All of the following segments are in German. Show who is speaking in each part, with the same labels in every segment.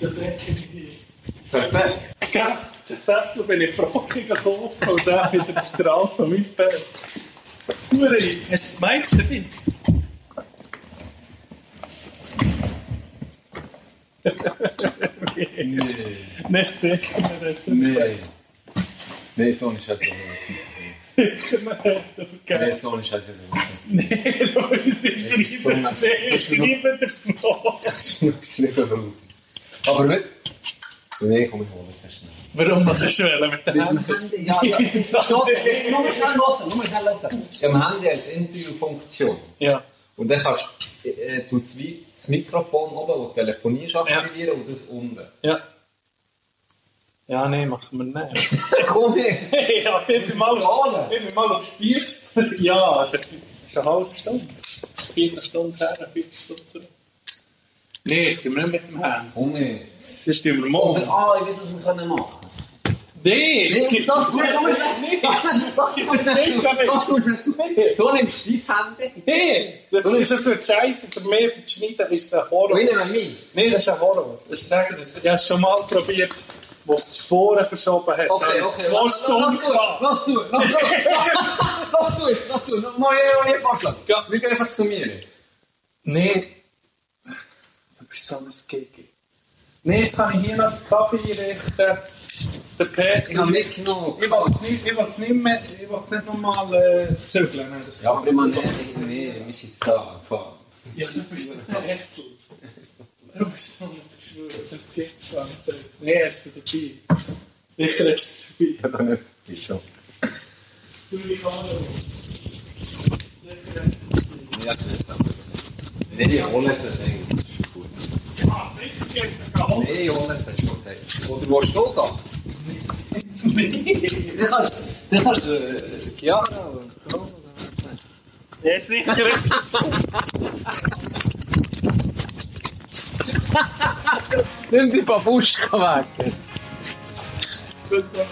Speaker 1: Dann irgendwie
Speaker 2: Perfekt.
Speaker 1: Gell, Sessel bin ich Fragen gekommen und dann wieder der Strahl von meinem Pferd. Uri, hast du Mikes dabei?
Speaker 2: Nee.
Speaker 1: Nicht sicher, wir hast du
Speaker 2: Nee. Nee, jetzt ohne Scheiße.
Speaker 1: sicher, wir hast du
Speaker 2: Nee,
Speaker 1: vergessen.
Speaker 2: jetzt ohne Scheiße.
Speaker 1: Nee, Luis, ich
Speaker 2: Nee, das ist so
Speaker 1: schreibe,
Speaker 2: nett.
Speaker 1: nee, ich
Speaker 2: Das ist noch-
Speaker 1: schreibe das noch.
Speaker 2: Das ist nicht schlimm. Aber wir... Nee, komm, ich hole es erst nicht.
Speaker 1: Warum was hast du wollen mit den Händen?
Speaker 2: Handy, ja, ja.
Speaker 1: Sorry.
Speaker 2: Nur schnell hören, nur schnell hören. Im Handy hat es Interviewfunktion.
Speaker 1: Ja,
Speaker 2: Und dann kannst du äh, du das Mi- das Mikrofon oben, wo du telefonierst, aktivieren und das unten.
Speaker 1: ja. Ja, nee, machen wir nicht.
Speaker 2: Komm her!
Speaker 1: Hey, ja, ich bin mal
Speaker 2: Skala.
Speaker 1: Ich bin mal auf Spiez. Ja, es ist es ist eine halbe Stunde. Viertel Stunde her, eine Viertel Stunde zurück. Nee, jetzt sind wir nicht mit dem Herrn.
Speaker 2: Komm her!
Speaker 1: Das stimmen wir
Speaker 2: Oder,
Speaker 1: morgen.
Speaker 2: ah, ich weiß, was wir können machen können.
Speaker 1: Nee,
Speaker 2: Nee,
Speaker 1: das gibt's
Speaker 2: doch,
Speaker 1: nicht.
Speaker 2: nee, doch,
Speaker 1: Nee,
Speaker 2: Doch, du musst nicht zu. Doch, du musst nicht zu. Du nimmst dein Handy.
Speaker 1: nee, das ist das wird scheiße. Für mich, für die Schneider ist es ein
Speaker 2: Und
Speaker 1: eh, Horror.
Speaker 2: ich
Speaker 3: nou-
Speaker 2: nehme meins.
Speaker 1: Nee, das ist ein Horror. Das ist nicht, das ich habe es schon mal probiert, wo es die Sporen verschoben hat.
Speaker 2: Okay,
Speaker 1: Da habe ich
Speaker 2: okay.
Speaker 1: Zwei
Speaker 2: Lass
Speaker 1: Stunden
Speaker 2: zu,
Speaker 1: gehabt.
Speaker 2: lass zu, lass zu. Lass zu jetzt, lass zu. Noch mal einen Vorschlag.
Speaker 1: Ja.
Speaker 2: Wir gehen einfach zu mir jetzt.
Speaker 1: Nee. Du bist so ein Gigi. Nee, jetzt kann ich hier eh, noch den Kaffee einrichten. Der Pet.
Speaker 2: Ich habe nicht genug.
Speaker 1: Ich will es nicht, ich will's nicht mehr, ich will's nicht nochmal äh, zügeln. nein, Das
Speaker 2: Ja, aber ich meine, nee, mich ist da. Fuck.
Speaker 1: Ja, du bist so ein Hässl. Du bist so ein Geschwür. Das geht's gar nicht. Nee, er ist dabei. Sicher ist er dabei.
Speaker 2: Ich kann nicht. schon.
Speaker 1: Du, ich kann
Speaker 2: Ja, das ist aber nicht. Nee, ich hole es nicht. Das ist gut.
Speaker 1: Ah, auch.
Speaker 2: Nee, ich hole es nicht. Okay. Oder wo willst du da? Du kannst, du kannst, äh, Chiara oder Frau oder was
Speaker 1: Ja, sicher ist er so.
Speaker 2: Nimm die Babuschka weg.
Speaker 1: Das ist aber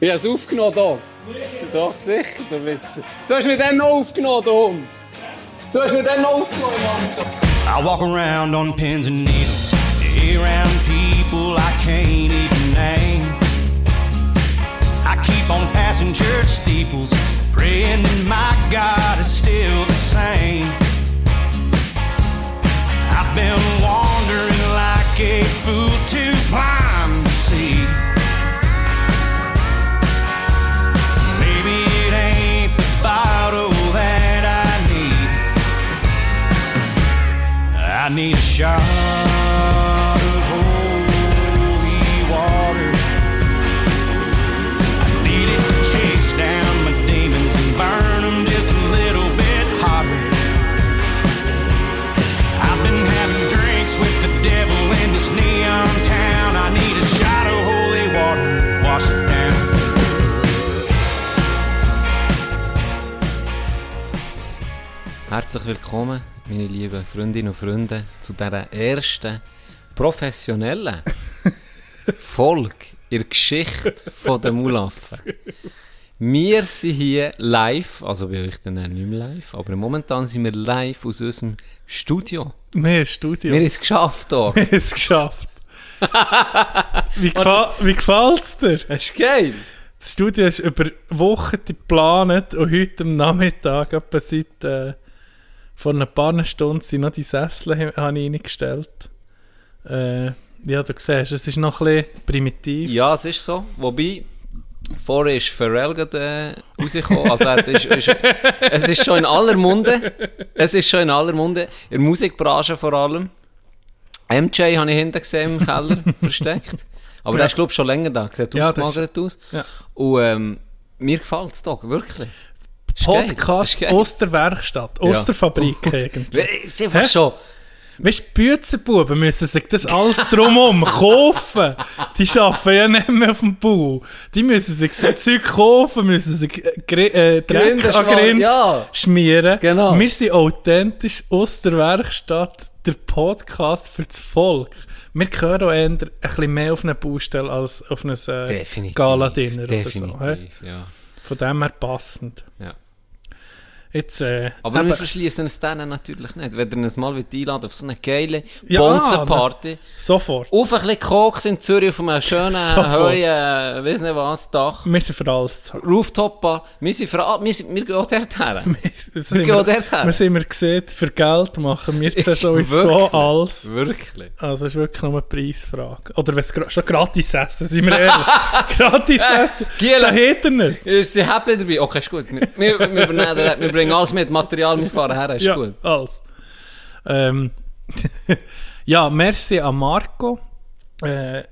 Speaker 2: Ich habe es aufgenommen hier. Doch, sicher, du Wichser. Du hast mich dann noch aufgenommen, du Hund. Du hast mich dann noch aufgenommen, Hamza.
Speaker 4: I walk around on pins and needles, around people I can't even name. I keep on passing church steeples, praying that my God is still the same. I've been wandering like a fool to climb the sea. Maybe it ain't the bottle that I need. I need a shot of holy water. I need it to chase down my demons and burn them just a little bit hotter. I've been having drinks with the devil in this neon town. I need a shot of holy water, wash it down.
Speaker 3: Herzlich willkommen, meine lieben Freundinnen und Freunde, zu dieser ersten professionellen Folge in der Geschichte von der Mulaffen. Wir sind hier live, also bei euch dann nicht mehr live, aber momentan sind wir live aus unserem Studio.
Speaker 1: Mehr Studio.
Speaker 3: Wir haben es geschafft hier.
Speaker 1: Wir haben es geschafft. wie gefa wie gefällt es dir?
Speaker 3: Das ist geil.
Speaker 1: Das Studio ist über Wochen geplant und heute am Nachmittag, etwa seit äh, vor ein paar Stunden, sind noch die Sessel he- habe ich reingestellt. Äh, ja, du siehst, es ist noch ein bisschen primitiv.
Speaker 3: Ja, es ist so. Wobei, vorher ist Pharrell gerade äh, rausgekommen. Also, er ist, ist, es ist schon in aller Munde. Es ist schon in aller Munde. In der Musikbranche vor allem. MJ habe ich hinten gesehen im Keller, versteckt. Aber der ist, glaube ich, schon länger da. Sieht
Speaker 1: Ja, das
Speaker 3: ausgemagert aus.
Speaker 1: ja.
Speaker 3: Und ähm, mir gefällt es doch, wirklich. Ist geil,
Speaker 1: Podcast
Speaker 3: ist geil.
Speaker 1: aus der Werkstatt, aus
Speaker 3: Ja.
Speaker 1: der Fabrik irgendwie.
Speaker 3: Ist einfach schon.
Speaker 1: Weißt du, die Büzenbuben müssen sich das alles drumherum kaufen. Die arbeiten ja nicht mehr auf dem Bau. Die müssen sich so Zeug kaufen, müssen sich äh, Gre- äh, Dreck an
Speaker 3: Grindenschmal-
Speaker 1: Grind
Speaker 3: ja.
Speaker 1: schmieren.
Speaker 3: Genau.
Speaker 1: Wir sind authentisch aus der Werkstatt, der Podcast für das Volk. Wir hören auch eher ein bisschen mehr auf eine Baustelle als auf ein äh,
Speaker 3: Definitiv.
Speaker 1: Gala-Dinner oder so.
Speaker 3: Definitiv,
Speaker 1: hä?
Speaker 3: ja.
Speaker 1: Von dem her passend.
Speaker 3: ja.
Speaker 1: Jetzt, äh,
Speaker 3: Aber wir
Speaker 1: eben,
Speaker 3: verschließen es denen natürlich nicht. Wenn ihr uns mal wollt einladen auf so eine geile
Speaker 1: Ja,
Speaker 3: Bonzenparty.
Speaker 1: sofort.
Speaker 3: Auf ein bisschen Koks in Zürich auf einem schönen,
Speaker 1: Sofort.
Speaker 3: hohen, weiß nicht was, Dach.
Speaker 1: Wir sind für alles zu haben.
Speaker 3: Rooftop-Bar. Wir sind fra wir, sind, wir gehen auch dort her.
Speaker 1: Wir sind
Speaker 3: gehen
Speaker 1: wir-
Speaker 3: dorthin.
Speaker 1: wir sind wir gesehen, für Geld machen wir
Speaker 3: Ist
Speaker 1: das sowieso
Speaker 3: wirklich-
Speaker 1: alles. Ah,
Speaker 3: Wirklich.
Speaker 1: Also es ist wirklich nur eine Preisfrage. Oder wenn es gra- schon gratis essen, sind wir ehrlich. gratis essen,
Speaker 3: Giele.
Speaker 1: da hat er dus. es.
Speaker 3: Ihr seid happy Oh, dabei? Okay, ist gut. Wir, wir, wir, übernehmen den- wir bringen alles mit, Material, wir fahren her, ist
Speaker 1: Ja,
Speaker 3: gut.
Speaker 1: alles. Ähm, ja, merci an Marco. Äh,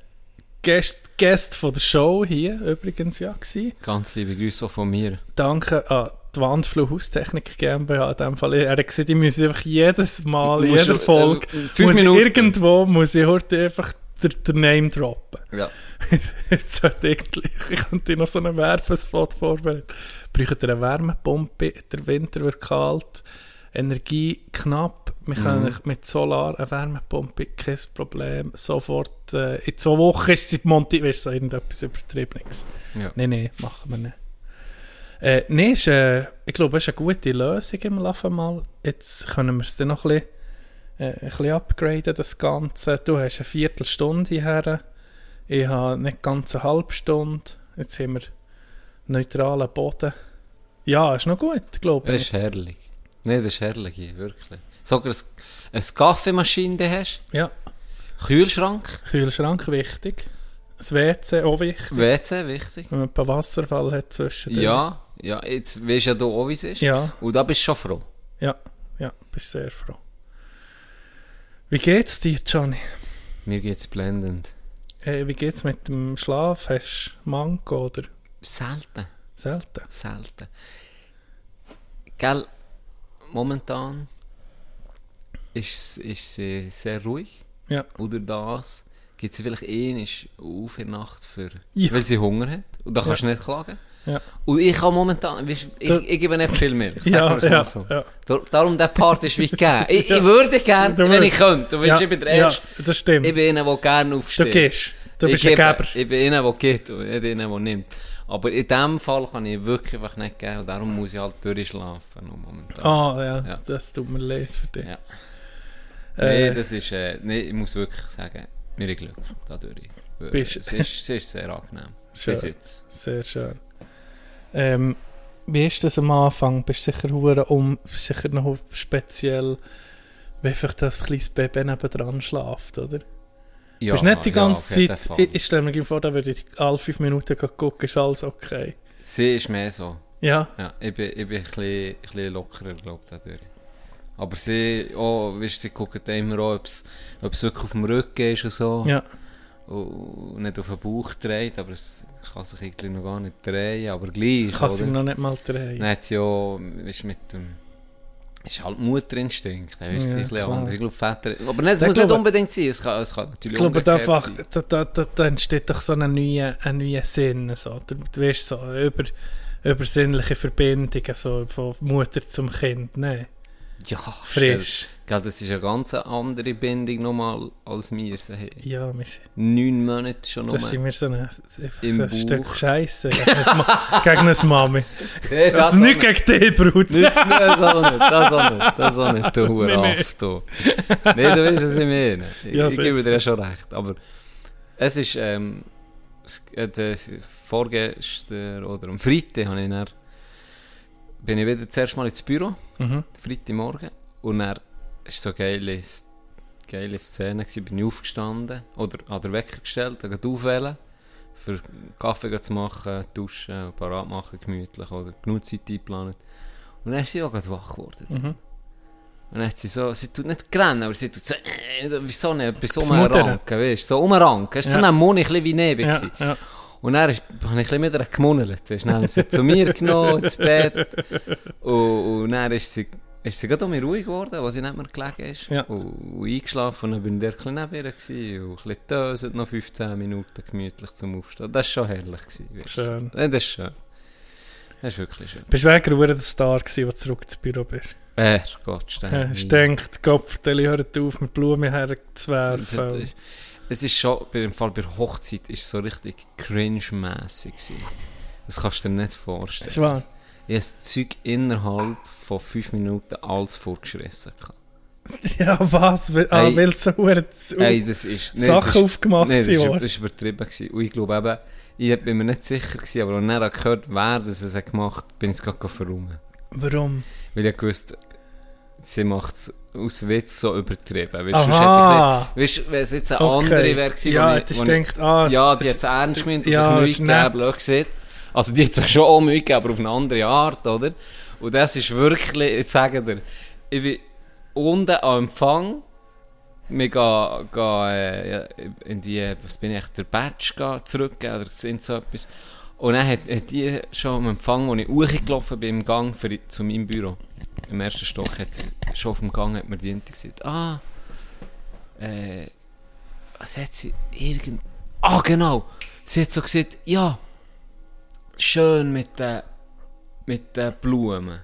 Speaker 1: Gast, Gast von der Show hier übrigens ja gewesen.
Speaker 3: Ganz liebe Grüße auch von mir.
Speaker 1: Danke an die Wandflug Haustechnik GmbH in dem Fall. Er hat gesagt, ich muss einfach jedes Mal, in
Speaker 3: Musst
Speaker 1: jeder
Speaker 3: du,
Speaker 1: Folge,
Speaker 3: äh, fünf
Speaker 1: muss ich
Speaker 3: Minuten.
Speaker 1: irgendwo muss ich heute einfach den, den Name droppen.
Speaker 3: Ja.
Speaker 1: Jetzt hat irgendwie, ich könnte noch so einen Werbespot vorbereiten. Braucht ihr eine Wärmepumpe, der Winter wird kalt, Energie knapp, wir
Speaker 3: Mhm.
Speaker 1: können euch mit Solar eine Wärmepumpe, kein Problem, sofort, äh, in zwei Wochen ist sie montiert, weißt du, so irgendetwas Übertriebenes.
Speaker 3: Ja.
Speaker 1: Nein, nein, machen wir nicht. Äh, nein, ist, äh, ich glaube, es ist eine gute Lösung im Laufe mal. Jetzt können wir es dann noch ein bisschen äh, ein bisschen upgraden, das Ganze. Du hast eine Viertelstunde hierher. Ich habe nicht ganz eine halbe Stunde. Jetzt haben wir neutralen Boden. Ja, ist noch gut, glaube
Speaker 3: Das
Speaker 1: ich.
Speaker 3: ist herrlich. Nein, das ist herrlich hier, wirklich. Sogar ein- eine Kaffeemaschine hast,
Speaker 1: Ja,
Speaker 3: Kühlschrank,
Speaker 1: Kühlschrank wichtig. Das WC auch wichtig,
Speaker 3: WC, wichtig.
Speaker 1: wenn man ein paar Wasserfall hat zwischen
Speaker 3: Ja, ja, jetzt weißt du ja, du auch, wie es ist.
Speaker 1: Ja,
Speaker 3: Und da bist du schon froh.
Speaker 1: ja, ja, bist sehr froh. Wie geht's dir, Johnny?
Speaker 3: Mir geht's blendend.
Speaker 1: Äh, wie geht's mit dem Schlaf? Hast du Manko oder
Speaker 3: Selten,
Speaker 1: selten?
Speaker 3: selten. Gell, momentan ist es äh, sehr ruhig.
Speaker 1: Ja.
Speaker 3: Oder das gibt es vielleicht ähnlich auf in der Nacht, für,
Speaker 1: Ja.
Speaker 3: weil sie Hunger hat. Und da kannst du nicht klagen.
Speaker 1: Ja.
Speaker 3: Und ich kann momentan, weißt, ich,
Speaker 1: Da-
Speaker 3: ich gebe nicht viel mehr. Ich sag
Speaker 1: Ja,
Speaker 3: mir's mal
Speaker 1: ja,
Speaker 3: so.
Speaker 1: ja.
Speaker 3: Dar- Darum, der Part ist wie gegeben. Ich,
Speaker 1: Ja.
Speaker 3: ich würde gerne,
Speaker 1: Du
Speaker 3: wenn
Speaker 1: würdest.
Speaker 3: ich könnte. Du weißt, ich bin der Erste.
Speaker 1: Ja, das stimmt.
Speaker 3: Ich bin einer, der gerne
Speaker 1: du
Speaker 3: aufsteht.
Speaker 1: gehst. Du
Speaker 3: Ich
Speaker 1: bist ein
Speaker 3: gebe.
Speaker 1: Geber.
Speaker 3: Ich bin einer, der gibt und nicht einer, der nimmt. Aber in diesem Fall kann ich wirklich einfach nicht geben und darum muss ich halt durchschlafen. und Momentan.
Speaker 1: Ah, ja,
Speaker 3: Ja.
Speaker 1: das tut mir leid für dich.
Speaker 3: Ja.
Speaker 1: Äh,
Speaker 3: nee, das ist, äh, nee, ich muss wirklich sagen, mir ist Glück dadurch. Weil
Speaker 1: Bist-
Speaker 3: es, ist, es ist sehr angenehm.
Speaker 1: Schön.
Speaker 3: Bis jetzt.
Speaker 1: Sehr schön. Ähm, wie ist das am Anfang? Bist du sicher hure um, sicher noch speziell, wie einfach das kleines Baby nebendran schlaft, oder?
Speaker 3: Ja,
Speaker 5: Dus
Speaker 1: bist nicht die ganze
Speaker 3: ja, auf jeden
Speaker 1: Zeit,
Speaker 3: Fall.
Speaker 1: ich, ich stelle mir vor, da würde ich alle fünf Minuten gehen gucken, ist alles okay?
Speaker 3: Sie ist mehr so.
Speaker 1: Ja,
Speaker 3: Ja, ich bin, ich bin ein, bisschen, ein bisschen lockerer, glaube ich, dadurch. Aber sie, oh, weißt, sie gucken dann immer auch, ob es ob es wirklich auf dem Rücken ist und so.
Speaker 1: ja,
Speaker 3: und nicht auf den Bauch dreht, aber es kann sich eigentlich noch gar nicht drehen, aber gleich,
Speaker 1: ich kann es ihm
Speaker 3: oder?
Speaker 1: noch nicht mal drehen.
Speaker 3: Dann hat sie ja, weißt, mit dem... ist halt Mutterinstinkt, dann ist
Speaker 1: Ja,
Speaker 3: ja, ein bisschen
Speaker 1: klar.
Speaker 3: anders. Ich glaube, Väter... Aber nein, es
Speaker 1: Ich
Speaker 3: muss
Speaker 1: glaube-
Speaker 3: nicht unbedingt sein, es kann, es kann natürlich
Speaker 1: Ich glaube, da,
Speaker 3: umgekehrt
Speaker 1: einfach,
Speaker 3: sein.
Speaker 1: da, da, da, da entsteht doch so ein neuer, ein neuer Sinn. So. Du, du weißt so, über, übersinnliche Verbindungen so, von Mutter zum Kind. Nein,
Speaker 3: Ja,
Speaker 1: frisch.
Speaker 3: stell- Gell, das ist eine ganz andere Bindung nochmal als wir sie haben.
Speaker 1: Ja, wir, sind-
Speaker 3: Neun Monate schon
Speaker 1: das sind
Speaker 3: nochmal.
Speaker 1: wir so ein, einfach
Speaker 3: Im
Speaker 1: so ein Stück
Speaker 3: Bauch.
Speaker 1: Scheiße gegen eine Ma- gegen eine Mami.
Speaker 3: Hey,
Speaker 1: Das ist nicht gegen dich, Bruder.
Speaker 3: Nicht, nee, das auch nicht, das auch nicht, das auch nicht, du Huraff, du. Nee, du weißt, was ich meine. Ich,
Speaker 1: Ja,
Speaker 3: ich
Speaker 1: sicher.
Speaker 3: gebe dir ja schon recht, aber es ist, ähm, es- äh, der- vorgestern oder am Freitag habe ich dann, bin ich wieder zuerst mal ins Büro,
Speaker 1: Mhm.
Speaker 3: Freitagmorgen, und dann ist so eine geile, geile Szene gewesen, bin ich aufgestanden, oder an der Wecker gestellt, dann gehe aufwählen, für Kaffee zu machen, duschen, parat machen, gemütlich, oder genug Zeit einplanen. Und dann ist sie auch gerade wach geworden.
Speaker 1: Mhm.
Speaker 3: Und dann hat sie so, sie tut nicht grennen, aber sie tut so, äh, wieso nicht, bei so
Speaker 1: Das
Speaker 3: einem
Speaker 1: Mutter.
Speaker 3: Ranken, weißt du, so um einen Ranken. Es war so
Speaker 1: Ja.
Speaker 3: ein Mund, ein bisschen wie Nebel.
Speaker 1: Ja,
Speaker 3: gewesen.
Speaker 1: ja.
Speaker 3: Und dann ist, habe ich ein bisschen mit ihr gemunnelt, weißt du, dann hat sie zu mir genommen, ins Bett. Und, und dann ist sie, ist sie gerade um mich ruhig geworden, als sie nicht mehr gelegen ist.
Speaker 1: Ja.
Speaker 3: Und, und eingeschlafen, und dann bin ich ein bisschen neben ihr gewesen, und ein bisschen döset, noch 15 Minuten gemütlich zum Aufstehen. Das war schon herrlich. Gewesen, weißt du.
Speaker 1: Schön.
Speaker 3: Ja, das ist schön. Das ist wirklich schön.
Speaker 1: Bist du wegen der Star gewesen, als du zurück ins Büro bist?
Speaker 3: Herrgott,
Speaker 1: Ja,
Speaker 3: Stein.
Speaker 1: Hast du gedacht, Kopfdeli, hört auf, mit Blumen
Speaker 3: Es hat-
Speaker 1: herzuwerfen?
Speaker 3: es- Es ist schon, bei dem Fall bei der Hochzeit ist es so richtig cringe-mässig gewesen. Das kannst du dir nicht vorstellen.
Speaker 1: Ist wahr?
Speaker 3: Ich habe das Zeug innerhalb von 5 Minuten alles vorgeschrissen. gehabt.
Speaker 5: Ja, was? Weil, ah,
Speaker 3: Ey.
Speaker 5: weil so verdammt zu-
Speaker 3: Ey, das ist... nee,
Speaker 5: Sachen
Speaker 3: das ist,
Speaker 5: aufgemacht
Speaker 3: Nein, das
Speaker 5: sind
Speaker 3: ist,
Speaker 5: worden.
Speaker 3: das ist übertrieben. Gewesen. Und ich glaube eben, ich bin mir nicht sicher, gewesen, aber als ich dann gehört habe, wer das es hat gemacht hat, bin ich es gerade verräumen.
Speaker 5: Warum?
Speaker 3: Weil ich gewusst sie macht es aus Witz so übertrieben. Weißt, sonst hätte
Speaker 5: Aha!
Speaker 3: ich nicht, weißt, wenn es jetzt eine andere wäre gewesen,
Speaker 5: ja,
Speaker 3: wo
Speaker 5: hättest
Speaker 3: wo
Speaker 5: du gedacht, ah, es-
Speaker 3: ja, die
Speaker 5: es-
Speaker 3: hat es ernst gemeint und
Speaker 5: Ja,
Speaker 3: sich
Speaker 5: ist
Speaker 3: Mühe
Speaker 5: nett.
Speaker 3: gegeben, blöd gesagt. Also die hat sich schon auch Mühe gegeben, aber auf eine andere Art, oder? Und das ist wirklich, ich sage dir, ich bin unten am Empfang, wir gehen, gehen äh, ja, in die, was bin ich, der Batch gehen, zurückgeben oder sind so etwas. Und dann hat, hat die schon am Empfang, als ich hochgelaufen bin im Gang für, zu meinem Büro, im ersten Stock, hat sie schon auf dem Gang hat mir die Ente gesagt, ah, äh, was hat sie irgend... Ah, genau. Sie hat so gesagt, ja, schön mit den, mit den Blumen.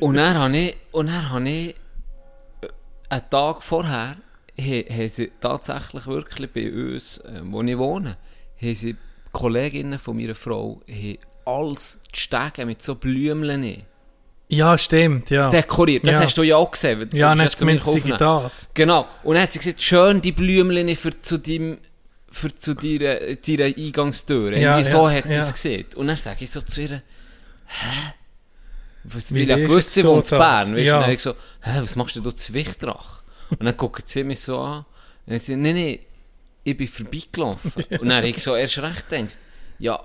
Speaker 3: und dann habe ich, und dann habe ich, äh, einen Tag vorher, he- haben sie tatsächlich wirklich bei uns, äh, wo ich wohne, haben sie Kolleginnen von meiner Frau, haben alles gesteckt mit so Blümchen in.
Speaker 5: Ja, stimmt, ja.
Speaker 3: dekoriert. Das
Speaker 5: Ja.
Speaker 3: hast du ja auch gesehen. weil du
Speaker 5: ja,
Speaker 3: bist
Speaker 5: dann hast du
Speaker 3: zu mir
Speaker 5: gemeint, sie
Speaker 3: gekommen.
Speaker 5: das.
Speaker 3: Genau. Und dann hat sie gesagt, schön die Blümchen für zu deinem, für zu deiner, deiner Eingangstür.
Speaker 5: Ja,
Speaker 3: Irgendwie so
Speaker 5: ja,
Speaker 3: hat sie
Speaker 5: ja.
Speaker 3: es gesehen. Und dann sage ich so zu ihr, hä? Was,
Speaker 5: Wie
Speaker 3: weil ich
Speaker 5: ist
Speaker 3: gewusst, sie
Speaker 5: jetzt
Speaker 3: wohnt
Speaker 5: da
Speaker 3: in
Speaker 5: das?
Speaker 3: Bern. Weißt?
Speaker 5: Ja.
Speaker 3: du? Und dann habe ich so, hä, was machst du da zu Wichtrach? Und dann guckt sie mich so an. Und dann sagt, nee, nee, ich bin vorbeigelaufen. Und dann habe ich so erst recht gedacht, ja,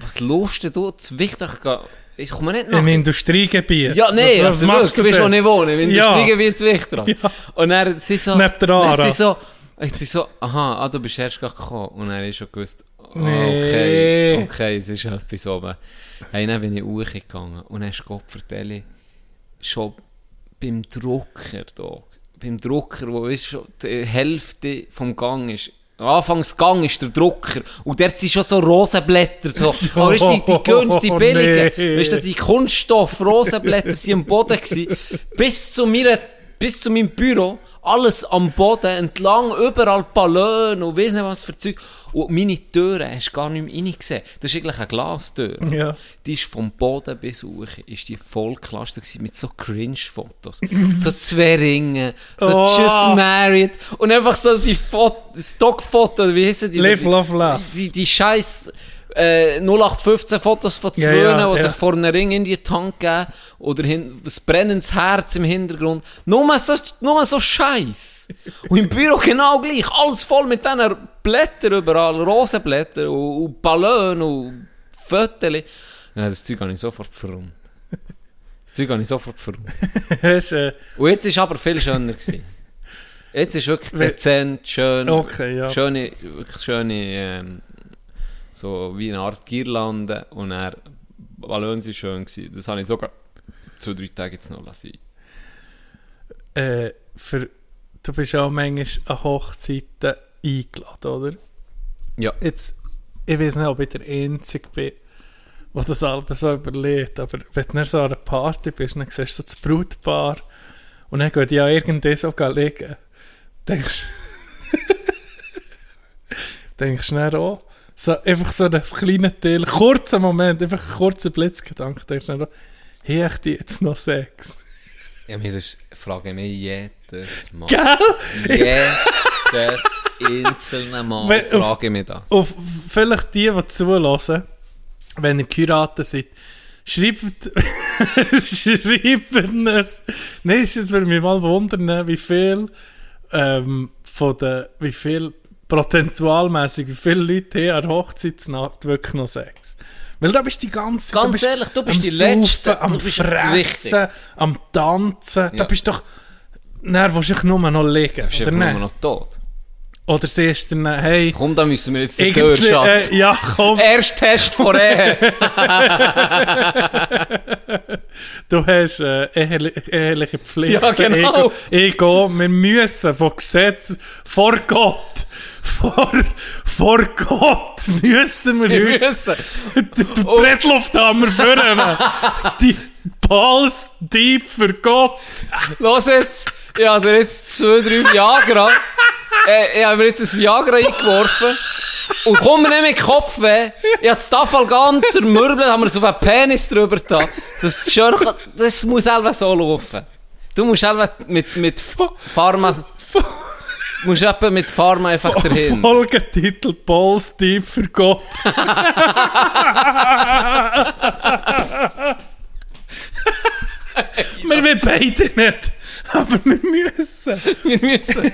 Speaker 3: was laufst denn du zu Wichtrach? Ich komme nicht nach.
Speaker 5: Im Industriegebiet.
Speaker 3: Ja, nee,
Speaker 5: was,
Speaker 3: also, machst du bist
Speaker 5: denn?
Speaker 3: auch nicht wohnen, wenn
Speaker 5: Ja.
Speaker 3: du fliegen wie zu Wichtrach.
Speaker 5: Ja.
Speaker 3: Und dann sie so,
Speaker 5: Neben der
Speaker 3: dann
Speaker 5: Ara.
Speaker 3: sie so, dann sie so, aha, ah, du bist erst gerade gekommen. Und dann ist schon gewusst, ah,
Speaker 5: Nee.
Speaker 3: okay, okay, es ist etwas oben. Hey, dann bin ich hochgegangen und dann ist Gott vertelle, schon beim Drucker da, beim Drucker, wo ist schon die Hälfte vom Gang ist, am Anfangsgang ist der Drucker und dort sind schon so Rosenblätter, so,
Speaker 5: So,
Speaker 3: aber ist die, die günstige, die
Speaker 5: oh,
Speaker 3: billige,
Speaker 5: nee.
Speaker 3: weißt du, die Kunststoff-Rosenblätter sind am Boden gewesen. Bis zu mir, bis zu meinem Büro. Alles am Boden, entlang, überall Ballon und weiss nicht was für Zeug. Und meine Türe hast du gar nicht mehr reingesehen. Das ist eigentlich eine Glastür.
Speaker 5: Ja.
Speaker 3: Die ist vom Boden bis hoch, ist die voll geklastert gewesen mit so Cringe-Fotos. so zwei Ringe, so
Speaker 5: Oh.
Speaker 3: Just Married und einfach so die Fot Stockfoto, wie heissen die?
Speaker 5: Live,
Speaker 3: Die-
Speaker 5: love, laugh.
Speaker 3: die, die scheiß äh, 0815 Fotos von
Speaker 5: Ja,
Speaker 3: Zwöhnen,
Speaker 5: ja,
Speaker 3: die
Speaker 5: ja.
Speaker 3: sich vor einem Ring in die Tank geben oder hin, ein brennendes Herz im Hintergrund. Nur so, nur so Scheiß. Und im Büro genau gleich. Alles voll mit diesen Blättern überall, Rosenblätter und, und Ballon und Fötterchen. Ja, das Zeug habe ich sofort verrummt. Das Zeug habe ich sofort verrummt.
Speaker 5: Hast, äh,
Speaker 3: Und jetzt ist aber viel schöner gewesen. Jetzt ist wirklich
Speaker 5: Weil-
Speaker 3: dezent, schön,
Speaker 5: Okay, ja.
Speaker 3: schöne, wirklich schöne, ähm, so wie eine Art Girlande und er Ballons sind schön gewesen. Das habe ich sogar zwei, drei Tage jetzt noch lassen.
Speaker 5: äh, für, du bist auch manchmal an Hochzeiten eingeladen, oder?
Speaker 3: Ja.
Speaker 5: Jetzt, ich weiß nicht, ob ich der Einzige bin, der das alles so überlegt, aber wenn du dann so an einer Party bist, dann siehst du so das Brutpaar und dann geht ja irgendwie so liegen. Denkst denkst du dann auch, so, einfach so das kleine Teil, kurzer Moment, einfach einen kurzen Blitzgedanke, denkst du dann auch, hey, ich die jetzt noch Sex?
Speaker 3: Ja, mir das frage mich jedes Mal.
Speaker 5: Gell?
Speaker 3: Jedes einzelne Mal
Speaker 5: Wenn- auf-
Speaker 3: frage ich mich das.
Speaker 5: Auf vielleicht die, die zulassen, wenn ihr geheiratet seid, schreibt, schreibt es. Nein, es ist- würde mich mal wundern, wie viel, ähm, von den, wie viel prozentualmäßig, wie viele Leute hier an der Hochzeitsnacht wirklich noch Sex. Weil da bist du die ganze
Speaker 3: Ganz ehrlich, du bist
Speaker 5: am
Speaker 3: die Letzte,
Speaker 5: am
Speaker 3: du bist
Speaker 5: Fressen,
Speaker 3: richtig.
Speaker 5: am Tanzen, da
Speaker 3: Ja.
Speaker 5: bist du doch, dann willst du dich nur noch liegen,
Speaker 3: Bist du
Speaker 5: oder
Speaker 3: einfach nur
Speaker 5: nicht?
Speaker 3: noch tot?
Speaker 5: Oder siehst du dann, hey,
Speaker 3: Komm, da müssen wir jetzt den Tür,
Speaker 5: irgendwie,
Speaker 3: Schatz.
Speaker 5: äh, ja, komm.
Speaker 3: Ersttest vor Ehe.
Speaker 5: Du hast äh, ehrliche, ehrliche Pflicht.
Speaker 3: Ja, genau.
Speaker 5: Ich, gehe, wir müssen von Gesetz, vor Gott, vor, vor Gott müssen wir
Speaker 3: Wir
Speaker 5: heute
Speaker 3: müssen. Oh.
Speaker 5: den den Presslufthammer führen. Mann. Die Pulse deep für Gott.
Speaker 3: Los jetzt, ich habe dir jetzt zwei, drei Viagra. äh, ich habe mir jetzt ein Viagra eingeworfen. Und komm mir nicht mit Kopf weh. Ich hab das Tafel ganz zermürbelt, haben wir es auf einen Penis drüber getan. Das, ist schön, das muss selber so laufen. Du musst selber mit, mit Pharma, musst etwa mit Pharma einfach dahin.
Speaker 5: Folgetitel Paul's Tipp für Gott. wir wollen beide nicht. Aber wir müssen.
Speaker 3: Wir müssen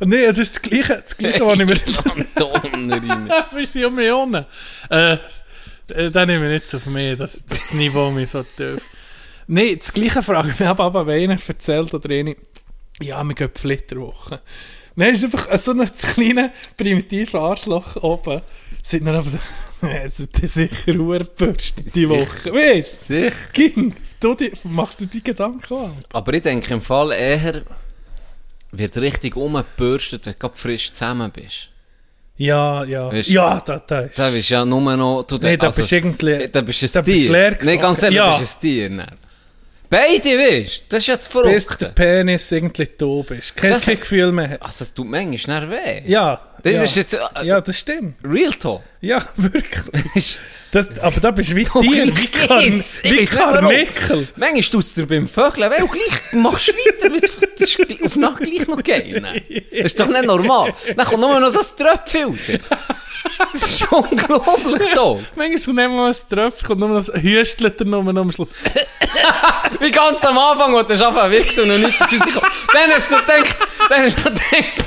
Speaker 5: Und nee, das ist das Gleiche, das Gleiche, was ich mir...
Speaker 3: Kanton rein.
Speaker 5: wir sind ja Millionen. Äh, äh, das nehme ich nicht so von mir, das, das Niveau mir so tief. Nein, das gleiche Frage. Ich habe aber einer erzählt oder eine, ja, wir gehen Flitterwoche. Dann ist einfach so ein kleiner, primitiver Arschloch oben. Sind dann aber so, jetzt sind die sicher Ruhebürste die Woche. Weißt
Speaker 3: Sicher.
Speaker 5: du, ging, du die, machst du die Gedanken an?
Speaker 3: Aber ich denke im Fall eher, wird richtig umgebürstet, wenn du gerade frisch zusammen bist.
Speaker 5: Ja, ja.
Speaker 3: Weißt du?
Speaker 5: ja, da, da ist.
Speaker 3: Da bist du ja nur noch... Du,
Speaker 5: Nein, da bist du irgendwie.
Speaker 3: Da bist du ein
Speaker 5: da
Speaker 3: Tier.
Speaker 5: bist du leer
Speaker 3: Nein, ganz ehrlich,
Speaker 5: gesogen. Ja.
Speaker 3: du bist ein Tier. Dann. Beide, weißt du? Das ist ja das
Speaker 5: bis der
Speaker 3: Verrückte.
Speaker 5: Penis irgendwie tot ist. Kein,
Speaker 3: Das-
Speaker 5: kein Gefühl mehr hat.
Speaker 3: Also, es tut manchmal nicht weh.
Speaker 5: Ja.
Speaker 3: Das
Speaker 5: ja.
Speaker 3: ist jetzt... Äh,
Speaker 5: ja, das stimmt.
Speaker 3: Real Talk.
Speaker 5: Ja, wirklich.
Speaker 3: Das ist-
Speaker 5: Das, aber da bist du wie
Speaker 3: Doch,
Speaker 5: Tier,
Speaker 3: gleich
Speaker 5: wie Karn,
Speaker 3: geht's. Ich
Speaker 5: wie
Speaker 3: weiss nicht, warum.
Speaker 5: Karnickel.
Speaker 3: Manchmal tust du dir beim Vögeln weh und gleich machst du weiter, weil es- das ist gl- auf Nacht gleich noch geil. ne? Das ist doch nicht normal. Dann kommt nur noch so ein Tröpfchen raus. Das ist unglaublich doch.
Speaker 5: Manchmal nehmen wir mal ein Tröpfchen und nur noch ein Hüstelt er nur noch am Schluss.
Speaker 3: Wie ganz am Anfang, wo du anfangen wichsen und noch nicht rausgekommen Dann hast du noch gedacht, dann hast du noch gedacht,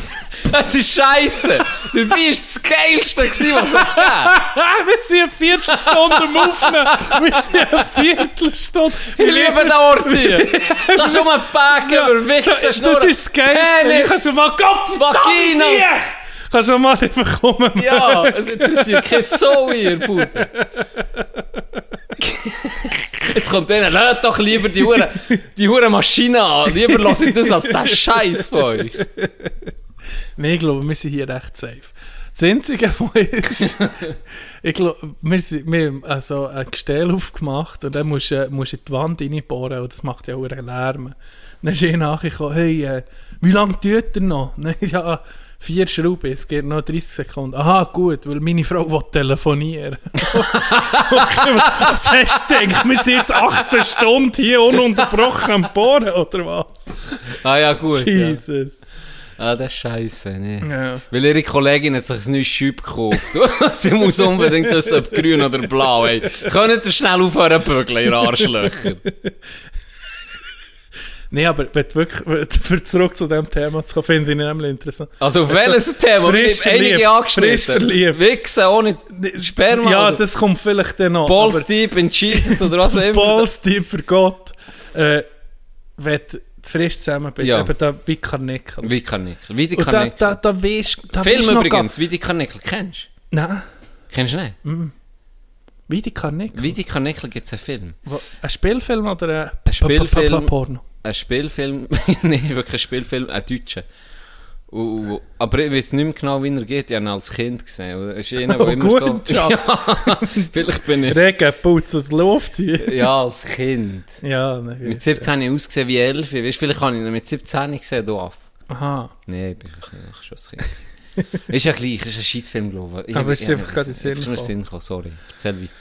Speaker 3: das ist scheisse. Dabei ist das Geilste gewesen, was es gegeben
Speaker 5: Ah, wir sind eine Viertelstunde am Aufnehmen. Wir sind eine Viertelstunde.
Speaker 3: Ich liebe den Ort hier. Da ist um ein Pack
Speaker 5: Ja,
Speaker 3: über Wichsen,
Speaker 5: Das, das ist das Geilste. Ich kann
Speaker 3: Penis.
Speaker 5: schon mal Kopf,
Speaker 3: Vagina.
Speaker 5: Kannst du mal einfach kommen.
Speaker 3: Ja, es interessiert kein Sau hier, Bruder. Jetzt kommt einer, lasst doch lieber die Hure, die Hure Maschine an. Lieber lasse ich das dus als den Scheiß von euch.
Speaker 5: Nein, ich glaube, wir sind hier recht safe. Das Einzige, was ist, ich glaube, wir, sind, wir haben also ein Gestell aufgemacht und dann musst du äh, musst du in die Wand reinbohren und das macht ja auch einen Lärm. Dann ist ich nachgekommen, hey, äh, wie lange tut ihr noch? Dann, ja, vier Schrauben, es geht noch 30 Sekunden. Aha, gut, weil meine Frau will telefonieren. okay, was hast du gedacht? Wir sind jetzt 18 Stunden hier ununterbrochen am Bohren, oder was?
Speaker 3: Ah ja, gut. Ja.
Speaker 5: Jesus.
Speaker 3: Ah, das ist Scheiße, ne?
Speaker 5: Ja.
Speaker 3: Weil ihre Kollegin hat sich ein neues Schüb gekauft. Sie muss unbedingt wissen, ob grün oder blau. Ey. Könnt ihr schnell aufhören zu bügeln, ihr Arschlöcher?
Speaker 5: Nein, aber wenn du wirklich, wenn du- für zurück zu dem Thema zu kommen, finde ich nämlich interessant.
Speaker 3: Also auf welches Thema? Wir
Speaker 5: frisch
Speaker 3: haben einige
Speaker 5: verliebt,
Speaker 3: angeschnitten.
Speaker 5: frisch verliebt.
Speaker 3: Wichsen ohne Sperma.
Speaker 5: Ja,
Speaker 3: oder?
Speaker 5: das kommt vielleicht dann noch.
Speaker 3: Balls deep in Jesus oder was auch
Speaker 5: aber
Speaker 3: immer.
Speaker 5: Balls deep für Gott. Äh, wenn du frisch zusammen bist,
Speaker 3: Ja.
Speaker 5: eben da wie Karnickel.
Speaker 3: Wie Karnickel. Wie die
Speaker 5: Und da,
Speaker 3: Karnickel.
Speaker 5: da, da weisst da weisst
Speaker 3: Film
Speaker 5: noch
Speaker 3: übrigens, wie die Karnickel. Kennst du?
Speaker 5: gar- Nein,
Speaker 3: Kennst du nicht?
Speaker 5: Mhm. wie die Karnickel.
Speaker 3: Wie die Karnickel gibt es einen Film.
Speaker 5: Wo- Ein Spielfilm oder ein, P-
Speaker 3: Spielfilm.
Speaker 5: P- P- Porno?
Speaker 3: Ein Spielfilm, nein, wirklich ein Spielfilm, ein deutscher. Und- und- aber ich weiß nicht mehr genau, wie er geht. Ich habe ihn als Kind gesehen. Und Es ist einer, der
Speaker 5: Oh,
Speaker 3: immer
Speaker 5: gut,
Speaker 3: so...
Speaker 5: Job.
Speaker 3: Vielleicht bin ich...
Speaker 5: Regen, Putz, es läuft hier.
Speaker 3: Ja, als Kind.
Speaker 5: Ja,
Speaker 3: Mit
Speaker 5: ne,
Speaker 3: 17 habe ich ausgesehen wie 11. Weißt, vielleicht habe ich ihn mit 17 gesehen, du Aff.
Speaker 5: aha.
Speaker 3: Nein, ich bin ich schon als Kind. gewesen. ist ja gleich, ist ein Scheissfilm, glaube ich.
Speaker 5: Aber es ist
Speaker 3: Ja,
Speaker 5: einfach gerade in den Sinn
Speaker 3: ist mir in den Sinn
Speaker 5: gekommen.
Speaker 3: gekommen, sorry. Erzähl weiter.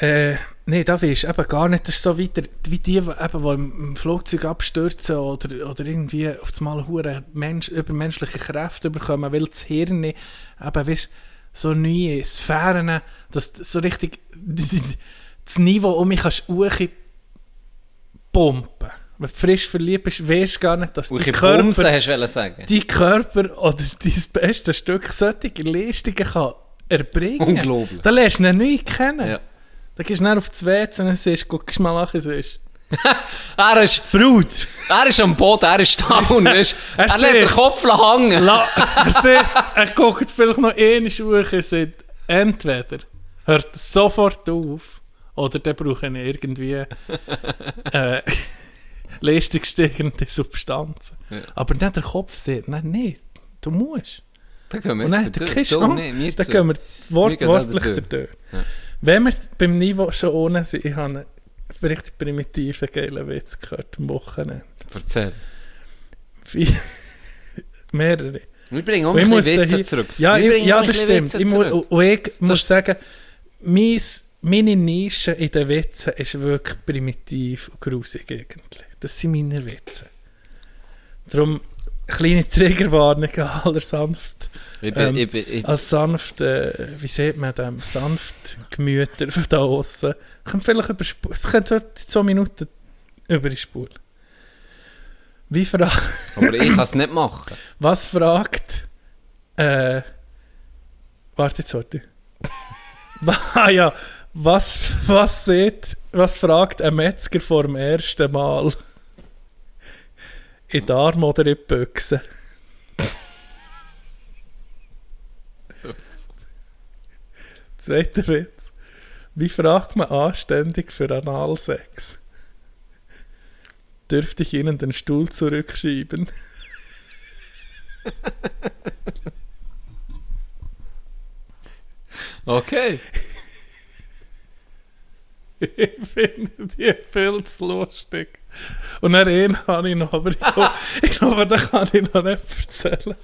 Speaker 5: Äh, nee, da weisst du eben gar nicht. Das ist so weiter, wie die, die eben, die im im Flugzeug abstürzen oder, oder irgendwie auf das Mal hure Mensch, übermenschliche Kräfte bekommen, weil das Hirn nicht, eben, weißt, so neue Sphären, dass du so richtig das Niveau um mich kannst pumpen. Wenn du frisch verliebt bist, weisst du gar nicht, dass
Speaker 3: Und
Speaker 5: dein
Speaker 3: ich
Speaker 5: Körper,
Speaker 3: Bumsen, hast du wollen sagen.
Speaker 5: dein Körper oder dein bestes Stück solche Leistungen kann erbringen.
Speaker 3: Unglaublich.
Speaker 5: Da lernst du ihn neu kennen.
Speaker 3: Ja.
Speaker 5: Da gehst du dann auf das WC und siehst, guckst mal nach, so ist.
Speaker 3: Er ist,
Speaker 5: Brut!
Speaker 3: er ist am Boden, er ist da und weißt,
Speaker 5: Er
Speaker 3: er lässt den
Speaker 5: sieht-
Speaker 3: Kopf hängen.
Speaker 5: La, er, sieht, er guckt vielleicht noch eine Schuhe und sagt, entweder hört es sofort auf, oder dann brauche ich irgendwie äh, leistungssteigernde Substanzen. Aber dann der Kopf sieht, nein, nein, du musst.
Speaker 3: Da gehen wir
Speaker 5: Und dann
Speaker 3: jetzt
Speaker 5: der
Speaker 3: dazu.
Speaker 5: Kiste
Speaker 3: Du,
Speaker 5: an,
Speaker 3: nee, wir
Speaker 5: dann
Speaker 3: zu.
Speaker 5: gehen wir wortwörtlich
Speaker 3: Wir gehen da
Speaker 5: dadurch.
Speaker 3: Ja.
Speaker 5: Wenn wir beim Niveau schon ohne sind, ich habe einen richtig primitiven, geilen Witz gehört am Wochenende.
Speaker 3: Erzähl.
Speaker 5: Wie- mehrere.
Speaker 3: Wir bringen auch
Speaker 5: Und
Speaker 3: ein
Speaker 5: ich
Speaker 3: bisschen
Speaker 5: muss
Speaker 3: Witze
Speaker 5: hier-
Speaker 3: zurück.
Speaker 5: Ja,
Speaker 3: wir
Speaker 5: ich,
Speaker 3: bringen
Speaker 5: ja
Speaker 3: auch ein
Speaker 5: das
Speaker 3: bisschen
Speaker 5: stimmt.
Speaker 3: Witze
Speaker 5: Ich mu-
Speaker 3: zurück.
Speaker 5: und ich muss
Speaker 3: ist-
Speaker 5: sagen, meins- meine Nische in den Witzen ist wirklich primitiv und grusig irgendwie. Das sind meine Witze. Darum, kleine Triggerwarnung an aller sanft.
Speaker 3: Ich bin,
Speaker 5: Ähm,
Speaker 3: ich bin, ich,
Speaker 5: Als sanft, äh, wie sieht man dem? Sanft Gemüter von da aussen. Können vielleicht überspulen. Können heute zwei Minuten überspulen. Wie fragt.
Speaker 3: aber ich kann es nicht machen.
Speaker 5: Was fragt. Äh. Warte jetzt, warte. ah ja. Was, was sieht. Was fragt ein Metzger vor dem ersten Mal? In den Arm oder in die Büchse? Zweiter Witz. Wie fragt man anständig für Analsex? Dürfte ich Ihnen den Stuhl zurückschieben?
Speaker 3: Okay.
Speaker 5: Ich finde die viel zu lustig. Und dann einen habe ich noch, aber ich glaube, ich glaube, den kann ich noch nicht erzählen.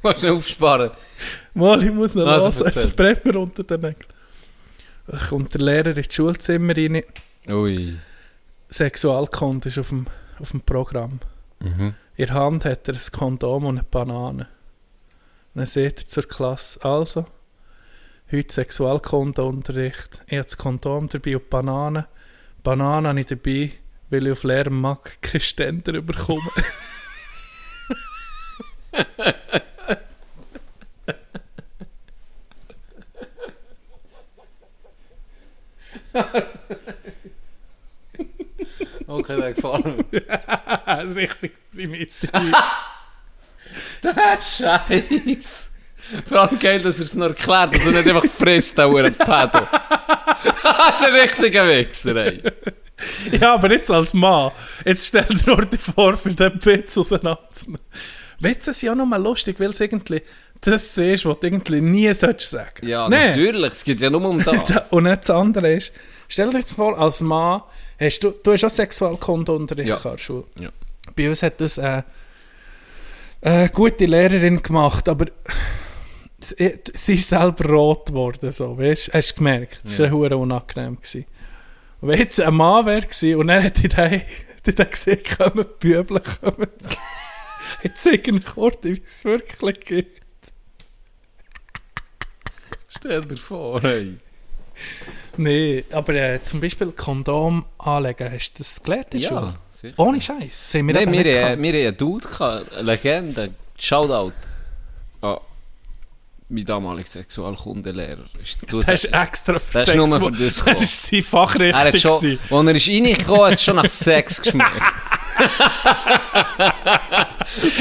Speaker 3: Kannst du aufsparen.
Speaker 5: Mal, ich muss noch
Speaker 3: Also,
Speaker 5: also, hören,
Speaker 3: erzähl.
Speaker 5: es brennt mir unter den Nägeln. Dann Kommt der Lehrer ins Schulzimmer rein,
Speaker 3: Ui.
Speaker 5: Sexualkunde ist auf dem, auf dem Programm.
Speaker 3: Mhm.
Speaker 5: In der Hand hat er ein Kondom und eine Banane. Und dann sagt er zur Klasse, also, heute Sexualkundeunterricht. Ich habe das Kondom dabei und die Banane. Die Banane habe ich dabei, weil ich auf leerem Markt keinen Ständer bekomme.
Speaker 3: Okay, der gefallen mir.
Speaker 5: Richtig primitiv.
Speaker 3: Der Scheiß. Vor allem geil, dass er es noch erklärt, dass er nicht einfach frisst, der Uhren Pedo. das ist ein richtiger Wichser, ey.
Speaker 5: ja, aber jetzt als Mann. Jetzt stell dir nur die vor, für den Witz auseinanderzunehmen. Witze sind ja nur mal lustig, weil es irgendwie das ist, was du irgendwie nie solltest sagen
Speaker 3: Ja,
Speaker 5: Nee.
Speaker 3: natürlich. Es geht ja nur um das.
Speaker 5: Da- Und nicht das andere ist, stell dir jetzt vor, als Mann, hast du, du hast auch Sexualkundeunterricht
Speaker 3: Ja.
Speaker 5: gehabt in der Schule.
Speaker 3: Ja.
Speaker 5: Bei uns hat das äh, eine gute Lehrerin gemacht, aber sie sie ist selber rot geworden, so, weißt du? Hast du gemerkt? Das war hure unangenehm. Gewesen. Und wenn jetzt ein Mann wäre gewesen und dann hätte ich den, hätte ich den gesehen, kommen die Bübel, kommen die- Jetzt irgendwie kurz, wie es wirklich gibt.
Speaker 3: Stell dir vor, ey.
Speaker 5: Nee, aber äh, zum Beispiel Kondom anlegen, hast du das gelernt in der Schule?
Speaker 3: Ja, sicher.
Speaker 5: Ohne Scheiß. Sind wir
Speaker 3: Nein,
Speaker 5: eben
Speaker 3: wir, äh,
Speaker 5: nicht
Speaker 3: wir,
Speaker 5: gehabt.
Speaker 3: wir haben einen Dude, gehabt, eine Legende. Shoutout. Ah, mein damaliger Sexualkundelehrer. Ist- du
Speaker 5: Das
Speaker 3: sagst-
Speaker 5: ist extra für
Speaker 3: Das ist
Speaker 5: Sex.
Speaker 3: nur für das
Speaker 5: das
Speaker 3: gekommen.
Speaker 5: war seine
Speaker 3: Er hat
Speaker 5: Fachrichtung.
Speaker 3: schon,
Speaker 5: gewesen.
Speaker 3: als er ist reingekommen, hat es schon nach Sex geschmeckt.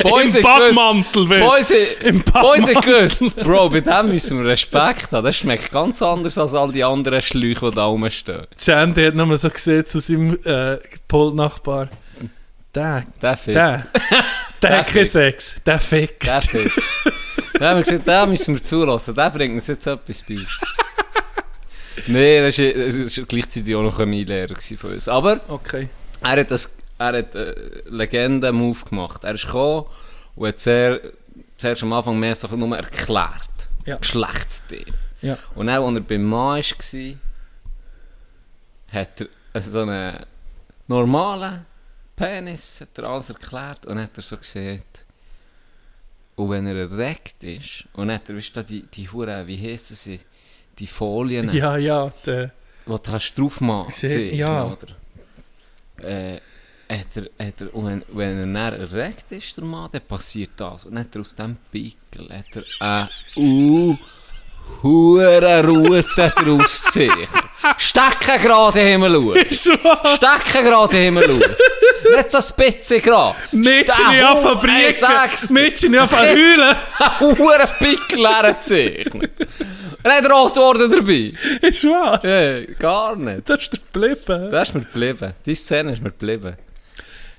Speaker 3: Boys
Speaker 5: Im
Speaker 3: hat gewusst-
Speaker 5: Badmantel, weißt du.
Speaker 3: Boys,
Speaker 5: Im Bad-
Speaker 3: Boys hat gewusst, Bro, bei dem müssen wir Respekt haben. Das schmeckt ganz anders als all die anderen Schläuche, die da rumstehen.
Speaker 5: Jandy hat nochmal so gesehen zu seinem äh, Pultnachbar. Der,
Speaker 3: Der Fick.
Speaker 5: der, der hat keinen
Speaker 3: fickt.
Speaker 5: Sex. Der Fick.
Speaker 3: Der Fick. Dann haben wir gesagt, den müssen wir zulassen. Der bringt uns jetzt etwas bei. Nee, das war- das war gleichzeitig auch noch ein Chemielehrer gewesen von uns. Aber...
Speaker 5: Okay.
Speaker 3: Er hat, das, er hat äh, Legenden-Move gemacht. Er ist gekommen und hat sehr, zuerst am Anfang mehr so nur erklärt.
Speaker 5: Ja.
Speaker 3: Geschlechtsteil.
Speaker 5: Ja.
Speaker 3: Und auch als er beim Mann war, hat er so einen normalen Penis hat er alles erklärt und hat er so gesagt, und wenn er erregt ist, und hat er, weißt du, die, die Hure, wie heissen sie, die Folien,
Speaker 5: Ja, ja. Der,
Speaker 3: wo du kannst drauf machen
Speaker 5: Sie-
Speaker 3: siehst,
Speaker 5: ja.
Speaker 3: oder? Äh, hat er, hat er, und wenn, wenn er dann erregt ist, der Mann, dann passiert das. Und dann hat er aus dem Pickel hat er eine uh, Hurenrute draus gezogen. Stecken gerade Himmel Stecken gerade Himmel Nicht so spitze gerade.
Speaker 5: Mädchen in Fabriken. Mädchen in Fabriken.
Speaker 3: Huren Pickel herzeichnet. Er hat rot geworden dabei.
Speaker 5: Ist wahr.
Speaker 3: Ja, gar nicht.
Speaker 5: Das ist der Blippe.
Speaker 3: Das ist mir geblieben. Die Szene ist mir geblieben.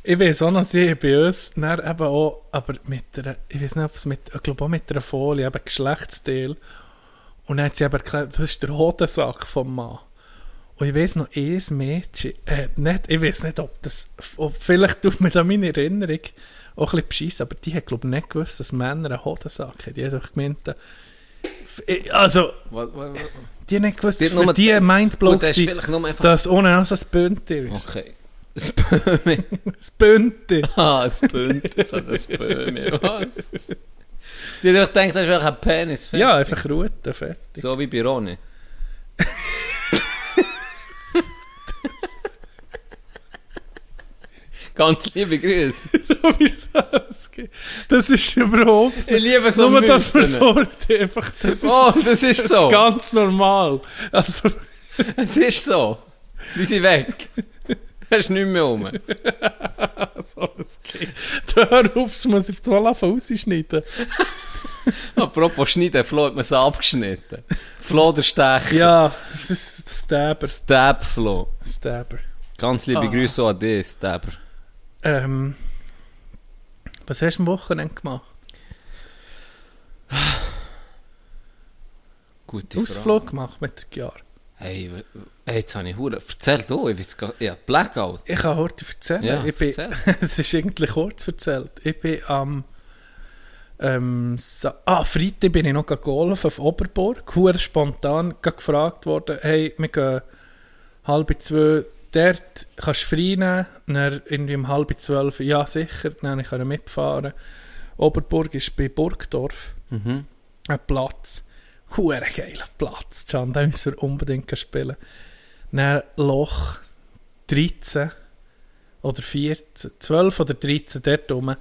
Speaker 5: Ich weiß auch noch, sie haben bei uns dann eben auch, aber mit einer, ich weiß nicht, ob es mit, ich glaube auch mit einer Folie, eben Geschlechtsteil. Und dann hat sie aber erklärt, das ist der Hodensack vom Mann. Und ich weiß noch, ein Mädchen, äh, nicht, ich weiß nicht, ob das, ob, vielleicht tut mir da meine Erinnerung auch ein bisschen beschissen, aber die hat, glaube ich, nicht gewusst, dass Männer einen Hodensack haben. Die hat einfach gemeint, äh, f- äh, also,
Speaker 3: Was, was, was?
Speaker 5: die hat nicht gewusst,
Speaker 3: Die
Speaker 5: dass
Speaker 3: hat
Speaker 5: für
Speaker 3: nur-
Speaker 5: die ein Mindblow
Speaker 3: Gut, das ist
Speaker 5: war,
Speaker 3: vielleicht Oh. nur einfach...
Speaker 5: dass ohne Nase ein Bündel ist.
Speaker 3: Okay. Ein Böhme.
Speaker 5: Das Bündel.
Speaker 3: Ah, ein Bündel. Jetzt hat er ein Böhme. Was? Die hat gedacht, das ist wirklich ein Penis. fertig.
Speaker 5: Ja, einfach Ruten, fertig.
Speaker 3: So wie bei Ronny. Ganz liebe Grüße.
Speaker 5: So wie es ausgeht. Das ist überhaupt
Speaker 3: Ich
Speaker 5: nicht.
Speaker 3: liebe so
Speaker 5: Nur, dass wir
Speaker 3: Mythen.
Speaker 5: so einfach, das ist,
Speaker 3: Oh, das ist
Speaker 5: das ist
Speaker 3: so.
Speaker 5: ganz normal. Also,
Speaker 3: Es ist so. Die sind weg. Er ist nicht mehr um.
Speaker 5: so es geht. Hör auf, ich muss auf die Toilette rausschneiden.
Speaker 3: Apropos Schneiden, Flo hat mir es abgeschnitten. Flo der Stech.
Speaker 5: Ja, das ist der Stabber.
Speaker 3: Stab Flo.
Speaker 5: Stabber.
Speaker 3: Ganz liebe
Speaker 5: Ah.
Speaker 3: Grüße auch an dich, Stabber.
Speaker 5: Ähm, was hast du am Wochenende gemacht?
Speaker 3: Gute Frage.
Speaker 5: Ausflug gemacht mit dem Jahr.
Speaker 3: Hey, w- hey, jetzt habe ich Hure. Erzähl du, ich weiß gar Ja, Blackout.
Speaker 5: Ich kann heute erzählen.
Speaker 3: Ja,
Speaker 5: ich bin,
Speaker 3: erzähl.
Speaker 5: es ist eigentlich kurz erzählt. Ich bin am ähm, Sa ah, Freitag bin ich noch golfen auf Oberburg. Hure spontan gerade gefragt worden, hey, wir gehen halb zwei dort, kannst du frei nehmen? Dann irgendwie um halb zwölf, ja sicher, dann kann ich mitfahren. Oberburg ist bei Burgdorf.
Speaker 3: Mhm.
Speaker 5: Ein Platz. Hure geiler Platz, Can, da müssen wir unbedingt spielen. Dann Loch 13 oder 14, 12 oder 13 dort rum,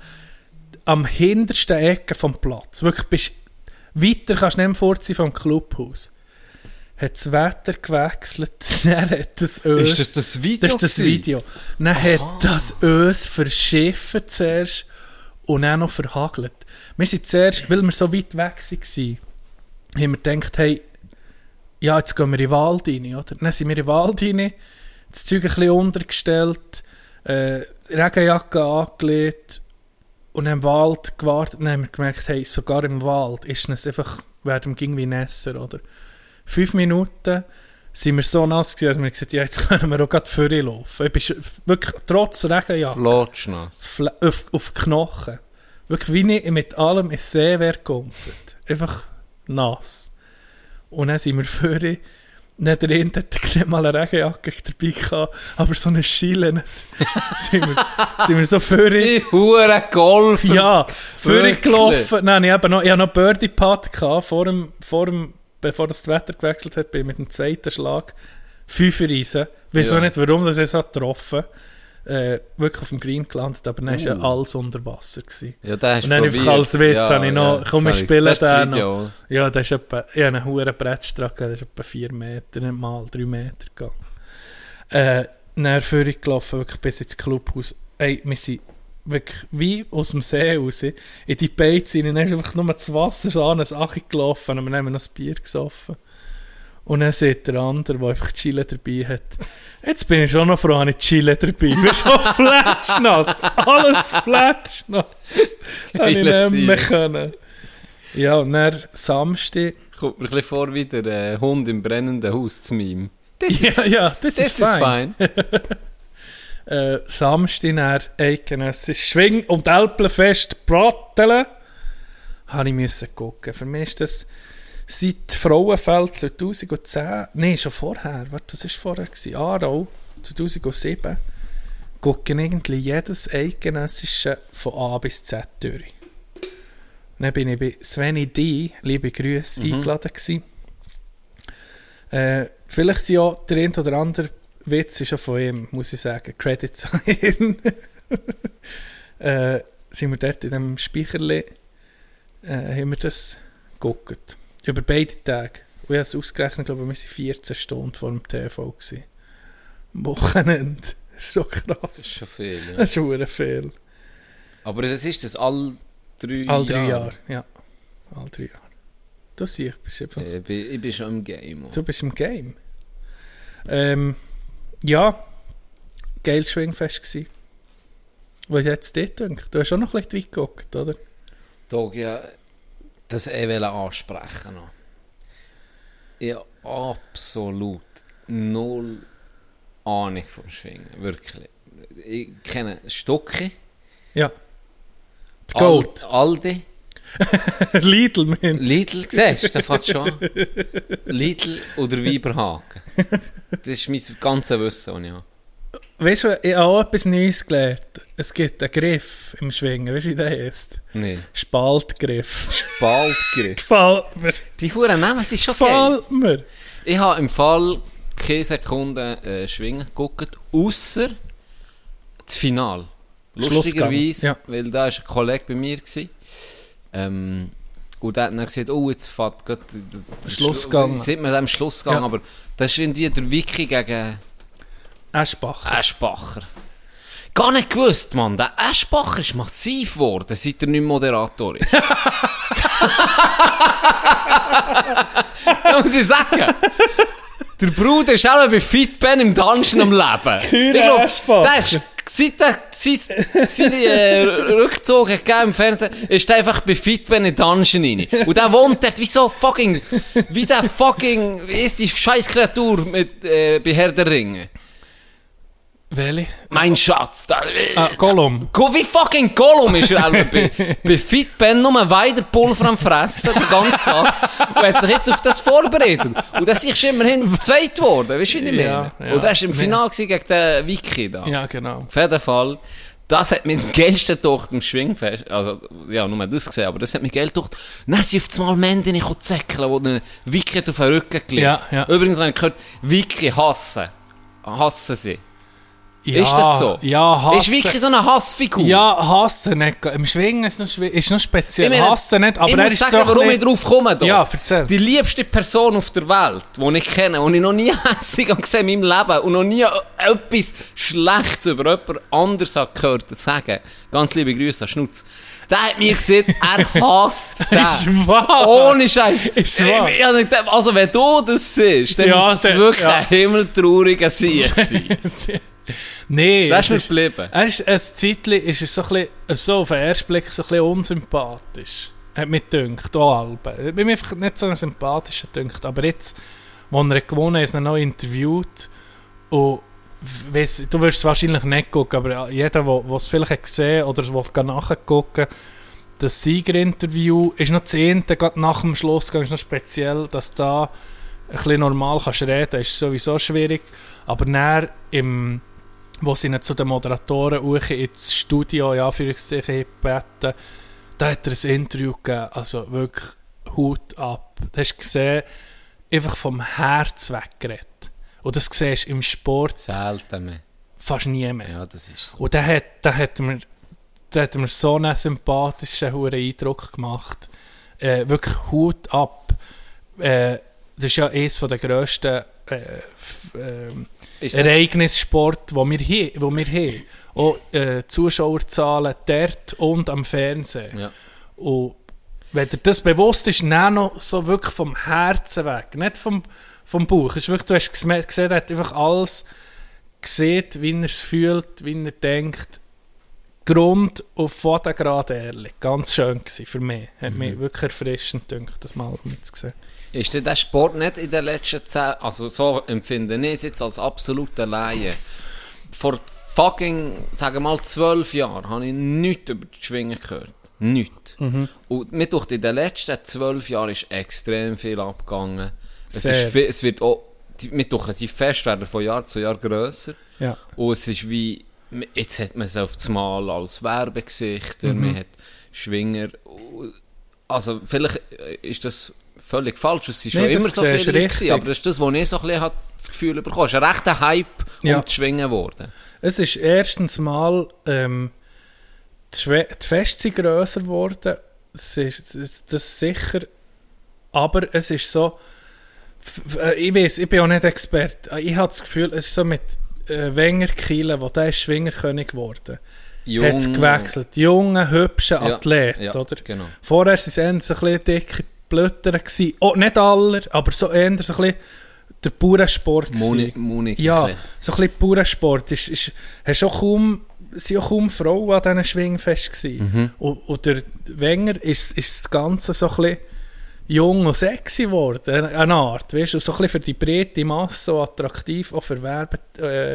Speaker 5: am hintersten Ecke vom Platz, wirklich bist weiter kannst du nicht mehr fort sein vom Clubhaus, hat das Wetter gewechselt, dann hat das
Speaker 3: Ist
Speaker 5: Ös...
Speaker 3: das das Video
Speaker 5: Das ist das
Speaker 3: gewesen?
Speaker 5: Video. Dann hat das Ös verschiffen zuerst und dann noch verhagelt. Wir sind zuerst, weil wir so weit weg waren, haben wir gedacht, hey, ja, jetzt gehen wir in den Wald rein, oder? Dann sind wir in den Wald rein, das Zeug ein bisschen untergestellt, äh, Regenjacke angelegt und im Wald gewartet. Dann haben wir gemerkt, hey, sogar im Wald ist es einfach, werden wir irgendwie nässer, oder? Fünf Minuten sind wir so nass gewesen, dass wir gesagt haben, ja, jetzt können wir auch gerade vorlaufen. Ich bin schon- wirklich, trotz Regenjacke,
Speaker 3: Flotsch nass.
Speaker 5: Fla- auf, auf die Knochen. Wirklich, wie ich mit allem ins Seewerk gumpelt. Einfach nass. Und dann sind wir vorher, nicht der Ende hatte nicht mal eine Regenjacke dabei gehabt, aber so eine Schiele. sind, wir, sind wir so vorher,
Speaker 3: Die Hure Golf.
Speaker 5: ja, vorher
Speaker 3: Wirklich?
Speaker 5: gelaufen. Nein, ich habe noch, ich hab noch Birdie Putt gehabt, vor dem, vor dem, bevor das Wetter gewechselt hat, bin ich mit dem zweiten Schlag fünf Reisen. Weiß
Speaker 3: Ja.
Speaker 5: auch nicht, warum das es hat getroffen. Äh, wirklich auf dem Green gelandet, aber dann
Speaker 3: Uh.
Speaker 5: war ja alles unter Wasser. Gewesen.
Speaker 3: Ja, den hast
Speaker 5: Und dann
Speaker 3: probiert.
Speaker 5: einfach als Witz
Speaker 3: ja,
Speaker 5: habe ich noch,
Speaker 3: ja,
Speaker 5: komm, wir
Speaker 3: sorry.
Speaker 5: spielen
Speaker 3: Das ist das
Speaker 5: den
Speaker 3: Video,
Speaker 5: noch.
Speaker 3: oder?
Speaker 5: Ja, das ist etwa, ich habe einen hohen Brettstracke, das ist etwa 4 Meter, nicht mal 3 Meter gegangen. Äh, dann vorher gelaufen, wirklich bis ins Clubhaus. Ey, wir sind wirklich wie aus dem See raus, in die Beiz rein, dann ist einfach nur das Wasser so an, ein Achi gelaufen, und wir haben noch ein Bier gesoffen. Und dann sieht der andere, der einfach die Chile dabei hat. Jetzt bin ich schon noch froh, habe ich die Chile dabei. Wir sind schon fletschnass. Alles fletschnass. Habe ich
Speaker 3: Geiler
Speaker 5: nicht mehr
Speaker 3: Sieg.
Speaker 5: können. Ja, und dann Samstag.
Speaker 3: Kommt mir ein bisschen vor wie der äh, Hund im brennenden Haus zu meme. Das
Speaker 5: Ja, ja, das,
Speaker 3: Das
Speaker 5: ist fein. Äh, Samstag dann eidgenössisch Schwing- und Elplenfest Bratteln. Habe ich müssen gucken. Für mich ist das seit Frauenfeld 2010, nein, schon vorher, warte, das war vorher, gewesen, Ah, Aarau 2007, gucke ich irgendwie jedes eidgenössische von A bis Z durch. Dann bin ich bei Sveni D, liebe Grüße,
Speaker 3: Mhm.
Speaker 5: eingeladen gewesen. Äh, vielleicht sind ja der ein oder andere Witz ist ja von ihm, muss ich sagen. Credits an ihn. äh, sind wir dort in dem Speicherli, äh, haben wir das geguckt. Über beide Tage. Und ich habe es ausgerechnet, glaube ich, wir waren 14 Stunden vor dem TV. Gewesen. Am Wochenende. Das ist schon
Speaker 3: Das ist
Speaker 5: krass.
Speaker 3: schon viel, ja.
Speaker 5: Das ist schon viel.
Speaker 3: Aber es ist das all drei
Speaker 5: All drei Jahre, ja. All drei Jahre. Du siehst, bist einfach...
Speaker 3: Äh, Ich bin, ich bin schon im Game. Mann.
Speaker 5: Du bist im Game. Ähm, ja, geil Schwingfest gsi. Was jetzt dir denkt? Du hast auch noch ein bisschen reingeguckt, oder?
Speaker 3: Tag ja das eh wollen ansprechen noch. Ich habe absolut null Ahnung vom Schwingen. Wirklich. Ich kenne Stocke,
Speaker 5: Ja. Die Gold.
Speaker 3: Al- Aldi,
Speaker 5: Lidl, Mensch.
Speaker 3: Lidl, siehst du, der fängt schon an. Lidl oder Weiberhaken. Das ist mein ganzes Wissen, das ich habe.
Speaker 5: Weißt du, ich habe auch etwas Neues gelernt. Es gibt einen Griff im Schwingen. Weißt du, wie der heißt?
Speaker 3: Nee.
Speaker 5: Spaltgriff.
Speaker 3: Spaltgriff.
Speaker 5: Gefällt mir.
Speaker 3: Die Huren Namen sind schon geil.
Speaker 5: Gefällt mir.
Speaker 3: Ich habe im Fall keine Sekunde äh, schwingen geguckt, außer das Finale.
Speaker 5: Schlussgang,
Speaker 3: Lustigerweise,
Speaker 5: ja.
Speaker 3: weil da war ein Kollege bei mir. Gewesen, ähm, und der hat dann gesagt, oh, jetzt fährt gerade der- der
Speaker 5: Schlussgang.
Speaker 3: Schlu- Sieht man dem Schlussgang,
Speaker 5: Ja.
Speaker 3: aber das ist irgendwie der Wiki gegen
Speaker 5: Eschbach.
Speaker 3: Eschbacher. Gar nicht gewusst, Mann. Der Eschbacher ist massiv geworden, seit er nicht Moderator ist. Da muss ich sagen. Der Bruder ist auch noch bei Fit Ben im Dungeon am Leben.
Speaker 5: Kühne
Speaker 3: Ich glaub,
Speaker 5: Eschbacher.
Speaker 3: Der ist, seit er sein- seine äh, Rückzug hat gegeben im Fernsehen, ist er einfach bei Fit Ben in den Dungeon rein. Und der wohnt dort wie so fucking, wie der fucking, wie ist die scheiß Kreatur mit, äh, bei Herr der Ringe.
Speaker 5: Welche?
Speaker 3: Mein Schatz, da.
Speaker 5: Ah, Gollum.
Speaker 3: Go, wie fucking Gollum ist er auch noch bei, bei Fit Ben nur Weiderpulver am Fressen den ganzen Tag und hat sich jetzt auf das vorbereitet. Und das ist immerhin zweit geworden, weißt du, wie ich meine?
Speaker 5: Ja, ja.
Speaker 3: Und er war im
Speaker 5: Ja.
Speaker 3: Finale gewesen gegen den Wiki da.
Speaker 5: Ja, genau.
Speaker 3: Auf jeden Fall, das hat mich geilsten durch im Schwingfest, also, ja, nur das gesehen, aber das hat mich geil durch. Dann sind auf einmal Männer nicht zäckeln, wo der Wiki hat auf den Rücken gelegt.
Speaker 5: Ja, ja.
Speaker 3: Übrigens habe ich gehört, Wiki hassen. Hassen sie.
Speaker 5: Ja,
Speaker 3: Ist das so?
Speaker 5: Ja, hassen.
Speaker 3: Ist Wiki so eine Hassfigur?
Speaker 5: Ja, hassen nicht. Im Schwingen ist noch, schwi- ist noch speziell. hassen nicht, aber
Speaker 3: ich
Speaker 5: er
Speaker 3: muss
Speaker 5: ist
Speaker 3: sagen,
Speaker 5: so ein
Speaker 3: warum ich
Speaker 5: bisschen-
Speaker 3: drauf komme. Da.
Speaker 5: Ja, erzähl.
Speaker 3: Die liebste Person auf der Welt, die ich kenne, die ich noch nie hässlich habe gesehen in meinem Leben und noch nie etwas Schlechtes über jemand anderes habe gehört sagen. Ganz liebe Grüße an Schnutz. Der hat mir gesagt, er hasst den.
Speaker 5: Ist wahr.
Speaker 3: Ohne Scheiß.
Speaker 5: Ist wahr.
Speaker 3: Ich- ich habe gedacht, Also, wenn du das siehst, dann
Speaker 5: Ja,
Speaker 3: muss das
Speaker 5: der-
Speaker 3: wirklich
Speaker 5: ja.
Speaker 3: ein himmeltrauriger Sieg sein.
Speaker 5: Nee,
Speaker 3: Das ist mir
Speaker 5: es
Speaker 3: geblieben.
Speaker 5: Er ist ein Zeitchen, ist er so, ein bisschen, so auf den ersten Blick so ein bisschen unsympathisch. Hat mich gedacht, auch Alben. Ich bin mir einfach nicht so ein sympathischer gedacht. Aber jetzt, wo er gewonnen hat, ist er noch interviewt. Und weiss, du wirst es wahrscheinlich nicht gucken, aber jeder, der es vielleicht hat gesehen oder der es nachgucken das Sieger-Interview ist noch das eine, gerade nach dem Schlussgang ist noch speziell, dass da ein bisschen normal kannst reden, ist sowieso schwierig. Aber dann im wo sie ihn zu den Moderatoren hoch ins Studio, in Anführungszeichen, gebeten, da hat er ein Interview gegeben, also wirklich Hut ab. Du hast gesehen, einfach vom Herz weggeredet. Und das siehst du im Sport
Speaker 3: Selten mehr.
Speaker 5: fast nie mehr.
Speaker 3: Ja, das ist so.
Speaker 5: Und der hat, der hat mir, der hat mir so einen sympathischen hohen Eindruck gemacht. Äh, wirklich Hut ab. Äh, das ist ja eines der grössten äh, f- ähm,
Speaker 3: Ist das-
Speaker 5: Ereignissport, wo wir hier, wo wir haben. Auch äh, Zuschauerzahlen dort und am Fernsehen.
Speaker 3: Ja.
Speaker 5: Und wenn dir das bewusst ist, dann noch so wirklich vom Herzen weg, nicht vom, vom Bauch. Es Ist wirklich, du hast gesme- gesehen, er hat einfach alles gesehen, wie er es fühlt, wie er denkt. Grund auf Foto gerade ehrlich. Ganz schön gewesen für mich. Hat mich wirklich erfrischend gedacht, das mal mitzusehen.
Speaker 3: Ist denn der Sport nicht in den letzten zehn, also so empfinde ich es jetzt als absoluter Laie. Vor fucking, sagen wir mal, zwölf Jahren habe ich nichts über das Schwingen gehört. Nichts. Und mir durch in den letzten zwölf Jahren ist extrem viel abgegangen. Es,
Speaker 5: Sehr.
Speaker 3: ist viel, es wird auch, die, mir durch die Fest werden von Jahr zu Jahr grösser.
Speaker 5: Ja.
Speaker 3: Und es ist wie, jetzt hat man es auf das Mal als Werbegesichter,
Speaker 5: Mhm.
Speaker 3: man hat Schwinger. Also vielleicht äh, ist das völlig falsch, es sind schon
Speaker 5: Nein, das
Speaker 3: immer so
Speaker 5: siehst
Speaker 3: viele
Speaker 5: du
Speaker 3: gewesen,
Speaker 5: richtig.
Speaker 3: aber das ist das, wo ich so ein bisschen hat das Gefühl bekommen habe. Es ist ein rechter Hype
Speaker 5: Ja.
Speaker 3: um das Schwingen worden.
Speaker 5: Es ist erstens mal, ähm, die, Schwe die Feste sind grösser geworden, das ist, das- das ist sicher, aber es ist so, f- f- äh, ich weiß, ich bin auch nicht Experte, Ah, ich habe das Gefühl, es ist so mit äh, Wenger Kielen, wo der ist Schwingerkönig geworden, hat es gewechselt. Junge, hübsche
Speaker 3: Ja,
Speaker 5: Athlet,
Speaker 3: ja,
Speaker 5: oder?
Speaker 3: genau.
Speaker 5: Vorher waren es eher so ein bisschen dicke Blötter, gewesen. oh, nicht alle, aber so eher so ein bisschen der Bauernsport.
Speaker 3: Moni,
Speaker 5: gewesen.
Speaker 3: Moni
Speaker 5: Ja, so ein bisschen Bauernsport. Ist, ist, hast auch kaum, sind auch kaum Frauen an diesen Schwingfest gewesen. Und, und der Wenger ist, ist das Ganze so ein bisschen jung und sexy geworden, eine Art, weißt du, so ein bisschen für die breite Masse und attraktiv, auch für Werbe, äh,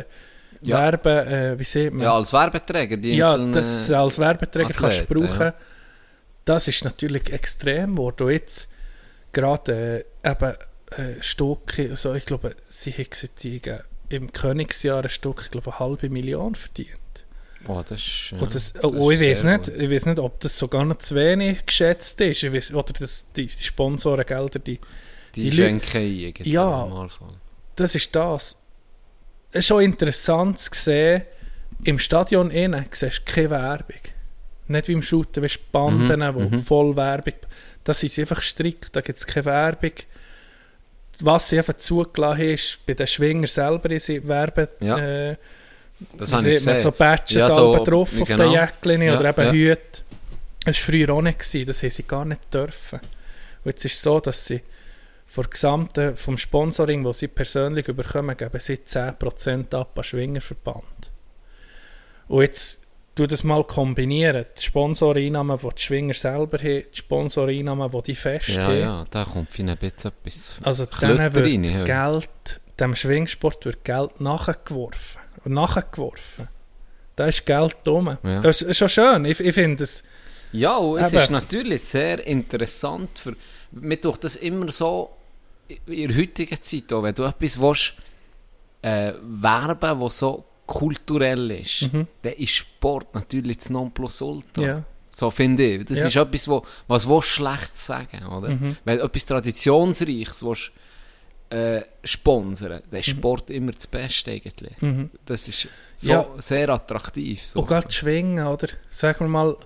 Speaker 3: Ja.
Speaker 5: Werbe äh, wie sieht man?
Speaker 3: Ja, als Werbeträger, die
Speaker 5: Ja,
Speaker 3: einzelnen-
Speaker 5: das äh, als Werbeträger kannst du
Speaker 3: Athleten,
Speaker 5: brauchen.
Speaker 3: ja.
Speaker 5: Das ist natürlich extrem geworden. Und jetzt gerade äh, eben äh, Stücke, also ich glaube, sie haben gesagt, die haben im Königsjahr ein Stück, ich glaube, eine halbe Million verdient.
Speaker 3: Oh, das ist... Ja,
Speaker 5: Und, das,
Speaker 3: das
Speaker 5: oh, ich
Speaker 3: ist
Speaker 5: weiß
Speaker 3: sehr
Speaker 5: nicht,
Speaker 3: gut.
Speaker 5: ich weiß nicht, ob das sogar noch zu wenig geschätzt ist. Ich weiss, oder das, die, die Sponsorengelder, die,
Speaker 3: Die,
Speaker 5: die
Speaker 3: schenken ein, jetzt
Speaker 5: Ja.
Speaker 3: im Normalfall.
Speaker 5: das ist das. Es ist schon interessant zu sehen, im Stadion innen siehst du keine Werbung. Nicht wie im Shooten, weißt du, die Banden, die voll Werbung... Das ist einfach strikt, da gibt es keine Werbung. Was sie einfach zugelassen haben, ist, bei den Schwingern selber ist Werbe...
Speaker 3: Ja,
Speaker 5: äh,
Speaker 3: Das
Speaker 5: da
Speaker 3: habe ich
Speaker 5: sieht man
Speaker 3: gesehen.
Speaker 5: so Badges
Speaker 3: Ja, so,
Speaker 5: alle drauf auf
Speaker 3: genau.
Speaker 5: den Jäckchen
Speaker 3: Ja,
Speaker 5: oder eben
Speaker 3: ja.
Speaker 5: Hüte. Das war früher auch nicht, gewesen, das haben sie gar nicht dürfen. Und jetzt ist es so, dass sie vom gesamten, vom Sponsoring, das sie persönlich überkommen, geben sie 10% ab an Schwingerverband. Und jetzt tu das mal kombinieren. Die Sponsoreinnahmen, die die Schwinger selber haben, die Sponsoreinnahmen, die die Feste
Speaker 3: Ja,
Speaker 5: haben.
Speaker 3: ja, da kommt vielleicht ein bisschen etwas.
Speaker 5: Also
Speaker 3: Klötter
Speaker 5: denen wird
Speaker 3: rein, ja.
Speaker 5: Geld, dem Schwingsport wird Geld nachgeworfen. Nachgeworfen. Da ist Geld dumm.
Speaker 3: Ja.
Speaker 5: Das ist schon schön. Ich, ich finde es.
Speaker 3: Ja, und es
Speaker 5: Eben.
Speaker 3: ist natürlich sehr interessant. Für, mir tut das immer so in der heutigen Zeit, auch, wenn du etwas willst, äh, werben was so kulturell ist, dann ist Sport natürlich das Nonplusultra.
Speaker 5: Mhm. Ja.
Speaker 3: So finde ich. Das
Speaker 5: Ja. Mhm.
Speaker 3: ist etwas, wo, was willst du schlecht sagen oder? Wenn du etwas Traditionsreiches willst, äh, sponsern dann
Speaker 5: Mhm.
Speaker 3: ist Sport immer das Beste eigentlich. Das ist so
Speaker 5: Ja.
Speaker 3: sehr attraktiv. So.
Speaker 5: Und gerade Schwingen, oder? Sagen wir mal,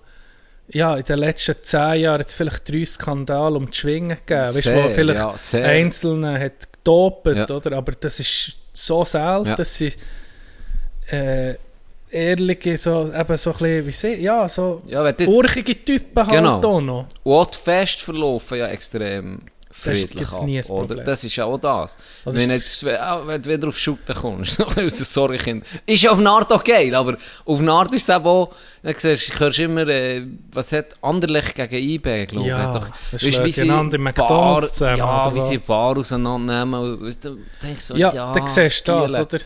Speaker 5: ja, in den letzten zehn Jahren hat es vielleicht drei Skandale um die Schwingen gegeben. Weißt, du, wo
Speaker 3: Sehr,
Speaker 5: vielleicht
Speaker 3: ja, sehr.
Speaker 5: Einzelne hat gedopt,
Speaker 3: Ja.
Speaker 5: oder? Aber das ist so selten,
Speaker 3: Ja.
Speaker 5: dass sie äh, ehrliche, so, eben so ein bisschen, wie sie, ja, so
Speaker 3: Ja, wenn du jetzt-
Speaker 5: urchige Typen
Speaker 3: Genau.
Speaker 5: halt auch noch.
Speaker 3: Und auch die Feste verlaufen ja extrem friedlich
Speaker 5: gibt's
Speaker 3: ab,
Speaker 5: nie ein
Speaker 3: oder?
Speaker 5: Problem.
Speaker 3: Das ist ja auch das.
Speaker 5: Also
Speaker 3: wenn,
Speaker 5: es-
Speaker 3: jetzt, wenn auch wenn du wieder auf Schutten kommst, dann ist es sorry, Kind. Ist ja auf eine Art auch geil, aber auf eine Art ist es eben auch, dann siehst, du hörst immer, äh, was hat Anderlecht eh, gegen IB, glaube ich.
Speaker 5: Ja,
Speaker 3: hat doch,
Speaker 5: dann
Speaker 3: wie
Speaker 5: schlagen sie einander im McDonald's eh, zusammen,
Speaker 3: Ja,
Speaker 5: oder
Speaker 3: wie sie
Speaker 5: was?
Speaker 3: Bar auseinandernehmen. und weisst du, denkst so,
Speaker 5: Ja,
Speaker 3: Alltså, ja
Speaker 5: dann siehst du das,
Speaker 3: Giele.
Speaker 5: oder?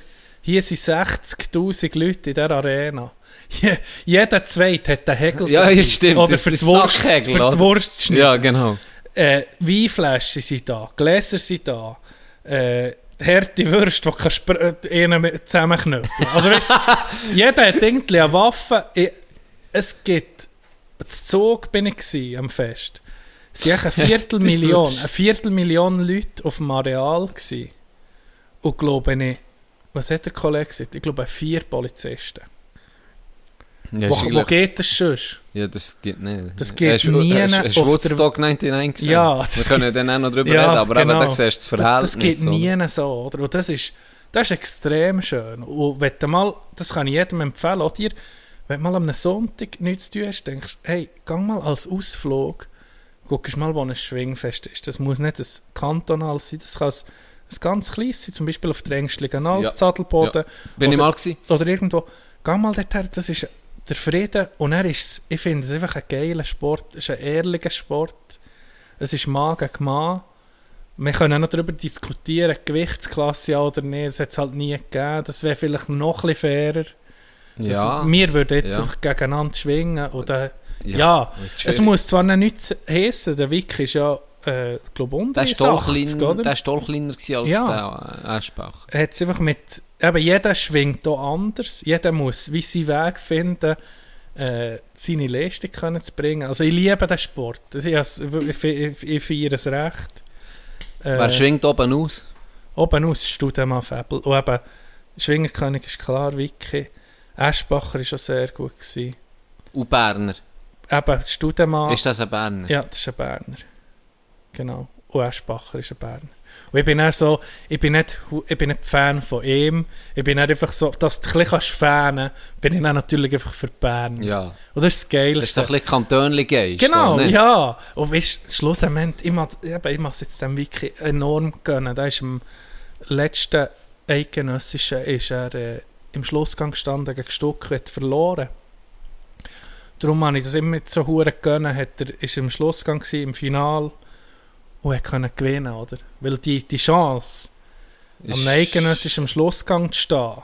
Speaker 5: Hier sind 60'000 Leute in dieser Arena. Je- Jeder Zweite hat einen Hegel.
Speaker 3: Ja,
Speaker 5: dabei.
Speaker 3: ja, stimmt.
Speaker 5: Oder
Speaker 3: Das
Speaker 5: für
Speaker 3: ist
Speaker 5: die Wurst, für
Speaker 3: Sackhegel, oder?
Speaker 5: die Wurst zu schneiden.
Speaker 3: Ja, genau.
Speaker 5: Äh, Weinflaschen sind da, Gläser sind da, äh, harte Würste, die kannst du br- äh, ihnen mit- zusammenknüpfen. Also weißt, du, jeder hat irgendwie eine Waffe. Ich, es gibt... Zu Zug bin ich gsi am Fest. Es waren echt eine Viertelmillion, eine Viertelmillion Leute auf dem Areal. Gewesen. Und glaube ich, was hat der Kollege gesagt? Ich glaube, vier Polizisten.
Speaker 3: Ja,
Speaker 5: Wo,
Speaker 3: ist
Speaker 5: wo
Speaker 3: eigentlich-
Speaker 5: geht das sonst?
Speaker 3: Ja, das geht nicht.
Speaker 5: Das geht
Speaker 3: Hast du-
Speaker 5: nie
Speaker 3: Hast,
Speaker 5: auf
Speaker 3: hast
Speaker 5: der-
Speaker 3: du Woodstock 99 gesehen?
Speaker 5: Ja,
Speaker 3: Wir
Speaker 5: das
Speaker 3: können dann auch noch drüber reden, aber eben, da siehst du das
Speaker 5: genau.
Speaker 3: Verhältnis.
Speaker 5: Das- Das geht
Speaker 3: oder?
Speaker 5: nie so, oder? Und das ist, das ist extrem schön. Und wenn du mal, das kann ich jedem empfehlen, auch dir, wenn du mal am Sonntag nichts zu tun hast, denkst du, hey, geh mal als Ausflug, guckst mal, wo ein Schwingfest ist. Das muss nicht ein kantonal sein, das kann ein, ein ganz kleines sein, zum Beispiel auf der Engstligen Alp,
Speaker 3: Ja.
Speaker 5: Zadelboden.
Speaker 3: Bin
Speaker 5: oder,
Speaker 3: ich mal gewesen?
Speaker 5: Oder irgendwo. Geh mal dorthin, das ist der Frieden. Und er ist, ich finde es einfach ein geiler Sport, es ist ein ehrlicher Sport. Es ist Mann gegen Mann. Wir können auch noch darüber diskutieren, Gewichtsklasse ja oder nicht, das hat es halt nie gegeben. Das wäre vielleicht noch ein bisschen fairer.
Speaker 3: Ja.
Speaker 5: Also, wir würden jetzt
Speaker 3: Ja.
Speaker 5: einfach gegeneinander schwingen. Oder, ja,
Speaker 3: schwierig.
Speaker 5: es muss zwar noch nichts heissen, der Wick ist ja, äh, ich glaube, unter
Speaker 3: Der ist doch
Speaker 5: 80,
Speaker 3: kleiner,
Speaker 5: oder?
Speaker 3: der ist doch kleiner gewesen als
Speaker 5: Ja.
Speaker 3: der äh, Eschbach.
Speaker 5: hat einfach mit, eben jeder schwingt hier anders, jeder muss wie seinen Weg finden, äh, seine Leistung können zu bringen. Also ich liebe den Sport, ich, has- ich, ich, ich feiere es recht. Äh,
Speaker 3: Wer schwingt oben aus?
Speaker 5: Oben aus Studemann Fäbel und eben Schwingerkönig ist klar, Wicke, Eschbacher war schon sehr gut. Gewesen.
Speaker 3: Und Berner.
Speaker 5: Eben Studemann...
Speaker 3: Ist das ein Berner?
Speaker 5: Ah. Ja, das ist ein Berner. Genau. Und Eschbacher ist ein Berner. Und ich bin auch so, ich bin nicht, hu- ich bin nicht Fan von ihm. Ich bin nicht einfach so, dass du dich ein bisschen fanen kannst, bin ich dann natürlich einfach für Bern.
Speaker 3: Ja.
Speaker 5: Und das
Speaker 3: Das
Speaker 5: ist das
Speaker 3: ist doch
Speaker 5: Geilste.
Speaker 3: ein bisschen kantonlich geil.
Speaker 5: genau,
Speaker 3: nicht?
Speaker 5: ja. Und weißt du, schlussendlich, ich mag eben, ich mach's jetzt dem Wiki enorm gönnen. Da ist im letzten Eidgenössischen ist er äh, im Schlussgang gestanden gegen Stuck, hat verloren. Darum habe ich das immer so hure gönnen. Hat er ist im Schlussgang gewesen, im Final und hat können gewinnen oder? Weil die, die Chance, am
Speaker 3: Ist-
Speaker 5: eidgenössischen Schlussgang zu stehen,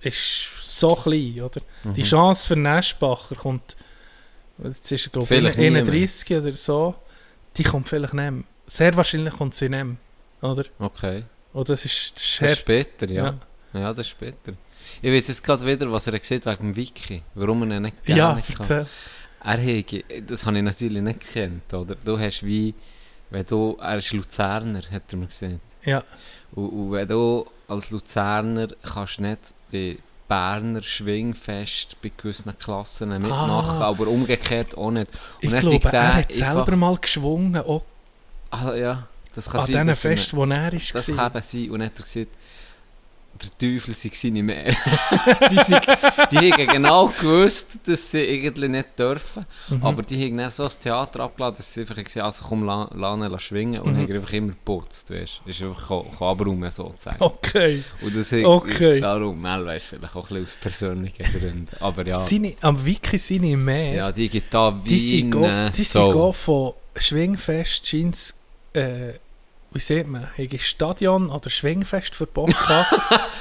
Speaker 5: ist so klein, oder?
Speaker 3: Mhm.
Speaker 5: Die Chance für Neschbacher kommt, jetzt ist er glaube ich
Speaker 3: Vielleicht nie mehr.
Speaker 5: 31 oder so, die kommt vielleicht nicht mehr. Sehr wahrscheinlich kommt sie nicht mehr, oder?
Speaker 3: Okay.
Speaker 5: Und das ist, das ist
Speaker 3: Das ist
Speaker 5: hart.
Speaker 3: später, ja. ja. das ist später. Ich weiß jetzt gerade wieder, was er sieht wegen dem Wiki. Warum er ihn nicht
Speaker 5: Ja,
Speaker 3: gerne
Speaker 5: ja
Speaker 3: hatte.
Speaker 5: erzähl.
Speaker 3: Er hege, das habe ich natürlich nicht gekannt, oder? Du hast wie, wenn du, er ist Luzerner, hat er mir gesehen.
Speaker 5: Ja.
Speaker 3: Und, und wenn du als Luzerner kannst nicht bei Berner Schwingfest bei gewissen Klassen mitmachen, aber umgekehrt auch nicht.
Speaker 5: Ah. Ich
Speaker 3: dann
Speaker 5: glaube,
Speaker 3: sagt
Speaker 5: er hat
Speaker 3: einfach-
Speaker 5: selber mal geschwungen, auch
Speaker 3: Ah, ja, das kann
Speaker 5: an
Speaker 3: sein,
Speaker 5: diesen
Speaker 3: dass er nicht-
Speaker 5: Fest, wo er ist.
Speaker 3: Das
Speaker 5: gewesen.
Speaker 3: kann eben sein. Und dann hat er gesagt, der Teufel sei sie nicht mehr. die, sei, die haben genau gewusst, dass sie irgendwie nicht dürfen.
Speaker 5: Mhm.
Speaker 3: Aber die haben dann so das Theater abgeladen, dass sie einfach gesagt haben, also komm, la- la ihn schwingen. Und
Speaker 5: Mhm.
Speaker 3: haben einfach immer geputzt, weißt du. Ist einfach ko- ko- abräumen, sozusagen.
Speaker 5: Oh, Okay.
Speaker 3: Und das hat
Speaker 5: Okay.
Speaker 3: darum, Mel, weißt du, vielleicht auch ein bisschen aus persönlichen Gründen. Aber ja,
Speaker 5: Seine, am Wiki seine mehr.
Speaker 3: ja die Gitarre,
Speaker 5: Die sind go-
Speaker 3: Wein,
Speaker 5: die sind go
Speaker 3: so.
Speaker 5: von Schwingfest scheint äh, wie sieht man, haben Stadion oder Schwingfest verboten, gehabt,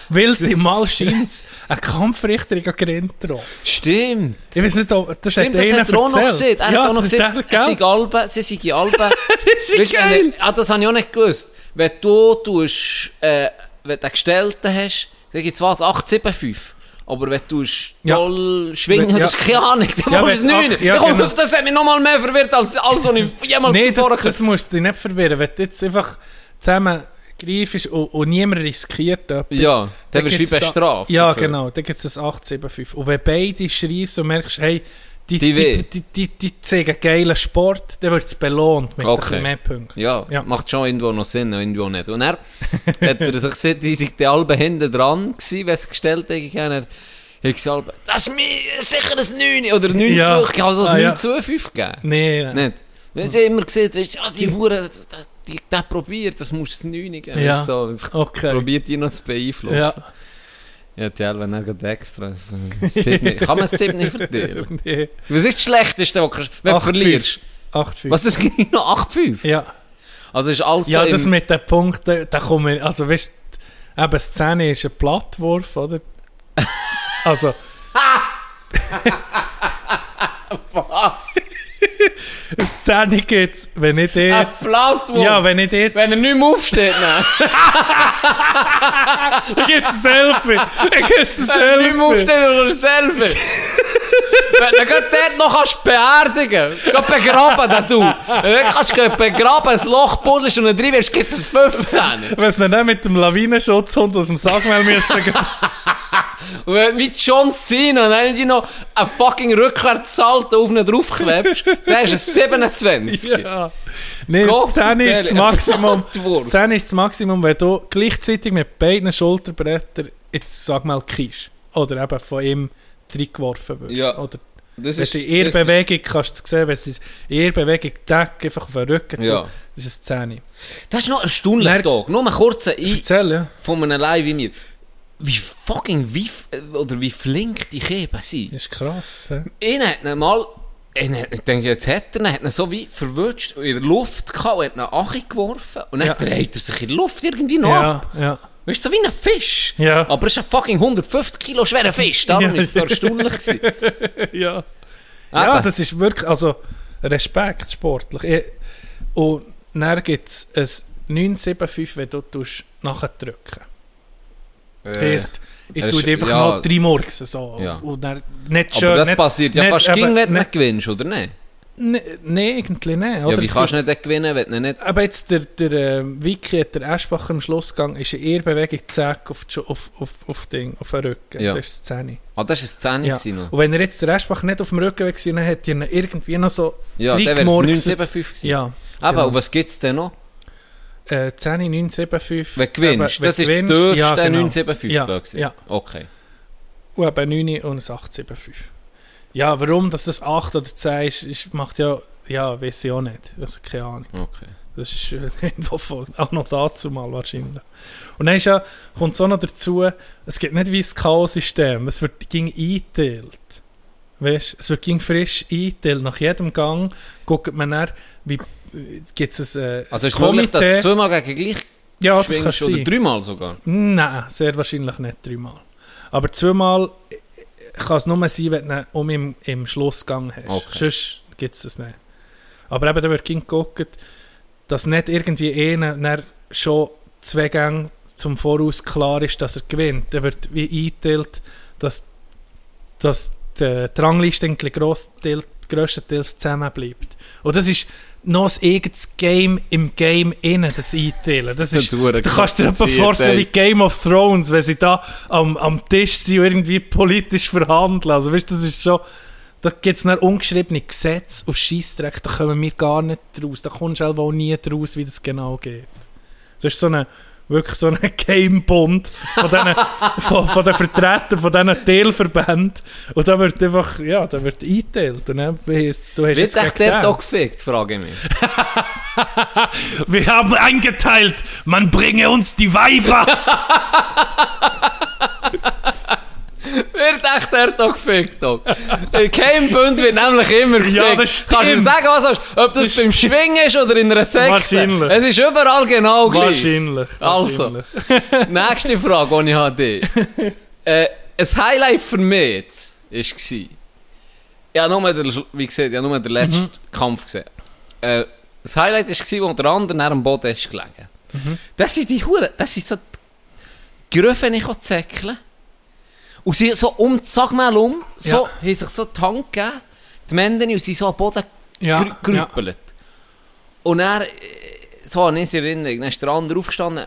Speaker 5: weil sie mal scheint einen Kampfrichter in Grind drauf.
Speaker 3: Stimmt!
Speaker 5: Ich weiß nicht, ob das
Speaker 3: Stimmt,
Speaker 5: hat
Speaker 3: das
Speaker 5: einer
Speaker 3: hat er auch noch
Speaker 5: erzählt.
Speaker 3: gesehen. Er hat auch noch
Speaker 5: das
Speaker 3: gesehen,
Speaker 5: ist der,
Speaker 3: es
Speaker 5: gell?
Speaker 3: sind Alben, sie sind Alben.
Speaker 5: ist
Speaker 3: Weisst du,
Speaker 5: geil.
Speaker 3: wenn er- Ah, das habe ich auch nicht gewusst. Wenn du, tust, äh, wenn du einen Gestellten hast, dann gibt es was, 8, 7, 5. Aber wenn du tust
Speaker 5: Ja.
Speaker 3: toll schwingen,
Speaker 5: Wenn- ja.
Speaker 3: das ist keine Ahnung, dann
Speaker 5: Ja,
Speaker 3: musst du
Speaker 5: wenn-
Speaker 3: es nicht.
Speaker 5: ach, ja,
Speaker 3: dann kommt
Speaker 5: genau.
Speaker 3: auf das hat mich noch mal mehr verwirrt, als alles, was ich jemals
Speaker 5: Nein,
Speaker 3: zuvor
Speaker 5: das,
Speaker 3: gehört
Speaker 5: das musst du dich nicht verwirren. Wenn du jetzt einfach zusammen greifst und, und niemand riskiert etwas.
Speaker 3: Ja, dann wirst du
Speaker 5: gibt's
Speaker 3: wie
Speaker 5: ein-
Speaker 3: bestraft
Speaker 5: Ja,
Speaker 3: dafür.
Speaker 5: genau. Dann gibt es ein 8, 7, 5. Und wenn beide schreist und merkst, hey, die,
Speaker 3: Die
Speaker 5: die,
Speaker 3: weh.
Speaker 5: die, die, die, zeigen geilen Sport, dann wird es belohnt mit
Speaker 3: Okay.
Speaker 5: ein bisschen mehr Punkten.
Speaker 3: Ja,
Speaker 5: Ja.
Speaker 3: macht schon irgendwo noch Sinn, irgendwo nicht. Und er hat er so gesehen, die sind die Alben hinten dran gewesen, wenn es gestellt hat, er hat gesagt, das ist mir sicher ein 9 oder 9
Speaker 5: Ja.
Speaker 3: zu, ich kann also
Speaker 5: Ah,
Speaker 3: ein 9
Speaker 5: ja.
Speaker 3: zu 5 geben.
Speaker 5: Nee, nein.
Speaker 3: Nicht? Wenn sie immer gesehen, weißt, ah, die Hure, die, die, der probiert, das musst du ein 9 geben.
Speaker 5: Ja.
Speaker 3: Weißt, so, einfach
Speaker 5: Okay.
Speaker 3: probiert die noch zu beeinflussen.
Speaker 5: ja.
Speaker 3: ja die Alben haben gerade extra. So, ein Siebni. kann man 7 verteilen?
Speaker 5: nee.
Speaker 3: Was ist das Schlechteste, was du kannst- wenn du
Speaker 5: Acht, fünf.
Speaker 3: verlierst?
Speaker 5: 8, 5.
Speaker 3: Was, das gibt noch 8-5?
Speaker 5: Ja,
Speaker 3: Also ist alles
Speaker 5: ja
Speaker 3: so
Speaker 5: das
Speaker 3: im-
Speaker 5: mit den Punkten, da komme ich, also weißt du, eben Szene ist ein Plattwurf, oder? Also,
Speaker 3: was?
Speaker 5: Szene gibt's, wenn ich dir
Speaker 3: Ein
Speaker 5: jetzt...
Speaker 3: Plattwurm.
Speaker 5: Ja, wenn ich dir jetzt...
Speaker 3: wenn er nicht mehr aufsteht, nein.
Speaker 5: Da gibt's ein Selfie. Da gibt's ein
Speaker 3: Wenn er nicht mehr
Speaker 5: Selfie.
Speaker 3: aufsteht, dann ist er selber. Wenn du gerade dort noch kannst beerdigen kannst, gerade begraben, den du. Wenn du kannst gehen begraben, ein Loch buddelst und dann drin wirst, gibt es 15.
Speaker 5: Wenn sie nicht mit dem Lawinenschutzhund aus dem Sackmehl müssen gehen.
Speaker 3: Und wenn du wie John Cena dann irgendwie noch einen fucking Rückwärtssalto auf ihn draufklebst, dann ist es 27.
Speaker 5: ja. Nein,
Speaker 3: Gott,
Speaker 5: Szene ist das
Speaker 3: Deli,
Speaker 5: Maximum.
Speaker 3: Plattwurf.
Speaker 5: Szene ist das Maximum, wenn du gleichzeitig mit beiden Schulterbrettern jetzt, sag mal, kisch. Oder eben von ihm reingeworfen wirst.
Speaker 3: Ja.
Speaker 5: Oder
Speaker 3: Das
Speaker 5: wenn sie in ihrer Bewegung, kannst du es sehen, wenn sie in ihrer Bewegung die Decke einfach auf den Rücken
Speaker 3: Ja.
Speaker 5: tun, Das ist eine Szene.
Speaker 3: Das ist noch erstaunlich,
Speaker 5: Mer-
Speaker 3: Tag. Nur einen kurzen Ein...
Speaker 5: Erzähl, ja.
Speaker 3: von einem Leih wie mir. Wie fucking, wie, f- oder wie flink die Keben sind.
Speaker 5: Das ist krass. hä?
Speaker 3: Ihn hat ihn mal, ihn hat, ich denke, jetzt hat er ihn, hat ihn so wie verwünscht und in der Luft gehabt und hat ihn Achi geworfen und dann
Speaker 5: Ja.
Speaker 3: dreht er sich in die Luft irgendwie noch ab.
Speaker 5: Ja, ja.
Speaker 3: Weißt du, so wie ein Fisch.
Speaker 5: Ja.
Speaker 3: Aber es ist ein fucking 150 Kilo schwerer Fisch, darum
Speaker 5: Ja.
Speaker 3: ist es so erstaunlich gewesen.
Speaker 5: ja.
Speaker 3: Eben.
Speaker 5: Ja, das ist wirklich, also Respekt sportlich. Ich, und dann gibt es ein 975, wenn du tust, nachher drücken. Heisst, ich
Speaker 3: Äh, er
Speaker 5: tue
Speaker 3: ist-
Speaker 5: dir einfach
Speaker 3: ja.
Speaker 5: noch drei Morgen so.
Speaker 3: Ja.
Speaker 5: Und dann, nicht schön,
Speaker 3: aber das
Speaker 5: nicht,
Speaker 3: passiert ja
Speaker 5: nicht-
Speaker 3: fast
Speaker 5: eben,
Speaker 3: ging, wenn du
Speaker 5: nicht-
Speaker 3: nicht gewinnst, oder nicht?
Speaker 5: ne- Nein, irgendwie nicht.
Speaker 3: Ja,
Speaker 5: oder?
Speaker 3: wie
Speaker 5: Es
Speaker 3: kannst
Speaker 5: tut-
Speaker 3: du nicht gewinnen, wenn du nicht...
Speaker 5: aber jetzt der, der ähm, Vicky hat der Eschbacher im Schlussgang ist eine Ehrbewegung zack auf, die Schu- auf, auf, auf, Ding, auf den Rücken.
Speaker 3: Ja.
Speaker 5: Das ist die Szene.
Speaker 3: Ah, das war eine
Speaker 5: Ja.
Speaker 3: Szene ja. noch.
Speaker 5: Und wenn er jetzt der Eschbacher nicht auf dem Rücken wäre, gewesen, dann hätte er ihn irgendwie noch so
Speaker 3: Ja, dann wäre es
Speaker 5: reingemaurkst.
Speaker 3: 975 gewesen.
Speaker 5: Ja.
Speaker 3: Aber
Speaker 5: genau.
Speaker 3: und was gibt's denn noch?
Speaker 5: Äh, 10, 975.
Speaker 3: Wenn du gewinnst, das ist das dürfte ja, 975
Speaker 5: genau. ja,
Speaker 3: gewesen.
Speaker 5: Ja,
Speaker 3: Okay.
Speaker 5: und eben 9 und ein 875. Ja, warum dass das 8 oder 10 ist, ist macht ja, ja, weiß ich auch nicht. Also keine Ahnung.
Speaker 3: okay.
Speaker 5: Das ist äh, irgendwo von, auch noch dazu mal wahrscheinlich. Und dann ist ja, kommt es auch noch dazu, es gibt nicht wie ein Chaos-System, es wird ging eingeteilt. Weißt, es wird ging frisch einteilt. Nach jedem Gang guckt man dann, wie gibt es ein, äh,
Speaker 3: Also
Speaker 5: ein
Speaker 3: ist es möglich, dass du zweimal gegen gleich
Speaker 5: ja, Ah, das kann
Speaker 3: schwingst oder
Speaker 5: sein.
Speaker 3: dreimal sogar?
Speaker 5: Nein, sehr wahrscheinlich nicht dreimal. Aber zweimal kann es nur sein, wenn du ihn um im, im Schlussgang hast.
Speaker 3: Okay.
Speaker 5: Sonst gibt es das nicht. Aber eben, da wird ging geguckt, dass nicht irgendwie einer dann schon zwei Gänge zum Voraus klar ist, dass er gewinnt. Er wird wie eingeteilt, dass, dass die äh, die Rangliste eigentlich grossteil- grösstenteils zusammenbleibt. Und das ist noch ein eigenes Game im Game innen, das Einteilen. Das ist Du kannst dir etwa vorstellen, wie Game of Thrones, wenn sie da am, am Tisch sind und irgendwie politisch verhandeln. Also, weißt du, das ist schon. Da gibt es ungeschriebene Gesetze und Scheissdreck, da kommen wir gar nicht raus. Da kommst du auch nie raus, wie das genau geht. Das ist so eine, wirklich so ein Gamebund von, diesen- von, von den Vertretern, von diesen Teilverbänden. Und da wird einfach, ja, da wird eingeteilt. Und dann heisst, du
Speaker 3: Wird
Speaker 5: hast jetzt
Speaker 3: echt
Speaker 5: gegen
Speaker 3: der
Speaker 5: den.
Speaker 3: auch gefickt, frage ich mich.
Speaker 5: Wir haben eingeteilt, man bringe uns die Weiber.
Speaker 3: Wird echt der Tag gefickt, Doc. In keinem Bund wird nämlich immer gefickt.
Speaker 5: Ja, das stimmt.
Speaker 3: Kannst du mir sagen, was hast, ob das,
Speaker 5: Das
Speaker 3: beim
Speaker 5: stimmt.
Speaker 3: Schwingen ist oder in einer Sekte?
Speaker 5: Wahrscheinlich.
Speaker 3: Es ist überall genau gleich.
Speaker 5: Wahrscheinlich.
Speaker 3: Also.
Speaker 5: wahrscheinlich.
Speaker 3: Nächste Frage, die ich an dich äh, Ein Highlight für mich jetzt war, ja, nur der, wie gesagt, ja, nur den letzten
Speaker 5: Mhm.
Speaker 3: Kampf gesehen. Äh, das Highlight war, wo der andere nach dem Boden ist gelegen
Speaker 5: Mhm.
Speaker 3: Das sind die Huren, das sind so die Griffe, die ich zäckeln Und sie so um die Sagmel um, so, haben sich so die Hand gegeben, die Männchen, und sie so am Boden
Speaker 5: Ja,
Speaker 3: grü- gerüppelt. Und er, so an ich Erinnerung, dann ist der andere aufgestanden,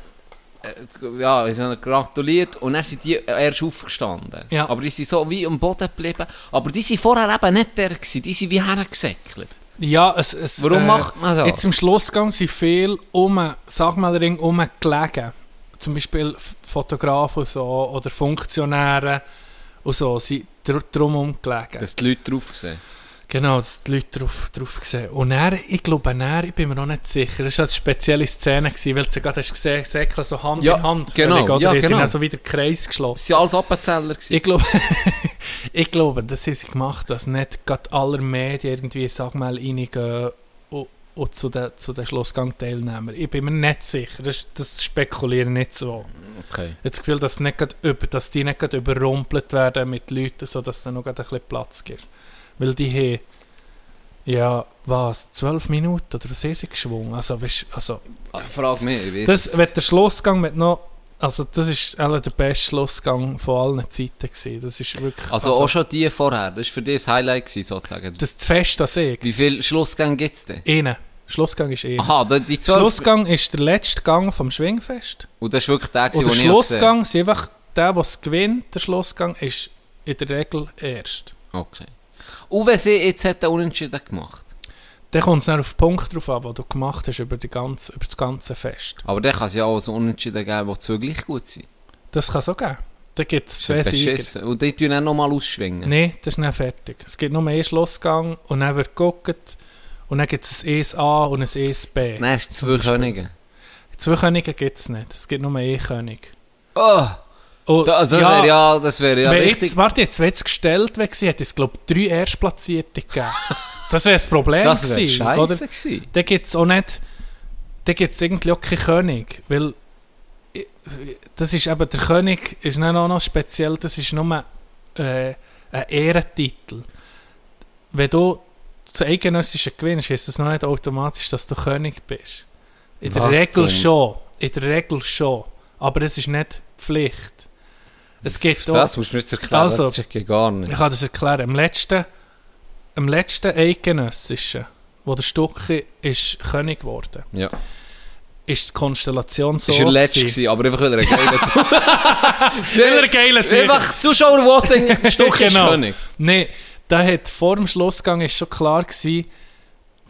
Speaker 3: äh, ja, sie haben gratuliert, und dann sind die erst aufgestanden.
Speaker 5: Ja.
Speaker 3: Aber die sind so wie am Boden geblieben, aber die sind vorher eben nicht der gewesen, die sind wie hergesäckelt.
Speaker 5: Ja, es, es, äh,
Speaker 3: Warum macht man das?
Speaker 5: Jetzt im Schlussgang sind viel um, sag mal, Ring um gelegen. Zum Beispiel F- Fotografen und so, oder Funktionäre und so, sind dr drum umgelegen.
Speaker 3: Dass die Leute drauf sehen.
Speaker 5: Genau, dass die Leute drauf, drauf sehen. Und er, ich glaube, er, ich bin mir noch nicht sicher, das war eine spezielle Szene, gewesen, weil du gerade hast gesehen, Säcke so Hand
Speaker 3: Ja,
Speaker 5: in Hand.
Speaker 3: genau,
Speaker 5: völlig, oder?
Speaker 3: ja,
Speaker 5: Die sind
Speaker 3: genau.
Speaker 5: dann so wieder Kreis geschlossen.
Speaker 3: Sie waren alles Appenzeller. gewesen.
Speaker 5: Ich glaube, ich glaube, das haben sie gemacht, dass nicht gerade aller Medien irgendwie, sag mal, reingehen und, und zu den, zu den Schlussgang teilnehmen. Ich bin mir nicht sicher, das, das spekuliere ich nicht so.
Speaker 3: Okay.
Speaker 5: Ich habe das Gefühl, dass, nicht gerade über, dass die nicht gerade überrumpelt werden mit Leuten, sodass es dann noch gerade ein bisschen Platz gibt. Weil die haben, ja, was, zwölf Minuten oder was haben sie geschwungen? Also, weißt, also
Speaker 3: Ah, Frag mich, ich weiss
Speaker 5: das,
Speaker 3: es.
Speaker 5: wenn der Schlussgang mit noch. Also, das ist alle der beste Schlussgang von allen Zeiten. Gewesen. Das ist wirklich.
Speaker 3: also, auch schon die vorher, das war für dich das Highlight gewesen, sozusagen.
Speaker 5: das zu fest an sich.
Speaker 3: Wie viele Schlussgänge gibt es denn?
Speaker 5: Innen. Schlussgang ist innen.
Speaker 3: Aha, da- die zwölf.
Speaker 5: Schlussgang ist der letzte Gang vom Schwingfest.
Speaker 3: Und das ist wirklich der,
Speaker 5: Und
Speaker 3: gewesen, den
Speaker 5: der
Speaker 3: ich gesehen habe.
Speaker 5: Schlussgang ist einfach der, der es gewinnt. Der Schlussgang ist in der Regel erst.
Speaker 3: Okay. Und wenn sie jetzt hätten unentschieden gemacht.
Speaker 5: Dann kommt es dann auf den Punkt drauf an, den du gemacht hast über, die ganze, über das ganze Fest.
Speaker 3: Aber dann kann es ja auch so unentschieden geben, wo zwei gleich gut sind.
Speaker 5: Das kann so geben. Da gibt es zwei Sieger.
Speaker 3: Beschissen. Und die tun dann nochmal ausschwingen.
Speaker 5: Nein, das ist nicht fertig. Es gibt nur einen Schlussgang und dann wird geguckt und dann gibt es ein ES A und ein ES B.
Speaker 3: Dann hast du zwei Könige.
Speaker 5: Zwei Könige gibt es nicht. Es gibt nur einen E-König.
Speaker 3: Oh,
Speaker 5: Und-
Speaker 3: das das wäre also ja, das wäre ja
Speaker 5: wenn
Speaker 3: richtig.
Speaker 5: jetzt, warte jetzt, wenn jetzt gestellt wäre, hätte es glaube ich drei Erstplatzierte gegeben. das wäre das Problem
Speaker 3: Das wäre
Speaker 5: gewesen,
Speaker 3: scheiße gewesen.
Speaker 5: Dann gibt es auch nicht, dann gibt es irgendwie auch keinen König, weil i- das ist eben, der König ist nicht auch noch speziell, das ist nur äh, ein Ehrentitel. Wenn du zu eidgenössischen gewinnst, ist das noch nicht automatisch, dass du König bist. In der
Speaker 3: Was
Speaker 5: Regel
Speaker 3: zum-
Speaker 5: schon, in der Regel schon, aber es ist nicht Pflicht. Es gibt auch-
Speaker 3: Das musst du mir jetzt erklären,
Speaker 5: Also-
Speaker 3: das check ich gar nicht.
Speaker 5: ich kann das erklären. Im letzten, im letzten eidgenössischen, wo der Stucki ist König geworden
Speaker 3: Ja.
Speaker 5: ist die Konstellation so
Speaker 3: Das war der letzte,
Speaker 5: gewesen.
Speaker 3: gewesen, aber einfach wieder ein geiler.
Speaker 5: Weil er geil ist.
Speaker 3: Einfach Zuschauer wollten ein Stück
Speaker 5: Genau.
Speaker 3: ist König.
Speaker 5: Nein, da hat vor dem Schlussgang ist schon klar gewesen,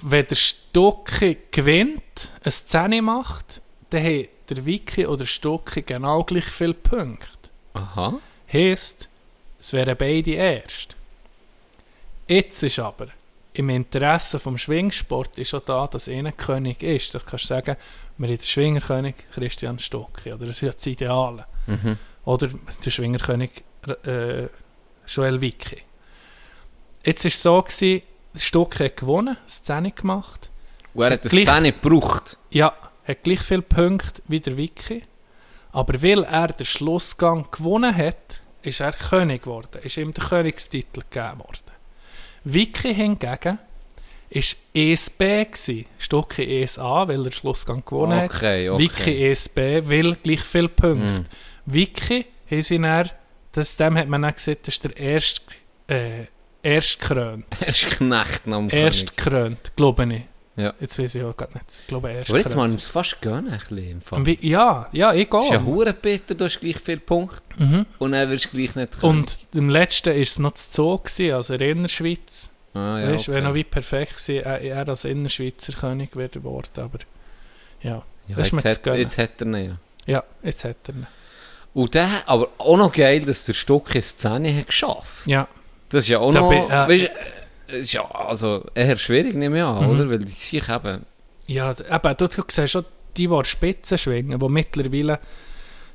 Speaker 5: wenn der Stucki gewinnt, eine Szene macht, dann hat der Wiki oder Stucki genau gleich viele Punkte.
Speaker 3: Aha.
Speaker 5: Heißt, es wären beide erst. Jetzt ist aber im Interesse vom Schwingsport ist auch da, dass einer König ist. Das kannst du sagen, wir haben den Schwingerkönig Christian Stocki, oder das ist ja das Ideale. Oder der Schwingerkönig äh, Joel Wicki. Jetzt war es so, gewesen, Stuck hat gewonnen, eine Szene gemacht.
Speaker 3: Und er hat eine
Speaker 5: Gleich-
Speaker 3: Szene gebraucht.
Speaker 5: Ja, hat gleich viele Punkte wie der Wiki. Aber weil er den Schlussgang gewonnen hat, ist er König geworden. Ist ihm der Königstitel gegeben worden. Wiki hingegen ist ESB gewesen. Stucki ESA, weil er den Schlussgang gewonnen
Speaker 3: Okay, Mm.
Speaker 5: hat.
Speaker 3: okay.
Speaker 5: Wiki ESB, weil gleich viele Punkte. Wiki haben sie dann, das, dem hat man dann gesagt, das ist der erste, äh, erstkrönt.
Speaker 3: Er ist Knecht am König.
Speaker 5: Erstkrönt, glaube ich.
Speaker 3: Ja.
Speaker 5: Jetzt weiß ich auch gar nicht. Ich glaube, erstkrönt.
Speaker 3: Aber jetzt mal es fast gönnen, ein bisschen im Fall.
Speaker 5: Wie, Oh. ja, ja, ich
Speaker 3: Das ist ja
Speaker 5: auch.
Speaker 3: hure bitter, du hast gleich viele Punkte
Speaker 5: Mhm.
Speaker 3: und dann wirst du gleich nicht können.
Speaker 5: Und im letzten war es noch zu Zoo, gewesen, also in der Innerschweiz.
Speaker 3: ah, ja,
Speaker 5: Ja, weißt,
Speaker 3: okay.
Speaker 5: wäre noch wie perfekt gewesen, er, er als Innerschweizer König wäre geworden, aber ja.
Speaker 3: ja,
Speaker 5: das ist mir
Speaker 3: jetzt,
Speaker 5: zu
Speaker 3: hat,
Speaker 5: gönnen.
Speaker 3: jetzt hat er ihn ja.
Speaker 5: Ja, jetzt hat er ihn.
Speaker 3: Und der, aber auch noch geil, dass der Stock eine Szene hat geschafft.
Speaker 5: Ja,
Speaker 3: Das ist ja auch
Speaker 5: Da
Speaker 3: noch,
Speaker 5: bin- äh,
Speaker 3: weißt, äh, ist ja also eher schwierig, nehme ich
Speaker 5: Mhm.
Speaker 3: an, oder? Weil die sich eben,
Speaker 5: ja eben, du, du siehst schon, die, die Spitze schwingen, die mittlerweile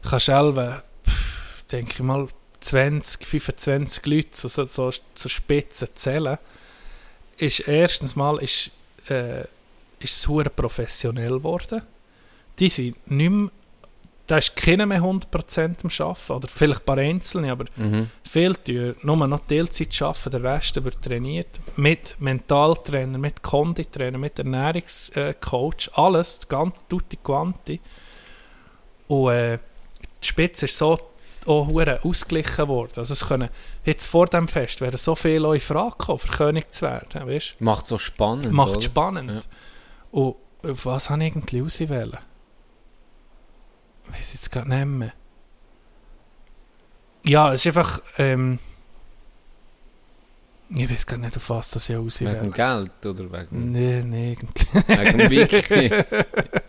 Speaker 5: kannst du selber, pff, denke ich mal, 20, 25 Leute so, so, so zur Spitze zählen, ist erstens mal ist, äh, ist es hure professionell geworden. Die sind nicht mehr, da ist keiner mehr 100% am Arbeiten, oder vielleicht ein paar Einzelne, aber
Speaker 3: mhm.
Speaker 5: viel teuer. Nur noch Teilzeit arbeiten, der Rest wird trainiert. Mit Mentaltrainer, mit Konditrainer, mit Ernährungscoach, äh, Coach, alles, das ganze tutti quanti. Und äh, die Spitze ist so auch hure ausgeglichen worden. Also es können, jetzt vor dem Fest wären so viele auch in Frage gekommen, für König zu werden, weißt?
Speaker 3: macht so spannend.
Speaker 5: Macht
Speaker 3: oder?
Speaker 5: spannend.
Speaker 3: Ja.
Speaker 5: Und auf was habe ich irgendwie auswählen? Ich weiß jetzt gar nicht mehr. Ja, es ist einfach. Ähm, ich weiß gar nicht, auf was das ich
Speaker 3: Wegen
Speaker 5: auswähle.
Speaker 3: Geld oder wegen,
Speaker 5: Nee, nee, irgendwie.
Speaker 3: wegen Wiki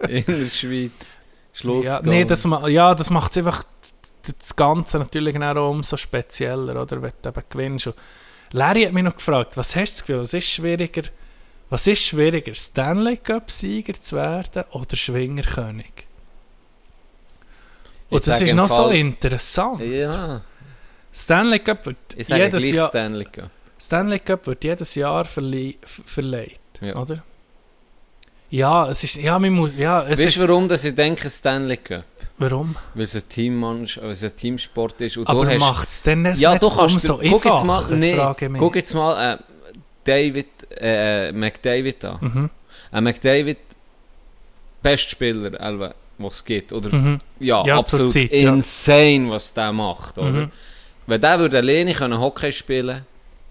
Speaker 3: in der Schweiz. Schluss.
Speaker 5: Ja, nee, das, ma- ja, das macht einfach d- das Ganze natürlich dann auch umso spezieller, oder? Wenn du eben gewinnst. Und Larry hat mich noch gefragt, was hast du das Gefühl, was ist schwieriger, was ist schwieriger, Stanley Cup-Sieger zu werden oder Schwingerkönig?
Speaker 3: Ich
Speaker 5: Und das
Speaker 3: sage
Speaker 5: ist
Speaker 3: im
Speaker 5: noch so
Speaker 3: Fall-
Speaker 5: interessant.
Speaker 3: Ja,
Speaker 5: Stanley Cup wird
Speaker 3: ich sage
Speaker 5: jedes
Speaker 3: gleich
Speaker 5: Jahr...
Speaker 3: Stanley Cup.
Speaker 5: Stanley Cup wird jedes Jahr verli f- verleiht,
Speaker 3: Ja.
Speaker 5: oder? Ja, es ist... Ja, man muss... Ja, es
Speaker 3: Weißt
Speaker 5: ist...
Speaker 3: du, warum dass ich denke Stanley Cup?
Speaker 5: Warum?
Speaker 3: Weil es ein, Teammann, weil es ein Teamsport ist. Und
Speaker 5: Aber
Speaker 3: du hast,
Speaker 5: macht es denn nicht
Speaker 3: ja,
Speaker 5: nicht
Speaker 3: du kannst.
Speaker 5: umso
Speaker 3: guck jetzt mal,
Speaker 5: einfacher,
Speaker 3: nee,
Speaker 5: frage ich mich.
Speaker 3: guck jetzt mal äh, David, äh, McDavid an.
Speaker 5: Mhm.
Speaker 3: Äh, McDavid, Bestspieler, also, was es gibt. Oder,
Speaker 5: Mhm.
Speaker 3: ja,
Speaker 5: Ja, zur
Speaker 3: absolut
Speaker 5: Zeit, ja.
Speaker 3: insane, was der macht. Oder?
Speaker 5: Mhm.
Speaker 3: Wenn der würde alleine können Hockey spielen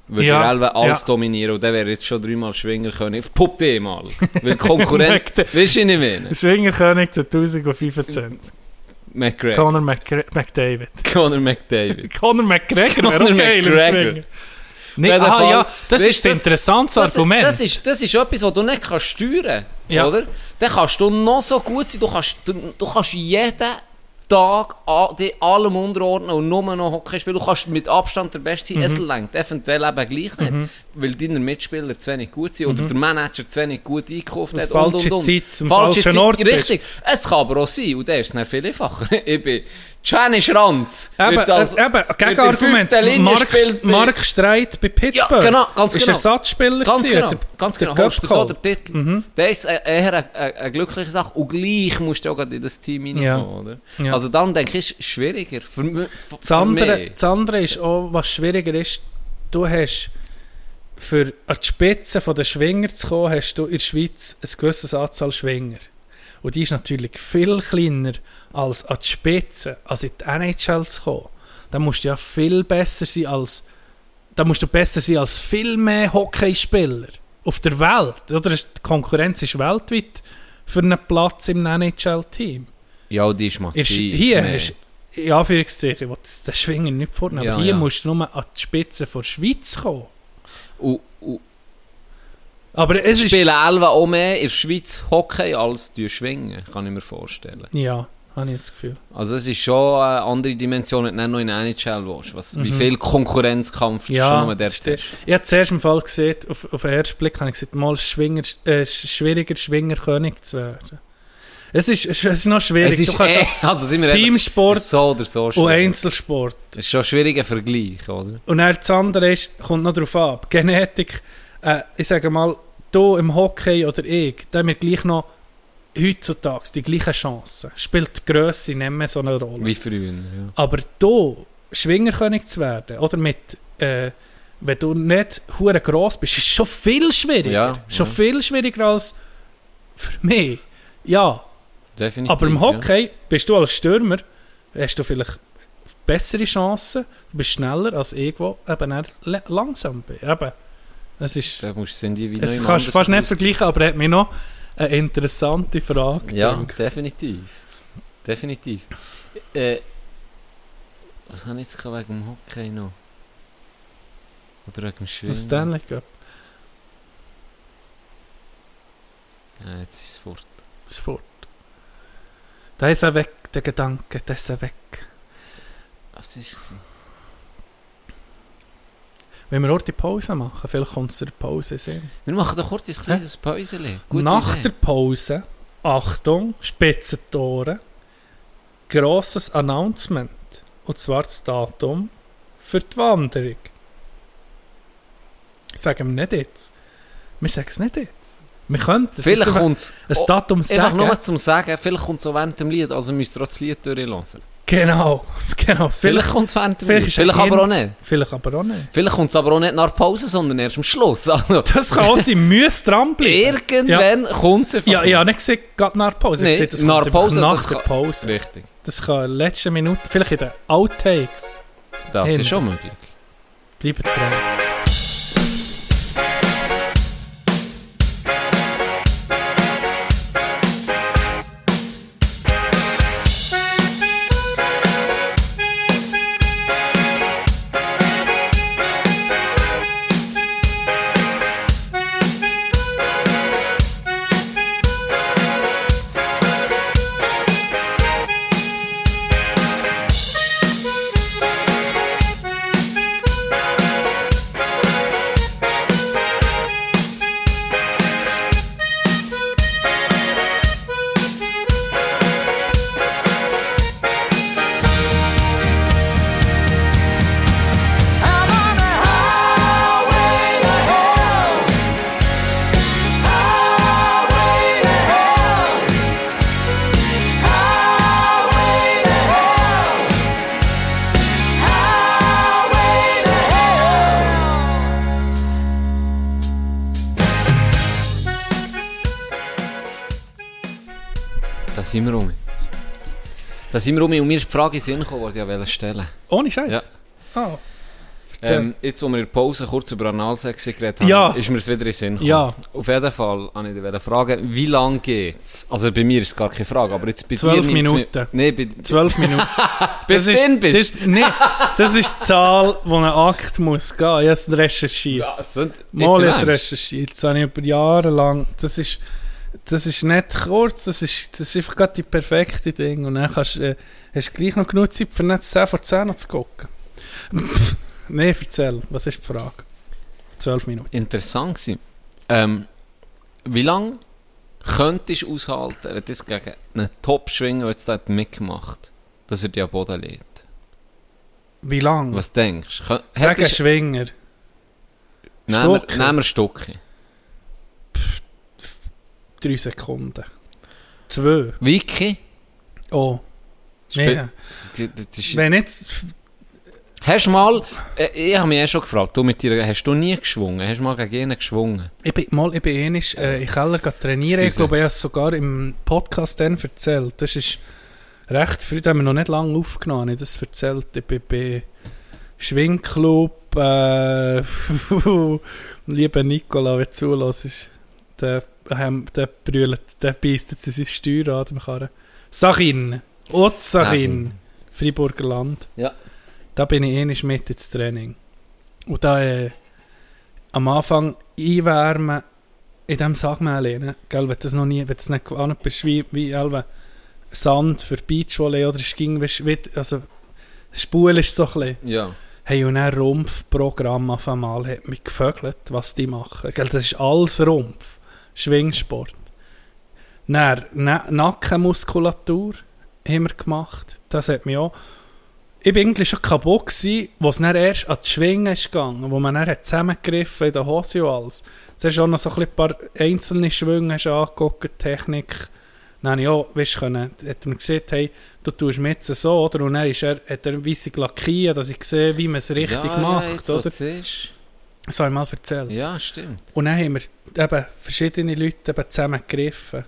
Speaker 3: würde
Speaker 5: Ja,
Speaker 3: er alle alles
Speaker 5: ja.
Speaker 3: dominieren und der wäre jetzt schon dreimal Schwinger können. Pupp dich mal. Weil die Konkurrenz,
Speaker 5: Merkt
Speaker 3: weißt du, ich nicht mehr.
Speaker 5: Schwingerkönig 2025.
Speaker 3: McGregor,
Speaker 5: Conor McGre McDavid.
Speaker 3: Conor McDavid.
Speaker 5: Conor McGregor wäre
Speaker 3: Conor
Speaker 5: auch geil im
Speaker 3: McGregor.
Speaker 5: Schwingen. Nee,
Speaker 3: Auf jeden
Speaker 5: ah,
Speaker 3: Fall,
Speaker 5: ja, das
Speaker 3: weißt
Speaker 5: ist
Speaker 3: du,
Speaker 5: ein
Speaker 3: das-
Speaker 5: interessantes Argument.
Speaker 3: Das, ist, das ist etwas, was du nicht kannst steuern
Speaker 5: Ja.
Speaker 3: oder? Dann kannst du noch so gut sein, du kannst, du, du kannst jeden Tag a- dich allem unterordnen und nur noch Hockey spielen. Du kannst mit Abstand der Beste sein, es
Speaker 5: Mhm.
Speaker 3: längt eventuell eben gleich nicht, weil deine Mitspieler zu wenig gut sind
Speaker 5: Mhm.
Speaker 3: oder der Manager zu wenig gut eingekauft hat. und,
Speaker 5: falsche
Speaker 3: und, und.
Speaker 5: Zeit, zum falschen Ort bist.
Speaker 3: Richtig, es kann aber auch sein, und der ist dann viel einfacher. ich bin Gianni Schranz.
Speaker 5: Eben,
Speaker 3: wird als-
Speaker 5: äh, eben,
Speaker 3: wird in der
Speaker 5: Gegenargument.
Speaker 3: fünften Linie
Speaker 5: Mark,
Speaker 3: spielt bei-
Speaker 5: Mark Streit bei Pittsburgh.
Speaker 3: genau, ganz
Speaker 5: ist
Speaker 3: genau.
Speaker 5: Ersatzspieler
Speaker 3: Ganz
Speaker 5: gewesen,
Speaker 3: genau,
Speaker 5: hat er
Speaker 3: ganz
Speaker 5: den
Speaker 3: genau.
Speaker 5: Cup
Speaker 3: Holst du so
Speaker 5: geholt.
Speaker 3: den Titel.
Speaker 5: Mhm.
Speaker 3: Das ist äh, eher eine, eine, eine glückliche Sache. Und gleich musst du auch gerade in das Team reinkommen,
Speaker 5: Ja.
Speaker 3: oder?
Speaker 5: Ja.
Speaker 3: Also darum denke ich, ist es schwieriger. Für, mi- für,
Speaker 5: Das andere,
Speaker 3: mich.
Speaker 5: das andere ist auch, was schwieriger ist, du hast für an die Spitze der Schwinger zu kommen, hast du in der Schweiz eine gewisse Anzahl Schwinger. Und die ist natürlich viel kleiner als an die Spitze, als in die NHL zu kommen. Da musst du ja viel besser sein als da musst du besser sein als viel mehr Hockeyspieler auf der Welt. Oder? Die Konkurrenz ist weltweit für einen Platz im NHL-Team.
Speaker 3: Ja, die ist massiv.
Speaker 5: Ist, hier
Speaker 3: Nee.
Speaker 5: hast du, in Anführungszeichen, ich will das- den Schwinger nicht vornehmen,
Speaker 3: Ja,
Speaker 5: aber hier
Speaker 3: ja.
Speaker 5: musst du nur an die Spitze der Schweiz kommen.
Speaker 3: Und, und
Speaker 5: Aber es
Speaker 3: spielen
Speaker 5: ist...
Speaker 3: Elva auch mehr in der Schweiz Hockey als die Schwingen, kann ich mir vorstellen.
Speaker 5: Ja, habe ich jetzt das Gefühl.
Speaker 3: Also es ist schon eine andere Dimension, wenn du nicht noch in der NHL willst, was, wie viel Konkurrenzkampf
Speaker 5: Mhm. Ja,
Speaker 3: schon nur dort
Speaker 5: das ist-
Speaker 3: hast.
Speaker 5: ich habe zuerst im Fall gesehen, auf, auf den ersten Blick habe ich gesagt, mal Schwinger, äh, es ist schwieriger Schwingerkönig zu werden. Es ist, es ist noch schwierig.
Speaker 3: Es ist
Speaker 5: du kannst
Speaker 3: eh-
Speaker 5: auch
Speaker 3: also sind wir ehrlich,
Speaker 5: Teamsport
Speaker 3: so oder so
Speaker 5: und
Speaker 3: schwierig.
Speaker 5: Einzelsport.
Speaker 3: Das ist schon ein schwieriger Vergleich, oder?
Speaker 5: Und dann das andere ist, kommt noch drauf ab. Genetik, äh, ich sage mal, du im Hockey oder ich, da haben wir gleich noch heutzutage die gleichen Chancen. Spielt die Grösse nicht mehr so eine Rolle.
Speaker 3: Wie früher. Ja.
Speaker 5: Aber du, Schwingerkönig zu werden, oder mit, äh, wenn du nicht hure gross bist, ist schon viel schwieriger.
Speaker 3: Ja,
Speaker 5: schon
Speaker 3: ja.
Speaker 5: viel schwieriger als für mich. Ja,
Speaker 3: Definitiv.
Speaker 5: aber im
Speaker 3: ja.
Speaker 5: Hockey bist du als Stürmer, hast du vielleicht bessere Chancen, du bist schneller als ich, wo eben eher le- langsam bin. Eben, es ist,
Speaker 3: Da musst du es irgendwie
Speaker 5: es
Speaker 3: noch
Speaker 5: kannst du
Speaker 3: im
Speaker 5: fast nicht
Speaker 3: anderen
Speaker 5: vergleichen, aber hat mir noch eine interessante Frage.
Speaker 3: Haus- Ja,
Speaker 5: gedacht.
Speaker 3: definitiv. Definitiv. Äh, was habe ich jetzt gehabt wegen dem Hockey noch? Oder wegen dem Schwimmen?
Speaker 5: Im Stanley Cup.
Speaker 3: Ja, jetzt ist es fort.
Speaker 5: ist fort. Da ist er weg, der Gedanke, da ist er weg.
Speaker 3: Was ist es?
Speaker 5: Wenn wir heute die Pause machen, vielleicht kommt es der Pause sehen.
Speaker 3: Wir machen doch kurz ein kleines Päuseli. Gute
Speaker 5: Nach
Speaker 3: Idee.
Speaker 5: der Pause, Achtung, spitze Tore, grosses Announcement. Und zwar das Datum für die Wanderung. Sagen wir nicht jetzt. Wir sagen es nicht jetzt. Wir könnten es
Speaker 3: Vielleicht
Speaker 5: jetzt einfach-
Speaker 3: kommt es.
Speaker 5: ein Datum
Speaker 3: Einfach
Speaker 5: sagen.
Speaker 3: nur zum Sagen, vielleicht kommt es auch während dem Lied, also müsst ihr auch das Lied durchlassen.
Speaker 5: Genau, genau.
Speaker 3: Vielleicht
Speaker 5: Vielleicht,
Speaker 3: kommt es während dem Lied,
Speaker 5: vielleicht ist ein
Speaker 3: vielleicht aber auch
Speaker 5: Hint.
Speaker 3: nicht.
Speaker 5: vielleicht aber auch nicht.
Speaker 3: Vielleicht kommt es aber auch nicht nach der Pause, sondern erst am Schluss. Also,
Speaker 5: Das kann auch sein, müsst dranbleiben.
Speaker 3: irgendwann kommt es einfach.
Speaker 5: Ja, ja, nicht gesehen, gerade nach der Pause.
Speaker 3: Nee,
Speaker 5: Ich sehe, das
Speaker 3: nach
Speaker 5: kommt
Speaker 3: der
Speaker 5: einfach
Speaker 3: Pause,
Speaker 5: nach
Speaker 3: das
Speaker 5: der
Speaker 3: kann-
Speaker 5: Pause.
Speaker 3: Richtig.
Speaker 5: Das kann in der letzten Minute, vielleicht in den Outtakes.
Speaker 3: Das
Speaker 5: Hint.
Speaker 3: ist schon möglich.
Speaker 5: Bleibt dran.
Speaker 3: Da sind wir rum. Da sind wir rum und mir ist die Frage in den Sinn gekommen, die ich wollte stellen
Speaker 5: Ohne Scheiß.
Speaker 3: Ja.
Speaker 5: Ah.
Speaker 3: Ähm, jetzt, wo wir in der Pause kurz über Analsex geredet haben,
Speaker 5: Ja.
Speaker 3: ist mir es wieder in den Sinn gekommen.
Speaker 5: Ja.
Speaker 3: Auf jeden Fall wollte ich dich fragen, wie lange geht's? Also bei mir ist es gar keine Frage, aber jetzt bei
Speaker 5: Zwölf
Speaker 3: dir... nimmt's mir-
Speaker 5: Minuten.
Speaker 3: Nein, bei,
Speaker 5: Zwölf Minuten.
Speaker 3: bis
Speaker 5: ist,
Speaker 3: dann bist
Speaker 5: Das, nee, das ist die Zahl, die ein Akt muss gehen. Ich habe es recherchiert.
Speaker 3: Ja, es sind- jetzt
Speaker 5: Mal
Speaker 3: im
Speaker 5: ist
Speaker 3: Ernst.
Speaker 5: recherchiert. Das habe ich über Jahre lang. Das ist, das ist nicht kurz, das ist, das ist einfach gerade die perfekte Ding. Und dann kannst, äh, hast du gleich noch genug Zeit, für nicht 10 vor 10 noch zu gucken. Nein, erzähl, was ist die Frage? 12 Minuten.
Speaker 3: interessant gewesen. Ähm, wie lange könntest du aushalten, wenn du jetzt gegen einen Top-Schwinger, der jetzt dort mitgemacht dass er dich am Boden lädt?
Speaker 5: Wie lange?
Speaker 3: Was denkst du? Kö-
Speaker 5: Sagen
Speaker 3: hättest-
Speaker 5: Schwinger.
Speaker 3: Nehmen wir-
Speaker 5: Stucki.
Speaker 3: nehmen wir Stucki.
Speaker 5: 3 Sekunden. 2.
Speaker 3: Wiki?
Speaker 5: Oh. Mehr.
Speaker 3: Das ist-
Speaker 5: Wenn jetzt.
Speaker 3: Hast du mal, äh, ich habe mich eh schon gefragt, du mit dir, hast du nie geschwungen? Hast du mal gegen ihn geschwungen?
Speaker 5: Ich bin mal, ich bin ähnlich, äh, in Keller gegangen trainieren. Ich
Speaker 3: Excuse.
Speaker 5: glaube, ich habe es sogar im Podcast dann erzählt. Das ist recht früh, da haben wir noch nicht lange aufgenommen. Ich habe das erzählt. Ich bin bei Schwingclub, äh, lieber Nicola, wenn du zulässt, der, ähm, der brüllt, der beisst jetzt in sein Steuer an dem Karren. Sachin! Und Sachin!
Speaker 3: Sachin.
Speaker 5: Freiburger Land.
Speaker 3: Ja.
Speaker 5: Da bin ich ähnlich mit ins Training. Und da, äh, am Anfang einwärmen in diesem Sackmehl. Ne? Gell, wenn du das noch nie, wenn du das nicht gewarnt bist, wie, wie Elbe, Sand für Beachvolley oder Sking, weisst du, wie- also Spul ist so ein bisschen.
Speaker 3: Ja.
Speaker 5: Hey, und ein Rumpfprogramm auf einmal hat mich gevögelt, was die machen. Gell, das ist alles Rumpf. Schwingsport. Dann Na Nackenmuskulatur haben wir gemacht. Das hat mich auch... Ich war eigentlich schon kaputt, gewesen, wo es dann erst an die Schwingen ist gegangen, wo man dann hat zusammengegriffen in der Hose und alles. Zuerst auch noch so ein bisschen ein paar einzelne Schwünge hast angeguckt, die Technik. Dann habe ich auch, weißt du, können- hat er mir gesagt, hey, du tust mir jetzt so, oder? Und dann ist er, hat er weisse lackiert, dass ich sehe, wie man es richtig
Speaker 3: ja, ja,
Speaker 5: macht,
Speaker 3: jetzt, wo
Speaker 5: oder?
Speaker 3: du's siehst.
Speaker 5: Das habe ich mal erzählt.
Speaker 3: Ja, stimmt.
Speaker 5: Und dann haben wir eben verschiedene Leute eben zusammengegriffen.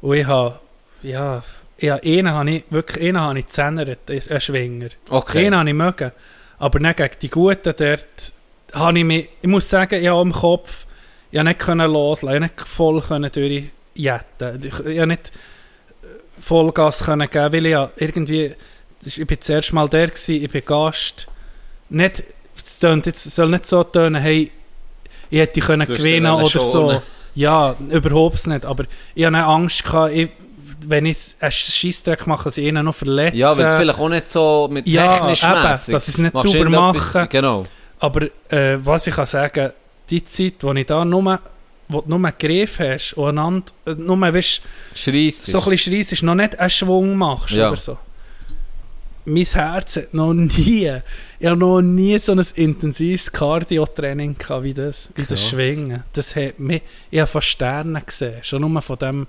Speaker 5: Und ich habe, ja, ja einen habe ich, wirklich, einen habe ich zähnert, einen Schwinger.
Speaker 3: Okay.
Speaker 5: Einen habe ich mögen. Aber nicht gegen die Guten dort habe ich mich, ich muss sagen, ich habe im Kopf, ich habe nicht können loslassen, ich habe nicht voll können durchjetten. Ich, ich habe nicht Vollgas können geben, weil ich ja irgendwie, das ist- ich bin das erste Mal der gewesen, ich bin Gast. Nicht, es tönt jetzt, es soll nicht so tönen, hey, ich hätte können
Speaker 3: Du hast
Speaker 5: gewinnen
Speaker 3: sie
Speaker 5: oder
Speaker 3: schonen.
Speaker 5: so. Ja, überhaupt nicht, aber ich habe auch Angst gehabt, ich, wenn ich einen Scheissdreck mache, dass ich ihnen noch verletze.
Speaker 3: Ja, weil es vielleicht auch nicht so mit
Speaker 5: äh, Ja,
Speaker 3: technisch
Speaker 5: eben,
Speaker 3: mässig.
Speaker 5: dass sie's nicht
Speaker 3: Machst
Speaker 5: sauber
Speaker 3: irgendetwas-
Speaker 5: machen.
Speaker 3: Genau.
Speaker 5: Aber äh, was ich kann sagen, die Zeit, wo ich da nur, wo du nur Griff hast und einander, äh, nur, weißt,
Speaker 3: Schreist.
Speaker 5: so ein bisschen schreissest, noch nicht einen Schwung machst
Speaker 3: Ja.
Speaker 5: oder so. Mein Herz hat noch nie, ich habe noch nie so ein intensives Cardio-Training gehabt wie das, wie das
Speaker 3: Krass.
Speaker 5: Schwingen. Das hat mich, ich habe fast Sterne gesehen, schon nur von dem,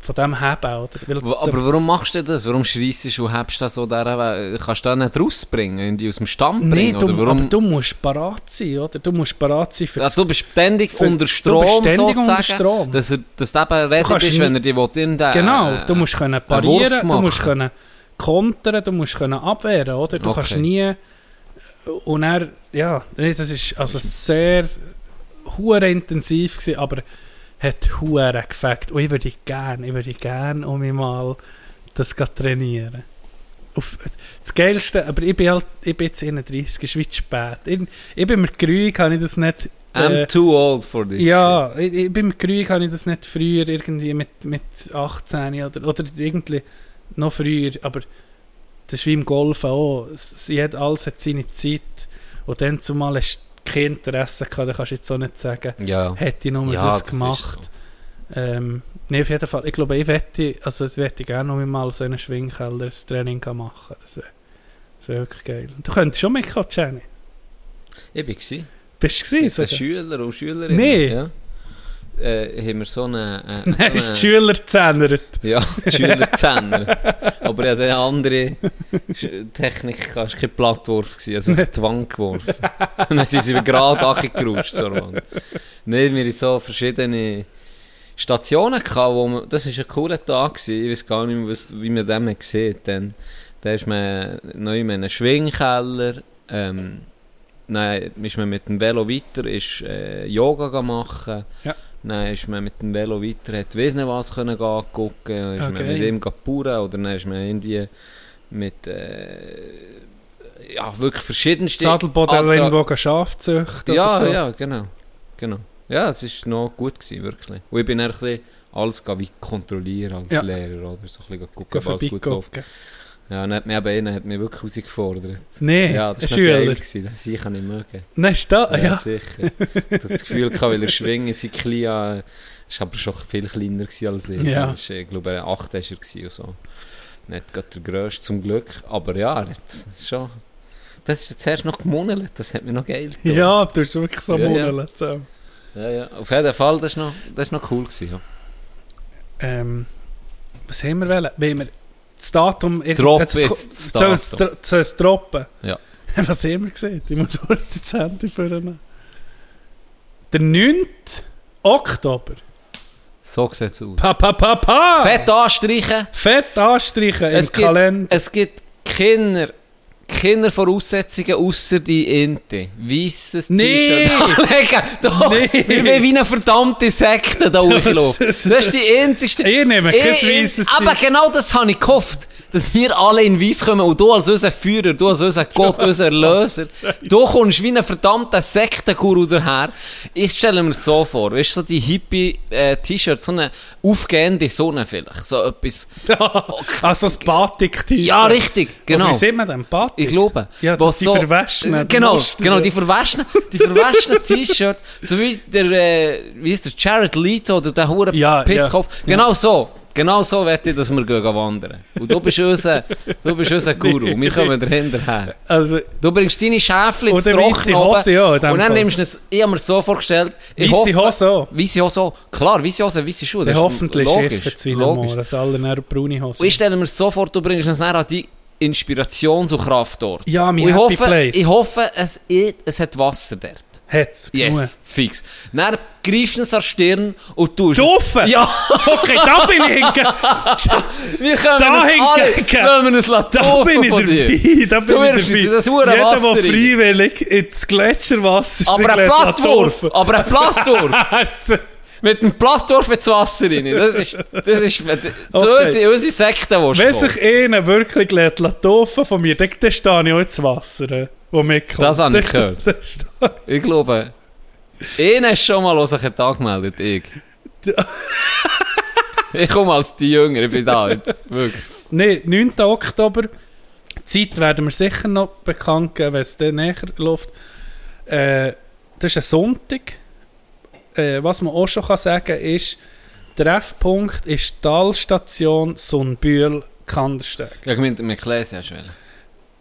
Speaker 5: von dem Heben, oder? Weil
Speaker 3: W- Aber warum machst du das? Warum schreist du und hebst das so der We- Kannst du das nicht rausbringen? Irgendwie aus dem Stamm
Speaker 5: Nee,
Speaker 3: bringen?
Speaker 5: du,
Speaker 3: oder
Speaker 5: aber
Speaker 3: warum?
Speaker 5: du musst parat sein, oder? Du musst parat sein für das
Speaker 3: also, du bist ständig
Speaker 5: für-
Speaker 3: unter
Speaker 5: du
Speaker 3: Strom,
Speaker 5: bist ständig
Speaker 3: sozusagen,
Speaker 5: unter Strom.
Speaker 3: Dass, er, dass du eben ready
Speaker 5: kannst
Speaker 3: bist, wenn er dich will, in den,
Speaker 5: Genau, du musst können
Speaker 3: äh, Wurf
Speaker 5: parieren, du
Speaker 3: machen.
Speaker 5: musst können kontern, du musst können abwehren, oder? Du
Speaker 3: Okay.
Speaker 5: kannst nie... Und er, ja, nee, das ist also sehr hure intensiv gewesen, aber hat hure gefällt. Und ich würde gerne, ich würde gerne um mich mal das grad trainieren. Auf, das Geilste, aber ich bin halt, ich bin jetzt 31, ist wie zu spät. Ich, ich bin mir grün, kann ich das nicht... äh,
Speaker 3: I'm too old for this.
Speaker 5: ja, ich, ich, beim Krieg habe ich das nicht früher irgendwie mit, mit 18 oder, oder irgendwie noch früher, aber das ist wie im Golfen auch. Es, jed- alles hat seine Zeit. Und dann zumal hast du kein Interesse gehabt, dann kannst du jetzt auch nicht sagen,
Speaker 3: shit. Ja.
Speaker 5: hätte ich nur
Speaker 3: Ja,
Speaker 5: das
Speaker 3: das ist
Speaker 5: gemacht. Ähm, nee, auf jeden Fall. Ich glaube, ich wette, also es wette ich gerne noch mal so einen Schwingkeller, ein Training machen. Das wäre das wär wirklich geil. Du könntest schon mitkommen, Jenny.
Speaker 3: Ich war gewesen.
Speaker 5: Bist du
Speaker 3: Mit den
Speaker 5: gewesen?
Speaker 3: Schüler und Schülerinnen.
Speaker 5: Nee.
Speaker 3: Ja. Äh, haben wir so eine... Äh,
Speaker 5: Nein,
Speaker 3: so
Speaker 5: ist
Speaker 3: eine
Speaker 5: die Schüler zähnert.
Speaker 3: Ja, die Schülerzähner. Aber ja, der andere Sch- Technik war kein Plattwurf, gewesen, also auf die Wand geworfen. Und dann sind sie über gerade angerutscht. So Nein, wir hatten so verschiedene Stationen, gehabt, wo man, das war ein cooler Tag, gewesen. ich weiß gar nicht mehr, was, wie man den sieht. Dann, dann ist man neu in einem Schwingkeller, ähm, dann ist man mit dem Velo weiter, ist äh, Yoga gegangen machen.
Speaker 5: Ja.
Speaker 3: Dann ist man mit dem Velo weiter, hat weiss nicht was können gehen angucken. Dann ist
Speaker 5: Okay.
Speaker 3: man mit ihm gepauren oder dann ist man irgendwie mit äh, ja, wirklich verschiedensten...
Speaker 5: Sadelboden,
Speaker 3: Attra-
Speaker 5: wo du Schafzüchter
Speaker 3: Ja,
Speaker 5: oder so.
Speaker 3: ja, genau. genau. Ja, es war noch gut, gewesen, wirklich. Und ich bin dann ein bisschen alles gegangen, wie kontrollieren als
Speaker 5: Ja.
Speaker 3: Lehrer, oder? So ein bisschen gucken,
Speaker 5: Geh
Speaker 3: ob alles gut läuft.
Speaker 5: vorbeigucken.
Speaker 3: Ja, und dann hat mich eben einer hat mich wirklich herausgefordert.
Speaker 5: Nee,
Speaker 3: ja,
Speaker 5: ja,
Speaker 3: das war nicht geil,
Speaker 5: Schüler.
Speaker 3: gewesen, das ich kann nicht mögen.
Speaker 5: Nein, ist da,
Speaker 3: Ja,
Speaker 5: Ah, ja.
Speaker 3: sicher. Ich hatte das Gefühl, gehabt, weil er schwingen sein Klia äh, ist aber schon viel kleiner gewesen als ich.
Speaker 5: Ja.
Speaker 3: Er ist, äh, Ich glaube, er 8 war er gewesen und so. Nicht gerade der Grösste zum Glück, aber ja, er hat das ist schon... Das ist jetzt erst noch gemunelt, das hat mir noch geil
Speaker 5: Ja,
Speaker 3: getan.
Speaker 5: ja du hast wirklich so
Speaker 3: Ja, ja.
Speaker 5: murmeln. So.
Speaker 3: Ja, ja. Auf jeden Fall, das war noch, das ist noch cool. Gewesen, ja.
Speaker 5: Ähm, was haben wir wollen? Wollen wir das Datum...
Speaker 3: Drop
Speaker 5: Jetzt-
Speaker 3: jetzt das
Speaker 5: Soll es
Speaker 3: Datum.
Speaker 5: dro- soll es droppen?
Speaker 3: Ja.
Speaker 5: Was haben wir gesehen? Ich muss heute das Handy vornehmen. Der 9. Oktober.
Speaker 3: So sieht es aus.
Speaker 5: Pa, pa, pa, pa!
Speaker 3: Fett anstreichen.
Speaker 5: Fett anstreichen im
Speaker 3: Es gibt-
Speaker 5: Kalender.
Speaker 3: Es gibt Kinder, Kindervoraussetzungen außer die Ente. Weisses
Speaker 5: Nee!
Speaker 3: T-Shirt anlegen. Doch,
Speaker 5: Nee!
Speaker 3: wir wollen wie eine verdammte Sekte da hochlaufen.
Speaker 5: Das-
Speaker 3: Das ist die einzigste...
Speaker 5: Ich nehme kein
Speaker 3: Ich- ich-
Speaker 5: weisses
Speaker 3: Aber
Speaker 5: T-Shirt.
Speaker 3: genau das habe ich gehofft. Dass wir alle in Weiss kommen und du als unser Führer, du als unser Gott, unser Erlöser, du kommst wie ein verdammter Sektenguru daher. Ich stelle mir so vor, weißt du, so die Hippie-T-Shirts, so eine aufgehende Sonne vielleicht, so etwas.
Speaker 5: also das Batik-T.
Speaker 3: Ja, richtig, genau.
Speaker 5: Wie sieht man denn Batik?
Speaker 3: Ich glaube.
Speaker 5: Ja,
Speaker 3: wo
Speaker 5: dass die
Speaker 3: Eh,
Speaker 5: verwaschenen-
Speaker 3: Genau,
Speaker 5: Muster-
Speaker 3: genau, die verwaschenen, die verwaschenen T-Shirt, so wie der, äh, wie ist der Jared Leto oder der hure
Speaker 5: Ja, ja.
Speaker 3: Pisskopf. Genau so. Genau so wette ich, dass wir gehen wandern. Und du bist unser, du bist unser Guru. Wir kommen dahinter her.
Speaker 5: Also,
Speaker 3: Du bringst deine Schäfchen ins
Speaker 5: Oder weisse
Speaker 3: Trockene
Speaker 5: Hose,
Speaker 3: oben
Speaker 5: ja, in dem
Speaker 3: Und dann
Speaker 5: Fall.
Speaker 3: nimmst du es, ich habe mir so vorgestellt, ich
Speaker 5: Weisse Hose auch.
Speaker 3: Weisse Hose auch. Klar, weisse Hose, weisse Schuhe.
Speaker 5: dann
Speaker 3: das ist
Speaker 5: hoffentlich
Speaker 3: logisch,
Speaker 5: schiffen sie
Speaker 3: logisch.
Speaker 5: nochmal, dass alle näher braune Hosen
Speaker 3: Und ich stelle mir sofort, du bringst uns nachher an die Inspirations- und Kraftort.
Speaker 5: Ja,
Speaker 3: Und
Speaker 5: mein
Speaker 3: ich
Speaker 5: Happy
Speaker 3: hoffe,
Speaker 5: Place.
Speaker 3: Ich hoffe, es, es hat Wasser dort.
Speaker 5: Hat's.
Speaker 3: Yes, fix. Dann greifst du es an die Stirn und tust
Speaker 5: genug.
Speaker 3: es.
Speaker 5: Doofen!
Speaker 3: Ja,
Speaker 5: Okay, da bin ich hinten!
Speaker 3: wir können
Speaker 5: Da
Speaker 3: es
Speaker 5: hingegen.
Speaker 3: alle, lassen wir es lassen
Speaker 5: Da bin ich
Speaker 3: von dir.
Speaker 5: dabei! Da bin
Speaker 3: Du wirfst
Speaker 5: ich
Speaker 3: uns in
Speaker 5: dabei!
Speaker 3: das hure
Speaker 5: Jeder, der
Speaker 3: Wasser rein.
Speaker 5: freiwillig ins Gletscherwasser sich
Speaker 3: Aber ein
Speaker 5: lässt
Speaker 3: Plattwurf,
Speaker 5: abtaufen.
Speaker 3: aber ein Plattwurf.
Speaker 5: Hat's.
Speaker 3: Mit einem Plattwurf ins Wasser rein. Das ist, das ist, das ist unsere, unsere Sekte, die
Speaker 5: Wenn
Speaker 3: kommt.
Speaker 5: sich einer wirklich lässt laufen von mir, dann dann stehe ich auch ins Wasser, äh, wo mitkommt.
Speaker 3: Das habe ich
Speaker 5: Dann
Speaker 3: gehört.
Speaker 5: stehe- dann stehe-
Speaker 3: Ich glaube, einer ist schon mal, der sich hat angemeldet ich. ich komme als die Jünger, ich bin da. ich- Wirklich.
Speaker 5: Nein, 9. Oktober. Die Zeit werden wir sicher noch bekannt geben, wenn es dann näher läuft. Äh, das ist ein Sonntag. Äh, was man auch schon kann sagen ist, Treffpunkt ist Talstation Sonnbühl Kandersteg.
Speaker 3: Ja, ich meinte, wir klären es ja schon.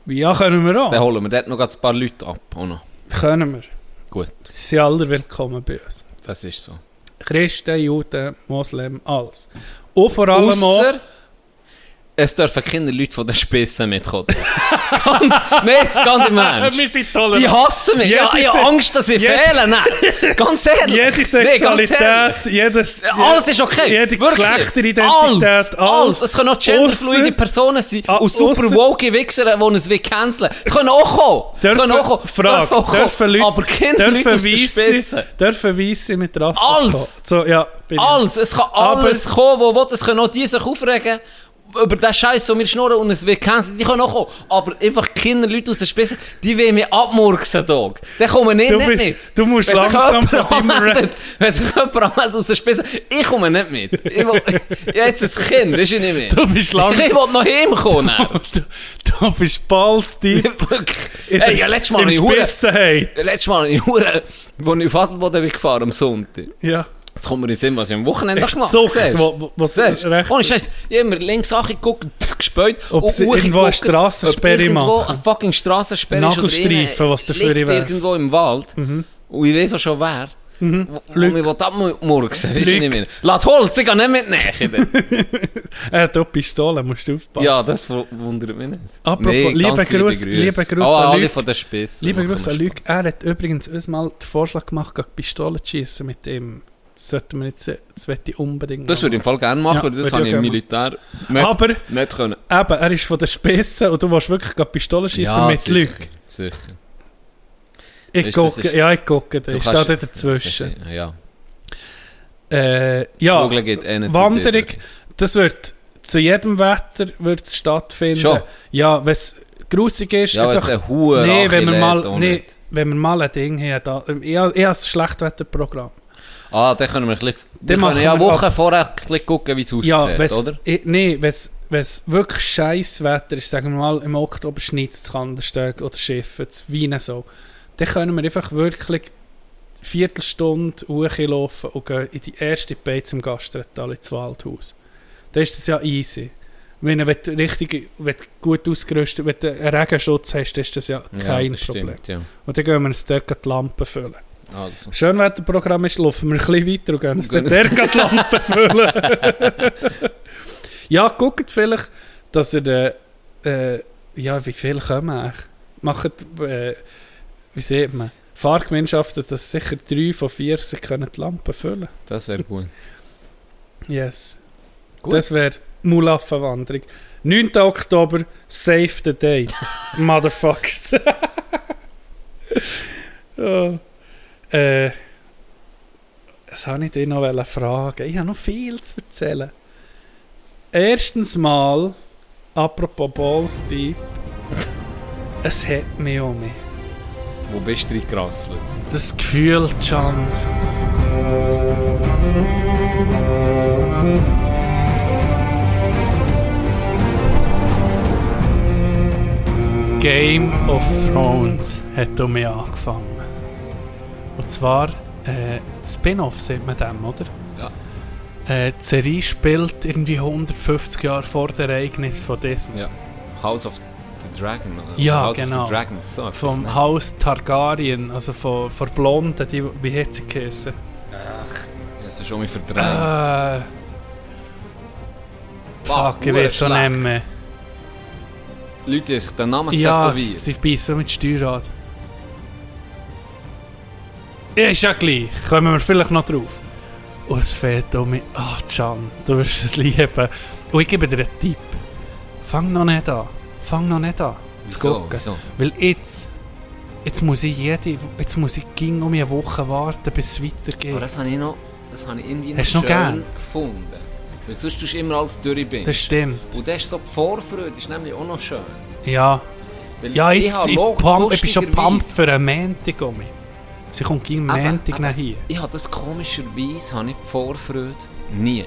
Speaker 5: Ja, können wir
Speaker 3: Dann
Speaker 5: auch.
Speaker 3: holen wir dort noch grad ein paar Leute ab. Auch noch.
Speaker 5: Können wir.
Speaker 3: Gut,
Speaker 5: Sie sind alle willkommen bei uns.
Speaker 3: das ist so.
Speaker 5: Christen, Juden, Moslem, alles. Und vor allem auch...
Speaker 3: Ausser, es dürfen keine Leute von den Spissen mitkommen. Ganz- Nein, jetzt ganz im Ernst.
Speaker 5: Äh, Wir sind tolerant.
Speaker 3: Die hassen mich. Ja, ich
Speaker 5: Jede
Speaker 3: habe
Speaker 5: Se-
Speaker 3: Angst, dass ich
Speaker 5: jede-
Speaker 3: fehle. Nein, ganz ehrlich.
Speaker 5: Jede
Speaker 3: Nee, ganz ehrlich.
Speaker 5: Sexualität, jedes...
Speaker 3: Alles ist okay.
Speaker 5: Jede
Speaker 3: Wirklich.
Speaker 5: Geschlechteridentität,
Speaker 3: Alles,
Speaker 5: alles.
Speaker 3: alles. Es können auch genderfluide
Speaker 5: Ausser-
Speaker 3: Personen sein
Speaker 5: Ah,
Speaker 3: und super
Speaker 5: ausser-
Speaker 3: woke Wichser, die uns wie canceln. Es können auch kommen. Es können auch kommen.
Speaker 5: Frage,
Speaker 3: auch kommen.
Speaker 5: dürfen Leute,
Speaker 3: aber keine
Speaker 5: dürfen
Speaker 3: Leute aus der
Speaker 5: Weisse-
Speaker 3: Spitze.
Speaker 5: Dürfen Weisse mit Rassismus
Speaker 3: Alles.
Speaker 5: So, ja, bin ich.
Speaker 3: Alles, es kann
Speaker 5: Aber-
Speaker 3: alles kommen, wo will. Es können auch die sich aufregen über den Scheiß, den wir schnurren und es wie canceln. Die können auch kommen. Aber einfach Kinder, Leute aus der Spitze, die wollen mich abmurksen, Dog. Die kommen nicht,
Speaker 5: Du
Speaker 3: nicht
Speaker 5: bist-
Speaker 3: mit.
Speaker 5: du musst
Speaker 3: Wenn sich
Speaker 5: langsam
Speaker 3: jemand
Speaker 5: von deinem
Speaker 3: anmeldet- Wenn sich jemand anmeldet aus der Spitze, ich komme nicht mit. Ich will, ich habe jetzt ein Kind, ist ich nicht mehr.
Speaker 5: Du bist
Speaker 3: Ich
Speaker 5: langsam...
Speaker 3: will noch heimkommen.
Speaker 5: du, du bist ballstiv.
Speaker 3: Ey, ja, letztes Mal habe ich Hure.
Speaker 5: Spissenheit.
Speaker 3: Letztes Mal habe ich Hure, wo ich auf Adelboden bin gefahren am Sonntag.
Speaker 5: Ja.
Speaker 3: Jetzt kommt mir in den Sinn, was ich am Wochenende
Speaker 5: Echt
Speaker 3: gemacht
Speaker 5: Sucht,
Speaker 3: siehst?
Speaker 5: wo- wo- was
Speaker 3: Siehst?
Speaker 5: recht-
Speaker 3: Ohne Scheiß. Ich habe mir links angeguckt, pff, gespäut.
Speaker 5: Ob
Speaker 3: und
Speaker 5: sie
Speaker 3: hoch
Speaker 5: irgendwo eine
Speaker 3: geguckt,
Speaker 5: Strassensperre
Speaker 3: ob irgendwo
Speaker 5: machen.
Speaker 3: eine fucking Strassensperre
Speaker 5: Ein
Speaker 3: ist oder
Speaker 5: Nagelstreifen,
Speaker 3: eine
Speaker 5: was dafür
Speaker 3: liegt
Speaker 5: wäre.
Speaker 3: irgendwo im Wald.
Speaker 5: Mhm.
Speaker 3: Und ich weiß auch schon wer. Mhm. Wo, wo
Speaker 5: Glück.
Speaker 3: mich abmurksen will, weisst du
Speaker 5: Glück.
Speaker 3: nicht mehr. Lass Holz, ich gehe nicht mit näher.
Speaker 5: Er hat auch Pistolen, musst du aufpassen.
Speaker 3: ja, das wu- wundert mich nicht.
Speaker 5: Apropos,
Speaker 3: Nee, ganz
Speaker 5: liebe Grüß- liebe Grüß
Speaker 3: Auch
Speaker 5: an
Speaker 3: alle
Speaker 5: Leute.
Speaker 3: von den Spissen.
Speaker 5: Lieber
Speaker 3: Machen
Speaker 5: Grüße an
Speaker 3: wir
Speaker 5: Luc, eh.
Speaker 3: Spass.
Speaker 5: er hat übrigens uns mal den Vorschlag gemacht, gegen Pistolen zu schiessen mit dem. Das sollten wir jetzt, das möchte ich unbedingt
Speaker 3: Das
Speaker 5: noch
Speaker 3: würde ich im Fall gerne machen,
Speaker 5: Ja,
Speaker 3: weil das
Speaker 5: würde
Speaker 3: habe
Speaker 5: ich
Speaker 3: ich im
Speaker 5: auch
Speaker 3: Militär
Speaker 5: machen.
Speaker 3: nicht,
Speaker 5: Aber
Speaker 3: nicht können.
Speaker 5: eben, er ist von den Spissen und du willst wirklich gegen Pistolen schiessen mit
Speaker 3: sicher,
Speaker 5: Luc.
Speaker 3: Sicher.
Speaker 5: Ich
Speaker 3: Ist das-
Speaker 5: gucke,
Speaker 3: ist-
Speaker 5: ja, ich gucke, da ist da
Speaker 3: kannst-
Speaker 5: dazwischen.
Speaker 3: Ja.
Speaker 5: Äh,
Speaker 3: ja.
Speaker 5: ja,
Speaker 3: Google geht eh nicht
Speaker 5: Wanderung.
Speaker 3: dort.
Speaker 5: das wird zu jedem Wetter wird's stattfinden.
Speaker 3: Schon?
Speaker 5: Ja, wenn es grusig ist,
Speaker 3: Ja, weil es
Speaker 5: einfach...
Speaker 3: eine Hure
Speaker 5: Nee, wenn wir
Speaker 3: Achille
Speaker 5: mal,
Speaker 3: hat auch
Speaker 5: nee,
Speaker 3: nicht.
Speaker 5: wenn wir mal ein Ding haben, da, ich, ha- ich habe ein Schlechtwetterprogramm.
Speaker 3: Ah, dann können wir ein bisschen... Wir
Speaker 5: Dann
Speaker 3: können
Speaker 5: machen
Speaker 3: ja
Speaker 5: wir
Speaker 3: Wochen vorher ein bisschen gucken, wie es aussieht,
Speaker 5: Ja, wenn's,
Speaker 3: oder?
Speaker 5: i- nee, wenn's, wenn's wirklich scheiß Wetter ist, sagen wir mal, im Oktober schneit es Kandersteg oder Schiffen, zu Wien so, dann können wir einfach wirklich eine Viertelstunde hochlaufen und gehen in die erste Beiz im Gastretal ins Waldhaus. Dann ist das ja easy. Wenn du, wenn du richtig wenn du gut ausgerüstet wenn du einen Regenschutz hast, dann ist das ja kein
Speaker 3: das
Speaker 5: Problem.
Speaker 3: Stimmt, ja. Ah,
Speaker 5: Und dann gehen wir uns dort gleich die Lampen füllen.
Speaker 3: Also.
Speaker 5: Schönwetterprogramm ist, laufen wir ein bisschen weiter und gehen uns
Speaker 3: Gehen
Speaker 5: den Bergatlanten füllen. ja, guckt vielleicht, dass ihr, äh, äh, ja, wie viel kommen eigentlich? Macht, äh, wie sieht man, Fahrgemeinschaften, dass sicher drei von vier sich können die Lampen füllen
Speaker 3: Das wäre gut.
Speaker 5: Yes.
Speaker 3: Gut.
Speaker 5: Das wäre Mulaffenwanderung. 9. Oktober, save the date. Motherfuckers. ja. äh, was wollte ich dir noch wollen fragen? Ich habe noch viel zu erzählen. Erstens mal, apropos Balls Deep, es hat mich um mich.
Speaker 3: Wo bist du reingerasselt?
Speaker 5: Das Gefühl, Can. Game of Thrones hat um mich angefangen. Und zwar äh, Spin-off sieht man dem, oder?
Speaker 3: Ja.
Speaker 5: Äh, die Serie spielt irgendwie 150 Jahre vor den Ereignissen von Disney.
Speaker 3: Ja. House of the Dragon, oder?
Speaker 5: Ja,
Speaker 3: House
Speaker 5: genau.
Speaker 3: of the Dragons, so etwas,
Speaker 5: Vom
Speaker 3: ne?
Speaker 5: Haus Targaryen, also von, von Blonden, die, wie hat sie geheissen?
Speaker 3: Ach, das ist schon mal verdrängt.
Speaker 5: Äh,
Speaker 3: Wow,
Speaker 5: fuck, ich weiß auch
Speaker 3: urschlecht.
Speaker 5: nicht mehr.
Speaker 3: Leute, die sich den Namen
Speaker 5: Eh, Ja,
Speaker 3: tätowiert.
Speaker 5: sie beißen mit Steuerrad. Ist ja gleich, kommen wir vielleicht noch drauf. Und es fährt um mich. Ah, Can, du wirst es lieben. Und ich gebe dir einen Tipp. Fang noch nicht an. Fang noch nicht an. Zu
Speaker 3: Wieso?
Speaker 5: gucken.
Speaker 3: Wieso?
Speaker 5: Weil jetzt. Jetzt muss ich jede. Jetzt muss ich ging um eine Woche warten, bis es weitergeht.
Speaker 3: Aber das habe ich noch, das habe ich irgendwie
Speaker 5: Hast du noch gern?
Speaker 3: gefunden. Weil sonst tust du dus immer alles durch bin.
Speaker 5: das stimmt.
Speaker 3: Und das ist so die Vorfreude, ist nämlich auch noch schön.
Speaker 5: Ja.
Speaker 3: Weil
Speaker 5: Ja,
Speaker 3: ich
Speaker 5: jetzt
Speaker 3: habe
Speaker 5: ich,
Speaker 3: lo-
Speaker 5: pump, ich bin schon
Speaker 3: lustigerweise-
Speaker 5: pumped für einen Montag um mich. Sie kommt gegen
Speaker 3: Eben,
Speaker 5: Montag
Speaker 3: eben.
Speaker 5: nach hier.
Speaker 3: Ich habe das komischerweise habe ich die Vorfreude nie.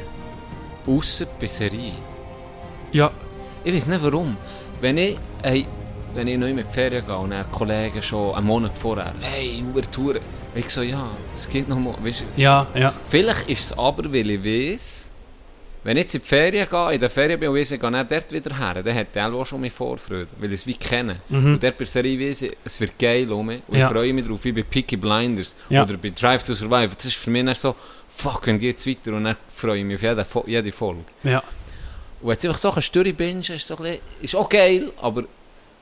Speaker 3: Außer bei Serie.
Speaker 5: Ja,
Speaker 3: Ich weiß nicht warum. Wenn ich, hey, wenn ich noch immer in die Ferien gehe und dann die Kollegen schon einen Monat vorher, hey, über Tour. Ich so, ja, es geht noch mal. Weißt, du,
Speaker 5: ja, ja.
Speaker 3: Vielleicht ist es aber, weil ich weiß, wenn ich jetzt in die Ferien gehe, in der Ferien bin und weiss, ich gehe dann dort wieder her, dann hat der auch schon meine Vorfreude, weil ich es wie kenne. Und dort bei der Serie weiss ich, es wird geil um mich und
Speaker 5: Mhm. Ja.
Speaker 3: ich freue mich drauf, wie bei Peaky Blinders
Speaker 5: Ja.
Speaker 3: oder bei Drive to Survive. Das ist für mich dann so, fuck, wann geht's weiter und dann freue ich mich auf jede, Fo- jede Folge.
Speaker 5: Ja,
Speaker 3: Und wenn du einfach so eine Störung bist, ist, so ein bisschen- ist auch geil, aber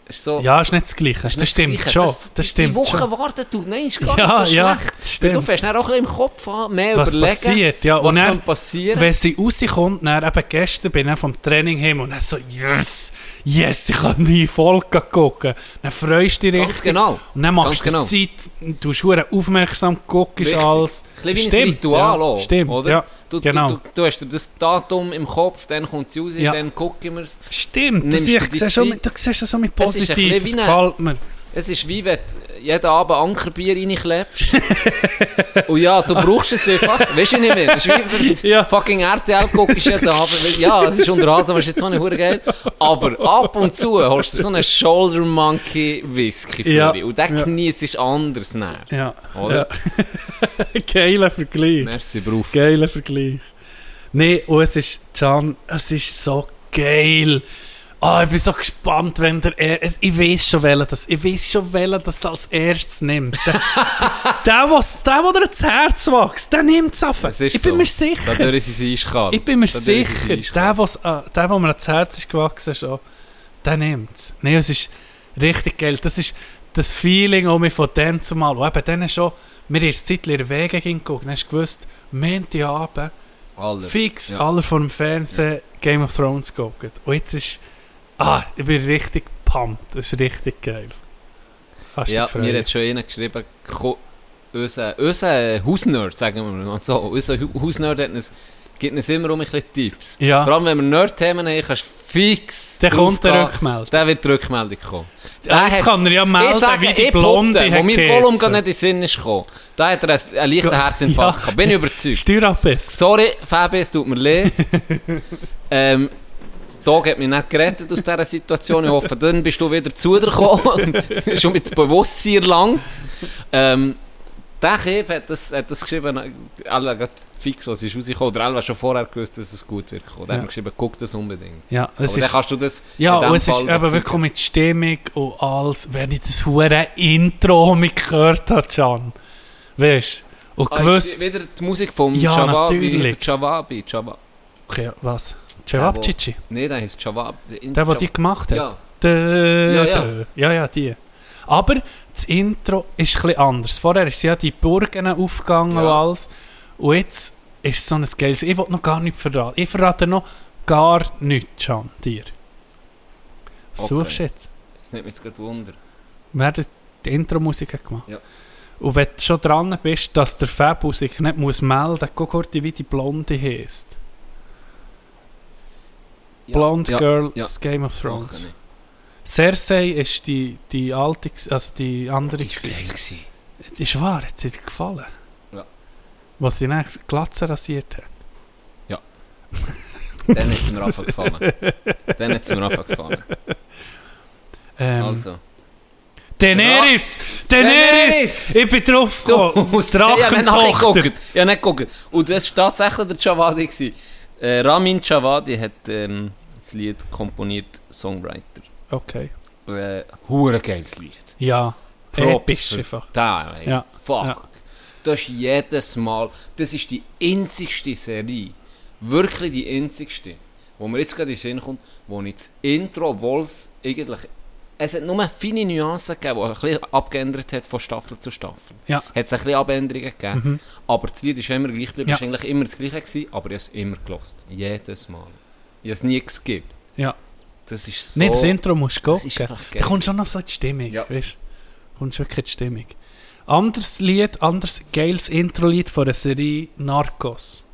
Speaker 3: ist so...
Speaker 5: ja, ist nicht das Gleiche. Das,
Speaker 3: ist nicht
Speaker 5: stimmt
Speaker 3: Gleiche.
Speaker 5: schon. Das,
Speaker 3: die-
Speaker 5: stimmt
Speaker 3: Die Woche
Speaker 5: schon.
Speaker 3: warten, du, nein, ist gar
Speaker 5: Ja,
Speaker 3: nicht so
Speaker 5: ja,
Speaker 3: schlecht.
Speaker 5: das
Speaker 3: Weil
Speaker 5: stimmt.
Speaker 3: Du fährst dann auch ein bisschen im Kopf an, mehr
Speaker 5: Was
Speaker 3: überlegen,
Speaker 5: passiert, ja.
Speaker 3: was
Speaker 5: Und dann-
Speaker 3: kann passieren.
Speaker 5: Wenn sie rauskommt, dann eben gestern bin ich vom Training heim und dann so, yes, yes, ich kann die Folge gucken. Dann freust du dich
Speaker 3: Ganz
Speaker 5: richtig.
Speaker 3: genau.
Speaker 5: Und dann machst
Speaker 3: Ganz
Speaker 5: du die Zeit, du bist verdammt aufmerksam, guckst
Speaker 3: Richtig.
Speaker 5: alles.
Speaker 3: Ein bisschen wie ein Ritual
Speaker 5: ja,
Speaker 3: auch,
Speaker 5: Stimmt,
Speaker 3: oder?
Speaker 5: ja.
Speaker 3: Du,
Speaker 5: genau.
Speaker 3: du, du, du hast dir das Datum im Kopf, dann kommt es raus,
Speaker 5: Ja.
Speaker 3: dann gucken wir es.
Speaker 5: stimmt, das
Speaker 3: nimmst
Speaker 5: ich,
Speaker 3: du die
Speaker 5: sehe schon,
Speaker 3: Zeit.
Speaker 5: du siehst das so mit
Speaker 3: Es ist ein
Speaker 5: positiv, das
Speaker 3: bisschen wie
Speaker 5: gefällt mir.
Speaker 3: Es ist wie wenn du jeden Abend Ankerbier reinklebst. Und ja, du brauchst es einfach. Weißt du nicht mehr? Es ist wie wenn du
Speaker 5: Ja.
Speaker 3: fucking RTL guckst jeden Abend. Weil- Ja, es ist unterhaltsam, es ist jetzt so nicht hure geil. Aber ab und zu holst du so einen Shoulder Monkey Whisky für
Speaker 5: Ja.
Speaker 3: dich. Und der
Speaker 5: Ja.
Speaker 3: Knies ist anders. Näher.
Speaker 5: Ja.
Speaker 3: Oder?
Speaker 5: ja. Geiler Vergleich.
Speaker 3: Merci, Brauch.
Speaker 5: Geiler Vergleich. Nee, und es ist, Can, es ist so geil. Ah, ich bin so gespannt, wenn der er es- Ich weiß schon, welcher das. Ich weiß schon, welcher das als erstes nimmt. Der, der, was, der, der dir das Herz wächst, der nimmt es auf.
Speaker 3: Es ist
Speaker 5: Ich bin
Speaker 3: so.
Speaker 5: mir sicher.
Speaker 3: Dadurch ist es eiskalt.
Speaker 5: Ich bin mir
Speaker 3: Dadurch ist es
Speaker 5: sicher,
Speaker 3: eiskalt.
Speaker 5: der, was, äh, der, wo mir ans Herz ist gewachsen schon, der nimmt es. Nein, es ist richtig geil. Das ist das Feeling um mich von dann zumal. Und eben dann schon, mir ist Zeit in Wege hingeguckt, dann hast du gewusst, Montagabend,
Speaker 3: Aller.
Speaker 5: fix,
Speaker 3: Ja.
Speaker 5: alle vor dem Fernsehen Game of Thrones geguckt. Und jetzt ist, ah, ich bin richtig pumped. Das ist richtig geil. Kannst
Speaker 3: Ja,
Speaker 5: dich
Speaker 3: mir
Speaker 5: freuen.
Speaker 3: hat schon einer geschrieben, ko- unser, unser Hausnerd, sagen wir mal so, unser Hu- Hausnerd hat uns, gibt uns immer um ein bisschen Tipps.
Speaker 5: Ja.
Speaker 3: Vor allem, wenn wir Nerd-Themen haben, kannst du fix
Speaker 5: Dann kommt der
Speaker 3: draufgehen.
Speaker 5: Rückmeldung.
Speaker 3: Dann wird die Rückmeldung kommen.
Speaker 5: Ja,
Speaker 3: Der
Speaker 5: jetzt
Speaker 3: hat's-
Speaker 5: kann er ja melden,
Speaker 3: ich sage,
Speaker 5: wie die
Speaker 3: ich
Speaker 5: Blonde
Speaker 3: Putte,
Speaker 5: hat
Speaker 3: wo mir Gollum gar
Speaker 5: geheissen.
Speaker 3: nicht in den Sinn ist gekommen. Da hat er einen, einen leichten
Speaker 5: Ja.
Speaker 3: Herzinfarkt gehabt, bin ich überzeugt.
Speaker 5: Steuerabbiss.
Speaker 3: Sorry, Fabi, es tut mir leid. ähm, Tag hat mich nicht gerettet aus dieser Situation. Ich hoffe, dann bist du wieder zu dir gekommen. Schon mit dem Bewusstsein erlangt. Ähm, der Kieb hat das, hat das geschrieben, Alva gerade fix, was ist rausgekommen. Oder Alva schon vorher gewusst, dass es gut wird. kommen. Der
Speaker 5: Ja.
Speaker 3: hat mir geschrieben, guck das unbedingt.
Speaker 5: Ja, das
Speaker 3: Aber dann
Speaker 5: ist
Speaker 3: kannst du das
Speaker 5: Ja,
Speaker 3: in dem
Speaker 5: und es ist
Speaker 3: Fall
Speaker 5: eben
Speaker 3: dazu-
Speaker 5: wirklich mit Stimmung und alles, wenn ich das hure Intro mit gehört habe, Can. Weißt du? Und
Speaker 3: Ah, ist
Speaker 5: gewusst,
Speaker 3: wieder die Musik vom
Speaker 5: Ja,
Speaker 3: Javabi. Wie
Speaker 5: natürlich.
Speaker 3: heisst er? Javabi. Java.
Speaker 5: okay, was?
Speaker 3: wo-
Speaker 5: Cevapcici,
Speaker 3: Nein, der heißt Javabi.
Speaker 5: der, der die gemacht hat.
Speaker 3: Ja.
Speaker 5: Dö,
Speaker 3: Ja, ja.
Speaker 5: dö. ja, ja, die. Aber das Intro ist etwas anders. Vorher ist ja die Burgen aufgegangen und
Speaker 3: Ja.
Speaker 5: alles. Und jetzt ist es so ein geiles. Ich will noch gar nichts verraten. Ich verrate noch gar nichts, Can, dir. Was
Speaker 3: Okay.
Speaker 5: suchst du jetzt?
Speaker 3: Das nimmt mich jetzt gerade Wunder.
Speaker 5: Wer hat die Intro-Musik hat gemacht?
Speaker 3: Ja.
Speaker 5: Und wenn du schon dran bist, dass der Fabio sich nicht muss melden muss, guck kurz, wie die Blonde heisst.
Speaker 3: Ja,
Speaker 5: Blonde
Speaker 3: ja,
Speaker 5: Girl,
Speaker 3: ja.
Speaker 5: aus Game of
Speaker 3: Mache
Speaker 5: Thrones.
Speaker 3: ich.
Speaker 5: Cersei ist die, die alte, gsi- also die andere.
Speaker 3: Die
Speaker 5: gsi.
Speaker 3: war geil gewesen.
Speaker 5: Die ist wahr, hat sie dir gefallen.
Speaker 3: Ja.
Speaker 5: Was sie nachher Glatze rasiert hat.
Speaker 3: Dann hat es mir einfach gefallen. Dann hat es mir einfach gefallen.
Speaker 5: Ähm,
Speaker 3: Also,
Speaker 5: Daenerys! Daenerys!
Speaker 3: Daenerys!
Speaker 5: Ich bin drauf gekommen.
Speaker 3: nachgeguckt.
Speaker 5: Drachentochter.
Speaker 3: Ich habe nicht geguckt. Und das war tatsächlich der Javadi. gewesen. Äh, Ramin Javadi hat ähm, das Lied komponiert, Songwriter.
Speaker 5: Okay.
Speaker 3: Äh, Hure geiles Lied.
Speaker 5: Ja.
Speaker 3: Props
Speaker 5: Episch
Speaker 3: für
Speaker 5: einfach.
Speaker 3: Da, ey.
Speaker 5: Ja,
Speaker 3: Fuck.
Speaker 5: ja.
Speaker 3: Das ist jedes Mal. Das ist die einzigste Serie. Wirklich die einzigste. Wo mir jetzt gerade in den Sinn kommt, wo ich das Intro, obwohl es eigentlich. Es hat nur feine Nuancen gegeben, die ein bisschen abgeändert hat von Staffel zu Staffel.
Speaker 5: Ja. Mhm.
Speaker 3: Hat es ein bisschen Abänderungen gegeben. Aber das Lied ist immer gleich geblieben.
Speaker 5: Ja.
Speaker 3: Es war eigentlich immer das gleiche, gewesen, aber ich habe es immer gelost. Jedes Mal. Ich habe es nie geskippt.
Speaker 5: Ja.
Speaker 3: Das ist so.
Speaker 5: Nicht das Intro musst du
Speaker 3: Das ist
Speaker 5: gucken.
Speaker 3: einfach
Speaker 5: Da
Speaker 3: geil.
Speaker 5: kommst schon noch so in die Stimmung,
Speaker 3: Ja.
Speaker 5: weißt du? Kommst wirklich in die Stimmung. Anderes Lied, anderes geiles Intro-Lied von der Serie Narcos.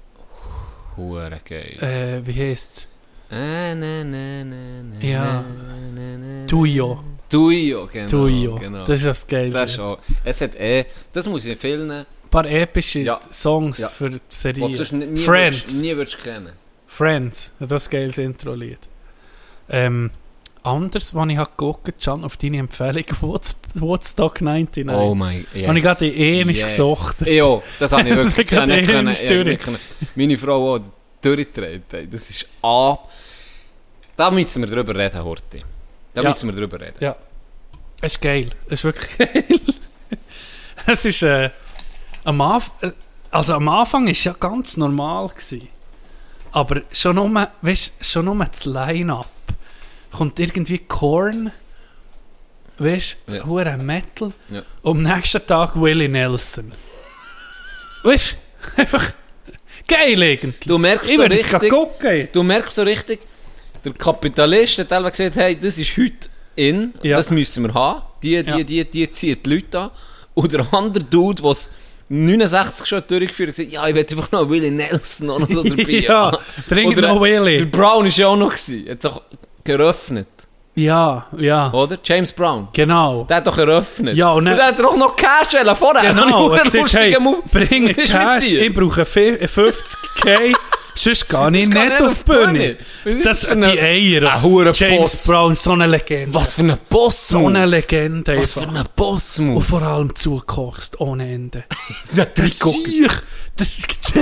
Speaker 3: Hure geil.
Speaker 5: Äh, wie heisst's?
Speaker 3: Na, na, na, na, na,
Speaker 5: Ja.
Speaker 3: na, na, na.
Speaker 5: Tuyo.
Speaker 3: Tuyo, genau.
Speaker 5: Tuyo.
Speaker 3: Genau.
Speaker 5: Das ist das geile.
Speaker 3: Das ist auch. Es hat eh, das muss ich filmen,
Speaker 5: Ein paar epische
Speaker 3: Ja.
Speaker 5: Songs
Speaker 3: Ja.
Speaker 5: für die
Speaker 3: was du sonst nie,
Speaker 5: Serie.
Speaker 3: nie,
Speaker 5: Friends.
Speaker 3: würdest, nie würdest kennen.
Speaker 5: Friends, das ist ein geiles Intro-Lied. Ähm, anders, wenn ich habe geguckt habe, auf deine Empfehlung, Woods- Woodstock 99.
Speaker 3: mein Gott.
Speaker 5: Habe ich gerade in Ehren gesuchtet.
Speaker 3: Ja, das habe ich
Speaker 5: Das
Speaker 3: wirklich
Speaker 5: ist gerade
Speaker 3: ich nicht
Speaker 5: in Ehren
Speaker 3: können. Ich habe nicht
Speaker 5: durch.
Speaker 3: können. Meine Frau auch durchgedreht. ey. Das ist ab. Da müssen wir drüber reden, Horti. Da
Speaker 5: Ja.
Speaker 3: müssen wir drüber reden.
Speaker 5: Ja. Es ist geil. Es ist wirklich geil. es ist äh, am Anfang, also am Anfang ist ja ganz normal gewesen. Aber schon nur, weißt, schon nur das Line-Up kommt irgendwie Korn, weißt,
Speaker 3: Ja.
Speaker 5: hure Metal.
Speaker 3: Ja.
Speaker 5: Und am nächsten Tag Willie Nelson. weißt, einfach geil irgendwie.
Speaker 3: Du merkst
Speaker 5: ich
Speaker 3: so
Speaker 5: würde es gerade
Speaker 3: richtig.
Speaker 5: gucken.
Speaker 3: Du merkst so richtig, der Kapitalist hat teilweise gesagt, hey, das ist heute in,
Speaker 5: Ja.
Speaker 3: das müssen wir haben. Die, die,
Speaker 5: Ja.
Speaker 3: die, die ziehen die Leute an. Und der andere Dude, der 69 schon durchgeführt hat, gesagt, ja, ich will einfach noch Willie Nelson auch noch so dabei
Speaker 5: Ja,
Speaker 3: haben.
Speaker 5: bringt
Speaker 3: Oder
Speaker 5: noch Willie.
Speaker 3: Der Brown ist ja auch noch gewesen. Hat doch geöffnet,
Speaker 5: Ja, ja.
Speaker 3: oder? James Brown.
Speaker 5: Genau.
Speaker 3: Der hat doch eröffnet.
Speaker 5: Ja, und
Speaker 3: und,
Speaker 5: dann-
Speaker 3: der hat doch noch Cash wollen vorher.
Speaker 5: Genau,
Speaker 3: er
Speaker 5: er sagt, nou, hey, bring
Speaker 3: Was ist mit
Speaker 5: Cash,
Speaker 3: dir?
Speaker 5: ich brauche fü- 50k, sonst gehe ich
Speaker 3: geh
Speaker 5: nicht auf die Bühne.
Speaker 3: Was ist
Speaker 5: Das
Speaker 3: für
Speaker 5: sind
Speaker 3: eine-
Speaker 5: die Eier.
Speaker 3: Ein hoher
Speaker 5: James
Speaker 3: Boss.
Speaker 5: Brown, so eine Legende.
Speaker 3: Was für ein Boss,
Speaker 5: So eine Legende
Speaker 3: Was für
Speaker 5: einfach.
Speaker 3: ein Boss,
Speaker 5: Und
Speaker 3: Mann.
Speaker 5: vor allem zugekocht, ohne Ende.
Speaker 3: Das
Speaker 5: Siech, das ist...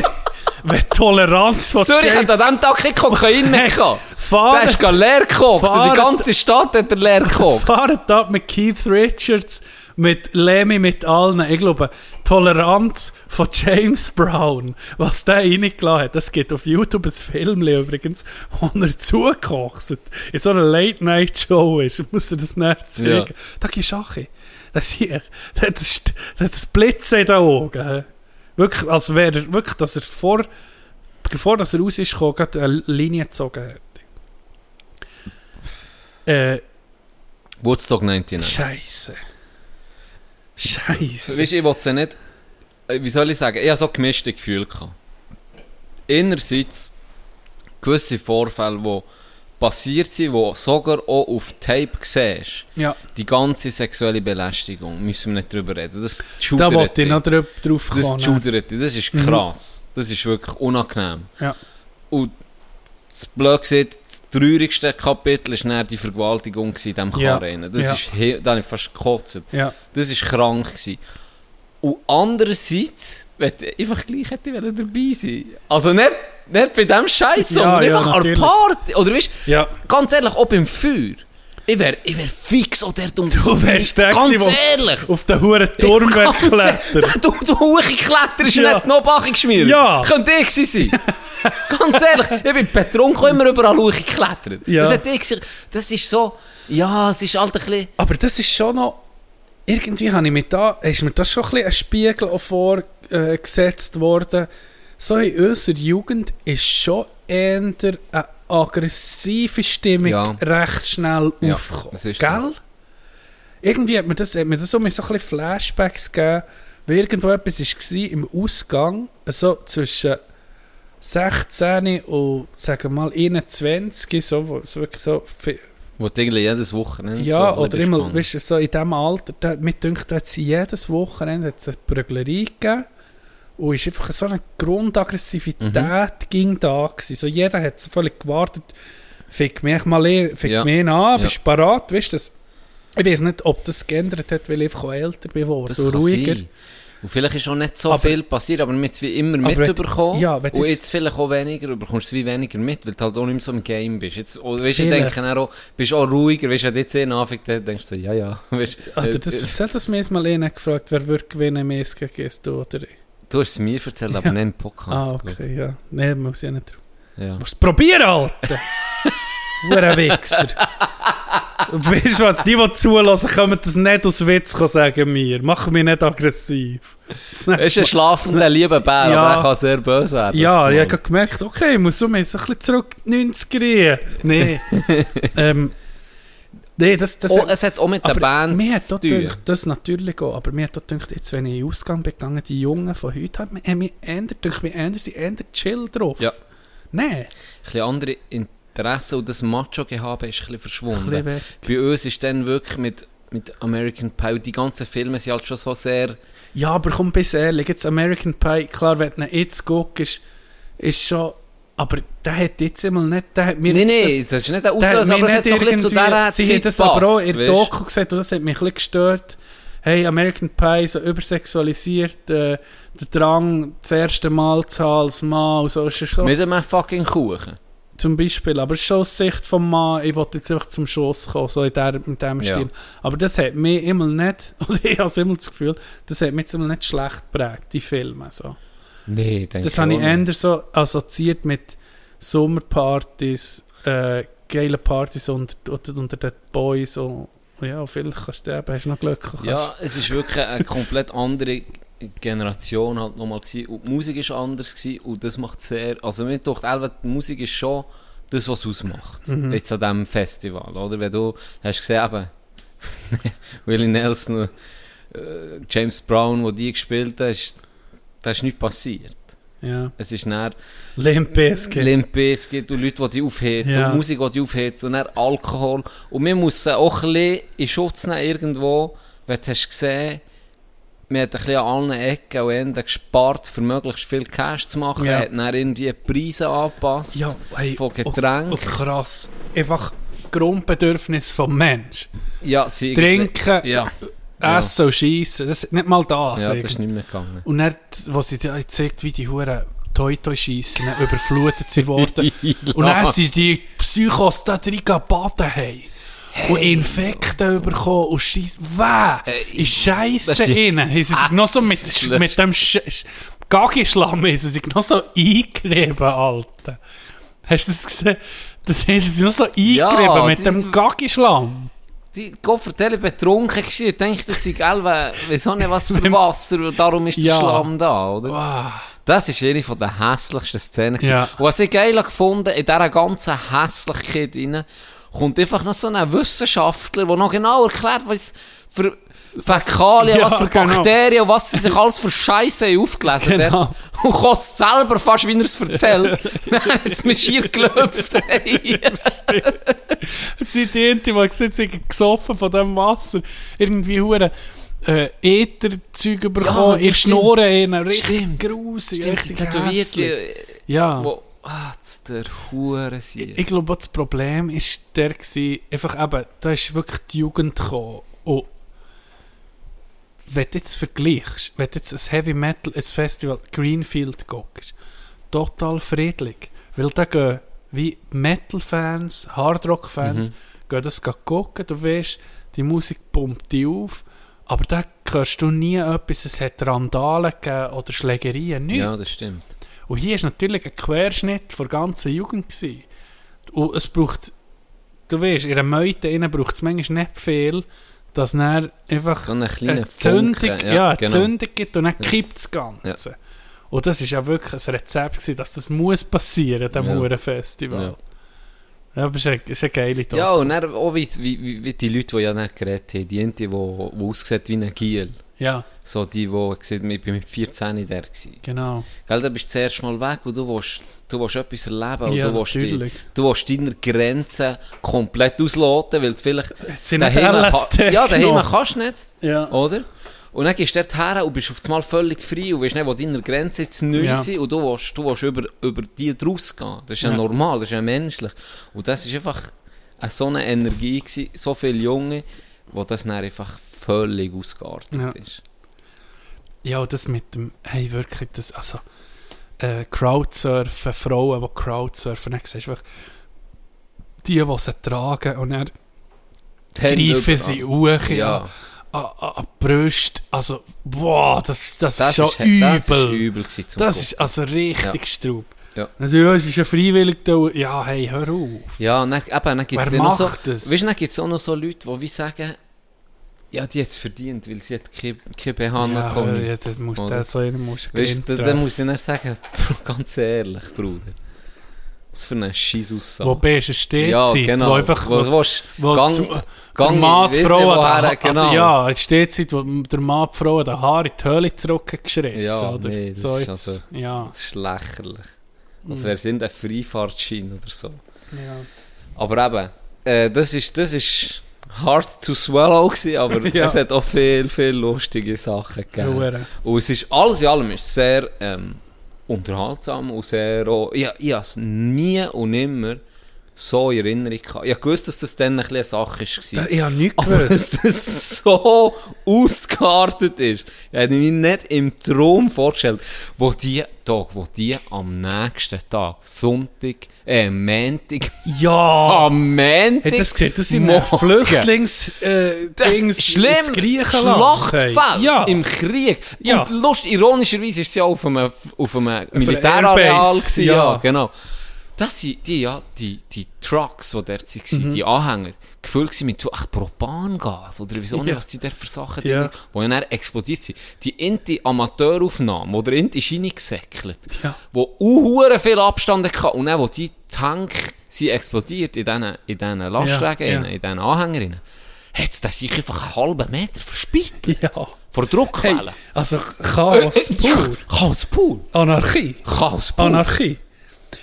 Speaker 5: Wenn die Toleranz von
Speaker 3: Zürich
Speaker 5: James-
Speaker 3: hat an diesem Tag kein Kokain mehr gehabt. Der
Speaker 5: Fahrt-
Speaker 3: ist gar leer gekocht. Die
Speaker 5: Fahrt-
Speaker 3: ganze Stadt hat er leer gekocht.
Speaker 5: Fahrt ab mit Keith Richards, mit Lemmy, mit allen. Ich glaube, Toleranz von James Brown, was der reingelassen hat. Es gibt auf YouTube ein Film übrigens, wo er zugekocht in so einer Late-Night-Show ist. Ich muss dir das nicht zeigen. Da gehst du Achi. Das hier, das ist das, ist Blitzen in den Augen. hä? Wirklich, als wäre er, wirklich, dass er vor, bevor dass er raus ist, gekommen, gerade eine Linie gezogen hätte. Äh,
Speaker 3: Woodstock 99.
Speaker 5: Scheiße. Scheiße.
Speaker 3: Weißt du, ich wollte es ja nicht. äh, Wie soll ich sagen? Ich hatte so gemischte Gefühle. Gehabt. Innerseits gewisse Vorfälle, die passiert sind, die sogar auch auf Tape siehst.
Speaker 5: Ja,
Speaker 3: Die ganze sexuelle Belästigung, müssen wir nicht drüber reden. Das
Speaker 5: da
Speaker 3: schudert
Speaker 5: wollte ich
Speaker 3: dich.
Speaker 5: noch drüb- drauf
Speaker 3: Das
Speaker 5: kommen.
Speaker 3: schudert dich. Das ist krass. Das ist wirklich unangenehm.
Speaker 5: Ja.
Speaker 3: Und das blöd gesagt, das traurigste Kapitel war dann die Vergewaltigung in diesem
Speaker 5: Ja.
Speaker 3: Karren. Das
Speaker 5: Ja.
Speaker 3: ist, he- da habe ich fast gekotzt.
Speaker 5: Ja,
Speaker 3: Das war krank. Gewesen. Und andererseits, wenn ich einfach gleich hätte ich dabei sein Also nicht, nicht bei diesem Scheiß,
Speaker 5: Ja,
Speaker 3: sondern
Speaker 5: ja,
Speaker 3: einfach an der
Speaker 5: natürlich.
Speaker 3: Party. Oder weißt
Speaker 5: ja.
Speaker 3: ganz ehrlich, auch beim Feuer. Ich wäre ich wär fix auch dort um
Speaker 5: Du wärst der,
Speaker 3: Ganz
Speaker 5: gewesen, der
Speaker 3: ehrlich.
Speaker 5: auf den hohen Turm
Speaker 3: Der
Speaker 5: klettert.
Speaker 3: du, du hochgeklettert ist
Speaker 5: Ja.
Speaker 3: und hat noch Bache geschmiert.
Speaker 5: Ja.
Speaker 3: Könnte ich gewesen sein. Ganz ehrlich, ich bin betrunken immer überall hochgeklettert.
Speaker 5: Ja.
Speaker 3: Das hat ich gesagt. Das ist so... Ja, es ist halt ein bisschen...
Speaker 5: Aber das ist schon noch... Irgendwie habe ich mir da, ist mir das schon ein bisschen ein Spiegel auch vorgesetzt worden. So in unserer Jugend ist schon eher eine aggressive Stimmung
Speaker 3: Ja.
Speaker 5: recht schnell
Speaker 3: Ja,
Speaker 5: aufgekommen.
Speaker 3: das ist so.
Speaker 5: Gell? Irgendwie hat mir das, hat mir das so, mir so ein bisschen Flashbacks gegeben, wie irgendwo etwas war im Ausgang, also zwischen 16 und, sagen wir mal, 21, so, wo es wirklich so viel,
Speaker 3: Wo du eigentlich jedes Wochenende
Speaker 5: ja,
Speaker 3: so ein
Speaker 5: oder
Speaker 3: bisschen
Speaker 5: immer,
Speaker 3: spannend.
Speaker 5: weißt du, so in diesem Alter, da, mir dünkt, da hat sie jedes Wochenende hat's eine Prüglerie gegeben. Und es ist einfach so eine Grundaggressivität
Speaker 3: Mhm.
Speaker 5: ging da gewesen. So jeder hat so völlig gewartet, fick mich mal leer, fick
Speaker 3: Ja.
Speaker 5: mich an,
Speaker 3: Ja.
Speaker 5: bist du parat, weißt du das? Ich weiß nicht, ob das geändert hat, weil ich einfach auch älter bin geworden
Speaker 3: Das
Speaker 5: und
Speaker 3: kann
Speaker 5: ruhiger.
Speaker 3: sein. Und vielleicht ist auch nicht so
Speaker 5: Aber-
Speaker 3: viel passiert, aber man hat es wie immer
Speaker 5: Aber wenn-
Speaker 3: mitbekommen.
Speaker 5: ja, wenn du
Speaker 3: und
Speaker 5: jetzt-
Speaker 3: jetzt, vielleicht auch weniger, aber bekommst du es wie weniger mit, weil du halt auch nicht mehr so im Game bist. Jetzt, oh, weißt, ich
Speaker 5: Vielleicht.
Speaker 3: denke dann auch, bist auch ruhiger, weißt, wenn du jetzt einen anfängt, dann denkst du so, ja, ja. Weißt,
Speaker 5: Alter,
Speaker 3: äh,
Speaker 5: Ah, das
Speaker 3: äh,
Speaker 5: erzählt das mir jetzt mal einer gefragt, wer würde gewinnen, Mesk gegen du oder ich?
Speaker 3: du hast es mir erzählt, aber nicht im Podcast.
Speaker 5: Ah,
Speaker 3: glaub
Speaker 5: okay, ja. Nein, muss ja nicht drauf.
Speaker 3: ich. Ja.
Speaker 5: Musst es probieren, Alter! Hure Wichser! Und weißt du was, die, die zulassen, können das nicht aus Witz kommen, sagen mir. Mach mich nicht aggressiv. Das
Speaker 3: Er ist ein schlafender, lieber Bär,
Speaker 5: Ja.
Speaker 3: aber er kann sehr böse werden.
Speaker 5: Ja,
Speaker 3: auf
Speaker 5: ich
Speaker 3: das
Speaker 5: habe
Speaker 3: Mal.
Speaker 5: gerade gemerkt, okay, ich muss so ein bisschen zurück in die 90er. Nein. ähm, nee, das, das
Speaker 3: Oh, es hat auch mit der Band
Speaker 5: mir hat
Speaker 3: zu
Speaker 5: auch
Speaker 3: tun.
Speaker 5: gedacht, das natürlich auch, aber mir hat auch gedacht, jetzt, wenn ich in den Ausgang bin gegangen, die Jungen von heute, haben mich- haben mich ändert, durch mich ändert, sie ändert chill drauf.
Speaker 3: Ja.
Speaker 5: Nein.
Speaker 3: Ein bisschen andere Interessen und das Macho-Gehabe ist ein bisschen verschwunden.
Speaker 5: Ein bisschen weg.
Speaker 3: Bei uns ist dann wirklich mit, mit American Pie, die ganzen Filme sind halt schon so sehr...
Speaker 5: Ja, aber komm, bis ehrlich, jetzt American Pie, klar, wenn du ihn jetzt guckst, ist schon, aber der hat jetzt immer nicht, der hat mir
Speaker 3: Nein,
Speaker 5: jetzt
Speaker 3: nein,
Speaker 5: das-
Speaker 3: das, ist nicht der
Speaker 5: Der
Speaker 3: Auslöser,
Speaker 5: hat mich
Speaker 3: also, aber es hat
Speaker 5: nicht
Speaker 3: so ein bisschen zu
Speaker 5: irgendwie-
Speaker 3: dieser
Speaker 5: Sie
Speaker 3: Zeit
Speaker 5: haben das aber auch in der
Speaker 3: gepasst, weisst.
Speaker 5: Doku gesagt und das hat mich ein bisschen gestört. Hey, American Pie, so übersexualisiert, äh, der Drang, das erste Mal zu haben als Mann und so, ist ja schon
Speaker 3: Mit einem fucking Kuchen.
Speaker 5: zum Beispiel. Aber es ist schon aus Sicht vom Mann, ich wollte jetzt einfach zum Schuss kommen, so in, der, in dem
Speaker 3: Ja.
Speaker 5: Stil. Aber das hat mich immer nicht, oder ich habe immer das Gefühl, das hat mich jetzt immer nicht schlecht geprägt, die Filme, so.
Speaker 3: Nein, denke
Speaker 5: Das habe ich
Speaker 3: auch nicht.
Speaker 5: eher so assoziiert mit Sommerpartys, äh, geilen Partys unter, unter, unter den Boys. Und, ja, und vielleicht kannst du eben, hast du noch Glück. Kannst.
Speaker 3: Ja, es ist wirklich eine komplett andere Generation halt nochmal gewesen. Und die Musik ist anders gewesen und das macht sehr... Also mir denkt Elva, die Musik ist schon das, was es ausmacht. Jetzt an diesem Festival, oder? Wenn du hast gesehen, eben, Willie Nelson und äh, James Brown, wo die gespielt haben, ist- da ist nichts passiert.
Speaker 5: ja.
Speaker 3: Es ist dann
Speaker 5: Limp Bizkit.
Speaker 3: Limp Bizkit und Leute, die die aufheizen
Speaker 5: Ja.
Speaker 3: und Musik, die die aufheizen und dann Alkohol. Und man muss sie auch ein bisschen in Schutz nehmen irgendwo, wenn du hast gesehen, man hat ein bisschen an allen Ecken und Enden gespart, für möglichst viel Cash zu machen,
Speaker 5: Ja.
Speaker 3: hat dann irgendwie die Preise angepasst
Speaker 5: ja, hey,
Speaker 3: von
Speaker 5: Und, und
Speaker 3: Getränken.
Speaker 5: krass. Einfach Grundbedürfnis vom Mensch.
Speaker 3: Ja, sie-
Speaker 5: Trinken,
Speaker 3: Ja, ja.
Speaker 5: Essen und Scheissen. Das ist nicht mal das.
Speaker 3: ja, das
Speaker 5: eigentlich.
Speaker 3: ist nicht mehr gegangen.
Speaker 5: und dann, wo sie dir zeigt, wie die Huren Toi-Toi-Scheissen überflutet sie wurden. Und dann sind die Psychos da drin gebaden haben. Und Infekte bekommen und Scheiss. Weh!
Speaker 3: Ey,
Speaker 5: Ist Scheiße
Speaker 3: das ist die-
Speaker 5: rein. Haben sie sich noch so mit,
Speaker 3: Ätzlich.
Speaker 5: mit dem Sch- Sch- Gagischlamm haben sie sich noch so eingerieben, Alter. Hast du das gesehen? Das haben sie sich noch so eingerieben
Speaker 3: Ja,
Speaker 5: mit
Speaker 3: die-
Speaker 5: dem Gagischlamm.
Speaker 3: Die Koffertelle betrunken war und denkt, das sei Elva, wieso nicht was für Wasser, und darum ist der
Speaker 5: Ja.
Speaker 3: Schlamm da, oder?
Speaker 5: Wow.
Speaker 3: Das ist eine von der hässlichsten Szenen. gewesen.
Speaker 5: Ja.
Speaker 3: Und was ich geil gefunden in dieser ganzen Hässlichkeit rein, kommt einfach noch so ein Wissenschaftler, der noch genau erklärt, was für Fäkalien,
Speaker 5: Ja,
Speaker 3: was für
Speaker 5: genau.
Speaker 3: Bakterien, was sie sich alles für Scheiße aufgelesen
Speaker 5: Genau.
Speaker 3: haben. Und kotzt selber fast, wie er es erzählt. Nein, jetzt mich hier gelöpft. Hey.
Speaker 5: Jetzt sind die Ente, die gesehen sie haben gesoffen von diesem Wasser. Irgendwie Huren. Äh, Ätherzeug bekommen, ihr
Speaker 3: stimmt.
Speaker 5: Schnurren rein. Richtig
Speaker 3: Stimmt.
Speaker 5: grusig,
Speaker 3: Stimmt, die
Speaker 5: richtig hässlich.
Speaker 3: Tätowierten,
Speaker 5: Ja.
Speaker 3: wo, ah, das der Hure sind.
Speaker 5: Ich glaube, auch das Problem war der, gewesen, einfach eben, da ist wirklich die Jugend Oh. gekommen. Und wenn du jetzt vergleichst, wenn du jetzt ein Heavy Metal, ein Festival, Greenfield guckst, total friedlich. Weil da gehen wie Metal-Fans, Hardrock-Fans, gehen das gucken, du weißt, die Musik pumpt dich auf. Aber da hörst du nie etwas, es hat Randalen gegeben oder Schlägerien, nichts.
Speaker 3: Ja, das stimmt.
Speaker 5: Und hier war natürlich ein Querschnitt von der ganzen Jugend. Gewesen. Und es braucht, du weißt, in einer Meute innen braucht es manchmal nicht viel, dass dann einfach
Speaker 3: so eine kleine
Speaker 5: eine Zündung,
Speaker 3: Funke, genau.
Speaker 5: ja, eine Zündung gibt und dann kippt das Ganze. Und das war ja wirklich ein Rezept, gewesen, dass das muss passieren, dem
Speaker 3: Ja.
Speaker 5: Hurenfestival. Ja. aber es ist eine, es ist eine geile Top.
Speaker 3: Ja, und dann auch wie, wie, wie- wie die Leute, die ja dann geredet haben, die eine, die, die aussieht wie ein Giel.
Speaker 5: ja,
Speaker 3: So die, die gesagt haben, ich bin mit 14 der gewesen.
Speaker 5: genau.
Speaker 3: Gell, dann bist du zuerst mal weg und du willst, du willst etwas erleben. Und
Speaker 5: Ja,
Speaker 3: du willst,
Speaker 5: natürlich.
Speaker 3: die, du willst deine Grenzen komplett ausloten, weil es vielleicht
Speaker 5: sind nicht LSD
Speaker 3: ka- Ja, daheim
Speaker 5: genommen.
Speaker 3: kannst du nicht,
Speaker 5: Ja.
Speaker 3: oder? Und dann gehst du dort her und bist auf einmal völlig frei und weißt nicht, wo deine Grenzen jetzt neu
Speaker 5: Ja.
Speaker 3: sind und du willst, du willst über, über die rausgehen. Das ist ja,
Speaker 5: Ja.
Speaker 3: normal, das ist ja menschlich. Und das ist einfach eine, so eine Energie gewesen, so viele Junge, wo das dann einfach völlig ausgeartet
Speaker 1: Ja.
Speaker 3: ist.
Speaker 1: Ja, und das mit dem, hey, wirklich, das, also, äh, Crowdsurfen, Frauen, die Crowdsurfen, dann siehst du wirklich, die, die sie tragen, und dann greifen sie hoch ja.
Speaker 3: Ja,
Speaker 1: an, an, an an die Brüste, also, boah, das, das,
Speaker 3: das
Speaker 1: ist schon
Speaker 3: ist,
Speaker 1: übel.
Speaker 3: das ist übel gewesen zum
Speaker 1: Das
Speaker 3: Gucken.
Speaker 1: ist also richtig Strub.
Speaker 3: Ja.
Speaker 1: Also, ja, es ist ja freiwillig da. Ja, hey, hör auf.
Speaker 3: Ja, und dann, eben, dann gibt
Speaker 1: Wer
Speaker 3: es noch so,
Speaker 1: macht das?
Speaker 3: Weißt, du, dann gibt's auch noch so Leute, die wie sagen, ja, die hat es verdient, weil sie hat keine kein BH
Speaker 1: ja,
Speaker 3: bekommen.
Speaker 1: hör, ja, das muss,
Speaker 3: Oder?
Speaker 1: das, so einen musst du
Speaker 3: Weißt du,
Speaker 1: Grind
Speaker 3: da- dann
Speaker 1: treffen.
Speaker 3: muss ich dann sagen, ganz ehrlich, Bruder. Was für eine Scheißaussage.
Speaker 1: Wo bist du steht
Speaker 3: ja,
Speaker 1: Zeit,
Speaker 3: genau.
Speaker 1: wo einfach
Speaker 3: wo, wo, willst du?
Speaker 1: wo
Speaker 3: gang,
Speaker 1: zum-
Speaker 3: gang,
Speaker 1: der Mann die
Speaker 3: weiss
Speaker 1: Frau
Speaker 3: nicht,
Speaker 1: an
Speaker 3: woher,
Speaker 1: der Ha- an
Speaker 3: genau.
Speaker 1: der- Ja, es steht Zeit, wo der Mann die Frau an den Haaren in die Höhle zurückgeschissen
Speaker 3: Ja,
Speaker 1: oder?
Speaker 3: nee, das
Speaker 1: so
Speaker 3: ist
Speaker 1: jetzt,
Speaker 3: also-
Speaker 1: dus ja.
Speaker 3: Das ist lächerlich. Als wäre es irgendein Freifahrtschein oder so.
Speaker 1: Mhm. ja.
Speaker 3: Aber eben, äh, das ist, das ist hard to swallow gewesen, aber
Speaker 1: Ja.
Speaker 3: es hat auch viel, viel lustige Sachen gegeben.
Speaker 1: Hure.
Speaker 3: Und es ist, alles in allem ist sehr ähm, unterhaltsam und sehr, auch, ich, ich habe es nie und nimmer so in Erinnerung gehabt. Ich wusste, dass das dann ein bisschen eine Sache war.
Speaker 1: Da- Ich habe nichts
Speaker 3: Aber
Speaker 1: gewusst.
Speaker 3: dass das so ausgeartet ist, hätte ich mir nicht im Traum vorgestellt, wo die Tag, wo die am nächsten Tag, Sonntag, äh, Montag,
Speaker 1: Ja!
Speaker 3: am Montag,
Speaker 5: Hat das gesehen? Du sind
Speaker 3: morgen.
Speaker 5: mit Flüchtlings... Äh,
Speaker 3: Das
Speaker 5: Dings
Speaker 3: schlimm,
Speaker 5: ins Griechenland.
Speaker 3: Schlachtfeld
Speaker 5: Hey. Ja.
Speaker 3: im Krieg.
Speaker 5: Ja.
Speaker 3: Und lust, ironischerweise ist es ja auf einem, auf einem
Speaker 5: einer
Speaker 3: Militärareal.
Speaker 5: Airbase,
Speaker 3: Gewesen, ja.
Speaker 5: ja.
Speaker 3: genau. Das sind die, ja, die, die Trucks, die dort
Speaker 5: Mhm.
Speaker 3: waren, die Anhänger, gefüllt waren mit so, ach, Propangas oder wieso nicht,
Speaker 5: Ja.
Speaker 3: was die dort für Sachen
Speaker 5: Ja.
Speaker 3: drin, die ja dann explodiert sind. Die inti Amateuraufnahmen, wo der Inti ist reingesäckelt,
Speaker 1: Ja.
Speaker 3: wo uhuere viel Abstand hatten und dann, wo die Tank sind explodiert in diesen, in diesen Lastwagen,
Speaker 5: Ja, ja.
Speaker 3: rein, in diesen Anhänger rein, hat es das sicher einfach einen halben Meter verspielt.
Speaker 5: ja.
Speaker 3: Vor Druckwellen.
Speaker 5: Also Chaos
Speaker 3: Eh,
Speaker 5: pur.
Speaker 3: Chaos pur.
Speaker 5: Anarchie.
Speaker 3: Chaos
Speaker 5: Ah,
Speaker 3: pur.
Speaker 5: Anarchie.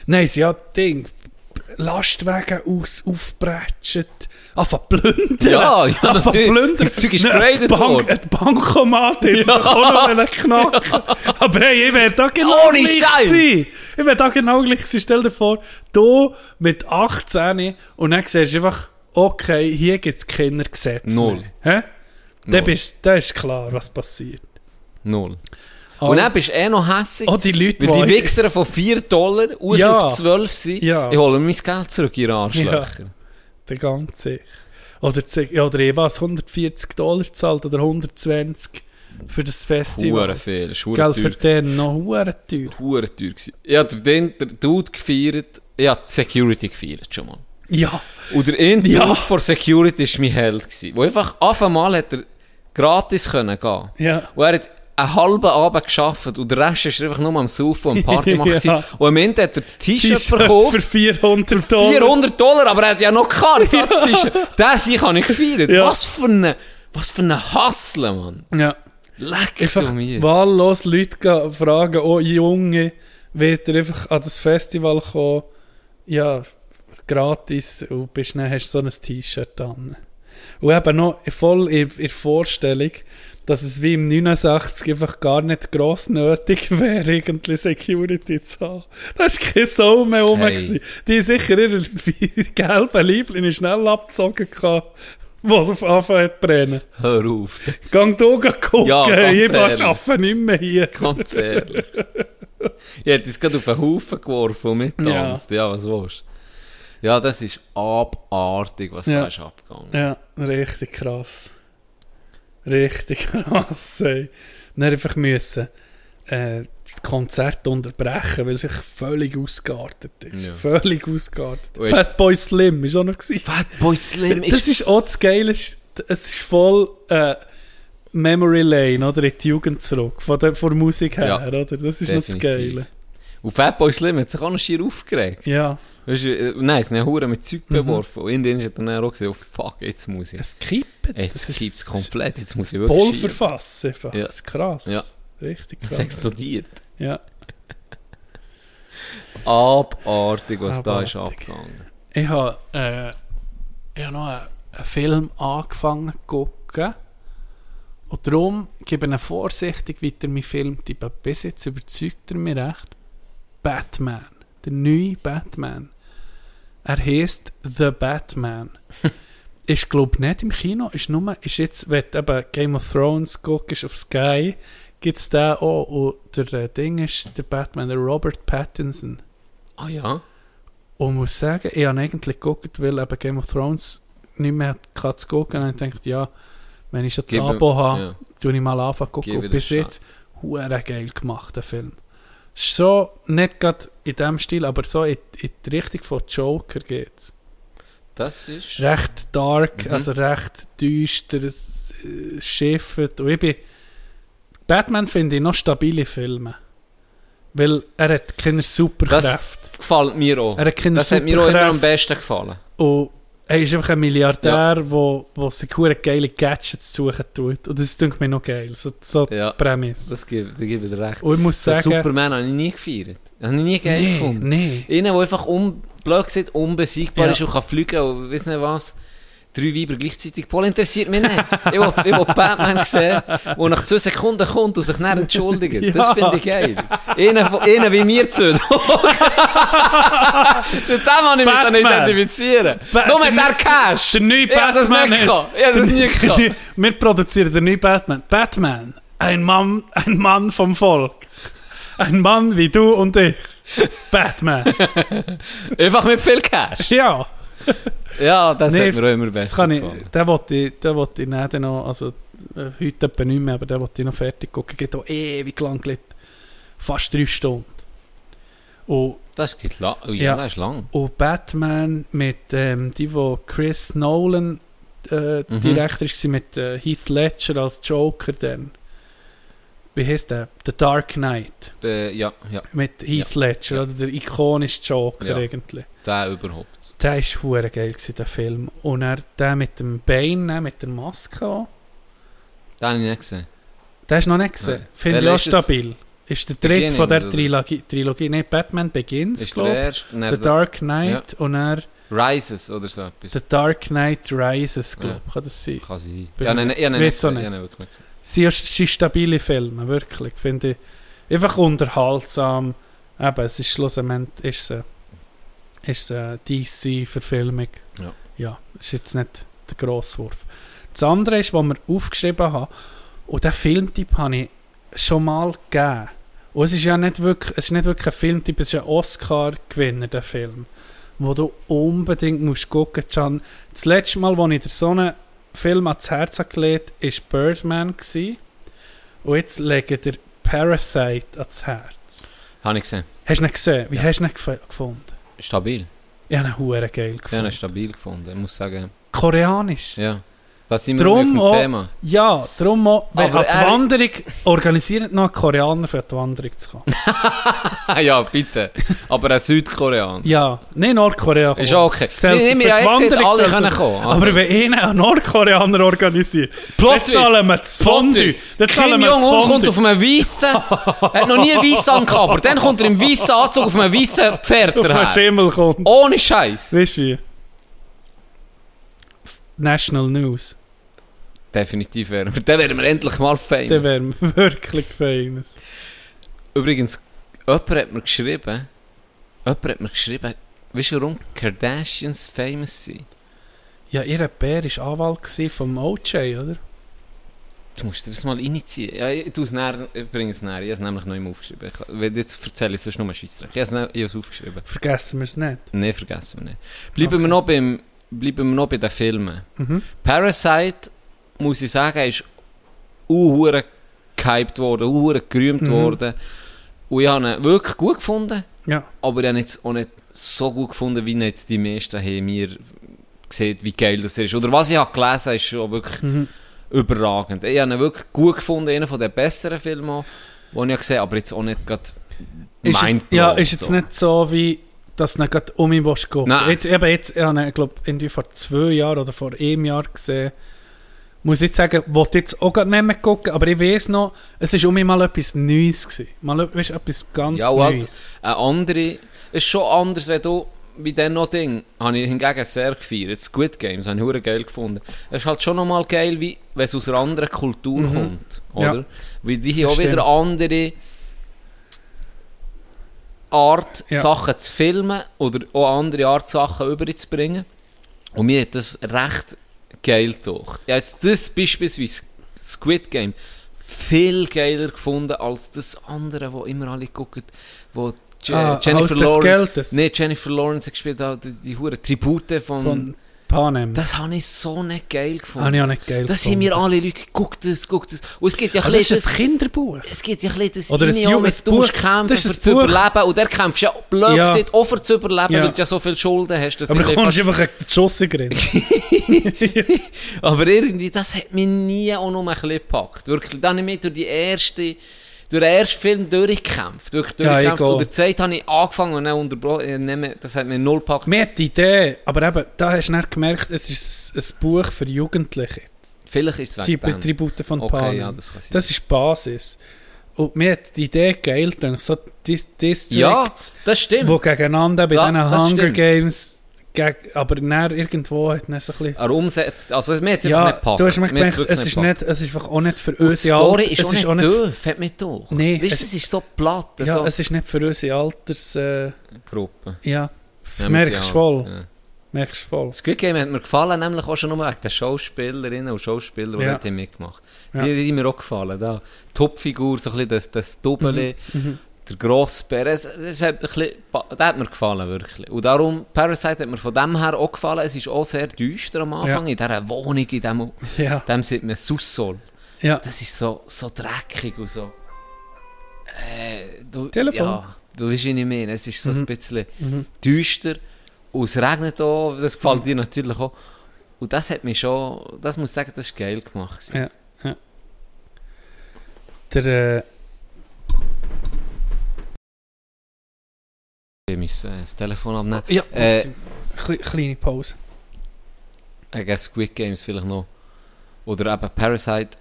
Speaker 5: Nein, sie hat Ding. Lastwagen aus, aufbretschen, anfangen plündern.
Speaker 3: Ja, ja,
Speaker 5: Anfangen
Speaker 3: natürlich.
Speaker 5: plündern.
Speaker 3: Das Zeug ist
Speaker 5: Nein,
Speaker 3: geradet
Speaker 5: die Bank,
Speaker 3: worden.
Speaker 5: Die Bankomat ist
Speaker 3: Ja.
Speaker 5: ja. auch noch knacken. Aber hey, ich wäre da genau
Speaker 3: Ohne
Speaker 5: gleich
Speaker 3: Scheiß.
Speaker 5: gewesen. Ich wäre da genau gleich gewesen. Stell dir vor, du mit 18 und dann siehst du einfach, okay, hier gibt es keine Gesetze
Speaker 3: Null.
Speaker 5: mehr. Hä? Dann
Speaker 3: Null.
Speaker 5: bist, dann ist klar, was passiert.
Speaker 3: Null. Und dann bist du eh noch hässig.
Speaker 5: Ah. Oh, die Leute,
Speaker 3: Weil die Wichser von 4 Dollar hoch
Speaker 5: Ja.
Speaker 3: auf 12 sind,
Speaker 5: Ja.
Speaker 3: ich hole mir mein Geld zurück, ihr Arschlöcher.
Speaker 5: Der ganze. Oder, zig- ja, oder ich was, 140 Dollar zahlt oder 120 für das
Speaker 3: Hure
Speaker 5: Festival.
Speaker 3: viel, ist hure
Speaker 5: Gell,
Speaker 3: teuer.
Speaker 5: für
Speaker 3: gewesen.
Speaker 5: den noch hure teuer.
Speaker 3: Hure teuer gewesen. Ich habe den den Dude gefeiert, ich habe die Security gefeiert schon mal.
Speaker 5: Ja,
Speaker 3: Und der Indi
Speaker 5: Ja.
Speaker 3: ja. vor Security war mein Held. Gewesen, wo einfach auf einmal hat er gratis können gehen
Speaker 5: Ja.
Speaker 3: Und er hat einen halben Abend geschafft und der Rest ist er einfach nur am Saufen und Party machen.
Speaker 5: Ja.
Speaker 3: gewesen. Und am Ende hat er das T-Shirt
Speaker 5: T-Shirt
Speaker 3: verkauft.
Speaker 5: für 400 Dollar.
Speaker 3: 400 Dollar, aber er hat ja noch keine Satz-T-Shirt. Das hier kann ich gefeiert.
Speaker 5: Ja.
Speaker 3: Was für ein, was für ein Hustler, Mann.
Speaker 5: Ja,
Speaker 3: Leck
Speaker 5: einfach
Speaker 3: du mir.
Speaker 5: wahllos Leute ga- fragen, oh Junge, wird ihr einfach an das Festival kommen? Ja, gratis und bist dann hast du so ein T-Shirt an. Und eben noch voll in in der Vorstellung, dass es wie im 89 einfach gar nicht gross nötig wäre, irgendwie Security zu haben. Da ist keine Sau mehr rum.
Speaker 3: Hey.
Speaker 5: gewesen. Die ist sicher ihre gelben Lieblinge schnell abgezogen, gehabt, was auf Anfang hat zu brennen.
Speaker 3: Hör auf,
Speaker 5: Gang da gucken,
Speaker 3: Ja, eh, ganz ehrlich.
Speaker 5: ich arbeite nicht mehr hier.
Speaker 3: ganz ehrlich. ich hätte es gerade auf den Haufen geworfen und mitgetanzt. Ja. was willst du? Ja, das ist abartig, was
Speaker 5: Ja.
Speaker 3: da ist abgegangen.
Speaker 5: Ja, richtig krass. Richtig krass, ey. Dann einfach müssen äh, das Konzert unterbrechen, weil es sich völlig ausgeartet ist.
Speaker 3: Ja.
Speaker 5: Völlig ausgeartet.
Speaker 3: Und ist-
Speaker 5: Fatboy Slim ist auch noch gewesen.
Speaker 3: Fatboy Slim
Speaker 5: Das
Speaker 3: ist...
Speaker 5: ist auch das Geile, es ist- es ist voll äh, Memory Lane, oder? In die Jugend zurück, von der, von der Musik her,
Speaker 3: Ja,
Speaker 5: oder? Das ist noch das
Speaker 3: definitiv.
Speaker 5: Geile.
Speaker 3: Und Fatboy Slim hat sich auch noch schier aufgeregt.
Speaker 5: Ja,
Speaker 3: Weißt du, äh, nein, es hat Huren mit Zeug
Speaker 5: Mhm.
Speaker 3: beworfen. Und in denen hat er dann auch gesehen, oh fuck, jetzt muss ich...
Speaker 5: es kippt.
Speaker 3: Jetzt
Speaker 5: Das
Speaker 3: gibt es
Speaker 5: ist-
Speaker 3: komplett, jetzt muss ich wirklich
Speaker 5: Voll
Speaker 3: schieben.
Speaker 5: verfassen. einfach.
Speaker 3: Ja.
Speaker 5: Das ist krass.
Speaker 3: Ja.
Speaker 5: Richtig
Speaker 3: Es
Speaker 5: krass.
Speaker 3: explodiert.
Speaker 5: Ja.
Speaker 3: Abartig, was da ist
Speaker 5: Abartig.
Speaker 3: abgegangen.
Speaker 1: Ich habe äh, ich hab noch einen, einen Film angefangen zu gucken. Und darum gebe ich ihn vorsichtig weiter meinen Filmtipp. ab. Bis jetzt überzeugt er mich recht. Batman. Der neue Batman. Er heißt The Batman.
Speaker 5: ist, glaube ich, nicht im Kino. Ist nur, ist jetzt, wenn du eben Game of Thrones guckst auf Sky, gibt es den auch. Und der äh, Ding ist der Batman, der Robert Pattinson.
Speaker 3: Ah ja.
Speaker 5: Und muss sagen, ich habe eigentlich geguckt, weil eben Game of Thrones nicht mehr kann zu gucken. Und ich dachte, ja, wenn ich schon das
Speaker 3: Gib ihm-
Speaker 5: Abo habe,
Speaker 3: ja.
Speaker 5: tue ich mal anfangen zu
Speaker 3: Gib
Speaker 5: gucken.
Speaker 3: ihm
Speaker 5: Und bis
Speaker 3: eine
Speaker 5: jetzt, hure geil gemacht, der Film. Ist So, nicht gerade in dem Stil, aber so in, in die Richtung von Joker geht's.
Speaker 3: Das ist.
Speaker 5: Recht dark,
Speaker 3: Mhm.
Speaker 5: also recht düster, es, äh, schiffet. Und ich bin, Batman finde ich noch stabile Filme. Weil er hat keine Superkräfte.
Speaker 3: gefällt mir auch.
Speaker 5: Er hat keine
Speaker 3: Das hat mir auch immer am
Speaker 5: Superkräfte.
Speaker 3: besten gefallen.
Speaker 5: Und er ist einfach ein Milliardär, der wo, wo sich hure geile Gadgets suchen tut. Und das klingt mir noch geil. So, so die
Speaker 3: Ja.
Speaker 5: Prämisse.
Speaker 3: Das gibt, da gebe ich dir recht.
Speaker 5: Und ich muss
Speaker 3: Den
Speaker 5: sagen,
Speaker 3: Superman habe ich nie gefeiert. Habe ich nie geil
Speaker 5: nee,
Speaker 3: gefunden.
Speaker 5: nee.
Speaker 3: Einer, der einfach un, blöd gesagt, unbesiegbar
Speaker 5: Ja.
Speaker 3: ist und kann fliegen und weiss nicht was. Drei Weiber gleichzeitig. Paul interessiert mich nicht. ich will, ich will Batman sehen, der nach zwei Sekunden kommt und sich dann entschuldigt. Das
Speaker 5: Ja.
Speaker 3: finde ich geil. Einer, von- einer wie mir zu. Mit dem kann ich mich dann
Speaker 5: Batman.
Speaker 3: identifizieren.
Speaker 5: Ba-
Speaker 3: Nur mit der Cash.
Speaker 5: Der neue
Speaker 3: Ich hab das
Speaker 5: Batman
Speaker 3: nicht
Speaker 5: ist.
Speaker 3: gehabt. Ich hab das
Speaker 5: Der-
Speaker 3: nie gehabt.
Speaker 5: der- Wir produzieren den neuen Batman. Batman, ein Mann, ein Mann vom Volk. Ein Mann wie du und ich. Batman.
Speaker 3: Einfach mit viel Cash.
Speaker 5: ja.
Speaker 3: Ja, das
Speaker 5: Nee,
Speaker 3: hat mir auch immer besser
Speaker 5: Das kann ich,
Speaker 3: gefallen.
Speaker 5: den wollte ich, den wollte ich dann noch, also äh, heute etwa nicht mehr, aber den wollte ich noch fertig gucken. Geht auch ewig lang gelitten. Fast drei Stunden. Und,
Speaker 3: Das geht lang. Oh,
Speaker 5: Ja.
Speaker 3: ja, das ist lang.
Speaker 5: und Batman mit ähm, die, wo Chris Nolan äh,
Speaker 3: Mhm.
Speaker 5: Direktor war, mit äh, Heath Ledger als Joker dann. Wie heißt der? The Dark Knight.
Speaker 3: Äh, ja, ja,
Speaker 5: Mit Heath Ledger, oder der ikonische Joker
Speaker 3: Ja.
Speaker 5: eigentlich.
Speaker 3: der überhaupt.
Speaker 5: Der war hure geil, gewesen, der Film. Und er, der mit dem Bein, äh, mit der Maske auch.
Speaker 3: Den habe ich nicht gesehen.
Speaker 5: Den hast du noch nicht gesehen.
Speaker 3: Nein.
Speaker 5: Finde ich
Speaker 3: Welcher
Speaker 5: auch
Speaker 3: ist es?
Speaker 5: stabil. Ist der dritte
Speaker 3: Beginning,
Speaker 5: von der
Speaker 3: oder?
Speaker 5: Trilogie. Trilogie. Nein, Batman Begins,
Speaker 3: Ist der
Speaker 5: glaube
Speaker 3: erste?
Speaker 5: ich.
Speaker 3: Nein,
Speaker 5: The Dark Knight und er
Speaker 3: Rises oder so etwas.
Speaker 5: The Dark Knight Rises, glaube ich. Kann das sein?
Speaker 3: Kann sein.
Speaker 5: Bin
Speaker 3: Ja,
Speaker 5: mir
Speaker 3: nein, nein,
Speaker 5: nicht-
Speaker 3: ich habe ihn
Speaker 5: weiss
Speaker 3: nicht
Speaker 5: auch
Speaker 3: gesehen. Ich
Speaker 5: nicht.
Speaker 3: habe ihn wirklich nicht gesehen.
Speaker 5: Sie es sind stabile Filme, wirklich. Finde ich einfach unterhaltsam. Eben, es ist schlussendlich ist es eine- ist es eine DC-Verfilmung.
Speaker 3: Ja.
Speaker 5: ja, ist jetzt nicht der grosse Wurf. Das andere ist, was wir aufgeschrieben haben, und diesen Filmtyp habe ich schon mal gegeben. Und es ist ja nicht wirklich, es ist nicht wirklich ein Filmtyp, es ist ein Oscar-Gewinner, der Film. Wo du unbedingt musst gucken Can. Das letzte Mal, als ich dir so einen Film ans Herz habe gelegt habe, war Birdman. Gewesen. Und jetzt lege ich dir Parasite ans Herz.
Speaker 3: Habe ich gesehen.
Speaker 5: Hast du ihn gesehen? Wie hast du ihn gef- gefunden?
Speaker 3: Stabil.
Speaker 5: Ich habe ihn hure geil
Speaker 3: Ich habe
Speaker 5: gefunden.
Speaker 3: ihn stabil gefunden. Ich muss sagen,
Speaker 5: Koreanisch.
Speaker 3: ja. Da sind wir
Speaker 5: Drum
Speaker 3: Drum auf
Speaker 5: auch-
Speaker 3: dem Thema.
Speaker 5: Ja, darum auch, wenn
Speaker 3: Aber
Speaker 5: an die
Speaker 3: er-
Speaker 5: Wanderung, organisiert noch einen Koreaner für an die Wanderung zu kommen.
Speaker 3: Ah, ja, bitte. Aber ein Südkoreaner.
Speaker 5: ja, nicht Nordkorea
Speaker 3: Ist auch okay.
Speaker 5: Zählt
Speaker 3: Nein, nein,
Speaker 5: für
Speaker 3: wir
Speaker 5: die
Speaker 3: haben jetzt gesagt,
Speaker 5: Wanderung
Speaker 3: alle
Speaker 5: zählt
Speaker 3: können
Speaker 5: das.
Speaker 3: kommen.
Speaker 5: Aber wenn ihn ein Nordkoreaner organisiert,
Speaker 3: Plot
Speaker 5: dann zahlen wir das Fondue. Dann zahlen
Speaker 3: Kim
Speaker 5: wir das
Speaker 3: Jong-un kommt auf
Speaker 5: Fondue.
Speaker 3: einem weißen. Er hat noch nie einen weißen angehabt, aber dann kommt er im weißen Anzug auf einem weißen Pferd
Speaker 5: Auf einen
Speaker 3: daher.
Speaker 5: Schimmel kommt.
Speaker 3: Ohne Scheiß.
Speaker 5: Weißt du wie? National News.
Speaker 3: Definitiv wären wir. Dann wären wir endlich mal
Speaker 5: Der
Speaker 3: famous.
Speaker 5: wäre wirklich famous.
Speaker 3: Übrigens, jemand hat mir geschrieben, jemand hat mir geschrieben, weißt du, warum Kardashians famous sind?
Speaker 5: Ja, ihr Bär war Anwalt gewesen vom OJ, oder?
Speaker 3: Du musst dir das mal reinziehen. Ja, ich tu's näher- ich bringe es näher. Ich habe es nämlich noch immer aufgeschrieben. Ich, wenn- jetzt erzähle ich es, sonst nur Scheissdreck. Ich habe es ne- ich habe es aufgeschrieben.
Speaker 5: Vergessen wir es nicht.
Speaker 3: Nein, vergessen wir nicht. Bleiben, wir noch beim, bleiben wir noch bei den Filmen.
Speaker 5: Mhm.
Speaker 3: Parasite, muss ich sagen, ist uhuere gehypt worden, uhuere gerühmt
Speaker 5: Mhm.
Speaker 3: worden. Und ich habe ihn wirklich gut gefunden,
Speaker 5: Ja.
Speaker 3: aber ich habe ihn jetzt auch nicht so gut gefunden, wie ihn jetzt die meisten haben mir gesehen, wie geil das ist. Oder was ich habe gelesen habe, ist schon wirklich
Speaker 5: Mhm.
Speaker 3: überragend. Ich habe ihn wirklich gut gefunden, einer von den besseren Filmen, auch, die ich gesehen habe, aber jetzt auch nicht gerade
Speaker 5: Ist jetzt,
Speaker 3: mindblown,
Speaker 5: ja, ist jetzt
Speaker 3: so.
Speaker 5: nicht so, wie dass du ihn gerade um ihn willst gehen.
Speaker 3: Nein.
Speaker 5: Jetzt, eben jetzt, ich habe ihn, glaube irgendwie vor zwei Jahren oder vor einem Jahr gesehen. Muss ich jetzt sagen, wollte jetzt auch gerade nicht mehr gucken, aber ich weiß noch, es war um mich mal etwas Neues. Gewesen. Mal e, weißt, etwas ganz
Speaker 3: Ja, und halt-
Speaker 5: Neues.
Speaker 3: Eine andere, ist schon anders, wenn du bei diesen noch Ding, habe ich hingegen sehr gefeiert. Squid Games habe ich hure geil gefunden. Es ist halt schon nochmal geil, wie, wenn es aus einer anderen Kultur kommt, oder?
Speaker 5: Mhm. Ja.
Speaker 3: Weil die hier
Speaker 5: Das
Speaker 3: auch
Speaker 5: stimmt.
Speaker 3: wieder andere Art,
Speaker 5: Ja.
Speaker 3: Sachen zu filmen oder auch andere Art, Sachen überzubringen. Und mir hat das recht geil gedacht. Ich habe jetzt das beispielsweise Squid Game viel geiler gefunden als das andere, wo immer alle gucken, wo Je
Speaker 5: Ah, Haus
Speaker 3: Jennifer
Speaker 5: des Geldes.
Speaker 3: Lawrence. Nee, Jennifer Lawrence hat gespielt hat, die, die hure Tribute von,
Speaker 5: Von
Speaker 3: Mm.
Speaker 5: Panem. Ah,
Speaker 3: Das habe ich so nicht geil gefunden.
Speaker 1: Habe ich auch nicht geil
Speaker 3: das haben
Speaker 1: gefunden.
Speaker 3: mir alle Leute, guck das, guck das. Und es gibt ja
Speaker 1: Ah,
Speaker 3: ein
Speaker 1: das
Speaker 3: bisschen
Speaker 1: ist ein Kinderbuch.
Speaker 3: es gibt ja ein bisschen das
Speaker 5: Oder ein
Speaker 3: Inni auch
Speaker 5: junges
Speaker 3: mit, du musst
Speaker 5: Buch.
Speaker 3: kämpfen,
Speaker 5: Das ist
Speaker 3: für
Speaker 5: ein
Speaker 3: zu
Speaker 5: Buch.
Speaker 3: überleben. Und der kämpft ja, blöd
Speaker 5: Ja.
Speaker 3: gesagt, auch für zu überleben,
Speaker 5: Ja.
Speaker 3: weil du ja so viele Schulden hast. dass
Speaker 5: Aber
Speaker 3: ich
Speaker 5: du kommst einfach gegen die Schosse drin.
Speaker 3: Aber irgendwie, das hat mich nie auch nur ein bisschen gepackt. Wirklich, dann habe ich mich durch die erste, durch den ersten Film durchgekämpft. Wirklich
Speaker 5: Ja,
Speaker 3: durchgekämpft.
Speaker 5: ich auch.
Speaker 3: und der zweite habe ich angefangen und dann unterbrochen. Ich nehme- Das hat mich null gepackt.
Speaker 5: Mir hat die Idee, aber eben, da hast du dann gemerkt, es ist ein Buch für Jugendliche.
Speaker 3: Vielleicht ist es
Speaker 5: Die
Speaker 3: wegen dem.
Speaker 5: Tribute von
Speaker 3: Okay,
Speaker 5: Panem.
Speaker 3: ja, das kann sein.
Speaker 5: ist die Basis. Und mir hat die Idee geil gedacht, so Dis- Districts,
Speaker 3: Ja, das stimmt.
Speaker 5: die gegeneinander bei
Speaker 3: Ja,
Speaker 5: diesen
Speaker 3: das
Speaker 5: Hunger
Speaker 3: stimmt.
Speaker 5: Games, geg- aber dann irgendwo hat dann so ein bisschen...
Speaker 3: Er umsetzt, also mir hat es einfach
Speaker 5: ja,
Speaker 3: nicht gepackt.
Speaker 5: du hast mir
Speaker 3: hat's
Speaker 5: gemerkt,
Speaker 3: wirklich
Speaker 5: es ist,
Speaker 3: gepackt.
Speaker 5: nicht, es ist einfach auch nicht für
Speaker 3: Und die
Speaker 5: unsere
Speaker 3: Story
Speaker 5: Alter-
Speaker 3: ist
Speaker 5: es
Speaker 3: auch
Speaker 5: ist
Speaker 3: nicht
Speaker 5: auch nicht-
Speaker 3: doof, hat mich durch. Also-
Speaker 5: Nee,
Speaker 3: Weißt du,
Speaker 5: es-
Speaker 3: es ist so platt,
Speaker 5: Ja,
Speaker 3: so
Speaker 5: es ist nicht für unsere Alters... Äh,
Speaker 3: Gruppe.
Speaker 5: ja,
Speaker 3: Ja, wir sind
Speaker 5: merkst
Speaker 3: alt,
Speaker 5: du voll.
Speaker 3: ja.
Speaker 5: Merkst du voll.
Speaker 3: Squid Game hat mir gefallen, nämlich auch schon nur wegen den Schauspielerinnen und Schauspielern, die
Speaker 5: Ja.
Speaker 3: dort haben mitgemacht haben.
Speaker 5: Ja.
Speaker 3: Die, die haben mir auch gefallen. Da. Die Hauptfigur, so ein bisschen das, das Doppeli,
Speaker 5: Mhm.
Speaker 3: der Grossbär, es, es hat ein bisschen, der hat mir gefallen, wirklich. Und darum, Parasite hat mir von dem her auch gefallen. Es ist auch sehr düster am Anfang, in dieser Wohnung, in dem,
Speaker 5: Ja,
Speaker 3: dem sieht man Sussol.
Speaker 5: ja.
Speaker 3: Das ist so, so dreckig und so... Äh, du,
Speaker 5: Telefon. Mhm.
Speaker 3: Ja, du weißt, was ich meine. Es ist so ein bisschen düster. Und es regnet auch. Das gefällt
Speaker 5: Mhm.
Speaker 3: dir natürlich auch. Und das hat mich schon... Das muss ich sagen, das ist geil gemacht. gewesen.
Speaker 5: Ja. Der... Äh,
Speaker 3: Wir müssen äh, das Telefon abnehmen.
Speaker 5: ja,
Speaker 3: Äh,
Speaker 5: kle- kleine Pause.
Speaker 3: Gegen Squid Games vielleicht noch. Oder eben Parasite.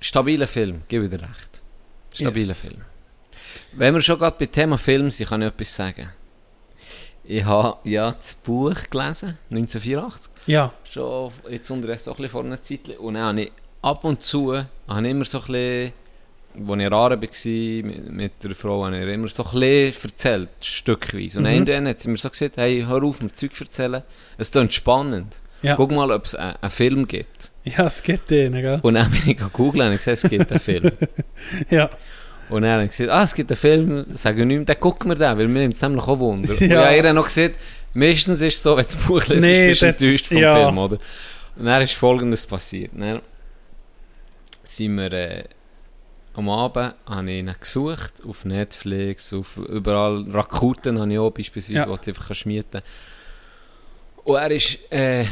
Speaker 3: Stabiler Film, gebe ich dir recht. Stabiler
Speaker 5: Yes.
Speaker 3: Film. Wenn wir schon gerade beim Thema Film sind, kann ich etwas sagen. Ich habe ja das Buch gelesen, 1984.
Speaker 5: Ja,
Speaker 3: Schon jetzt unterdessen auch ein bisschen vor einer Zeit. Und dann habe ich ab und zu, habe ich immer so ein bisschen, als ich in Aare war, mit, mit der Frau, habe ich ihr immer so ein bisschen erzählt, stückweise. Und mhm. dann hat sie mir so gesagt, hey, hör auf, mir Zeug zu erzählen. Es klingt spannend.
Speaker 5: Ja.
Speaker 3: Guck mal, ob es einen einen Film gibt.
Speaker 5: ja, es gibt denen, gell?
Speaker 3: Und dann bin ich gegoogelt und gesehen, es gibt einen Film.
Speaker 5: Ja,
Speaker 3: Und dann habe ich gesagt, ah, es gibt einen Film, sagen nicht mehr, dann gucken wir den, weil mir nimmt es nämlich auch Wunder. Und ich
Speaker 5: Ja.
Speaker 3: habe ihr dann noch gesagt, meistens ist es so, wenn du das Buch liest,
Speaker 5: Nee,
Speaker 3: bist du
Speaker 5: dort-
Speaker 3: enttäuscht vom
Speaker 5: ja.
Speaker 3: Film, oder? Und dann ist folgendes passiert. Dann sind wir äh, am Abend, habe ich ihn gesucht, auf Netflix, auf überall, Rakuten habe ich auch beispielsweise,
Speaker 5: Ja.
Speaker 3: wo du einfach kannst mieten Und er ist, äh,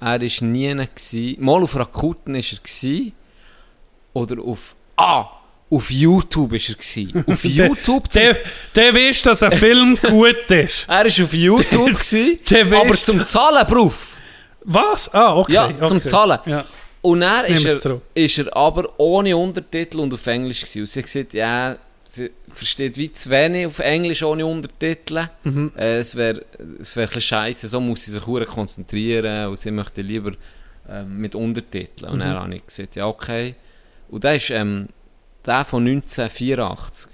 Speaker 3: er ist nie gsi. Mal auf Rakuten ist er gsi. Oder auf, ah, auf YouTube ist er gsi. Auf YouTube zum
Speaker 5: der, der weiss, dass ein Film gut ist.
Speaker 3: er war auf YouTube, gsi,
Speaker 5: der
Speaker 3: aber
Speaker 5: weisst-
Speaker 3: zum Zahlen drauf.
Speaker 5: Was? Ah, okay.
Speaker 3: Ja,
Speaker 5: okay.
Speaker 3: zum Zahlen.
Speaker 5: Ja.
Speaker 3: Und er
Speaker 5: Nehmen wir's
Speaker 3: ist er,
Speaker 5: zurück.
Speaker 3: ist er aber ohne Untertitel und auf Englisch. gsi. Und sie hat gesagt, ja, sie versteht wie zu wenig auf Englisch ohne Untertitel.
Speaker 5: Mhm.
Speaker 3: Äh, es wäre es wär ein bisschen scheiße, so muss sie sich hure konzentrieren und sie möchte lieber ähm, mit Untertiteln.
Speaker 5: Mhm.
Speaker 3: Und dann habe ich gesagt, ja, okay. Und der ist ähm, der von 1984.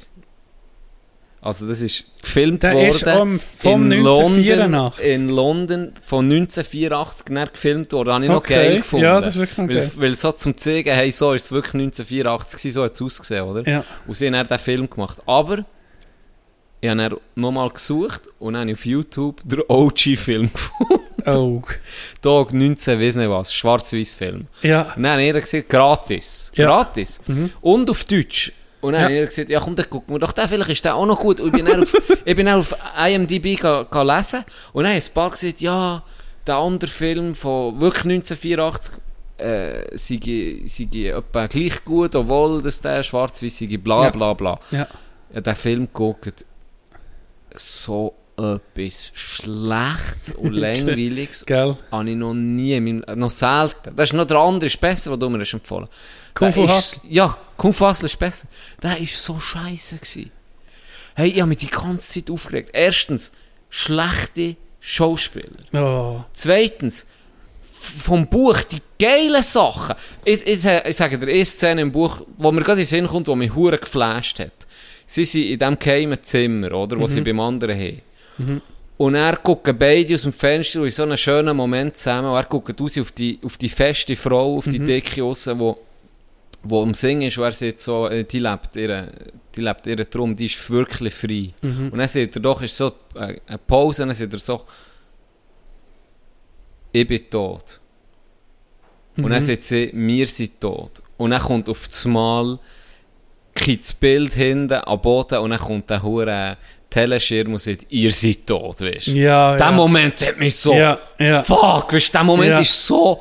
Speaker 3: Also das ist gefilmt
Speaker 5: Der
Speaker 3: worden
Speaker 5: ist am- vom
Speaker 3: in, London,
Speaker 5: 1984.
Speaker 3: in London von 1984 dann gefilmt worden. Habe ich noch
Speaker 5: Okay.
Speaker 3: geil gefunden.
Speaker 5: Ja, das ist wirklich noch
Speaker 3: weil,
Speaker 5: geil.
Speaker 3: weil so zum zeigen, hey, so ist es wirklich 1984 gewesen, so hat es ausgesehen, oder?
Speaker 5: Ja.
Speaker 3: Und sie haben dann den Film gemacht. Aber ich habe dann nochmal gesucht und dann habe ich auf YouTube den OG-Film gefunden.
Speaker 5: Oh.
Speaker 3: Tag 19, weiß nicht was, schwarz-weiß Film.
Speaker 5: Ja.
Speaker 3: Und dann habe ich ihr gesagt, gratis.
Speaker 5: Ja. Mhm.
Speaker 3: Gratis. Und auf Deutsch. Und dann
Speaker 5: Ja.
Speaker 3: habe ich ihr gesagt, ja komm, dann gucken wir doch den, vielleicht ist der auch noch gut. Und ich bin dann auf, ich bin dann auf IMDb ga, ga lesen und dann haben ein paar gesagt, ja, der andere Film von wirklich 1984 äh, sei, sei etwa gleich gut, obwohl das der schwarz-weiß sei, bla
Speaker 5: Ja.
Speaker 3: bla bla.
Speaker 5: Ja.
Speaker 3: Ja, den Film geguckt, so etwas Schlechtes und Langweiliges
Speaker 5: Gell?
Speaker 3: habe ich noch nie, in meinem, noch selten. Das ist noch der andere, ist besser, den du mir hast empfohlen
Speaker 5: Kung
Speaker 3: Der
Speaker 5: Fu
Speaker 3: ist-
Speaker 5: Hustle.
Speaker 3: Ja, Kung Fu Hustle ist besser. Der war so scheiße. Gewesen. Hey, ich habe mich die ganze Zeit aufgeregt. Erstens, schlechte Schauspieler.
Speaker 5: Oh.
Speaker 3: Zweitens, f- vom Buch die geilen Sachen. Ich, ich, ich sage dir, eine Szene im Buch, wo mir gerade in den Sinn kommt, die mich hure geflasht hat. Sie sind in diesem geheimen Zimmer, oder, wo sie beim anderen haben. Und er gucken beide aus dem Fenster und in so einen schönen Moment zusammen. Und er guckt raus auf die, auf die feste Frau, auf die dicke Aussen, wo, wo am Singen ist, wer sieht so, äh, die lebt ihre, die lebt ihre Drum, die ist wirklich frei. Und dann sieht er doch, ist so äh, eine Pause, und dann sieht er so, ich bin tot. Und dann sagt sie, wir sind tot. Und dann kommt auf das Mal das Bild hinten am Boden und dann kommt der hure Teleschirm und sagt, ihr seid tot, weißt du.
Speaker 5: Ja,
Speaker 3: Der
Speaker 5: ja.
Speaker 3: Moment hat mich so,
Speaker 5: Ja, ja.
Speaker 3: fuck, weißt du, der Moment
Speaker 5: Ja.
Speaker 3: ist so,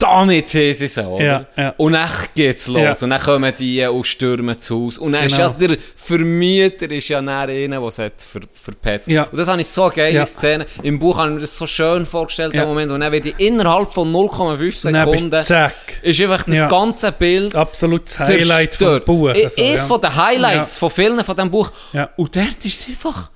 Speaker 3: damit sind sie so, oder?
Speaker 5: Ja, ja.
Speaker 3: Und dann geht's los
Speaker 5: Ja.
Speaker 3: und dann kommen die eh, und stürmen zu Haus. Und dann ist ja
Speaker 5: Genau.
Speaker 3: der Vermieter ist ja näher einer, der es hat ver verpetzt.
Speaker 5: Ja.
Speaker 3: Und das habe ich so geile
Speaker 5: Ja.
Speaker 3: Szene. Im Buch habe ich mir das so schön vorgestellt,
Speaker 5: Ja.
Speaker 3: den Moment. Und dann werde ich innerhalb von 0,5
Speaker 5: Dann bist du
Speaker 3: Sekunden
Speaker 5: zack.
Speaker 3: ist einfach das
Speaker 5: Ja.
Speaker 3: ganze Bild
Speaker 5: Absolutes Highlight vom
Speaker 3: zerstört.
Speaker 5: Buch.
Speaker 3: I-
Speaker 5: also,
Speaker 3: Eines
Speaker 5: ja.
Speaker 3: E-, von den Highlights von vielen von diesem Buch.
Speaker 5: Ja.
Speaker 3: Und dort ist es einfach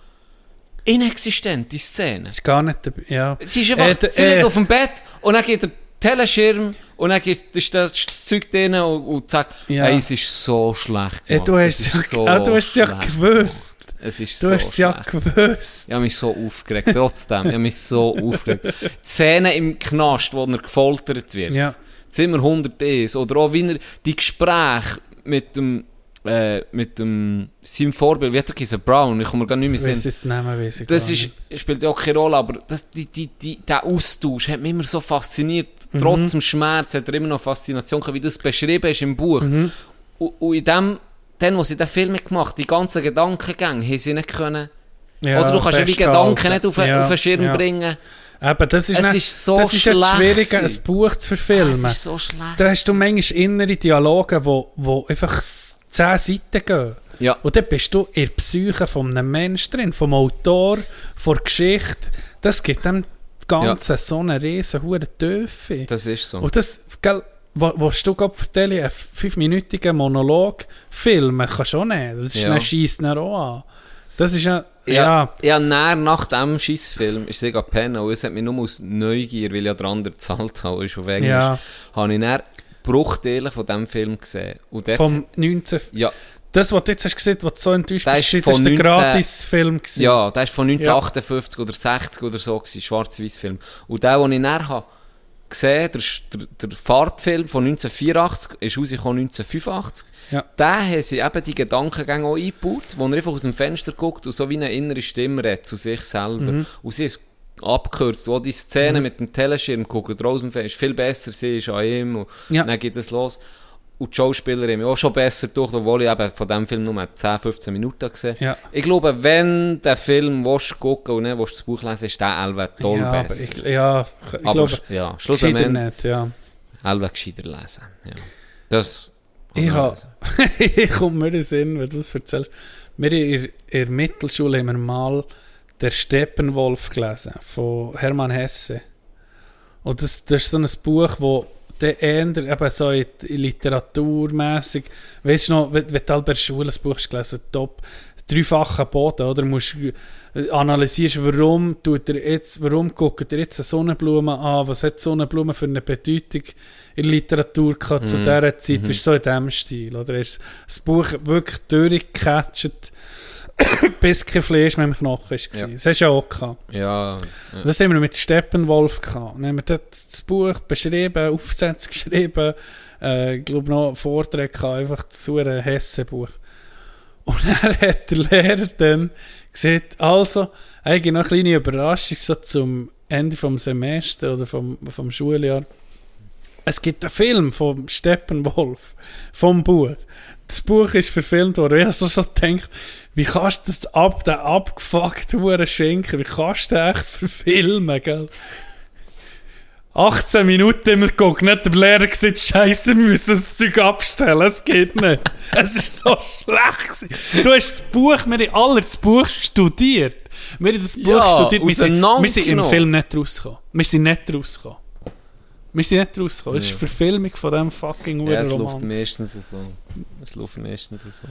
Speaker 3: inexistent, die Szene.
Speaker 5: Ist gar nicht dabei. Ja.
Speaker 3: Sie ist einfach,
Speaker 5: Äh, d-
Speaker 3: sie
Speaker 5: äh,
Speaker 3: liegt auf dem Bett und dann geht der Teleschirm und dann geht, ist das das Zeug drin und, und sagt,
Speaker 5: Ja.
Speaker 3: hey, es ist so schlecht
Speaker 5: äh,
Speaker 3: gemacht.
Speaker 5: du
Speaker 3: Es
Speaker 5: hast
Speaker 3: ist
Speaker 5: es
Speaker 3: so
Speaker 5: ja, ah, du hast es ja
Speaker 3: schlecht
Speaker 5: gewusst.
Speaker 3: gemacht. Es ist
Speaker 5: Du
Speaker 3: so
Speaker 5: hast es ja
Speaker 3: schlecht.
Speaker 5: gewusst.
Speaker 3: Ich habe mich so aufgeregt, trotzdem. Ich habe mich so aufgeregt. Die Szene im Knast, wo er gefoltert wird.
Speaker 5: Ja.
Speaker 3: Zimmer 100 ist. Oder auch wie er die Gespräche mit dem, äh, mit dem, seinem Vorbild, wie hat er gesagt, Brown, ich komme mir gar nicht mehr
Speaker 5: Ich weiß
Speaker 3: sehen.
Speaker 5: nicht, den Namen weiss ich
Speaker 3: Das
Speaker 5: gar
Speaker 3: ist,
Speaker 5: nicht.
Speaker 3: spielt ja auch keine Rolle, aber das, die, die, die, der Austausch hat mich immer so fasziniert.
Speaker 5: Mhm.
Speaker 3: Trotz dem Schmerz hat er immer noch Faszination gehabt, wie du es beschrieben hast im Buch.
Speaker 5: Mhm.
Speaker 3: Und, und in dem, dann, wo sie den Film gemacht haben, die ganzen Gedankengänge, haben sie nicht können.
Speaker 5: Ja,
Speaker 3: Oder du kannst ja wie
Speaker 5: festgehalten.
Speaker 3: Gedanken nicht auf,
Speaker 5: Ja,
Speaker 3: auf den Schirm
Speaker 5: ja.
Speaker 3: bringen.
Speaker 5: Eben, das ist,
Speaker 3: Es
Speaker 5: nicht,
Speaker 3: ist so
Speaker 5: das ist ja das
Speaker 3: schlecht
Speaker 5: Schwierige,
Speaker 3: gewesen.
Speaker 5: ein Buch zu verfilmen.
Speaker 3: Das ist so schlecht.
Speaker 5: da hast du manchmal innere Dialoge, wo, wo einfach s- zehn Seiten gehen.
Speaker 3: Ja.
Speaker 5: Und dann bist du in der Psyche von einem Menschen drin, vom Autor, von der Geschichte. Das gibt dem Ganzen so eine riesen hohe Tiefe.
Speaker 3: Das ist so.
Speaker 5: Und das, gell, wa- was du gerade erzählen, einen fünfminütigen Monolog filmen kannst du auch nicht. Das ist
Speaker 3: Ja.
Speaker 5: ja. scheisst dann auch an. Das ist ja,
Speaker 3: Ja,
Speaker 5: ja,
Speaker 3: ja. näher nach dem Schissfilm ist ich pennen und es hat mich nur aus Neugier, weil ich ja dran gezahlt habe, ist auf Englisch,
Speaker 5: Ja.
Speaker 3: habe ich dann Bruchteile von diesem Film gesehen. Und dort,
Speaker 5: vom 19...
Speaker 3: ja,
Speaker 5: Das, was du jetzt hast gesehen, was du so enttäuscht
Speaker 3: Der
Speaker 5: bist,
Speaker 3: ist
Speaker 5: das war
Speaker 3: von
Speaker 5: der
Speaker 3: 19
Speaker 5: Gratis-Film. gewesen.
Speaker 3: ja, der ist von 1958 oder 60 oder so, gewesen, Schwarz-Weiß-Film. Und der, den ich näher habe gesehen, der, Sch- der, der Farbfilm von 1984, ist rausgekommen 1985,
Speaker 5: Ja.
Speaker 3: da haben sie eben die Gedankengänge auch eingebaut, wo er einfach aus dem Fenster guckt und so wie eine innere Stimme redet zu sich selber.
Speaker 5: Mhm.
Speaker 3: Und sie ist abgekürzt. Und auch die Szene mit dem Teleschirm gucken, raus aus dem Fenster, ist viel besser, sie ist an ihm und
Speaker 5: Ja.
Speaker 3: dann geht es los. Und die Schauspieler haben mich auch schon besser durch, obwohl ich eben von diesem Film nur 10, 15 Minuten gesehen
Speaker 5: Ja.
Speaker 3: Ich glaube, wenn der Film willst, gucken und nicht willst, das Buch lesen willst, ist der Elva toll
Speaker 5: ja, aber
Speaker 3: besser.
Speaker 5: ich, ja, ich
Speaker 3: Aber
Speaker 5: glaube,
Speaker 3: ja,
Speaker 5: gescheiter
Speaker 3: schlussendlich
Speaker 5: nicht, ja.
Speaker 3: Elva gescheiter lesen. Ja. Das
Speaker 5: Ich
Speaker 3: kann man
Speaker 5: habe,
Speaker 3: lesen.
Speaker 5: ich komme mir in den Sinn, wenn du das erzählst. Wir in der, in der Mittelschule haben wir mal «Der Steppenwolf» gelesen, von Hermann Hesse. Und das, das ist so ein Buch, wo der ändert, eben so in, in literaturmässig, weißt du noch, wenn, wenn du halt bei der Schule ein Buch hast gelesen, top, dreifacher Boden, oder? Musst, äh, analysierst, warum tut er jetzt, warum guckt er jetzt eine Sonnenblume an, was hat die Sonnenblume für eine Bedeutung in der Literatur gehabt
Speaker 3: Mhm.
Speaker 5: zu dieser Zeit, das ist so in diesem Stil, oder? Ist das Buch wirklich durchgecatcht, bis kein Fleisch mehr im Knochen war.
Speaker 3: Ja.
Speaker 5: Das hast du ja auch gehabt.
Speaker 3: Ja, ja.
Speaker 5: Das haben wir mit Steppenwolf gehabt. Dann haben wir dort das Buch beschrieben, Aufsätze geschrieben, äh, ich glaube noch Vorträge gehabt, einfach zu einem Hessenbuch. Und dann hat der Lehrer dann gesagt, also, eigentlich noch eine kleine Überraschung so zum Ende vom Semester oder vom, vom Schuljahr. Es gibt einen Film vom Steppenwolf, vom Buch. Das Buch ist verfilmt worden. Ich habe so schon gedacht, wie kannst du das ab, den abgefuckten Huren schenken? Wie kannst du den echt verfilmen, gell? 18 Minuten immer geguckt, nicht der Lehrer gesagt, Scheiße, wir müssen das Zeug abstellen, es geht nicht. es ist so schlecht. gewesen. Du hast das Buch, wir haben alle das Buch studiert. Wir haben das Buch
Speaker 3: Ja,
Speaker 5: studiert, wir sind, wir sind im
Speaker 3: auseinandergenommen.
Speaker 5: Film nicht rausgekommen. Wir sind nicht rausgekommen. Wir sind nicht rausgekommen. Das ist eine Verfilmung von diesem fucking
Speaker 3: ja
Speaker 5: Huren
Speaker 3: es läuft
Speaker 5: Roman.
Speaker 3: meistens so. Es läuft meistens so.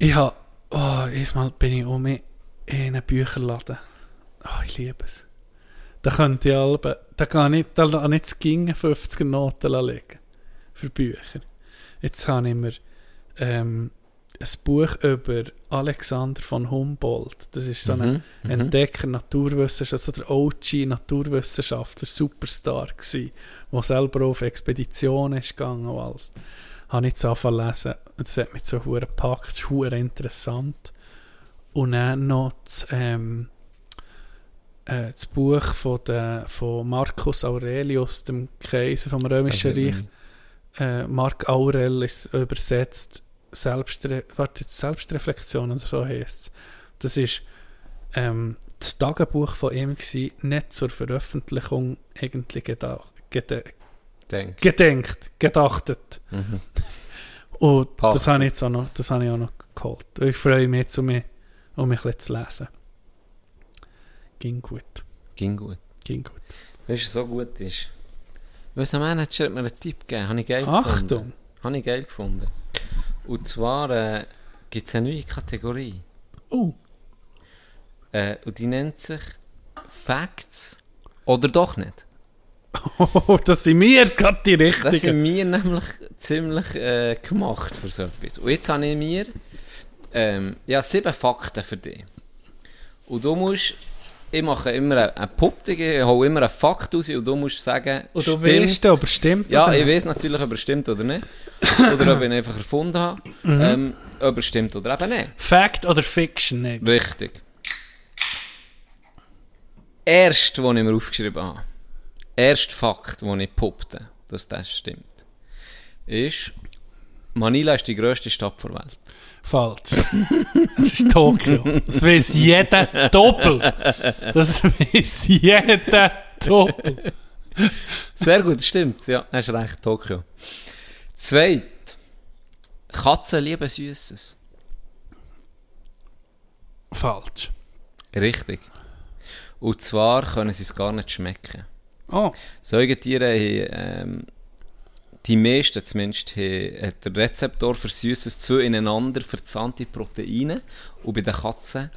Speaker 5: Ich habe, oh, erstmal bin ich um in einen Bücherladen. Oh, ich liebe es. Da könnte ich alle, da kann ich, da kann ich zu gingen 50er Noten legen. Für Bücher. Jetzt habe ich mir, ähm, ein Buch über Alexander von Humboldt. Das ist so ein Entdecker, Naturwissenschaftler, also der OG Naturwissenschaftler, Superstar gsi, der selber auf Expeditionen ist gegangen und alles. Habe ich jetzt angefangen zu lesen. Und Das hat mich so hure gepackt, das ist hure interessant. Und dann noch das, ähm, äh, das Buch von, der, von Marcus Aurelius, dem Kaiser vom Römischen
Speaker 3: Also,
Speaker 5: Reich. Äh, Marc Aurel ist übersetzt Selbstre warte, Selbstreflexion oder so heisst es. Das ist ähm, das Tagebuch von ihm gsi, nicht zur Veröffentlichung irgendwie gedacht, gede
Speaker 3: Denk.
Speaker 5: gedenkt, gedachtet.
Speaker 3: Mhm.
Speaker 5: Und
Speaker 3: Pachtet.
Speaker 5: das habe ich jetzt auch noch, das habe ich auch noch geholt. Und ich freue mich jetzt, um mich, um mich ein bisschen zu lesen. Ging gut,
Speaker 3: Ging gut.
Speaker 5: ging gut.
Speaker 3: Weißt du, was so gut ist? Unser Manager hat mir einen Tipp gegeben, habe ich geil gefunden.
Speaker 5: Achtung!
Speaker 3: Habe ich geil gefunden. Und zwar äh, gibt es eine neue Kategorie.
Speaker 5: Uh,
Speaker 3: Äh, und die nennt sich Facts oder doch nicht.
Speaker 5: Oh, das sind wir gerade die
Speaker 3: Das
Speaker 5: Richtigen.
Speaker 3: haben wir nämlich ziemlich äh, gemacht für so etwas. Und jetzt habe ich mir ähm, ja, sieben Fakten für dich. Und du musst, ich mache immer eine- eine Puppung, ich hole immer einen Fakt raus und du musst sagen,
Speaker 5: Und du
Speaker 3: stimmt-
Speaker 5: willst, aber stimmt
Speaker 3: Ja,
Speaker 5: oder
Speaker 3: ich
Speaker 5: nicht?
Speaker 3: weiß natürlich, ob er stimmt oder nicht. Oder ob ich ihn einfach erfunden habe. Ähm, ob er stimmt oder eben nicht.
Speaker 5: Fact oder Fiction? Ey.
Speaker 3: Richtig. Erst, was ich mir aufgeschrieben habe, erst Fakt, den ich puppte, dass das stimmt, ist, Manila ist die grösste Stadt der Welt.
Speaker 5: Falsch. Das ist Tokio. Das weiß jeder doppelt. Das weiß jeder doppelt.
Speaker 3: Sehr gut, das stimmt. Ja, hast recht, Tokio. Zweit, Katzen lieben Süßes.
Speaker 5: Falsch.
Speaker 3: Richtig. Und zwar können sie es gar nicht schmecken.
Speaker 5: Oh,
Speaker 3: Säugetiere haben, ähm, die meisten zumindest, haben haben den Rezeptor für Süßes zu ineinander verzandte Proteine. Und bei den Katzen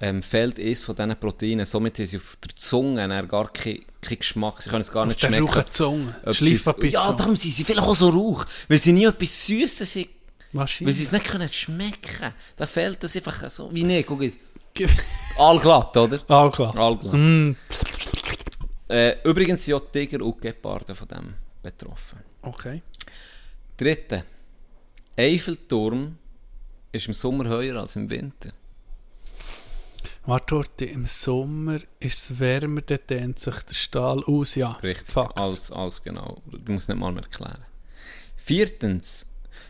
Speaker 3: ähm, fehlt eins von diesen Proteinen. Somit haben sie auf der Zunge dann gar keinen keinen Geschmack. Sie können es gar nicht
Speaker 5: der
Speaker 3: schmecken.
Speaker 5: raucht Zunge.
Speaker 3: ob sie es-
Speaker 5: Schleifpapier.
Speaker 3: Ja, darum sind sie vielleicht auch so rauch. Weil sie nie etwas Süßes haben. Weil sie
Speaker 5: Wahrscheinlich.
Speaker 3: es nicht können schmecken Da fehlt das einfach so. Wie nicht, guck jetzt.
Speaker 5: Ge-
Speaker 3: Allglatt, oder?
Speaker 5: Ah, klar.
Speaker 3: Allglatt.
Speaker 5: Mm,
Speaker 3: Äh, übrigens sind auch Tiger und Geparden von dem betroffen.
Speaker 5: okay.
Speaker 3: Dritte. Eiffelturm ist im Sommer höher als im Winter.
Speaker 5: Warte, Orti, im Sommer ist es wärmer, dann dehnt sich der Stahl aus. Ja,
Speaker 3: Richtig.
Speaker 5: Fakt.
Speaker 3: Als, als genau. Du musst nicht mal mehr erklären. Viertens.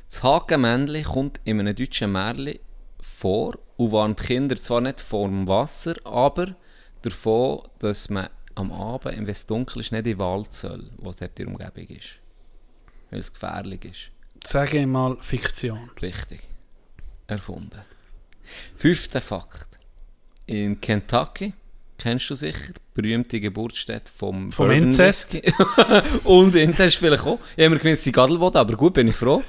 Speaker 3: Das Hakenmännchen kommt in einem deutschen Märchen vor und warnt Kinder zwar nicht vor dem Wasser, aber davon, dass man am Abend, wenn es dunkel ist, nicht in den Wald soll, wo es dort in der Umgebung ist. Weil es gefährlich ist.
Speaker 5: Sage ich mal Fiktion.
Speaker 3: Richtig. Erfunden. Fünfter Fakt. In Kentucky, kennst du sicher, berühmte Geburtsstätte vom
Speaker 5: Vom
Speaker 3: Bourbon
Speaker 5: Inzest.
Speaker 3: Whisky. Und Inzest vielleicht auch. Ich habe mir gewünscht, sie Adelboden, aber gut, bin ich froh.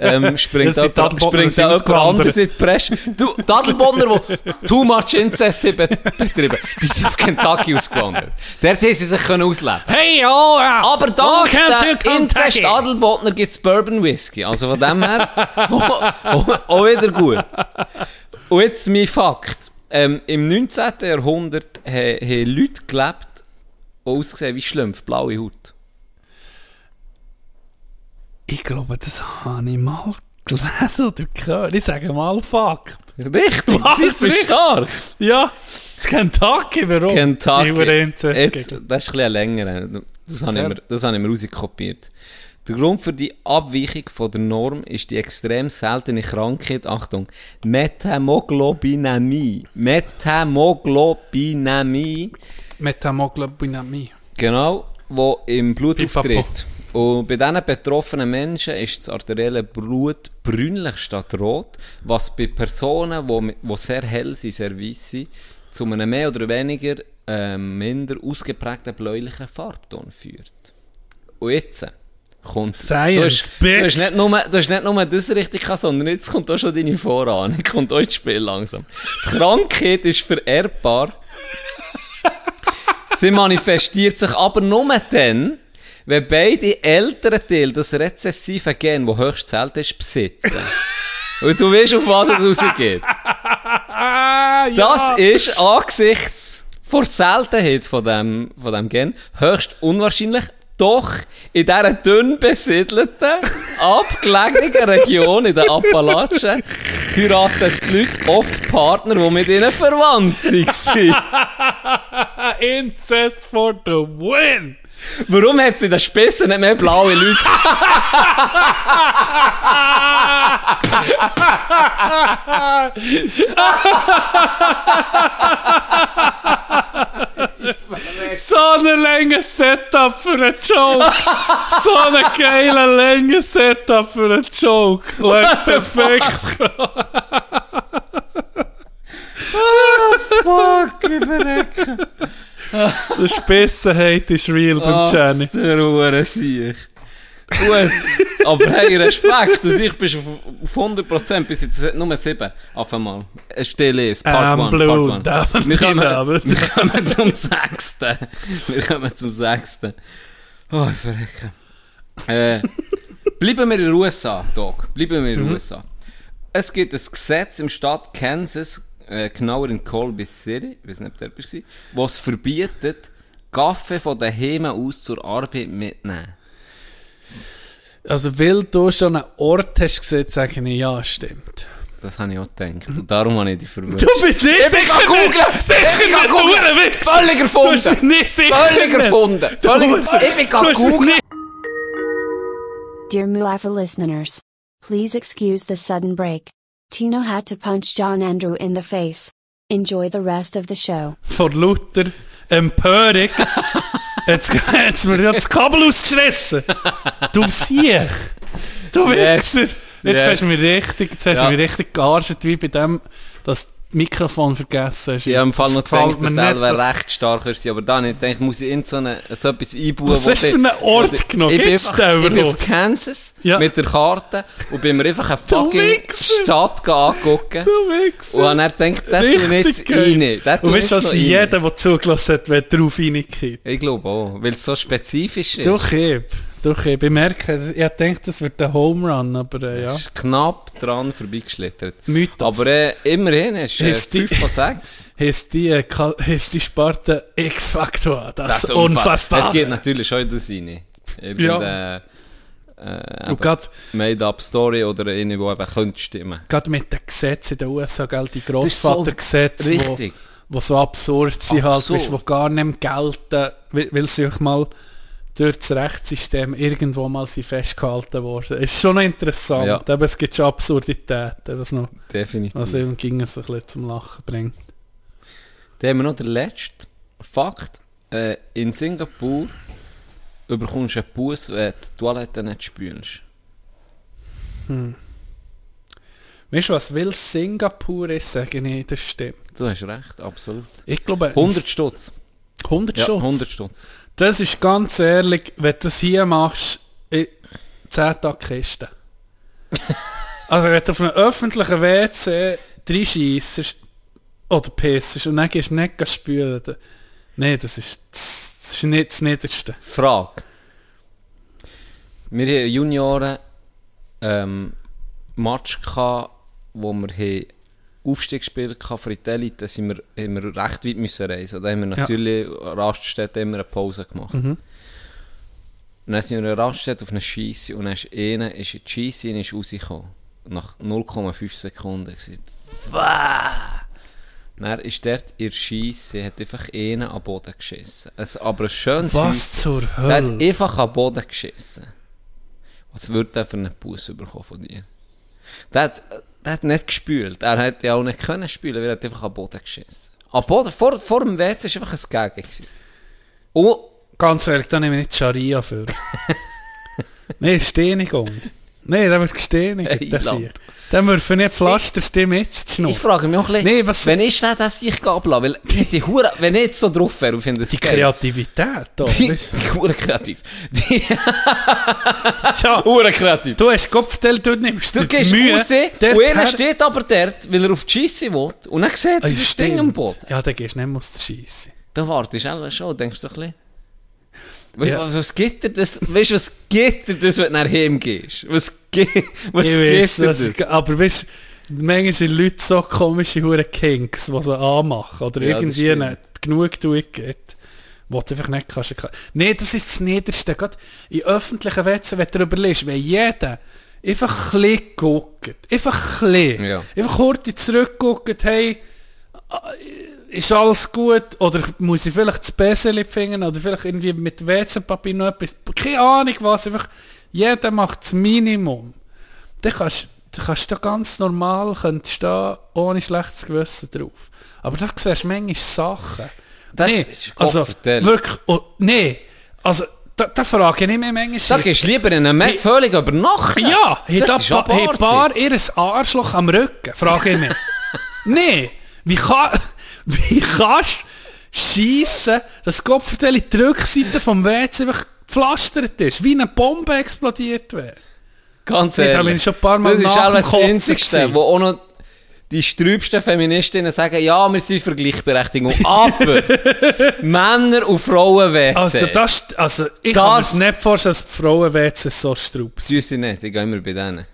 Speaker 3: Ähm, springt
Speaker 5: Das sind
Speaker 3: auch,
Speaker 5: Adelbodner,
Speaker 3: springt
Speaker 5: sind
Speaker 3: auch jemand
Speaker 5: ausgewandert.
Speaker 3: anderes in die Presse. Du, die Adelbodner, die too much Inzest haben bet- betrieben, die sind auf Kentucky ausgewandert. Dort haben sie sich können ausleben
Speaker 5: Hey, oh, ja.
Speaker 3: aber dank
Speaker 5: Welcome to
Speaker 3: der Inzest
Speaker 5: Kentucky.
Speaker 3: Adelbotner gibt es Bourbon Whisky. Also von dem her, oh, auch wieder gut. Und jetzt mein Fakt. Ähm, Im 19. Jahrhundert ha- haben Leute gelebt, die ausgesehen wie Schlümpfe, blaue Haut.
Speaker 5: Ich glaube, das habe ich mal gelesen oder gehört. Ich sage mal Fakt.
Speaker 3: Richtig,
Speaker 5: Was?
Speaker 3: sie sind
Speaker 5: Richtig?
Speaker 3: stark.
Speaker 5: Ja, das Kentucky, warum?
Speaker 3: Kentucky.
Speaker 5: Die Übereinzest
Speaker 3: Jetzt,
Speaker 5: gegen-
Speaker 3: das ist ein bisschen länger. Das habe, ich
Speaker 5: Sehr.
Speaker 3: mir, das habe ich mir rauskopiert. Der Grund für die Abweichung von der Norm ist die extrem seltene Krankheit, Achtung, Methämoglobinämie. Methämoglobinämie,
Speaker 5: Metamoglobinamie.
Speaker 3: genau, wo im Blut
Speaker 5: Pipapo.
Speaker 3: auftritt. Und bei diesen betroffenen Menschen ist das arterielle Blut brünlich statt rot, was bei Personen, die wo, mi- wo sehr hell sind, sehr weiss sind, zu einem mehr oder weniger ähm, minder ausgeprägten bläulichen Farbton führt. Und jetzt kommt...
Speaker 5: Science,
Speaker 3: du hast,
Speaker 5: bitch!
Speaker 3: Du hast, nicht nur, du hast nicht nur das richtig gehabt, sondern jetzt kommt auch schon deine Vorahnung, kommt auch ins Spiel langsam. Die Krankheit ist vererbbar. Sie manifestiert sich aber nur dann, wenn beide älteren Teile das rezessive Gen, das höchst selten ist, besitzen. Und du weißt, auf was es rausgeht.
Speaker 5: Ah, ja.
Speaker 3: Das ist angesichts vor Seltenheit von dem, von dem Gen höchst unwahrscheinlich, doch in dieser dünn besiedelten, abgelegenen Region in den Appalachen heiraten die Leute oft Partner, die mit ihnen verwandt waren.
Speaker 5: Ah, Incest for the win!
Speaker 3: Warum hat es in den Spissen nicht mehr blaue Leute?
Speaker 5: So eine lange Setup für einen Joke! So eine geile lange Setup für einen Joke! Und er ist perfekt!
Speaker 3: Fuck, wie verreckt.
Speaker 5: Die Spissenheit ist
Speaker 6: Ah,
Speaker 5: real beim Jenny.
Speaker 3: Der Uhren sich. Gut, aber hey, Respekt, dass ich bist auf auf 100% bis jetzt nur 7. Auf einmal. Eine Stille ist, Part
Speaker 5: I'm
Speaker 3: 1.
Speaker 5: blue,
Speaker 3: Part
Speaker 5: down
Speaker 3: 1. Wir
Speaker 5: in
Speaker 3: kommen,
Speaker 5: Abend.
Speaker 3: wir kommen zum 6. Wir kommen zum 6. Oh, ich verrecke. Äh, bleiben wir in den USA, Doc. Bleiben wir in den USA. Es gibt ein Gesetz im Staat Kansas, äh, genauer in Colby City, ich weiß nicht, ob der etwas war, was verbietet, Kaffee von daheim aus zur Arbeit mitnehmen.
Speaker 6: Also, weil du schon einen Ort hast gesehen, sage ich, ja, stimmt.
Speaker 3: Das habe ich auch gedacht. Und darum habe ich dich verwirrt.
Speaker 6: Mhm. Du bist nicht
Speaker 3: Ich bin
Speaker 6: sicher
Speaker 3: gerade googeln! Ich bin gerade googeln! Völlig
Speaker 6: Du bist mir
Speaker 3: erfunden!
Speaker 6: nicht sicher!
Speaker 3: Völlig erfunden! Völlig, ich bin gerade googeln!
Speaker 7: Dear Muafa listeners, please excuse the sudden break. Tino had to punch John Andrew in the face. Enjoy the rest of the show.
Speaker 6: Vor lauter Empörung. Jetzt hat's mir ja das Kabel ausgerissen. Du Siech. Du
Speaker 3: Yes.
Speaker 6: Wichser. Jetzt
Speaker 3: Yes.
Speaker 6: hast du mich richtig, jetzt hast
Speaker 3: Ja.
Speaker 6: du mich richtig gearscht, wie bei dem, dass das Mikrofon vergessen hast.
Speaker 3: Ich habe im Fall noch
Speaker 6: Das gefällt
Speaker 3: gedacht, dass
Speaker 6: mir nicht,
Speaker 3: selber
Speaker 6: dass-
Speaker 3: recht stark ist, aber dann habe ich gedacht, muss ich in so, eine, so etwas einbauen,
Speaker 6: Was
Speaker 3: wo
Speaker 6: hast du
Speaker 3: ich-
Speaker 6: für einen Ort
Speaker 3: wo ich-
Speaker 6: genommen?
Speaker 3: Ich bin,
Speaker 6: Jetzt
Speaker 3: einfach,
Speaker 6: stell
Speaker 3: ich bin
Speaker 6: los.
Speaker 3: auf Kansas
Speaker 6: Ja.
Speaker 3: mit der Karte und bin mir einfach eine fucking
Speaker 6: Wichser.
Speaker 3: Stadt gehen angucken
Speaker 6: Du Wichser.
Speaker 3: und habe dann gedacht, das tue ich jetzt
Speaker 6: geil.
Speaker 3: rein. Das
Speaker 6: Und
Speaker 3: tue ich
Speaker 6: weißt du,
Speaker 3: jetzt noch
Speaker 6: was
Speaker 3: rein.
Speaker 6: jeder, der zugelassen hat, wird drauf reingehen.
Speaker 3: Ich glaube auch, weil es so spezifisch ist.
Speaker 6: Du Kib, du Kib. Ich merke, ich denke, das wird ein Home Run, aber äh, ja.
Speaker 3: Es ist knapp dran vorbeigeschlittert.
Speaker 6: Mythos.
Speaker 3: Aber äh, immerhin ist äh,
Speaker 6: Ist die-
Speaker 3: 5 von 6.
Speaker 6: Hast die, äh, Ka- hast die Sparte X-Faktor? Das, ist unfassbar.
Speaker 3: Es geht natürlich schon das rein. Irgendeine
Speaker 6: Und gerade
Speaker 3: äh, Made-up-Story oder eine, die eben könnte stimmen.
Speaker 6: gerade mit den Gesetzen in den USA, gell, die
Speaker 3: ist so
Speaker 6: Grossvatergesetze, die wo,
Speaker 3: richtig.
Speaker 6: wo so absurd sind, halt,
Speaker 3: Absurd.
Speaker 6: weißt, wo gar nicht mehr gelten, weil, weil sie euch mal durch das Rechtssystem irgendwo mal sind festgehalten worden. Ist schon noch interessant,
Speaker 3: Ja. Mhm.
Speaker 6: aber es gibt schon Absurditäten, was, noch,
Speaker 3: Definitiv.
Speaker 6: was eben ging es ein bisschen zum Lachen bringt.
Speaker 3: Dann haben wir noch den letzten Fakt. Äh, in Singapur überkommst du einen Bus, wenn du die Toilette nicht spülst.
Speaker 6: Weißt du was, weil Singapur ist, sage ich, das stimmt.
Speaker 3: Du hast recht, absolut.
Speaker 6: Ich glaube,
Speaker 3: 100 Stutz.
Speaker 6: 100
Speaker 3: Ja,
Speaker 6: Schutz.
Speaker 3: 100 Stutz.
Speaker 6: Das ist ganz ehrlich, wenn du das hier machst, ich- 10 Tage Kiste. also wenn du auf einem öffentlichen WC drei scheissest oder pissest und dann gehst du nicht gehen spülen. da- Nein, das ist, das das ist nicht das Niederste.
Speaker 3: Frage. Wir haben Junioren ähm, Match gehabt, wo wir haben Aufstiegsspiel hatten für Italien, da sind wir, haben wir recht weit müssen reisen. Da haben wir natürlich an Raststätte immer eine Pause gemacht.
Speaker 6: Mhm.
Speaker 3: Und dann sind wir an Raststätte auf eine Scheisse und dann ist einer ist in die Scheisse und ist rausgekommen. Nach 0,5 Sekunden. Ich gesagt, «Wah!» Dann ist dort in der Scheisse, hat einfach einer am Boden geschissen. Es, aber ein schönes
Speaker 6: Was zur
Speaker 3: der hat
Speaker 6: Hölle?
Speaker 3: einfach am Boden geschissen. Was würde der für einen Bus bekommen von dir? Der hat, der hat nicht gespült. Er hätte ja auch nicht können spielen, weil er hat einfach am Boden geschissen. Am Boden, vor, vor dem WC war einfach ein Gegen. gewesen. Und
Speaker 6: Ganz ehrlich, da nehme ich nicht Scharia für. Nein, Stehnigung. Nein, der wird gesteinigt, das
Speaker 3: Eiland.
Speaker 6: hier. Dann würfen nicht Pflaster, stimme jetzt zu
Speaker 3: ich frage mich auch ein bisschen,
Speaker 6: Nee, was-
Speaker 3: wenn ist der, der sich ablassen Weil die, die Hure, wenn ich jetzt so drauf wäre, und finde das
Speaker 6: Die Kreativität da.
Speaker 3: Die,
Speaker 6: weisst
Speaker 3: die Hure kreativ. Die
Speaker 6: du? ja.
Speaker 3: Hure kreativ.
Speaker 6: Du hast Kopfteil, du nimmst
Speaker 3: Du
Speaker 6: dir die
Speaker 3: gehst
Speaker 6: Mühe,
Speaker 3: raus
Speaker 6: dort
Speaker 3: und einer
Speaker 6: her-
Speaker 3: steht aber dort, weil er auf die Scheisse will und dann sieht
Speaker 6: Ah,
Speaker 3: er das Ding am
Speaker 6: stimmt.
Speaker 3: Boden.
Speaker 6: Ja, dann gehst du nicht mehr aus der Scheisse.
Speaker 3: Dann wartest du auch schon, denkst du ein bisschen. Weißt,
Speaker 6: Ja.
Speaker 3: was, was gibt dir das, weißt, du, was gibt dir das, wenn du nach Hause gehst? Was ge- was
Speaker 6: ich
Speaker 3: gibt
Speaker 6: weiß,
Speaker 3: dir
Speaker 6: das
Speaker 3: das?
Speaker 6: ist, aber weißt du, manchmal sind Leute so komische hure Kinks, die sie anmachen oder
Speaker 3: Ja, das
Speaker 6: irgendwie
Speaker 3: stimmt.
Speaker 6: nicht genug gibt, wo du einfach nicht kannst. erklären. Nein, das ist das Niederste. Gerade in öffentlichen Wetzen, wenn du darüber liest, wenn jeder einfach ein bisschen guckt, einfach ein bisschen,
Speaker 3: Ja.
Speaker 6: einfach kurz zurückguckt, hey, ist alles gut oder muss ich vielleicht das Bessere finden oder vielleicht irgendwie mit WC-Papier noch etwas, keine Ahnung was, einfach jeder macht das Minimum. Dann kannst, dann kannst du da ganz normal könntest da ohne schlechtes Gewissen drauf. Aber da siehst du manchmal Sachen.
Speaker 3: Das
Speaker 6: Nee,
Speaker 3: ist
Speaker 6: also,
Speaker 3: Kopfverteilung.
Speaker 6: wirklich, oh, nee, also da, da frage ich nicht mehr manchmal.
Speaker 3: Da gehst du lieber in einem Meer völlig übernachten.
Speaker 6: Ja, hey,
Speaker 3: das
Speaker 6: da
Speaker 3: ist
Speaker 6: pa hey,
Speaker 3: abartig.
Speaker 6: Paar ihres Arschloch am Rücken, frage ich mich. nee, wie, kann, wie kannst du schiessen, dass Kopfteil die Rückseite vom WC einfach gepflastert ist, wie eine Bombe explodiert wäre?
Speaker 3: Ganz
Speaker 6: Nee, da
Speaker 3: ehrlich.
Speaker 6: bin ich schon ein paar Mal
Speaker 3: das ist
Speaker 6: nach
Speaker 3: auch
Speaker 6: dem
Speaker 3: das
Speaker 6: Kotzen
Speaker 3: Einzigste,
Speaker 6: gewesen.
Speaker 3: wo auch noch die sträubsten Feministinnen sagen, ja, wir sind Vergleichberechtigung, aber Männer und Frauen WC.
Speaker 6: Also,
Speaker 3: das
Speaker 6: das, also ich
Speaker 3: Das-
Speaker 6: kann mir das nicht vorstellen, dass die Frauen-WC so straub sind.
Speaker 3: tun sie nicht, ich gehe immer bei denen.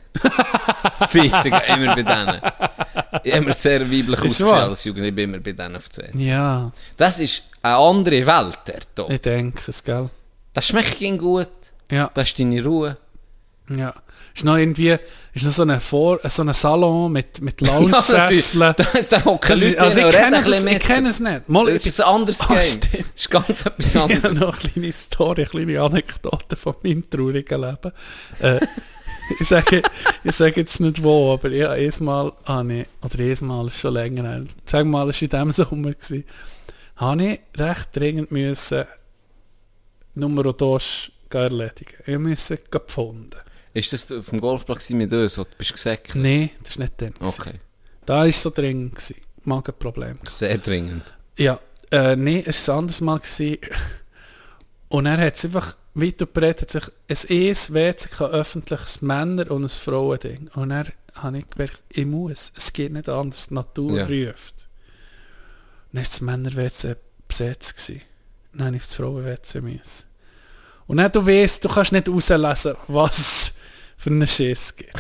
Speaker 3: Fix, ich gehe immer bei denen. Ich habe immer sehr weiblich ausgesehen
Speaker 6: wahr?
Speaker 3: als Jugend, ich bin immer bei denen auf zwei.
Speaker 6: Ja,
Speaker 3: Das ist eine andere Welt, der hier.
Speaker 6: ich denke es, gell?
Speaker 3: Das schmeckt ihnen gut,
Speaker 6: Ja.
Speaker 3: das ist deine Ruhe.
Speaker 6: Ja. Ist noch irgendwie, ist noch nou so ein, Vor so ein Salon mit, mit
Speaker 3: Ja, das ist-
Speaker 6: Lounge-Sesseln.
Speaker 3: das- Da hocken
Speaker 6: Das
Speaker 3: Leute
Speaker 6: ist- also
Speaker 3: drin
Speaker 6: ich
Speaker 3: und reden
Speaker 6: kenne
Speaker 3: ein
Speaker 6: das,
Speaker 3: bisschen
Speaker 6: ich
Speaker 3: mit.
Speaker 6: kenne es nicht. Mal,
Speaker 3: Das ist ein anderes
Speaker 6: Ah,
Speaker 3: Game.
Speaker 6: stimmt.
Speaker 3: Das ist ganz etwas
Speaker 6: Ich
Speaker 3: anderes.
Speaker 6: habe noch eine kleine Story, eine kleine Anekdote von meinem traurigen Leben. Äh, ich, sage, ich sage jetzt nicht wo, aber ich habe einmal, ah, nee, oder einmal ist schon länger her, sagen wir mal, es war in diesem Sommer, gewesen, habe ich recht dringend müssen Nummer dos erledigen. Ich musste gehen gefunden.
Speaker 3: Ist das auf dem Golfplatz mit uns, wo du bist gesagt
Speaker 6: Nein, das ist nicht dem. gewesen.
Speaker 3: Okay,
Speaker 6: Da war es so dringend. gewesen. Magenproblem.
Speaker 3: sehr dringend.
Speaker 6: Ja, äh, nee, es war ein anderes Mal. Gewesen. Und er hat einfach weit und breit hat sich ein ES WC gehabt, öffentliches Männer- und ein Frauending. Und er habe ich gemerkt, ich muss, es geht nicht anders, die Natur
Speaker 3: Ja.
Speaker 6: ruft. Dann war das Männer-WC besetzt. Gewesen. Dann habe ich auf das Frauen-WC müssen. Und dann, du weißt, du kannst nicht rauslesen, was es für einen Schiss gibt.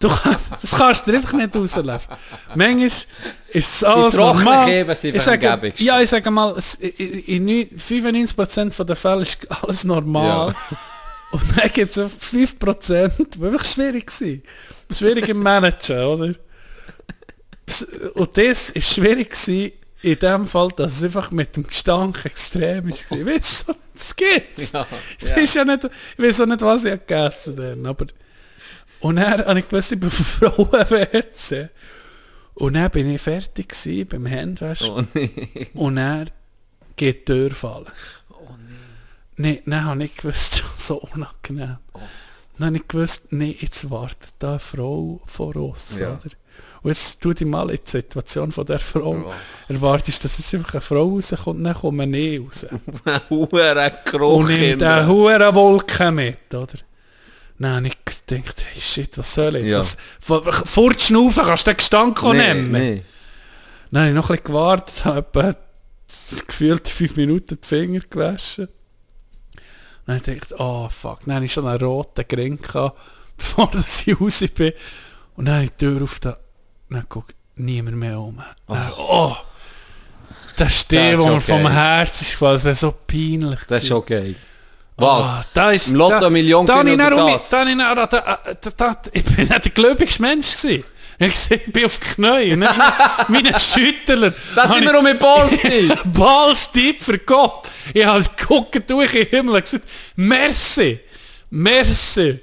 Speaker 6: Du kannst, das kannst du einfach nicht rauslesen. Manchmal ist es alles
Speaker 3: trockenen
Speaker 6: normal.
Speaker 3: Käben sind
Speaker 6: Ich sage-
Speaker 3: am gäbigsten.
Speaker 6: Ja, ich sage mal, es- in in 95% der Fälle ist alles normal. Und dann gibt es 5%, die wirklich schwierig sind. Schwierig im Managen, oder? S- Und das war schwierig gewesen, in dem Fall, dass es einfach mit dem Gestank extrem war. Weißt du, das gibt's.
Speaker 3: Ja,
Speaker 6: Ich weiß ja nicht, ich weiß auch nicht, was ich gegessen habe. Aber und dann habe ich gewusst, ich bin von Frauen Und dann bin ich fertig gewesen beim Handwaschen.
Speaker 3: Oh nee.
Speaker 6: Und er geht die Tür fallen. Nein, dann habe ich gewusst, so unangenehm. Dann habe ich gewusst, nee, jetzt wartet da eine Frau vor uns,
Speaker 3: Ja.
Speaker 6: oder? Und jetzt tu dich mal in die Situation von der Frau.
Speaker 3: Ja.
Speaker 6: Erwartest, dass jetzt einfach eine Frau rauskommt, dann kommt eine eh raus.
Speaker 3: Huere Geruch
Speaker 6: Und nimmt
Speaker 3: Kinder.
Speaker 6: eine hohe Wolke mit, oder? Dann habe ich gedacht, hey shit, was soll jetzt?
Speaker 3: Ja.
Speaker 6: Was, vor, vor die Schnaufe kannst du den Gestank auch
Speaker 3: Nee,
Speaker 6: nehmen.
Speaker 3: nee.
Speaker 6: Dann habe ich noch ein bisschen gewartet, habe etwa gefühlt fünf Minuten die Finger gewaschen. Dann habe ich gedacht, oh fuck, dann hatte ich schon einen roten Grin, gehabt, bevor dass ich raus bin. Und dann habe ich die Tür auf, da- dann guckt niemand mehr um. Dann, oh, das ist
Speaker 3: Das
Speaker 6: der,
Speaker 3: ist
Speaker 6: wo mir
Speaker 3: okay.
Speaker 6: vom Herz ist gefallen, das wäre so peinlich
Speaker 3: Das ist
Speaker 6: gewesen.
Speaker 3: okay. Was?
Speaker 6: Ah, da ist,
Speaker 3: Im Lotto
Speaker 6: da-
Speaker 3: Million
Speaker 6: da habe ich
Speaker 3: gewinnt
Speaker 6: dann
Speaker 3: oder
Speaker 6: um mich-
Speaker 3: das?
Speaker 6: da habe ich dann- da- da- da- da- Ich bin nicht der glücklichste Mensch gewesen. Ich sehe, ich bin auf die Knie. ne? Meine Schüttler.
Speaker 3: Das
Speaker 6: Habe
Speaker 3: sind wir
Speaker 6: ich-
Speaker 3: um mit Borsti.
Speaker 6: Ballstipp für Gott. Ich habe geguckt durch den Himmel und gesagt, merci, merci.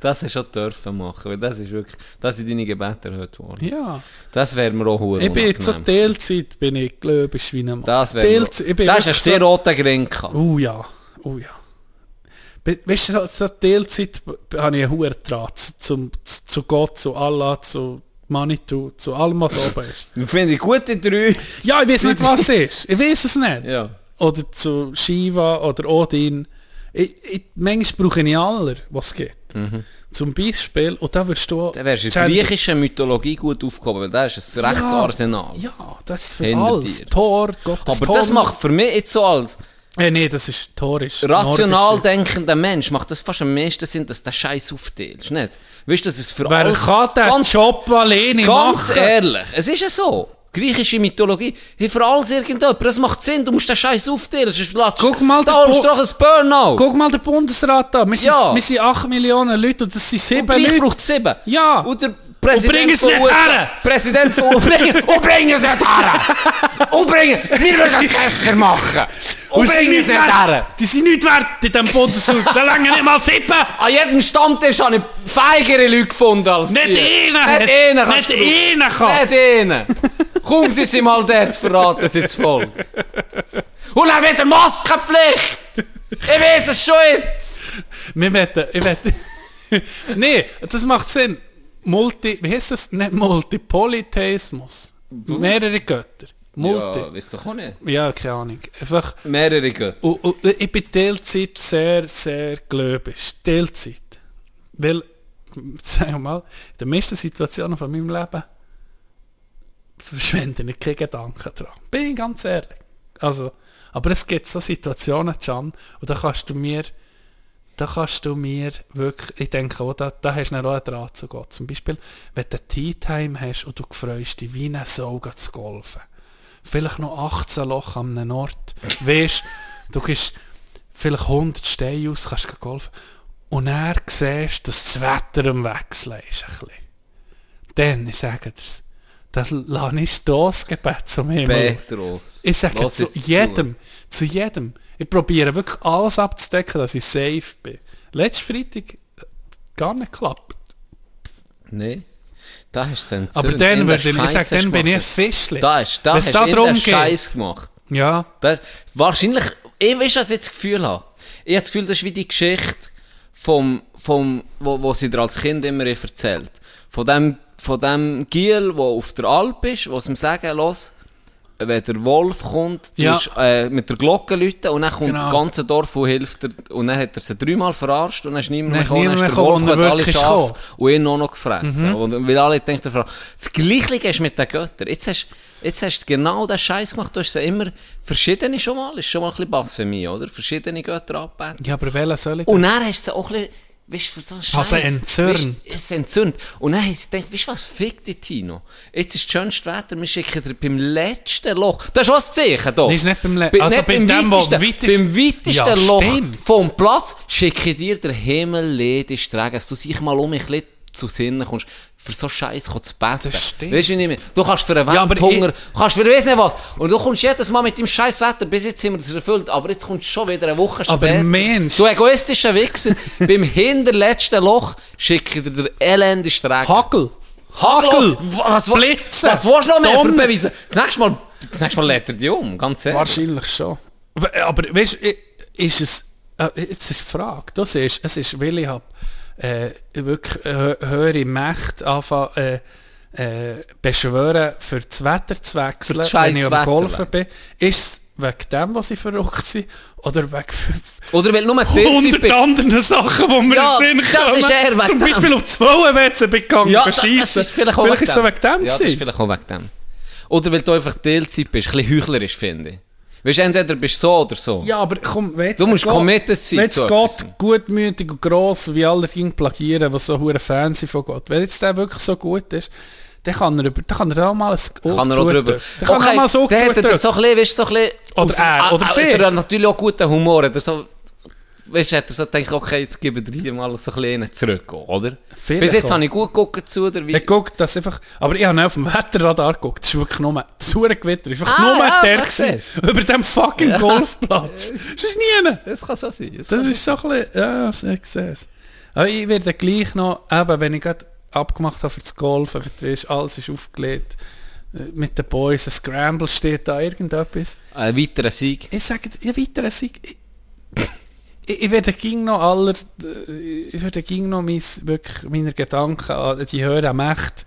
Speaker 3: Das hast du schon dürfen machen, weil das ist wirklich, das sind deine Gebete erhört worden.
Speaker 6: Ja.
Speaker 3: Das wäre mir auch hure
Speaker 6: Ich bin jetzt so
Speaker 3: unangenehm.
Speaker 6: Teilzeit, bin ich glöbisch wie ein Mann.
Speaker 3: Das wäre mir,
Speaker 6: Teilzeit, ich bin
Speaker 3: das ist ein
Speaker 6: wirklich
Speaker 3: sehr
Speaker 6: so-
Speaker 3: roter Grin gehabt.
Speaker 6: Oh ja, oh ja. Be- Weißt du, so- so Teilzeit b- b- habe ich einen hohen Draht zu- zum, zu, zu Gott, zu Allah, zu Manitou, zu allem, was oben ist.
Speaker 3: Finde ich gute drei.
Speaker 6: Ja, ich weiß nicht, was es ist. Ich weiß es nicht.
Speaker 3: Ja.
Speaker 6: Oder zu Shiva oder Odin. Ich, ich, manchmal brauche ich alle, was es gibt. Zum Beispiel, und da wirst du...
Speaker 3: Mhm. Dann wärst du in der
Speaker 6: Gender-
Speaker 3: griechischen Mythologie gut aufgehoben, weil da ist ein Rechtsarsenal.
Speaker 6: Ja, das ist für
Speaker 3: Hinter
Speaker 6: alles.
Speaker 3: dir.
Speaker 6: Tor, Gottes
Speaker 3: Aber
Speaker 6: Tor.
Speaker 3: das macht für mich jetzt so als
Speaker 6: Äh, nee, das ist torisch.
Speaker 3: rational denkender Mensch macht das fast am meisten Sinn, dass der Scheiß aufteilst, nicht? Weißt du, das ist für
Speaker 6: Wer
Speaker 3: alles-
Speaker 6: kann den
Speaker 3: ganz,
Speaker 6: Job alleine
Speaker 3: Ganz
Speaker 6: machen?
Speaker 3: ehrlich, es ist ja so. Griechische Mythologie, hey, für alles irgendjemand, das macht Sinn, du musst den Scheiß aufteilen, sonst platzt
Speaker 6: Guck mal,
Speaker 3: da
Speaker 6: der
Speaker 3: hast du
Speaker 6: Po-
Speaker 3: doch ein Burnout.
Speaker 6: Guck mal den Bundesrat an. Wir sind,
Speaker 3: Ja.
Speaker 6: wir sind 8 Millionen Leute und das sind 7
Speaker 3: Und gleich
Speaker 6: Leute.
Speaker 3: braucht es sieben.
Speaker 6: Ja.
Speaker 3: Und der Präsident
Speaker 6: bring es
Speaker 3: von
Speaker 6: nicht
Speaker 3: USA
Speaker 6: her.
Speaker 3: Präsident von und bring, und bring es nicht her! Und bring, wir würden es besser machen! Und,
Speaker 6: sie
Speaker 3: bring es nicht her!
Speaker 6: Die sind nicht wert in diesem Bundeshaus. da lange nicht mal 7.
Speaker 3: An jedem Stammtisch habe ich feigere Leute gefunden als
Speaker 6: Nicht
Speaker 3: ihr.
Speaker 6: einer hat-
Speaker 3: Nicht einen! kannst
Speaker 6: nicht
Speaker 3: du-
Speaker 6: einer kann.
Speaker 3: Nicht einen! Kaum sind sie mal dort, verraten sie das Volk. Und dann wieder Maskenpflicht! Ich weiß es schon jetzt!
Speaker 6: Wir möchten, ich möchte. nee, das macht Sinn. Multi, wie heißt das? Nicht Multi, Polytheismus. Mehrere Götter. Multi.
Speaker 3: weißt doch auch nicht.
Speaker 6: Ja, keine Ahnung. Einfach,
Speaker 3: Mehrere Götter.
Speaker 6: und, und, ich bin Teilzeit sehr, sehr gläubisch. Teilzeit. Weil, sagen wir mal, in den meisten Situationen von meinem Leben verschwende ich keinen Gedanken dran. Bin ich ganz ehrlich. Also, aber es gibt so Situationen, Can, und da kannst du mir, da kannst du mir wirklich, ich denke auch, da, da hast du dann auch einen Draht zu Gott. Zum Beispiel, wenn du Tea Time hast und du freust dich wie ein Sauger zu golfen. Vielleicht noch 18 Loch an einem Ort. Weisst, du gehst vielleicht 100 Steine aus, kannst gehen golfen. Und dann siehst du, dass das Wetter am Wechseln ist. Ein bisschen. Dann, ich sage dir's, das lasse ich das Gebet zum Himmel.
Speaker 3: Petros.
Speaker 6: Ich sage
Speaker 3: Lass
Speaker 6: zu
Speaker 3: jetzt
Speaker 6: jedem, zu jedem. Ich probiere wirklich alles abzudecken, dass ich safe bin. Letzten Freitag äh, gar nicht geklappt.
Speaker 3: Nee. Da hast du Sensor.
Speaker 6: Aber dann würde ich, ich sage, dann bin ich ein Fischli.
Speaker 3: Da ist, da
Speaker 6: Wenn's
Speaker 3: hast
Speaker 6: da
Speaker 3: du irgendeinen
Speaker 6: drum geht.
Speaker 3: Scheiß gemacht.
Speaker 6: Ja,
Speaker 3: Da, wahrscheinlich, ich weiß, was ich jetzt das Gefühl habe. Ich habe das Gefühl, das ist wie die Geschichte, vom, vom, wo, wo sie dir als Kind immer erzählt. Von dem, von dem Giel, der auf der Alp ist, was ihm sagen los, wenn der Wolf kommt, du
Speaker 6: Ja.
Speaker 3: musst, äh, mit der Glocke läuten und dann kommt
Speaker 6: Genau.
Speaker 3: das ganze Dorf und hilft dir. Und dann hat er sie dreimal verarscht und dann ist niemand mehr
Speaker 6: Dann ist
Speaker 3: gekommen. Dann ist
Speaker 6: niemand
Speaker 3: der
Speaker 6: mehr
Speaker 3: Wolf hat
Speaker 6: gekommen, wo er
Speaker 3: alle
Speaker 6: wirklich ist
Speaker 3: Schafe
Speaker 6: gekommen.
Speaker 3: und ihn auch noch gefressen. Und weil alle denken, der Frau, das Gleiche ist mit den Göttern. Jetzt hast, jetzt hast du genau den Scheiß gemacht. Du hast sie immer verschiedene schon mal. Ist schon mal ein bisschen Blasphemie, oder? Verschiedene Götter abbeten.
Speaker 6: ja aber welchen soll ich
Speaker 3: Und dann hast du sie auch ein bisschen, weißt du, für so einen Scheiß.
Speaker 6: Also entzürnt.
Speaker 3: Weißt, Es entzündet. Und dann haben sie gedacht, weißt du was, fick dich, Tino. Jetzt ist das schönste Wetter, wir schicken dir beim letzten Loch. Das ist was das Zeichen, doch.
Speaker 6: Das ist nicht beim le- also
Speaker 3: nicht
Speaker 6: bei
Speaker 3: beim
Speaker 6: dem, wo
Speaker 3: weitesten,
Speaker 6: am weitesten-
Speaker 3: Beim weitesten
Speaker 6: Ja,
Speaker 3: Loch
Speaker 6: stimmt.
Speaker 3: vom Platz schicke dir der Himmel ledisch tragen, dass du sich mal um mich bisschen zu Sinnen kommst, für so Scheiß zu beten.
Speaker 6: Das stimmt.
Speaker 3: Weißt du nicht mehr? Du kannst für einen
Speaker 6: Ja, aber
Speaker 3: Welthunger, du kannst für weiss nicht was. Und du kommst jedes Mal mit dem scheiß Wetter, bis jetzt sind wir das erfüllt, aber jetzt kommst du schon wieder eine Woche
Speaker 6: Aber
Speaker 3: später.
Speaker 6: Mensch.
Speaker 3: Du egoistischer Wichser, beim hinterletzten Loch schickt dir der elende Sträger.
Speaker 6: Hackel!
Speaker 3: Hagel!
Speaker 6: Hackel!
Speaker 3: Was, was,
Speaker 6: Blitze!
Speaker 3: was willst du noch mehr
Speaker 6: Donner!
Speaker 3: für beweisen? Das nächste Mal, das nächste Mal lädt er dich um, ganz ehrlich.
Speaker 6: Wahrscheinlich schon. W- Aber weißt du, i- ist es. äh, Jetzt ist die Frage. Du siehst, es ist, weil ich habe äh, wirklich hö- höhere Mächte anfangen äh, äh, beschwören, für das Wetter zu
Speaker 3: Für das
Speaker 6: wechseln, wenn ich
Speaker 3: scheiß
Speaker 6: am
Speaker 3: Wetter
Speaker 6: Golfen bin. Ist es wegen dem, was ich verrückt sind, oder wegen fünf-
Speaker 3: Oder weil du nur Teilzeit
Speaker 6: 100
Speaker 3: bist.
Speaker 6: anderen Sachen, die mir
Speaker 3: Ja,
Speaker 6: in den Sinn
Speaker 3: das
Speaker 6: kommen?
Speaker 3: ist eher wegen
Speaker 6: Zum
Speaker 3: dem.
Speaker 6: Beispiel auf zwei WC begangen,
Speaker 3: Ja, das
Speaker 6: bescheissen.
Speaker 3: das ist vielleicht auch
Speaker 6: vielleicht ist es wegen dem
Speaker 3: Ja, das ist
Speaker 6: gewesen.
Speaker 3: vielleicht auch wegen dem. Oder weil du einfach Teilzeit bist, ein bisschen heuchlerisch, finde ich. Weißt du, entweder bist du so oder so.
Speaker 6: Ja, aber komm, wenn jetzt
Speaker 3: Du musst
Speaker 6: Gott-
Speaker 3: committed sein
Speaker 6: Wenn jetzt
Speaker 3: zu
Speaker 6: Gott
Speaker 3: etwas.
Speaker 6: gutmütig und gross wie alle Dinge plagieren, was so hure Fans sind von Gott. Wenn jetzt der wirklich so gut ist, dann kann er, über, dann kann er auch mal ein Auge
Speaker 3: Kann er auch drüber.
Speaker 6: zutun. Dann kann er mal ein Auge
Speaker 3: dann hat er
Speaker 6: zutun.
Speaker 3: so ein bisschen, weißt du, so ein bisschen...
Speaker 6: Oder er,
Speaker 3: Ah,
Speaker 6: oder
Speaker 3: ah,
Speaker 6: sie.
Speaker 3: Er hat natürlich auch guten Humor. Hat er so, weißt du, hat er so gedacht, okay, jetzt gebe ich dir mal so ein bisschen einen zurück, oder?
Speaker 6: Vielleicht
Speaker 3: Bis jetzt
Speaker 6: auch.
Speaker 3: habe ich gut geguckt zu dir, wie...
Speaker 6: Ich guck das einfach, aber ich habe nicht auf dem Wetterradar geguckt, das ist wirklich nur, das hure Gewitter, ist wirklich
Speaker 3: Ah,
Speaker 6: nur
Speaker 3: ja,
Speaker 6: der
Speaker 3: das
Speaker 6: gewesen,
Speaker 3: siehst
Speaker 6: über dem fucking Golfplatz. Das ist nie einer.
Speaker 3: Das kann so sein. Das
Speaker 6: Das
Speaker 3: kann-
Speaker 6: ist so ein bisschen, ja, ich sehe es. Aber ich werde gleich noch, eben, wenn ich gerade abgemacht habe für das Golfen, für die Wisch, alles ist aufgelegt, äh, mit den Boys, ein Scramble steht da, irgendetwas.
Speaker 3: Ein weiterer Sieg.
Speaker 6: Ich sage, dir, ja, weiter, ein Sieg. Ich, ich, ich werde ging noch aller, äh, ich werde ging noch mein, wirklich meine Gedanken an die höhere Mächte,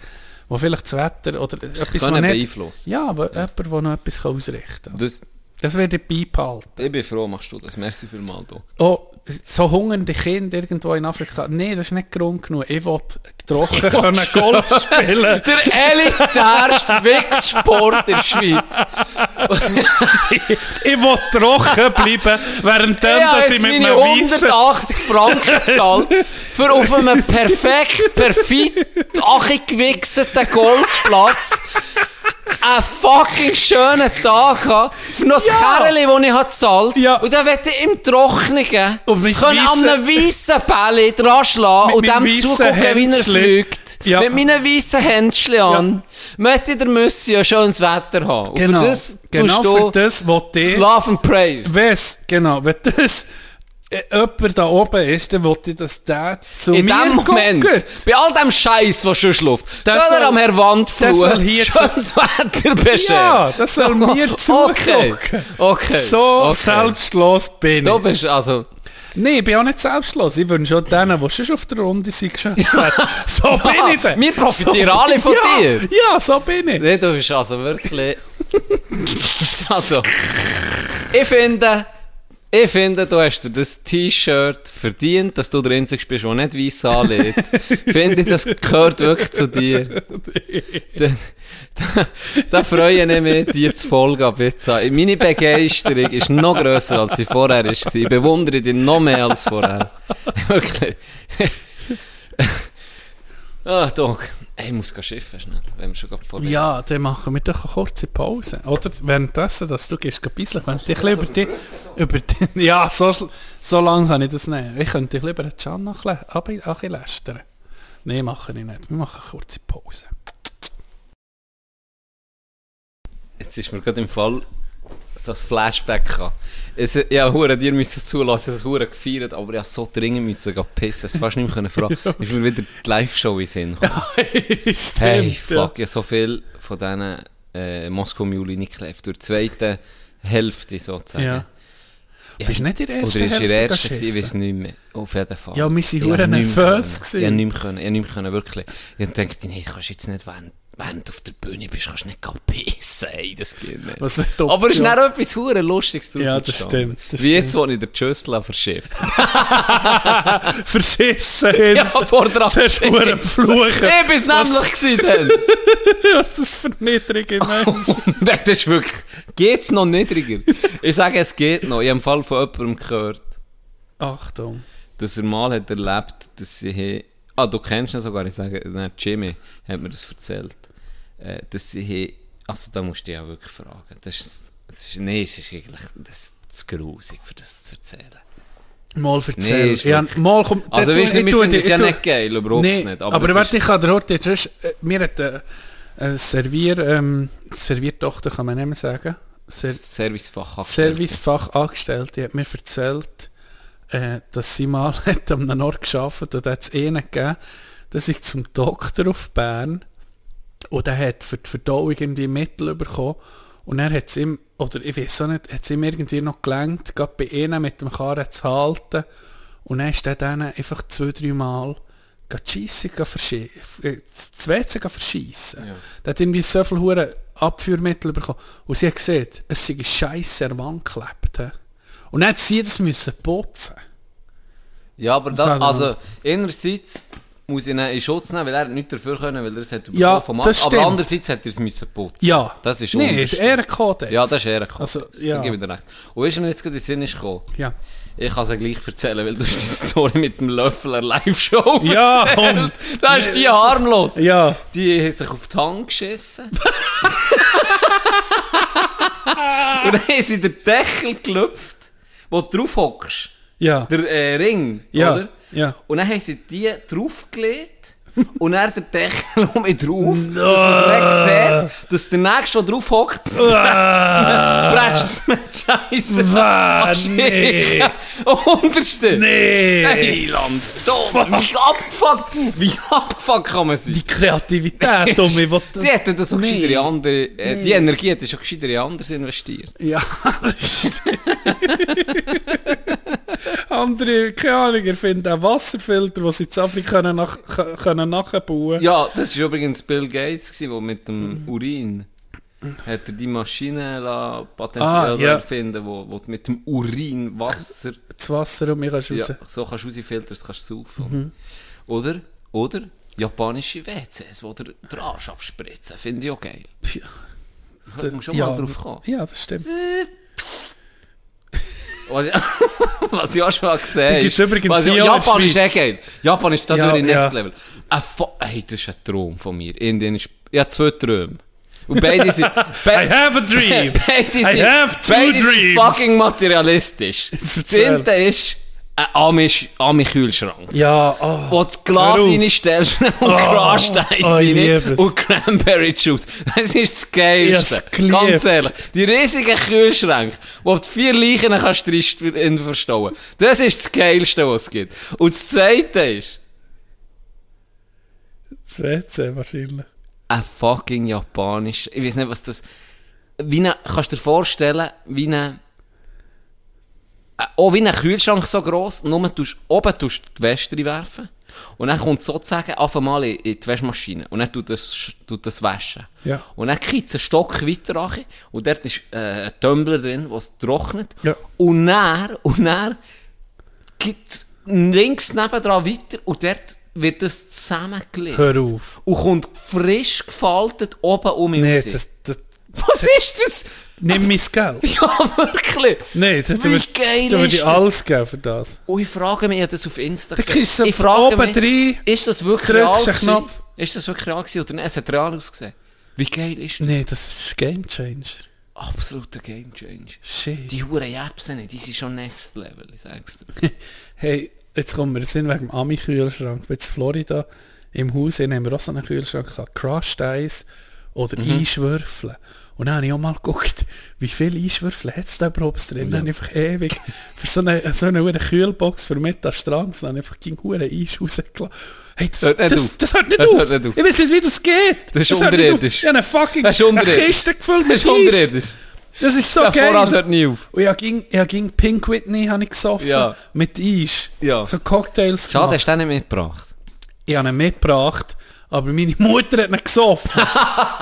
Speaker 6: wo vielleicht das Wetter oder etwas,
Speaker 3: kann nicht
Speaker 6: was nicht...
Speaker 3: beeinflussen.
Speaker 6: Ja, aber jemand, der noch etwas kann ausrichten kann.
Speaker 3: Das,
Speaker 6: Das werde ich beibehalten.
Speaker 3: ich bin froh, machst du das. dus Merci vielmals, Doc.
Speaker 6: Oh, so hungernde Kinder irgendwo in Afrika. Nee, das ist nicht Grund genug. Ich will trocken können Golf spielen.
Speaker 3: Der elitärste Wichssport in der Schweiz.
Speaker 6: ich will trocken bleiben, während dann,
Speaker 3: ja,
Speaker 6: dass
Speaker 3: jetzt
Speaker 6: ich mit
Speaker 3: meine
Speaker 6: einem weißen
Speaker 3: 180 Franken gezahlt, für auf einem perfekt, perfekt achigewichseten Golfplatz einen fucking schönen Tag haben, für noch das
Speaker 6: Ja.
Speaker 3: Kerli, das ich habe gezahlt
Speaker 6: Ja.
Speaker 3: und dann wird ich im Trocknen können
Speaker 6: Und mit
Speaker 3: an
Speaker 6: weissen-
Speaker 3: einem weissen Bälle dran schlagen
Speaker 6: Mit
Speaker 3: und dem
Speaker 6: meinem
Speaker 3: zugucken,
Speaker 6: weissen
Speaker 3: wie er
Speaker 6: Händchen.
Speaker 3: fliegt.
Speaker 6: Ja.
Speaker 3: Mit meinen weissen Händchen an, möchte der Müssi ja schönes Wetter haben. Und
Speaker 6: Genau,
Speaker 3: für das
Speaker 6: genau
Speaker 3: tust du
Speaker 6: für das, was ich...
Speaker 3: dus, Love and Praise.
Speaker 6: Wes, genau, wenn das äh, jemand da oben ist, dann wollte ich, dass der zu
Speaker 3: In
Speaker 6: mir
Speaker 3: dem Moment,
Speaker 6: guckt.
Speaker 3: bei all dem Scheiß, was schon läuft, soll
Speaker 6: Das
Speaker 3: er
Speaker 6: soll-
Speaker 3: am Herr Wand
Speaker 6: das soll
Speaker 3: fluchen,
Speaker 6: hier
Speaker 3: schönes Wetter bescheren.
Speaker 6: Ja, das soll mir
Speaker 3: Okay,
Speaker 6: zugucken.
Speaker 3: okay.
Speaker 6: So
Speaker 3: okay.
Speaker 6: selbstlos bin
Speaker 3: Du
Speaker 6: ich.
Speaker 3: bist also...
Speaker 6: Nein, ich bin auch nicht selbstlos. Ich wünsche auch denen, die schon auf der Runde sind, Geschäftswert. So bin ich denn.
Speaker 3: wir profitieren alle von
Speaker 6: ja,
Speaker 3: dir.
Speaker 6: Ja, so bin ich.
Speaker 3: Nee, du bist also wirklich... also... Ich finde... Ich finde, du hast dir das T-Shirt verdient, dass du der Einzige bist, der nicht weiss anlegt. finde ich, das gehört wirklich zu dir. Da, da, da freue ich mich, dir zu folgen ab jetzt an. Meine Begeisterung ist noch grösser, als sie vorher war. Ich bewundere dich noch mehr als vorher. Wirklich. Ah, Doc. Ey, Ich muss gehen schiffen schnell, wenn wir schon gerade vorbei
Speaker 6: Ja, dann machen wir doch eine kurze Pause. Oder währenddessen, dass du gehst, ein bisschen, könnte ich ein bisschen über die, über die, ja, so, schl- so lange kann ich das nicht. Ich könnte dich lieber Can noch ein bisschen ab- ein bisschen lästern. Nein, mache ich nicht. Wir machen eine kurze Pause.
Speaker 3: Jetzt ist mir gerade im Fall so ein Flashback gehabt. Es, ja, hure, dir müssen zulassen, ich habe es hure gefeiert, aber ich habe so dringend müssen gehen pissen, es fast nicht mehr können fragen. Ist mir wieder die Live-Show in den Sinn gekommen.
Speaker 6: Stimmt,
Speaker 3: hey,
Speaker 6: ja.
Speaker 3: fuck, ja, so viel von diesen äh, Moskau-Muli nicht geklebt. Durch die zweite Hälfte sozusagen.
Speaker 6: Ja.
Speaker 3: Ja.
Speaker 6: Bist du nicht in der ersten
Speaker 3: Oder ist ihr
Speaker 6: Hälfte
Speaker 3: erste gewesen, ich
Speaker 6: geschissen?
Speaker 3: weiß nicht mehr. Auf jeden Fall.
Speaker 6: Ja, wir sind
Speaker 3: Ich hab
Speaker 6: hure
Speaker 3: nicht mehr
Speaker 6: nervös
Speaker 3: können.
Speaker 6: gewesen.
Speaker 3: Ich hab nicht mehr können, ich hab nicht mehr können, wirklich. Ich hab gedacht, nein, du kannst jetzt nicht, während, während du auf der Bühne bist, kannst du nicht gehen pissen, ey, das geht nicht.
Speaker 6: Was ist die
Speaker 3: Aber es ist
Speaker 6: Option?
Speaker 3: dann auch etwas hure Lustiges draus
Speaker 6: Ja, das
Speaker 3: entstanden.
Speaker 6: stimmt, das
Speaker 3: Wie jetzt, wo ich den Tschüssel verschifft.
Speaker 6: Verschissen!
Speaker 3: ja, vor der
Speaker 6: Das ist
Speaker 3: Abschied.
Speaker 6: hure Fluchen.
Speaker 3: Ich bin's nämlich gewesen dann.
Speaker 6: Was das für niedrige Mensch.
Speaker 3: das ist wirklich, geht's noch niedriger? Ich sage, es geht noch. Ich habe im Fall von jemandem gehört.
Speaker 6: Achtung.
Speaker 3: dass er mal hat erlebt, dass sie he, ah du kennst ihn sogar, ich sage, nein, Jimmy hat mir das erzählt, äh, dass sie he, also da musst du dich auch wirklich fragen, das ist, das ist nein, es ist eigentlich das, das grusig, für das zu erzählen.
Speaker 6: Mal erzähl.
Speaker 3: Nee, ist
Speaker 6: ja, mal komm,
Speaker 3: Also
Speaker 6: dann-
Speaker 3: weißt du,
Speaker 6: ich
Speaker 3: wir
Speaker 6: tue
Speaker 3: finden
Speaker 6: dir-
Speaker 3: es
Speaker 6: ich
Speaker 3: ja
Speaker 6: tue-
Speaker 3: nicht geil, überhaupt
Speaker 6: Nee,
Speaker 3: nicht, aber,
Speaker 6: aber,
Speaker 3: es
Speaker 6: warte,
Speaker 3: ist,
Speaker 6: ich kann dir heute, sonst, äh, mir hat äh, eine Servier, ähm, Serviertochter kann man nicht mehr sagen, Ser
Speaker 3: das Servicefach
Speaker 6: Servicefachangestellte hat mir erzählt, äh, dass sie mal hat an einem Ort gearbeitet und hat es ihnen gegeben, dass ich zum Doktor auf Bern und er hat für die Verdauung irgendwie Mittel bekommen und er hat es ihm, oder ich weiß auch nicht, hat es ihm irgendwie noch gelangt, gerade bei ihnen mit dem Karren zu halten und dann ist er dann einfach zwei, drei Mal Scheissen äh, verschießen. verschießen. Ja. Der hat irgendwie so viele Huren Abführmittel bekommen. Und sie hat gesehen, es sei Scheiße an der Wand geklebt. he. Und dann hat sie das müssen putzen.
Speaker 3: Ja, aber
Speaker 6: Das
Speaker 3: das,
Speaker 6: hat er
Speaker 3: also einerseits muss ich ihn in Schutz nehmen, weil er hat nichts dafür können, weil er es hat
Speaker 6: Ja,
Speaker 3: bekommen vom
Speaker 6: das
Speaker 3: Arzt. aber
Speaker 6: stimmt.
Speaker 3: andererseits hat er es müssen putzen.
Speaker 6: Ja.
Speaker 3: Das ist
Speaker 6: Nee,
Speaker 3: unverständlich.
Speaker 6: der Ehrenkodex.
Speaker 3: Ja, das ist Ehrenkodex.
Speaker 6: Also,
Speaker 3: Da
Speaker 6: ja.
Speaker 3: gebe ich dir recht. Und ist mir jetzt gerade in den Sinn gekommen,
Speaker 6: Ja.
Speaker 3: ich kann es ja gleich erzählen, weil du hast die Story mit dem Löffler Live-Show
Speaker 6: Ja,
Speaker 3: erzählt. Da ist die harmlos.
Speaker 6: Ja.
Speaker 3: Die haben sich auf die Hand geschissen. Und dann haben sie den Deckel gelüpft, wo du drauf hockst.
Speaker 6: Ja.
Speaker 3: Der äh, Ring,
Speaker 6: Ja,
Speaker 3: oder?
Speaker 6: ja.
Speaker 3: Und dann haben sie die draufgelegt und dann den Deckel um mich drauf, dass man es nicht sieht, dass der Nächste, der drauf hockt, prätscht es mir Scheiße.
Speaker 6: Ah.
Speaker 3: Ah,
Speaker 6: Was? Ah, Nee.
Speaker 3: Unterste. Hey,
Speaker 6: Nee.
Speaker 3: Land, wie abgefuckt, wie abgefuckt kann man sein?
Speaker 6: Die Kreativität, um mich was-
Speaker 3: die dus hätten das auch
Speaker 6: Nee.
Speaker 3: gescheiter in andere, äh, die Energie hätten schon gescheiter in anders investiert.
Speaker 6: Ja, das stimmt. Andere, keine Ahnung, ihr findet einen Wasserfilter, den sie in Afrika können nach, können nachbauen
Speaker 3: dus
Speaker 6: können.
Speaker 3: Ja, das war übrigens Bill Gates, gewesen, der mit dem Urin hat er die Maschine la-
Speaker 6: Ah,
Speaker 3: patentiert
Speaker 6: ja.
Speaker 3: ah, finden, wo, wo du mit dem Urin Wasser
Speaker 6: Das Wasser und mir kannst du
Speaker 3: ja,
Speaker 6: raus.
Speaker 3: so kannst du rausfiltern, kannst du saufen.
Speaker 6: Mhm.
Speaker 3: Oder, oder japanische WCs, wo der den Arsch abspritzen, finde ich auch geil.
Speaker 6: Ja.
Speaker 3: Da muss schon mal drauf kommen.
Speaker 6: Ja, das stimmt.
Speaker 3: Was, was ich auch schon gesehen
Speaker 6: Die
Speaker 3: habe,
Speaker 6: gibt's übrigens
Speaker 3: was
Speaker 6: hier auch in
Speaker 3: Japan
Speaker 6: der
Speaker 3: ist eh geil. Japan ist da
Speaker 6: Ja,
Speaker 3: durch
Speaker 6: ja.
Speaker 3: Next Level. Ein Fo- hey, das ist ein Traum von mir. Indien ist, ich habe zwei Träume. Und beide sind, be
Speaker 6: I have a dream!
Speaker 3: beide sind,
Speaker 6: I have two
Speaker 3: beide sind
Speaker 6: dreams.
Speaker 3: fucking materialistisch. Das
Speaker 6: Erzähl.
Speaker 3: eine ist ein Amish, Ami-Kühlschrank.
Speaker 6: Ja, oh.
Speaker 3: wo du das Glas
Speaker 6: Hör auf.
Speaker 3: reinstellst und Crash Eis
Speaker 6: oh, ich
Speaker 3: rein
Speaker 6: liebe es.
Speaker 3: und Cranberry Juice. Das ist das
Speaker 6: Ich
Speaker 3: Geilste.
Speaker 6: hab's geliebt.
Speaker 3: Ganz ehrlich. Die riesigen Kühlschränke, wo du vier Leichen kannst drin verstauen Das ist das Geilste, was es gibt. Und das Zweite ist,
Speaker 6: Das WC wahrscheinlich.
Speaker 3: ein fucking japanisch. Ich weiß nicht, was das. Wie ne, kannst du dir vorstellen, wie ne. äh, Auch wie ein Kühlschrank so gross, nur tust, oben tust du die Wäsche reinwerfen. Und dann kommt sozusagen auf einmal in, in die Wäschmaschine. Und dann tut das, tut das waschen.
Speaker 6: Ja.
Speaker 3: Und dann kriegt es einen Stock weiter an. Und dort ist äh, ein Tumbler drin, wo es trocknet.
Speaker 6: Ja.
Speaker 3: Und dann, und dann gibt links nebendran weiter. Und dort wird das zusammengelegt.
Speaker 6: Hör auf.
Speaker 3: Und kommt frisch gefaltet oben um
Speaker 6: Nee,
Speaker 3: mich
Speaker 6: das, das,
Speaker 3: Was ist das?
Speaker 6: nimm mein Geld.
Speaker 3: Ja, wirklich.
Speaker 6: Nee, das
Speaker 3: Wie
Speaker 6: würd-
Speaker 3: geil
Speaker 6: das würde
Speaker 3: ist
Speaker 6: ich
Speaker 3: das?
Speaker 6: alles geben für das.
Speaker 3: Und ich frage mich, ich hab das auf Insta
Speaker 6: Dann
Speaker 3: gesehen.
Speaker 6: kriegst du
Speaker 3: ich
Speaker 6: von
Speaker 3: frage
Speaker 6: oben rein,
Speaker 3: ist das wirklich
Speaker 6: drückst
Speaker 3: real
Speaker 6: einen
Speaker 3: gewesen?
Speaker 6: Knopf.
Speaker 3: Ist das wirklich real gewesen oder nicht? Es hat real ausgesehen. Wie geil ist das?
Speaker 6: Nee, das ist Game Changer.
Speaker 3: Absoluter Gamechanger.
Speaker 6: Shit.
Speaker 3: Die Huren Japsen, die sind schon next level, ich sag's dir.
Speaker 6: Hey, jetzt kommen wir sind wegen dem Ami-Kühlschrank. Jetzt in Florida im Haus hin haben wir auch so einen Kühlschrank gehabt. Crushed Eis oder
Speaker 3: Mhm.
Speaker 6: Einschwürfeln. Und dann habe ich auch mal geguckt, wie viele Einschwürfel hat es da überhaupt
Speaker 3: Oh
Speaker 6: drin? Dann habe ich einfach ewig für so eine, so eine verdammte Kühlbox für Mittagstrand, dann habe ich einfach gegen Huren Eis rausgelassen. Hey, das,
Speaker 3: Hört nicht
Speaker 6: das,
Speaker 3: auf.
Speaker 6: das hört nicht
Speaker 3: Das
Speaker 6: auf.
Speaker 3: hört nicht auf.
Speaker 6: Ich weiß nicht, wie das geht.
Speaker 3: Das ist
Speaker 6: hört nicht auf.
Speaker 3: unterirdisch.
Speaker 6: Ich habe eine fucking
Speaker 3: Das ist unterirdisch.
Speaker 6: eine Kiste gefüllt
Speaker 3: Das
Speaker 6: mit
Speaker 3: ist
Speaker 6: Eis.
Speaker 3: unterirdisch.
Speaker 6: Das ist so
Speaker 3: Der Vorrat
Speaker 6: geil.
Speaker 3: hört nie auf.
Speaker 6: Und ich ging, ich ging Pink Whitney habe ich gesoffen.
Speaker 3: Ja.
Speaker 6: Mit Eis.
Speaker 3: Ja.
Speaker 6: So Cocktails
Speaker 3: Schade,
Speaker 6: gemacht.
Speaker 3: hast du den nicht mitgebracht.
Speaker 6: Ich habe ihn mitgebracht, aber meine Mutter hat ihn gesoffen.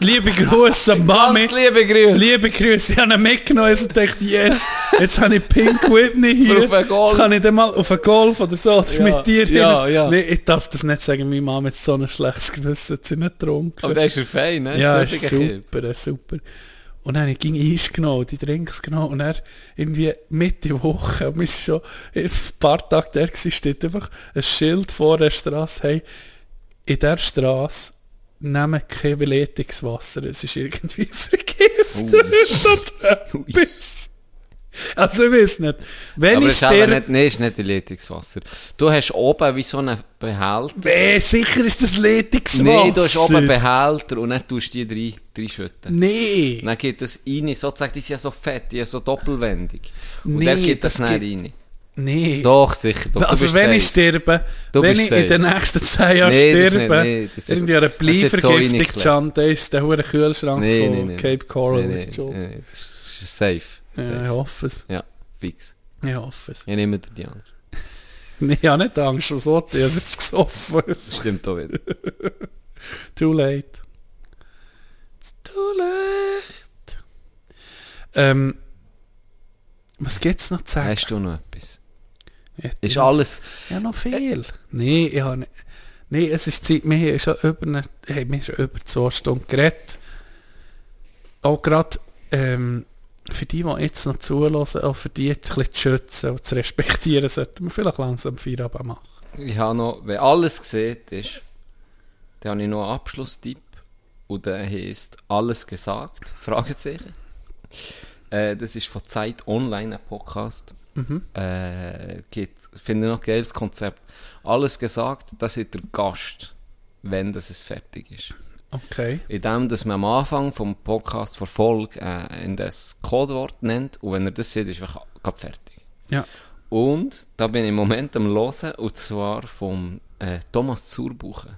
Speaker 6: Liebe Grüße, Mami.
Speaker 3: Ganz liebe Grüße.
Speaker 6: Liebe Grüße, ich habe ihn mitgenommen und dachte, yes, jetzt habe ich Pink Whitney hier.
Speaker 3: Auf einen Golf.
Speaker 6: Jetzt kann ich dann mal auf einen Golf oder so oder
Speaker 3: Ja,
Speaker 6: mit dir
Speaker 3: ja,
Speaker 6: hin.
Speaker 3: ja.
Speaker 6: Nee, ich darf das nicht sagen, meine Mama hat so ein schlechtes Gewissen, sie nicht getrunken.
Speaker 3: Aber der ist ja fein, ne?
Speaker 6: Ja,
Speaker 3: Das ist
Speaker 6: ist
Speaker 3: wirklich ein Typ.
Speaker 6: super, ist super. Und dann ging ich Eis genommen, die Drinks genommen und er irgendwie Mitte Woche, und wir sind schon ein paar Tage der gewesen, steht einfach ein Schild vor der Straße, hey, in der Straße nehmen kein Beledigungswasser, es ist irgendwie vergiftet.
Speaker 3: Ui.
Speaker 6: also ich weiß nicht, wenn
Speaker 3: Aber
Speaker 6: ich
Speaker 3: es ist eben
Speaker 6: sterbe,
Speaker 3: nicht, nee, es ist nicht Leitungswasser. Du hast oben wie so einen Behälter.
Speaker 6: eh, sicher ist das Ledigungswasser.
Speaker 3: Nein, du hast oben einen Behälter und dann tust du die rein, reinschütten.
Speaker 6: Nee.
Speaker 3: Dann geht das rein, sozusagen, die sind ja so fett, die sind so doppelwendig. Und
Speaker 6: Nee,
Speaker 3: dann geht das,
Speaker 6: das
Speaker 3: dann
Speaker 6: geht-
Speaker 3: rein.
Speaker 6: Nee.
Speaker 3: Doch, sicher. Doch, du
Speaker 6: also
Speaker 3: bist
Speaker 6: wenn ich
Speaker 3: safe.
Speaker 6: sterbe,
Speaker 3: Du
Speaker 6: wenn
Speaker 3: bist
Speaker 6: ich in den nächsten 10 Jahren
Speaker 3: Nee, das
Speaker 6: sterbe,
Speaker 3: nicht, nee, das wird-
Speaker 6: irgendwie eine
Speaker 3: das wird so
Speaker 6: Bleivergiftung
Speaker 3: reingeklebt.
Speaker 6: gestanden ist, der hure Kühlschrank
Speaker 3: Nee,
Speaker 6: von
Speaker 3: nee, nee.
Speaker 6: Cape Coral.
Speaker 3: Nee, nee,
Speaker 6: schon.
Speaker 3: nee, das ist das ist safe.
Speaker 6: Ja,
Speaker 3: safe.
Speaker 6: ich hoffe es.
Speaker 3: Ja. fix.
Speaker 6: Ich hoffe es.
Speaker 3: Ich nehme dir die andere.
Speaker 6: Nee, Ich habe nicht Angst, was wollte ich? Ich habe jetzt gesoffen.
Speaker 3: Das stimmt auch wieder.
Speaker 6: Too late. It's too late. Ähm, was gibt's noch zu sagen?
Speaker 3: Hast du noch etwas?
Speaker 6: Ich hätte
Speaker 3: Ist
Speaker 6: noch-
Speaker 3: alles...
Speaker 6: Ja, noch viel. Äh, Nee, ich habe nicht. Nee, es ist Zeit, wir haben schon über, eine, hey, wir haben schon über zwei Stunden geredet. Auch gerade ähm, für die, die jetzt noch zuhören, auch für die jetzt ein bisschen zu schützen und zu respektieren, sollten wir vielleicht langsam Feierabend machen.
Speaker 3: Ich habe noch, wenn alles gesehen ist, dann habe ich noch einen Abschlusstipp. Und der heisst Alles gesagt? Fragezeichen. Äh, das ist von Zeit Online, ein Podcast. Äh, geht, finde ich noch ein geiles Konzept. Alles gesagt, das ist der Gast, wenn das es fertig ist.
Speaker 6: Okay.
Speaker 3: In dem, dass man am Anfang vom Podcast vor Folge äh, in das Codewort nennt und wenn er das sieht, ist man gerade fertig.
Speaker 6: Ja.
Speaker 3: Und da bin ich im Moment am Hören, und zwar vom äh, Thomas Zurbuchen.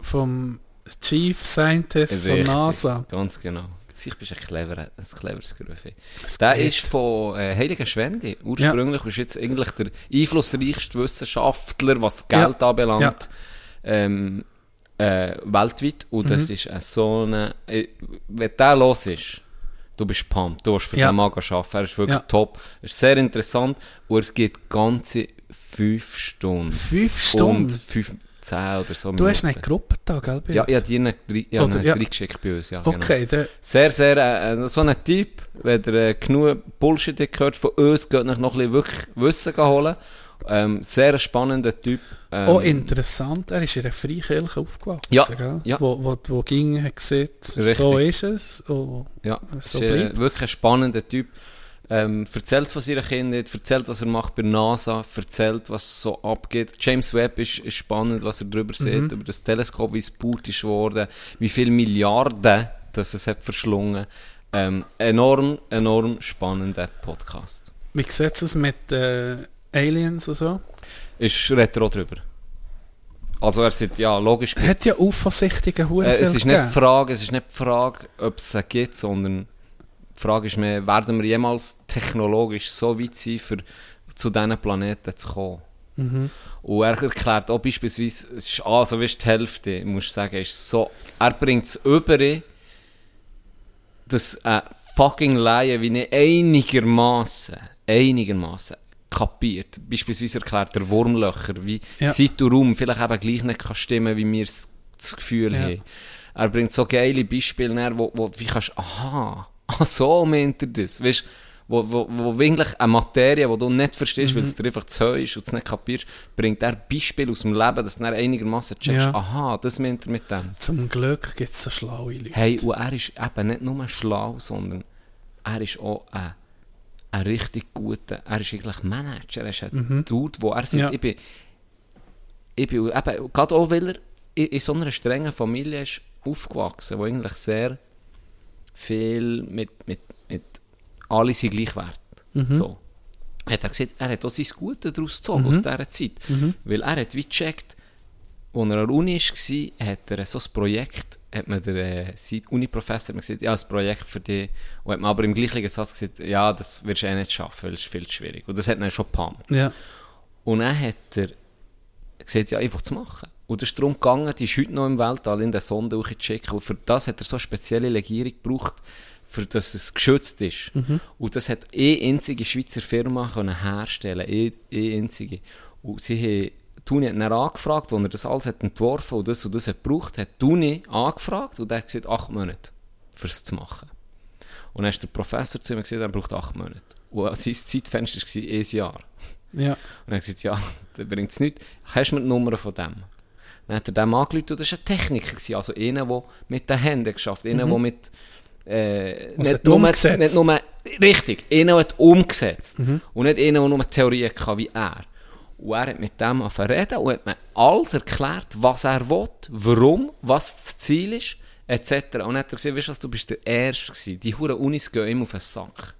Speaker 6: Vom Chief Scientist von
Speaker 3: Richtig,
Speaker 6: NASA.
Speaker 3: Ganz genau. Sicher bist du ein, cleverer, ein cleveres Gerüfe. Der
Speaker 6: geht.
Speaker 3: ist von äh, Heiligen Schwende. Ursprünglich ist jetzt eigentlich der einflussreichste Wissenschaftler, was Geld
Speaker 6: Ja, Mhm.
Speaker 3: anbelangt.
Speaker 6: ja.
Speaker 3: Ähm, äh, weltweit und das ist äh, so eine... äh, Wenn der los ist, du bist pumped, du hast für
Speaker 6: Ja.
Speaker 3: den Mann arbeiten, er ist wirklich
Speaker 6: Ja.
Speaker 3: top, ist sehr interessant und es gibt ganze fünf Stunden.
Speaker 6: Fünf Stunden?
Speaker 3: Und fünf, zehn oder so
Speaker 6: Du hast
Speaker 3: Minuten.
Speaker 6: einen Gruppentag, gell? bei
Speaker 3: Ja,
Speaker 6: uns?
Speaker 3: ich habe die ihnen drei- ich habe
Speaker 6: Oder-
Speaker 3: ihnen
Speaker 6: ja.
Speaker 3: drei geschickt bei uns, ja, genau.
Speaker 6: Okay, dann
Speaker 3: Sehr, sehr, äh, äh, so ein Typ, wenn ihr äh, genug Bullshit habt gehört von uns, geht euch noch ein bisschen wirklich Wissen holen. Ähm, sehr spannender Typ. Ähm,
Speaker 6: Auch oh, interessant, er ist in einer Freikirche aufgewachsen,
Speaker 3: Ja,
Speaker 6: gell?
Speaker 3: ja.
Speaker 6: Wo, wo, wo ging, hat gesehen, so
Speaker 3: Richtig.
Speaker 6: ist es. Oh,
Speaker 3: Ja,
Speaker 6: So
Speaker 3: ist, äh,
Speaker 6: bleibt's.
Speaker 3: wirklich ein spannender Typ. Ähm, erzählt von seiner Kindheit, erzählt, was er macht bei NASA, erzählt, was so abgeht. James Webb ist, ist spannend, was er drüber
Speaker 6: Mhm.
Speaker 3: sieht, über das Teleskop, wie es gebaut ist worden, wie viele Milliarden das es hat verschlungen. Ähm, enorm, enorm spannender Podcast.
Speaker 6: wie sieht es aus mit äh, Aliens und so?
Speaker 3: Ist Retro drüber. Also er sagt, ja, logisch
Speaker 6: Es hat
Speaker 3: gibt's-
Speaker 6: ja UFO-sichtige Huren
Speaker 3: Äh, es ist nicht die Frage, es ist nicht die Frage, ob es sie gibt, sondern die Frage ist mehr, werden wir jemals technologisch so weit sein, für zu diesen Planeten zu kommen? Und er erklärt auch beispielsweise, es ist also, wie die Hälfte, muss ich sagen, ist so, er bringt es über, dass ein fucking Laie wie nicht einigermaßen, einigermaßen kapiert. Beispielsweise erklärt der Wurmlöcher, wie
Speaker 6: Ja.
Speaker 3: Zeit und Raum vielleicht eben gleich nicht kann stimmen, wie wir es das Gefühl
Speaker 6: Ja.
Speaker 3: haben. Er bringt so geile Beispiele näher, wo, wo wie kannst, aha, ah, so meint er das, weißt, wo, wo, wo wirklich eine Materie, die du nicht verstehst,
Speaker 6: Mhm.
Speaker 3: weil es dir einfach zu hoch ist und es nicht kapierst, bringt er Beispiele aus dem Leben, dass du dann einigermaßen checkst,
Speaker 6: Ja.
Speaker 3: aha, das meint er mit dem.
Speaker 6: Zum Glück gibt es so schlaue Leute.
Speaker 3: Hey, und er ist eben nicht nur schlau, sondern er ist auch ein, ein richtig guter, er ist eigentlich Manager, er ist ein Dude, wo er sagt,
Speaker 6: Ja.
Speaker 3: ich bin, ich bin eben, gerade auch, weil er in, in so einer strengen Familie ist aufgewachsen, wo eigentlich sehr viel mit, mit, mit alle sind gleich wert. So. Hat er gesagt, er hat auch sein Gute daraus gezogen, aus dieser Zeit. Weil er hat wie gecheckt, als er an der Uni war, hat er so ein Projekt, hat mir der, äh, sein Uni-Professor hat mir gesagt, ja, ein Projekt für dich. Und hat mir aber im gleichen Satz gesagt, ja, das wirst du eh nicht schaffen, weil es ist viel zu schwierig. Und das hat er schon gepumpt.
Speaker 6: Ja.
Speaker 3: Und dann hat er gesagt, ja, ich will es machen. Und es ist darum gegangen, die ist heute noch im Weltall in der Sonde hochzuschicken. Und für das hat er so eine spezielle Legierung gebraucht, für dass es geschützt ist. Und das hat eine einzige Schweizer Firma können herstellen eine, eine einzige. Und sie haben, die Uni hat ihn dann angefragt, als er das alles hat entworfen und das und das hat gebraucht, hat die Uni angefragt und er hat gesagt, acht Monate, für es zu machen. Und dann ist der Professor zu ihm gesagt, er braucht acht Monate. Und sein Zeitfenster war ein Jahr.
Speaker 6: Ja.
Speaker 3: Und er hat gesagt, ja, das bringt es nichts. Hast du mir die Nummer von dem? Dann hat er dem angerufen und das war ein Techniker, gewesen, also einer, der mit den Händen geschafft hat, einer, der mit... Äh,
Speaker 6: Was
Speaker 3: nicht,
Speaker 6: hat
Speaker 3: nur,
Speaker 6: umgesetzt?
Speaker 3: nicht nur... Richtig, einer, der hat umgesetzt. Und nicht einer, der nur Theorien hatte, wie er. Und er hat mit dem angefangen zu reden und hat mir alles erklärt, was er will, warum, was das Ziel ist, etc. Und dann hat er gesagt, weißt du was, du bist der Erste gewesen. Die Huren Unis gehen immer auf den Sack.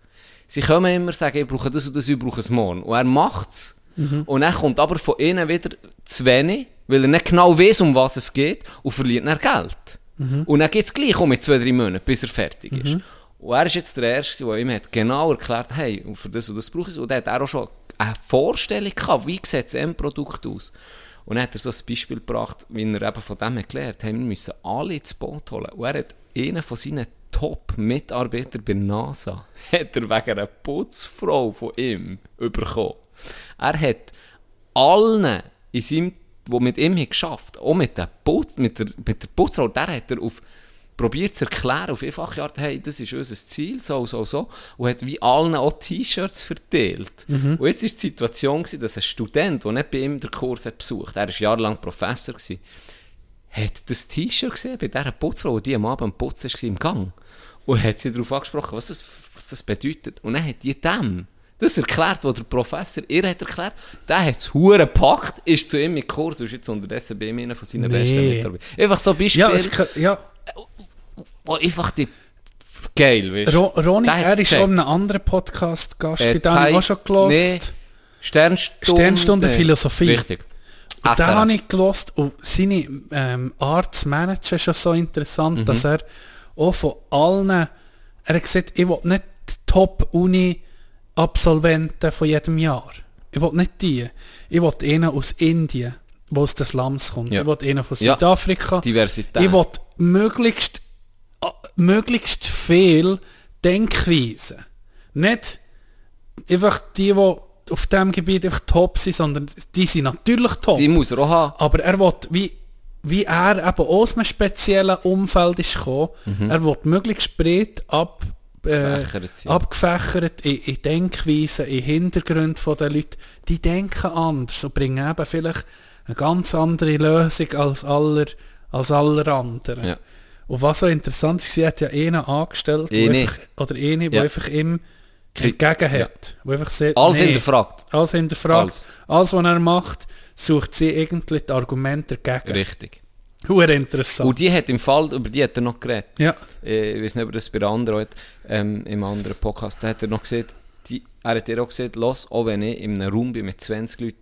Speaker 3: Sie kommen immer sagen, ich brauche das und das, ich brauche es morgen. Und er macht es. Und dann kommt aber von innen wieder zu wenig, weil er nicht genau weiß, um was es geht, und verliert dann Geld. Und dann geht es gleich um mit zwei, drei Monaten, bis er fertig ist. Und er ist jetzt der Erste, der ihm hat genau erklärt hey, und für das und das brauche ich es. Und er hat er auch schon eine Vorstellung gehabt, wie sieht das Endprodukt aus. Und dann hat er so ein Beispiel gebracht, wie er eben von dem erklärt hat, wir müssen alle ins Boot holen. Und er hat einen von seinen Top-Mitarbeiter bei NASA hat er wegen einer Putzfrau von ihm bekommen. Er hat allen in seinem, die mit ihm haben geschafft auch mit der, Putz, mit der, mit der Putzfrau, der hat er auf probiert zu erklären, auf einfache Art, hey, das ist unser Ziel, so, so, so, und hat wie allen auch T-Shirts verteilt.
Speaker 6: Mhm.
Speaker 3: Und jetzt war die Situation, gewesen, dass ein Student, der nicht bei ihm den Kurs hat besucht er war jahrelang Professor, gewesen, hat das T-Shirt gesehen bei dieser Putzfrau, die am Abend am Putzen war im Gang. Und hat sie darauf angesprochen, was das, was das bedeutet. Und dann hat die dem das erklärt, was der Professor ihr hat erklärt. Der hat es Huren gepackt, ist zu ihm im Kurs und ist jetzt unterdessen bei ihm einer von seinen
Speaker 6: Nee.
Speaker 3: besten Mitarbeitern. Einfach so Beispiel,
Speaker 6: Ja, es, kann- ja.
Speaker 3: wo einfach die geil, weißt
Speaker 6: Ro Ronny,
Speaker 3: Der hat's
Speaker 6: er ist auch
Speaker 3: gecheckt.
Speaker 6: in einem anderen Podcast Gast,
Speaker 3: Äh,
Speaker 6: den habe ich auch
Speaker 3: Zeit-
Speaker 6: schon gelost.
Speaker 3: Nee, Sternstunde.
Speaker 6: Sternstunde Philosophie.
Speaker 3: Richtig. SRF.
Speaker 6: Und den habe ich gelost und seine ähm, Art zu managen ist schon so
Speaker 3: Mhm.
Speaker 6: interessant, dass er auch von allen, er hat gesagt, ich will nicht die Top-Uni-Absolventen von jedem Jahr. Ich will nicht die. Ich will einen aus Indien. wo aus den Slums kommt.
Speaker 3: Ja.
Speaker 6: Ich will einen von
Speaker 3: Ja.
Speaker 6: Südafrika.
Speaker 3: Diversität.
Speaker 6: Ich will möglichst, ah, möglichst viel Denkweisen. Nicht einfach die, die auf diesem Gebiet einfach top sind, sondern die sind natürlich top.
Speaker 3: Die muss er auch haben.
Speaker 6: Aber er will, wie, wie er eben aus einem speziellen Umfeld ist gekommen, er will möglichst breit ab, äh,
Speaker 3: Mhm. Gefächert sein.
Speaker 6: abgefächert in, in Denkweisen, in Hintergründe der Leute. Die denken anders und bringen eben vielleicht eine ganz andere Lösung als aller, als aller anderen.
Speaker 3: Ja.
Speaker 6: Und was so interessant ist, sie hat ja einen angestellt, der
Speaker 3: Eine.
Speaker 6: einfach, oder eine, die
Speaker 3: Ja.
Speaker 6: einfach ihm
Speaker 3: Kri-
Speaker 6: entgegen hat. wo einfach sagt,
Speaker 3: Alles
Speaker 6: nee.
Speaker 3: hinterfragt.
Speaker 6: Alles hinterfragt.
Speaker 3: Alles.
Speaker 6: Alles. was er macht, sucht sie irgendwie die Argumente dagegen.
Speaker 3: Richtig.
Speaker 6: Huere interessant.
Speaker 3: Und die hat im Fall, über die hat er noch geredet.
Speaker 6: Ja,
Speaker 3: Äh, Ich weiß nicht, ob er das bei anderen hat, ähm, im anderen Podcast, da hat er noch gesagt, die, er hat ihr auch gesagt, los, auch wenn ich in einem Raum bin mit 20 Leuten,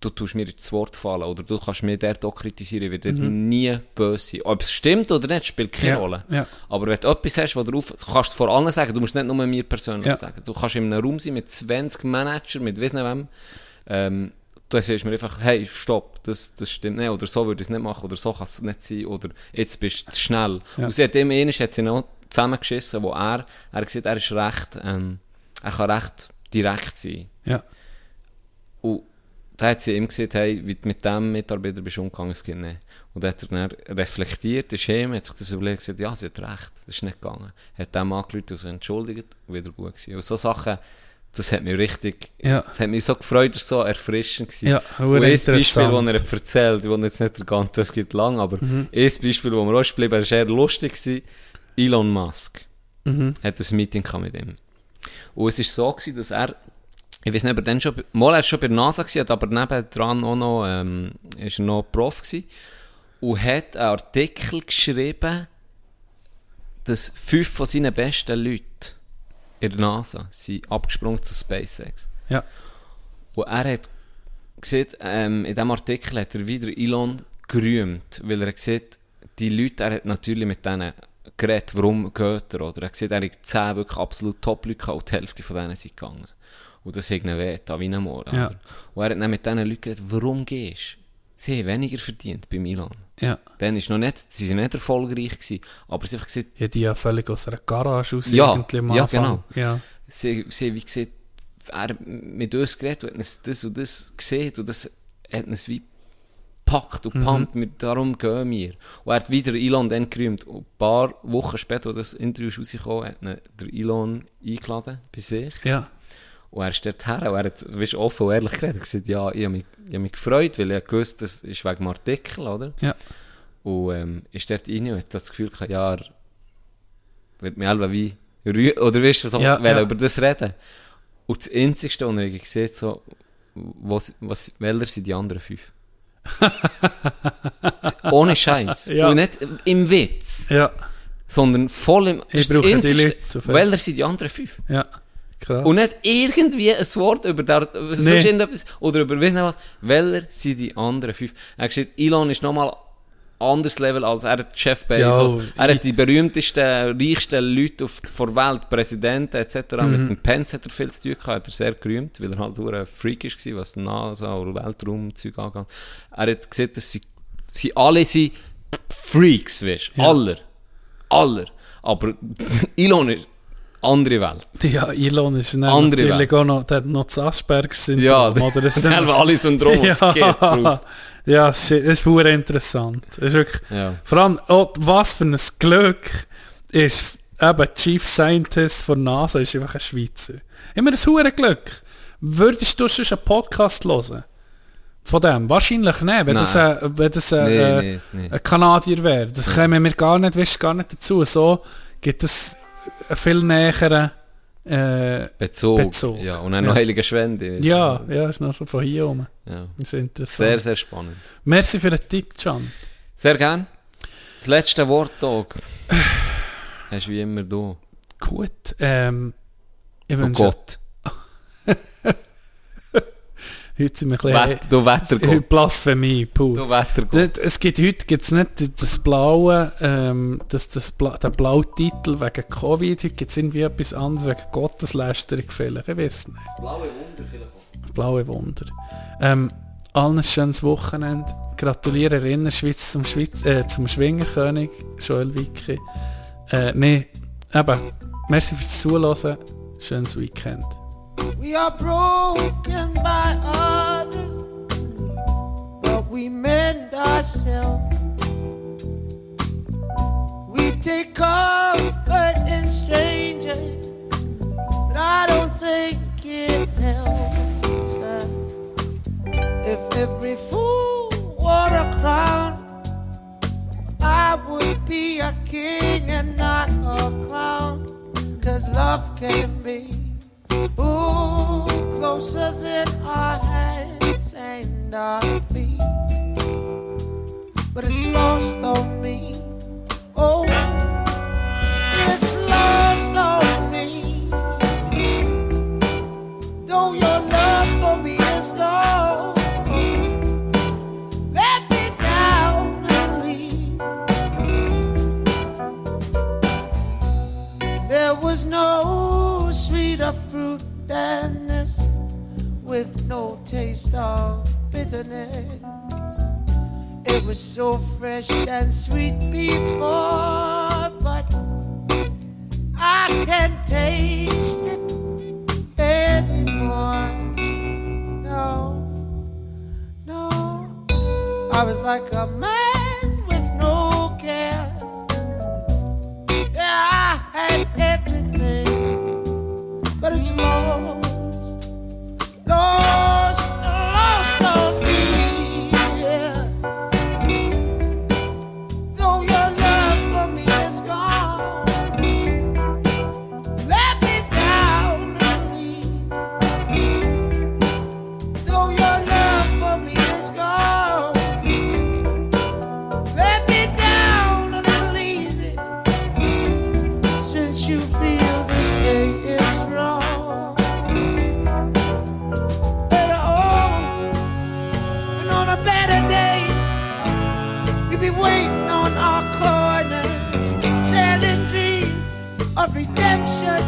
Speaker 3: du tust mir das Wort fallen oder du kannst mir dort auch kritisieren, ich werde nie böse sein. Ob es stimmt oder nicht, spielt keine
Speaker 6: Mhm. Ja,
Speaker 3: Rolle.
Speaker 6: ja.
Speaker 3: Aber wenn du etwas hast, was du auf, das kannst du vor allen sagen, du musst nicht nur mir persönlich
Speaker 6: Ja.
Speaker 3: sagen. Du kannst in einem Raum sein mit 20 Managern, mit weiss nicht wem, ähm, du sagst mir einfach, hey, stopp, das, das stimmt nicht, oder so würde ich es nicht machen, oder so kann es nicht sein, oder jetzt bist du zu schnell. Und sie hat ihm einmal hat sie noch zusammengeschissen, wo er, er hat gesagt, er ist recht, ähm, er kann recht direkt sein.
Speaker 6: ja.
Speaker 3: Und da hat sie ihm gesagt, hey, wie du mit dem Mitarbeiter bist du umgegangen, das geht nicht. Und da hat er dann reflektiert, ist heim, hat sich das überlegt und gesagt, ja, sie hat recht, das ist nicht gegangen. Hat dem angerufen und sich entschuldigt und wieder gut gewesen. Und so Sachen, das hat mich richtig,
Speaker 6: Ja.
Speaker 3: das hat mich so gefreut, das ist so erfrischend gewesen.
Speaker 6: Ja,
Speaker 3: und ein
Speaker 6: interessant. Mhm.
Speaker 3: Beispiel, das er hat erzählt, ich will jetzt nicht der ganze, es geht lang, aber ein Beispiel, wo mir auch ist geblieben, das war eher lustig, gewesen. Elon Musk
Speaker 6: Mhm.
Speaker 3: hat ein Meeting gehabt mit ihm. Und es war so, gewesen, dass er, ich weiß nicht, ob er dann schon, bei- mal er war schon bei der NASA, gewesen, hat aber nebendran auch noch, ähm, ist er noch Prof gewesen, und hat einen Artikel geschrieben, dass fünf von seinen besten Leuten in der NASA sind abgesprungen zu SpaceX.
Speaker 6: ja.
Speaker 3: Und er hat gesagt, ähm, in diesem Artikel hat er wieder Elon gerühmt, weil er hat gesagt, die Leute, er hat natürlich mit denen geredet, warum geht er, oder? Er hat gesagt, er hat 10 wirklich absolut Top-Leute gehabt und die Hälfte von denen sind gegangen. Und das hat ihn weh, da wie ein Mord.
Speaker 6: Ja.
Speaker 3: oder? Und er hat dann mit diesen Leuten geredet, warum gehst du? Sie haben weniger verdient bei Elon.
Speaker 6: Ja.
Speaker 3: Dann ist noch nicht, sie sind nicht erfolgreich gewesen, aber sie haben gesagt,
Speaker 6: Ja, die ja völlig aus einer Garage aus
Speaker 3: Ja,
Speaker 6: irgendwie am
Speaker 3: ja,
Speaker 6: Anfang.
Speaker 3: genau.
Speaker 6: Ja,
Speaker 3: sie, sie haben wie gesagt, er mit uns geredet und hat uns das und das gesehen und das hat uns wie gepackt und gepumpt, wir, darum gehen wir. Und er hat wieder Elon dann gerühmt. Und ein paar Wochen später, als das Interview ist rausgekommen hat ihn der Elon eingeladen bei sich.
Speaker 6: ja.
Speaker 3: Und er ist dort her und er hat weißt, offen und ehrlich geredet. Er hat gesagt, ja, ich habe mich, ich habe mich gefreut, weil ich gewusst das ist wegen dem Artikel, oder?
Speaker 6: Ja.
Speaker 3: Und ähm, ist dort rein und hat das Gefühl gehabt, ja, er wird mich alle wie rühren, oder weißt du, so,
Speaker 6: Ja,
Speaker 3: ja, will
Speaker 6: ja.
Speaker 3: über das reden. Und das Einzigste, was er gesehen hat, so, was, was, welcher sind die anderen fünf? Das- Ohne Scheiß.
Speaker 6: Ja.
Speaker 3: Und nicht im Witz,
Speaker 6: Ja,
Speaker 3: sondern voll im.
Speaker 6: Ich
Speaker 3: das ist das
Speaker 6: brauche die
Speaker 3: Einzigste.
Speaker 6: Leute auf-
Speaker 3: Welcher sind die anderen fünf?
Speaker 6: ja. Klar.
Speaker 3: Und nicht irgendwie ein Wort über der, sonst
Speaker 6: Nee.
Speaker 3: irgendetwas, oder über, weiss nicht was, welcher sind die anderen fünf? Er hat gesagt, Elon ist nochmal anderes Level als er hat Jeff Bezos.
Speaker 6: Ja, oh,
Speaker 3: er hat die berühmtesten, reichsten Leute auf, vor Welt, Präsidenten etc.
Speaker 6: Mhm.
Speaker 3: Mit dem Pence hat er viel zu tun gehabt, hat er sehr gerühmt, weil er halt nur ein Freak war, was NASA oder Weltraumzeug angeht. Er hat gesagt, dass sie, sie dus alle sind Freaks, weißt du, aller, aller. Aber Elon ist andere Welt.
Speaker 6: Ja, Elon ist dann
Speaker 3: Andere
Speaker 6: natürlich
Speaker 3: Welt.
Speaker 6: auch noch, der hat noch das Asperger-Syndrom.
Speaker 3: Ja,
Speaker 6: oder? Das ist dann-
Speaker 3: selber alle Syndrome, die es gibt.
Speaker 6: ja.
Speaker 3: drauf.
Speaker 6: ja, shit, das ist verdammt interessant. Das ist wirklich,
Speaker 3: Ja.
Speaker 6: Vor allem, oh, was für ein Glück ist eben Chief Scientist von NASA ist einfach ein Schweizer. Immer ein hure Glück. Würdest du sonst einen Podcast hören? Von dem? Wahrscheinlich nicht,
Speaker 3: Nein.
Speaker 6: wenn das, ein, wenn das ein,
Speaker 3: Nee,
Speaker 6: äh,
Speaker 3: nee, nee.
Speaker 6: ein Kanadier wäre. Das käme mir gar nicht, weißt, gar nicht dazu. So gibt es einen viel näheren äh,
Speaker 3: Bezug.
Speaker 6: Bezug.
Speaker 3: Ja, und dann
Speaker 6: Ja.
Speaker 3: noch heilige Schwende.
Speaker 6: ja, ja, ist noch so von hier oben.
Speaker 3: ja.
Speaker 6: Das ist interessant.
Speaker 3: Sehr, sehr spannend.
Speaker 6: Merci für den Tipp, Can.
Speaker 3: Sehr gern. Das letzte Wort, Dog. Hast du wie immer du.
Speaker 6: Gut. Ähm, ich
Speaker 3: Du
Speaker 6: wünsche
Speaker 3: Gott.
Speaker 6: heute sind wir ein
Speaker 3: Wett, du
Speaker 6: bisschen heute
Speaker 3: Wettergott.
Speaker 6: Blasphemie,
Speaker 3: Du
Speaker 6: puh.
Speaker 3: Wettergott.
Speaker 6: Das- Es gibt heute gibt's nicht das blaue, ähm, das, das Bla, den blauen Titel wegen Covid, heute gibt es irgendwie etwas anderes wegen Gotteslästerung vielleicht, ich weiß nicht. Das blaue Wunder vielleicht auch. Das blaue Wunder. Ähm, Allen ein schönes Wochenende. Gratuliere Rinnerschweiz zum, Schweiz, äh, zum Schwingerkönig, Joel Wicki. Äh, nee, eben, merci fürs Zuhören. Schönes Weekend.
Speaker 8: We are broken by others, but we mend ourselves. We take comfort in strangers, but I don't think it helps. uh, If every fool wore a crown, I would be a king and not a clown. Cause love can be Ooh, closer than our hands and our feet. But it's lost on me. Oh, it's lost on me. Though your love for me is gone, let me down and leave. There was no sweeter fruit than this, with no taste of bitterness. It was so fresh and sweet before, but I can't taste it anymore. No, no. I was like a man with no care. Yeah, I had everything, but it's lost, lost, lost on me. Yeah. Though your love for me is gone, let me down and leave. Though your love for me is gone, let me down and leave. Since you feel this day is wrong. And oh, and on a better day, you'll be waiting on our corner, selling dreams of redemption.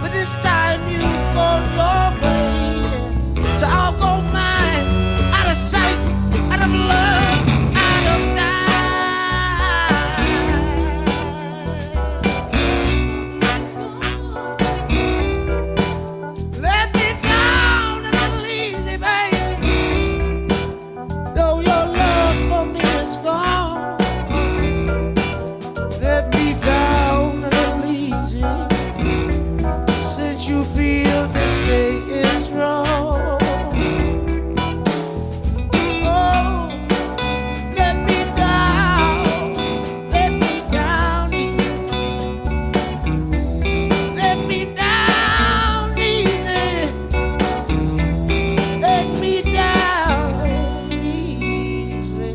Speaker 8: But this time you've gone your way, yeah. so I'll go mine, out of sight, out of love. out of time. Let me down and I'll leave you, baby. Though your love for me is gone, let me down and I'll leave you. Since you feel this day is wrong, oh, let me down, let me down, let me down easy. Let me down easy.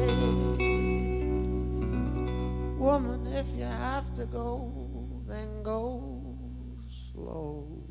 Speaker 8: Woman, if you have to go, then go slow.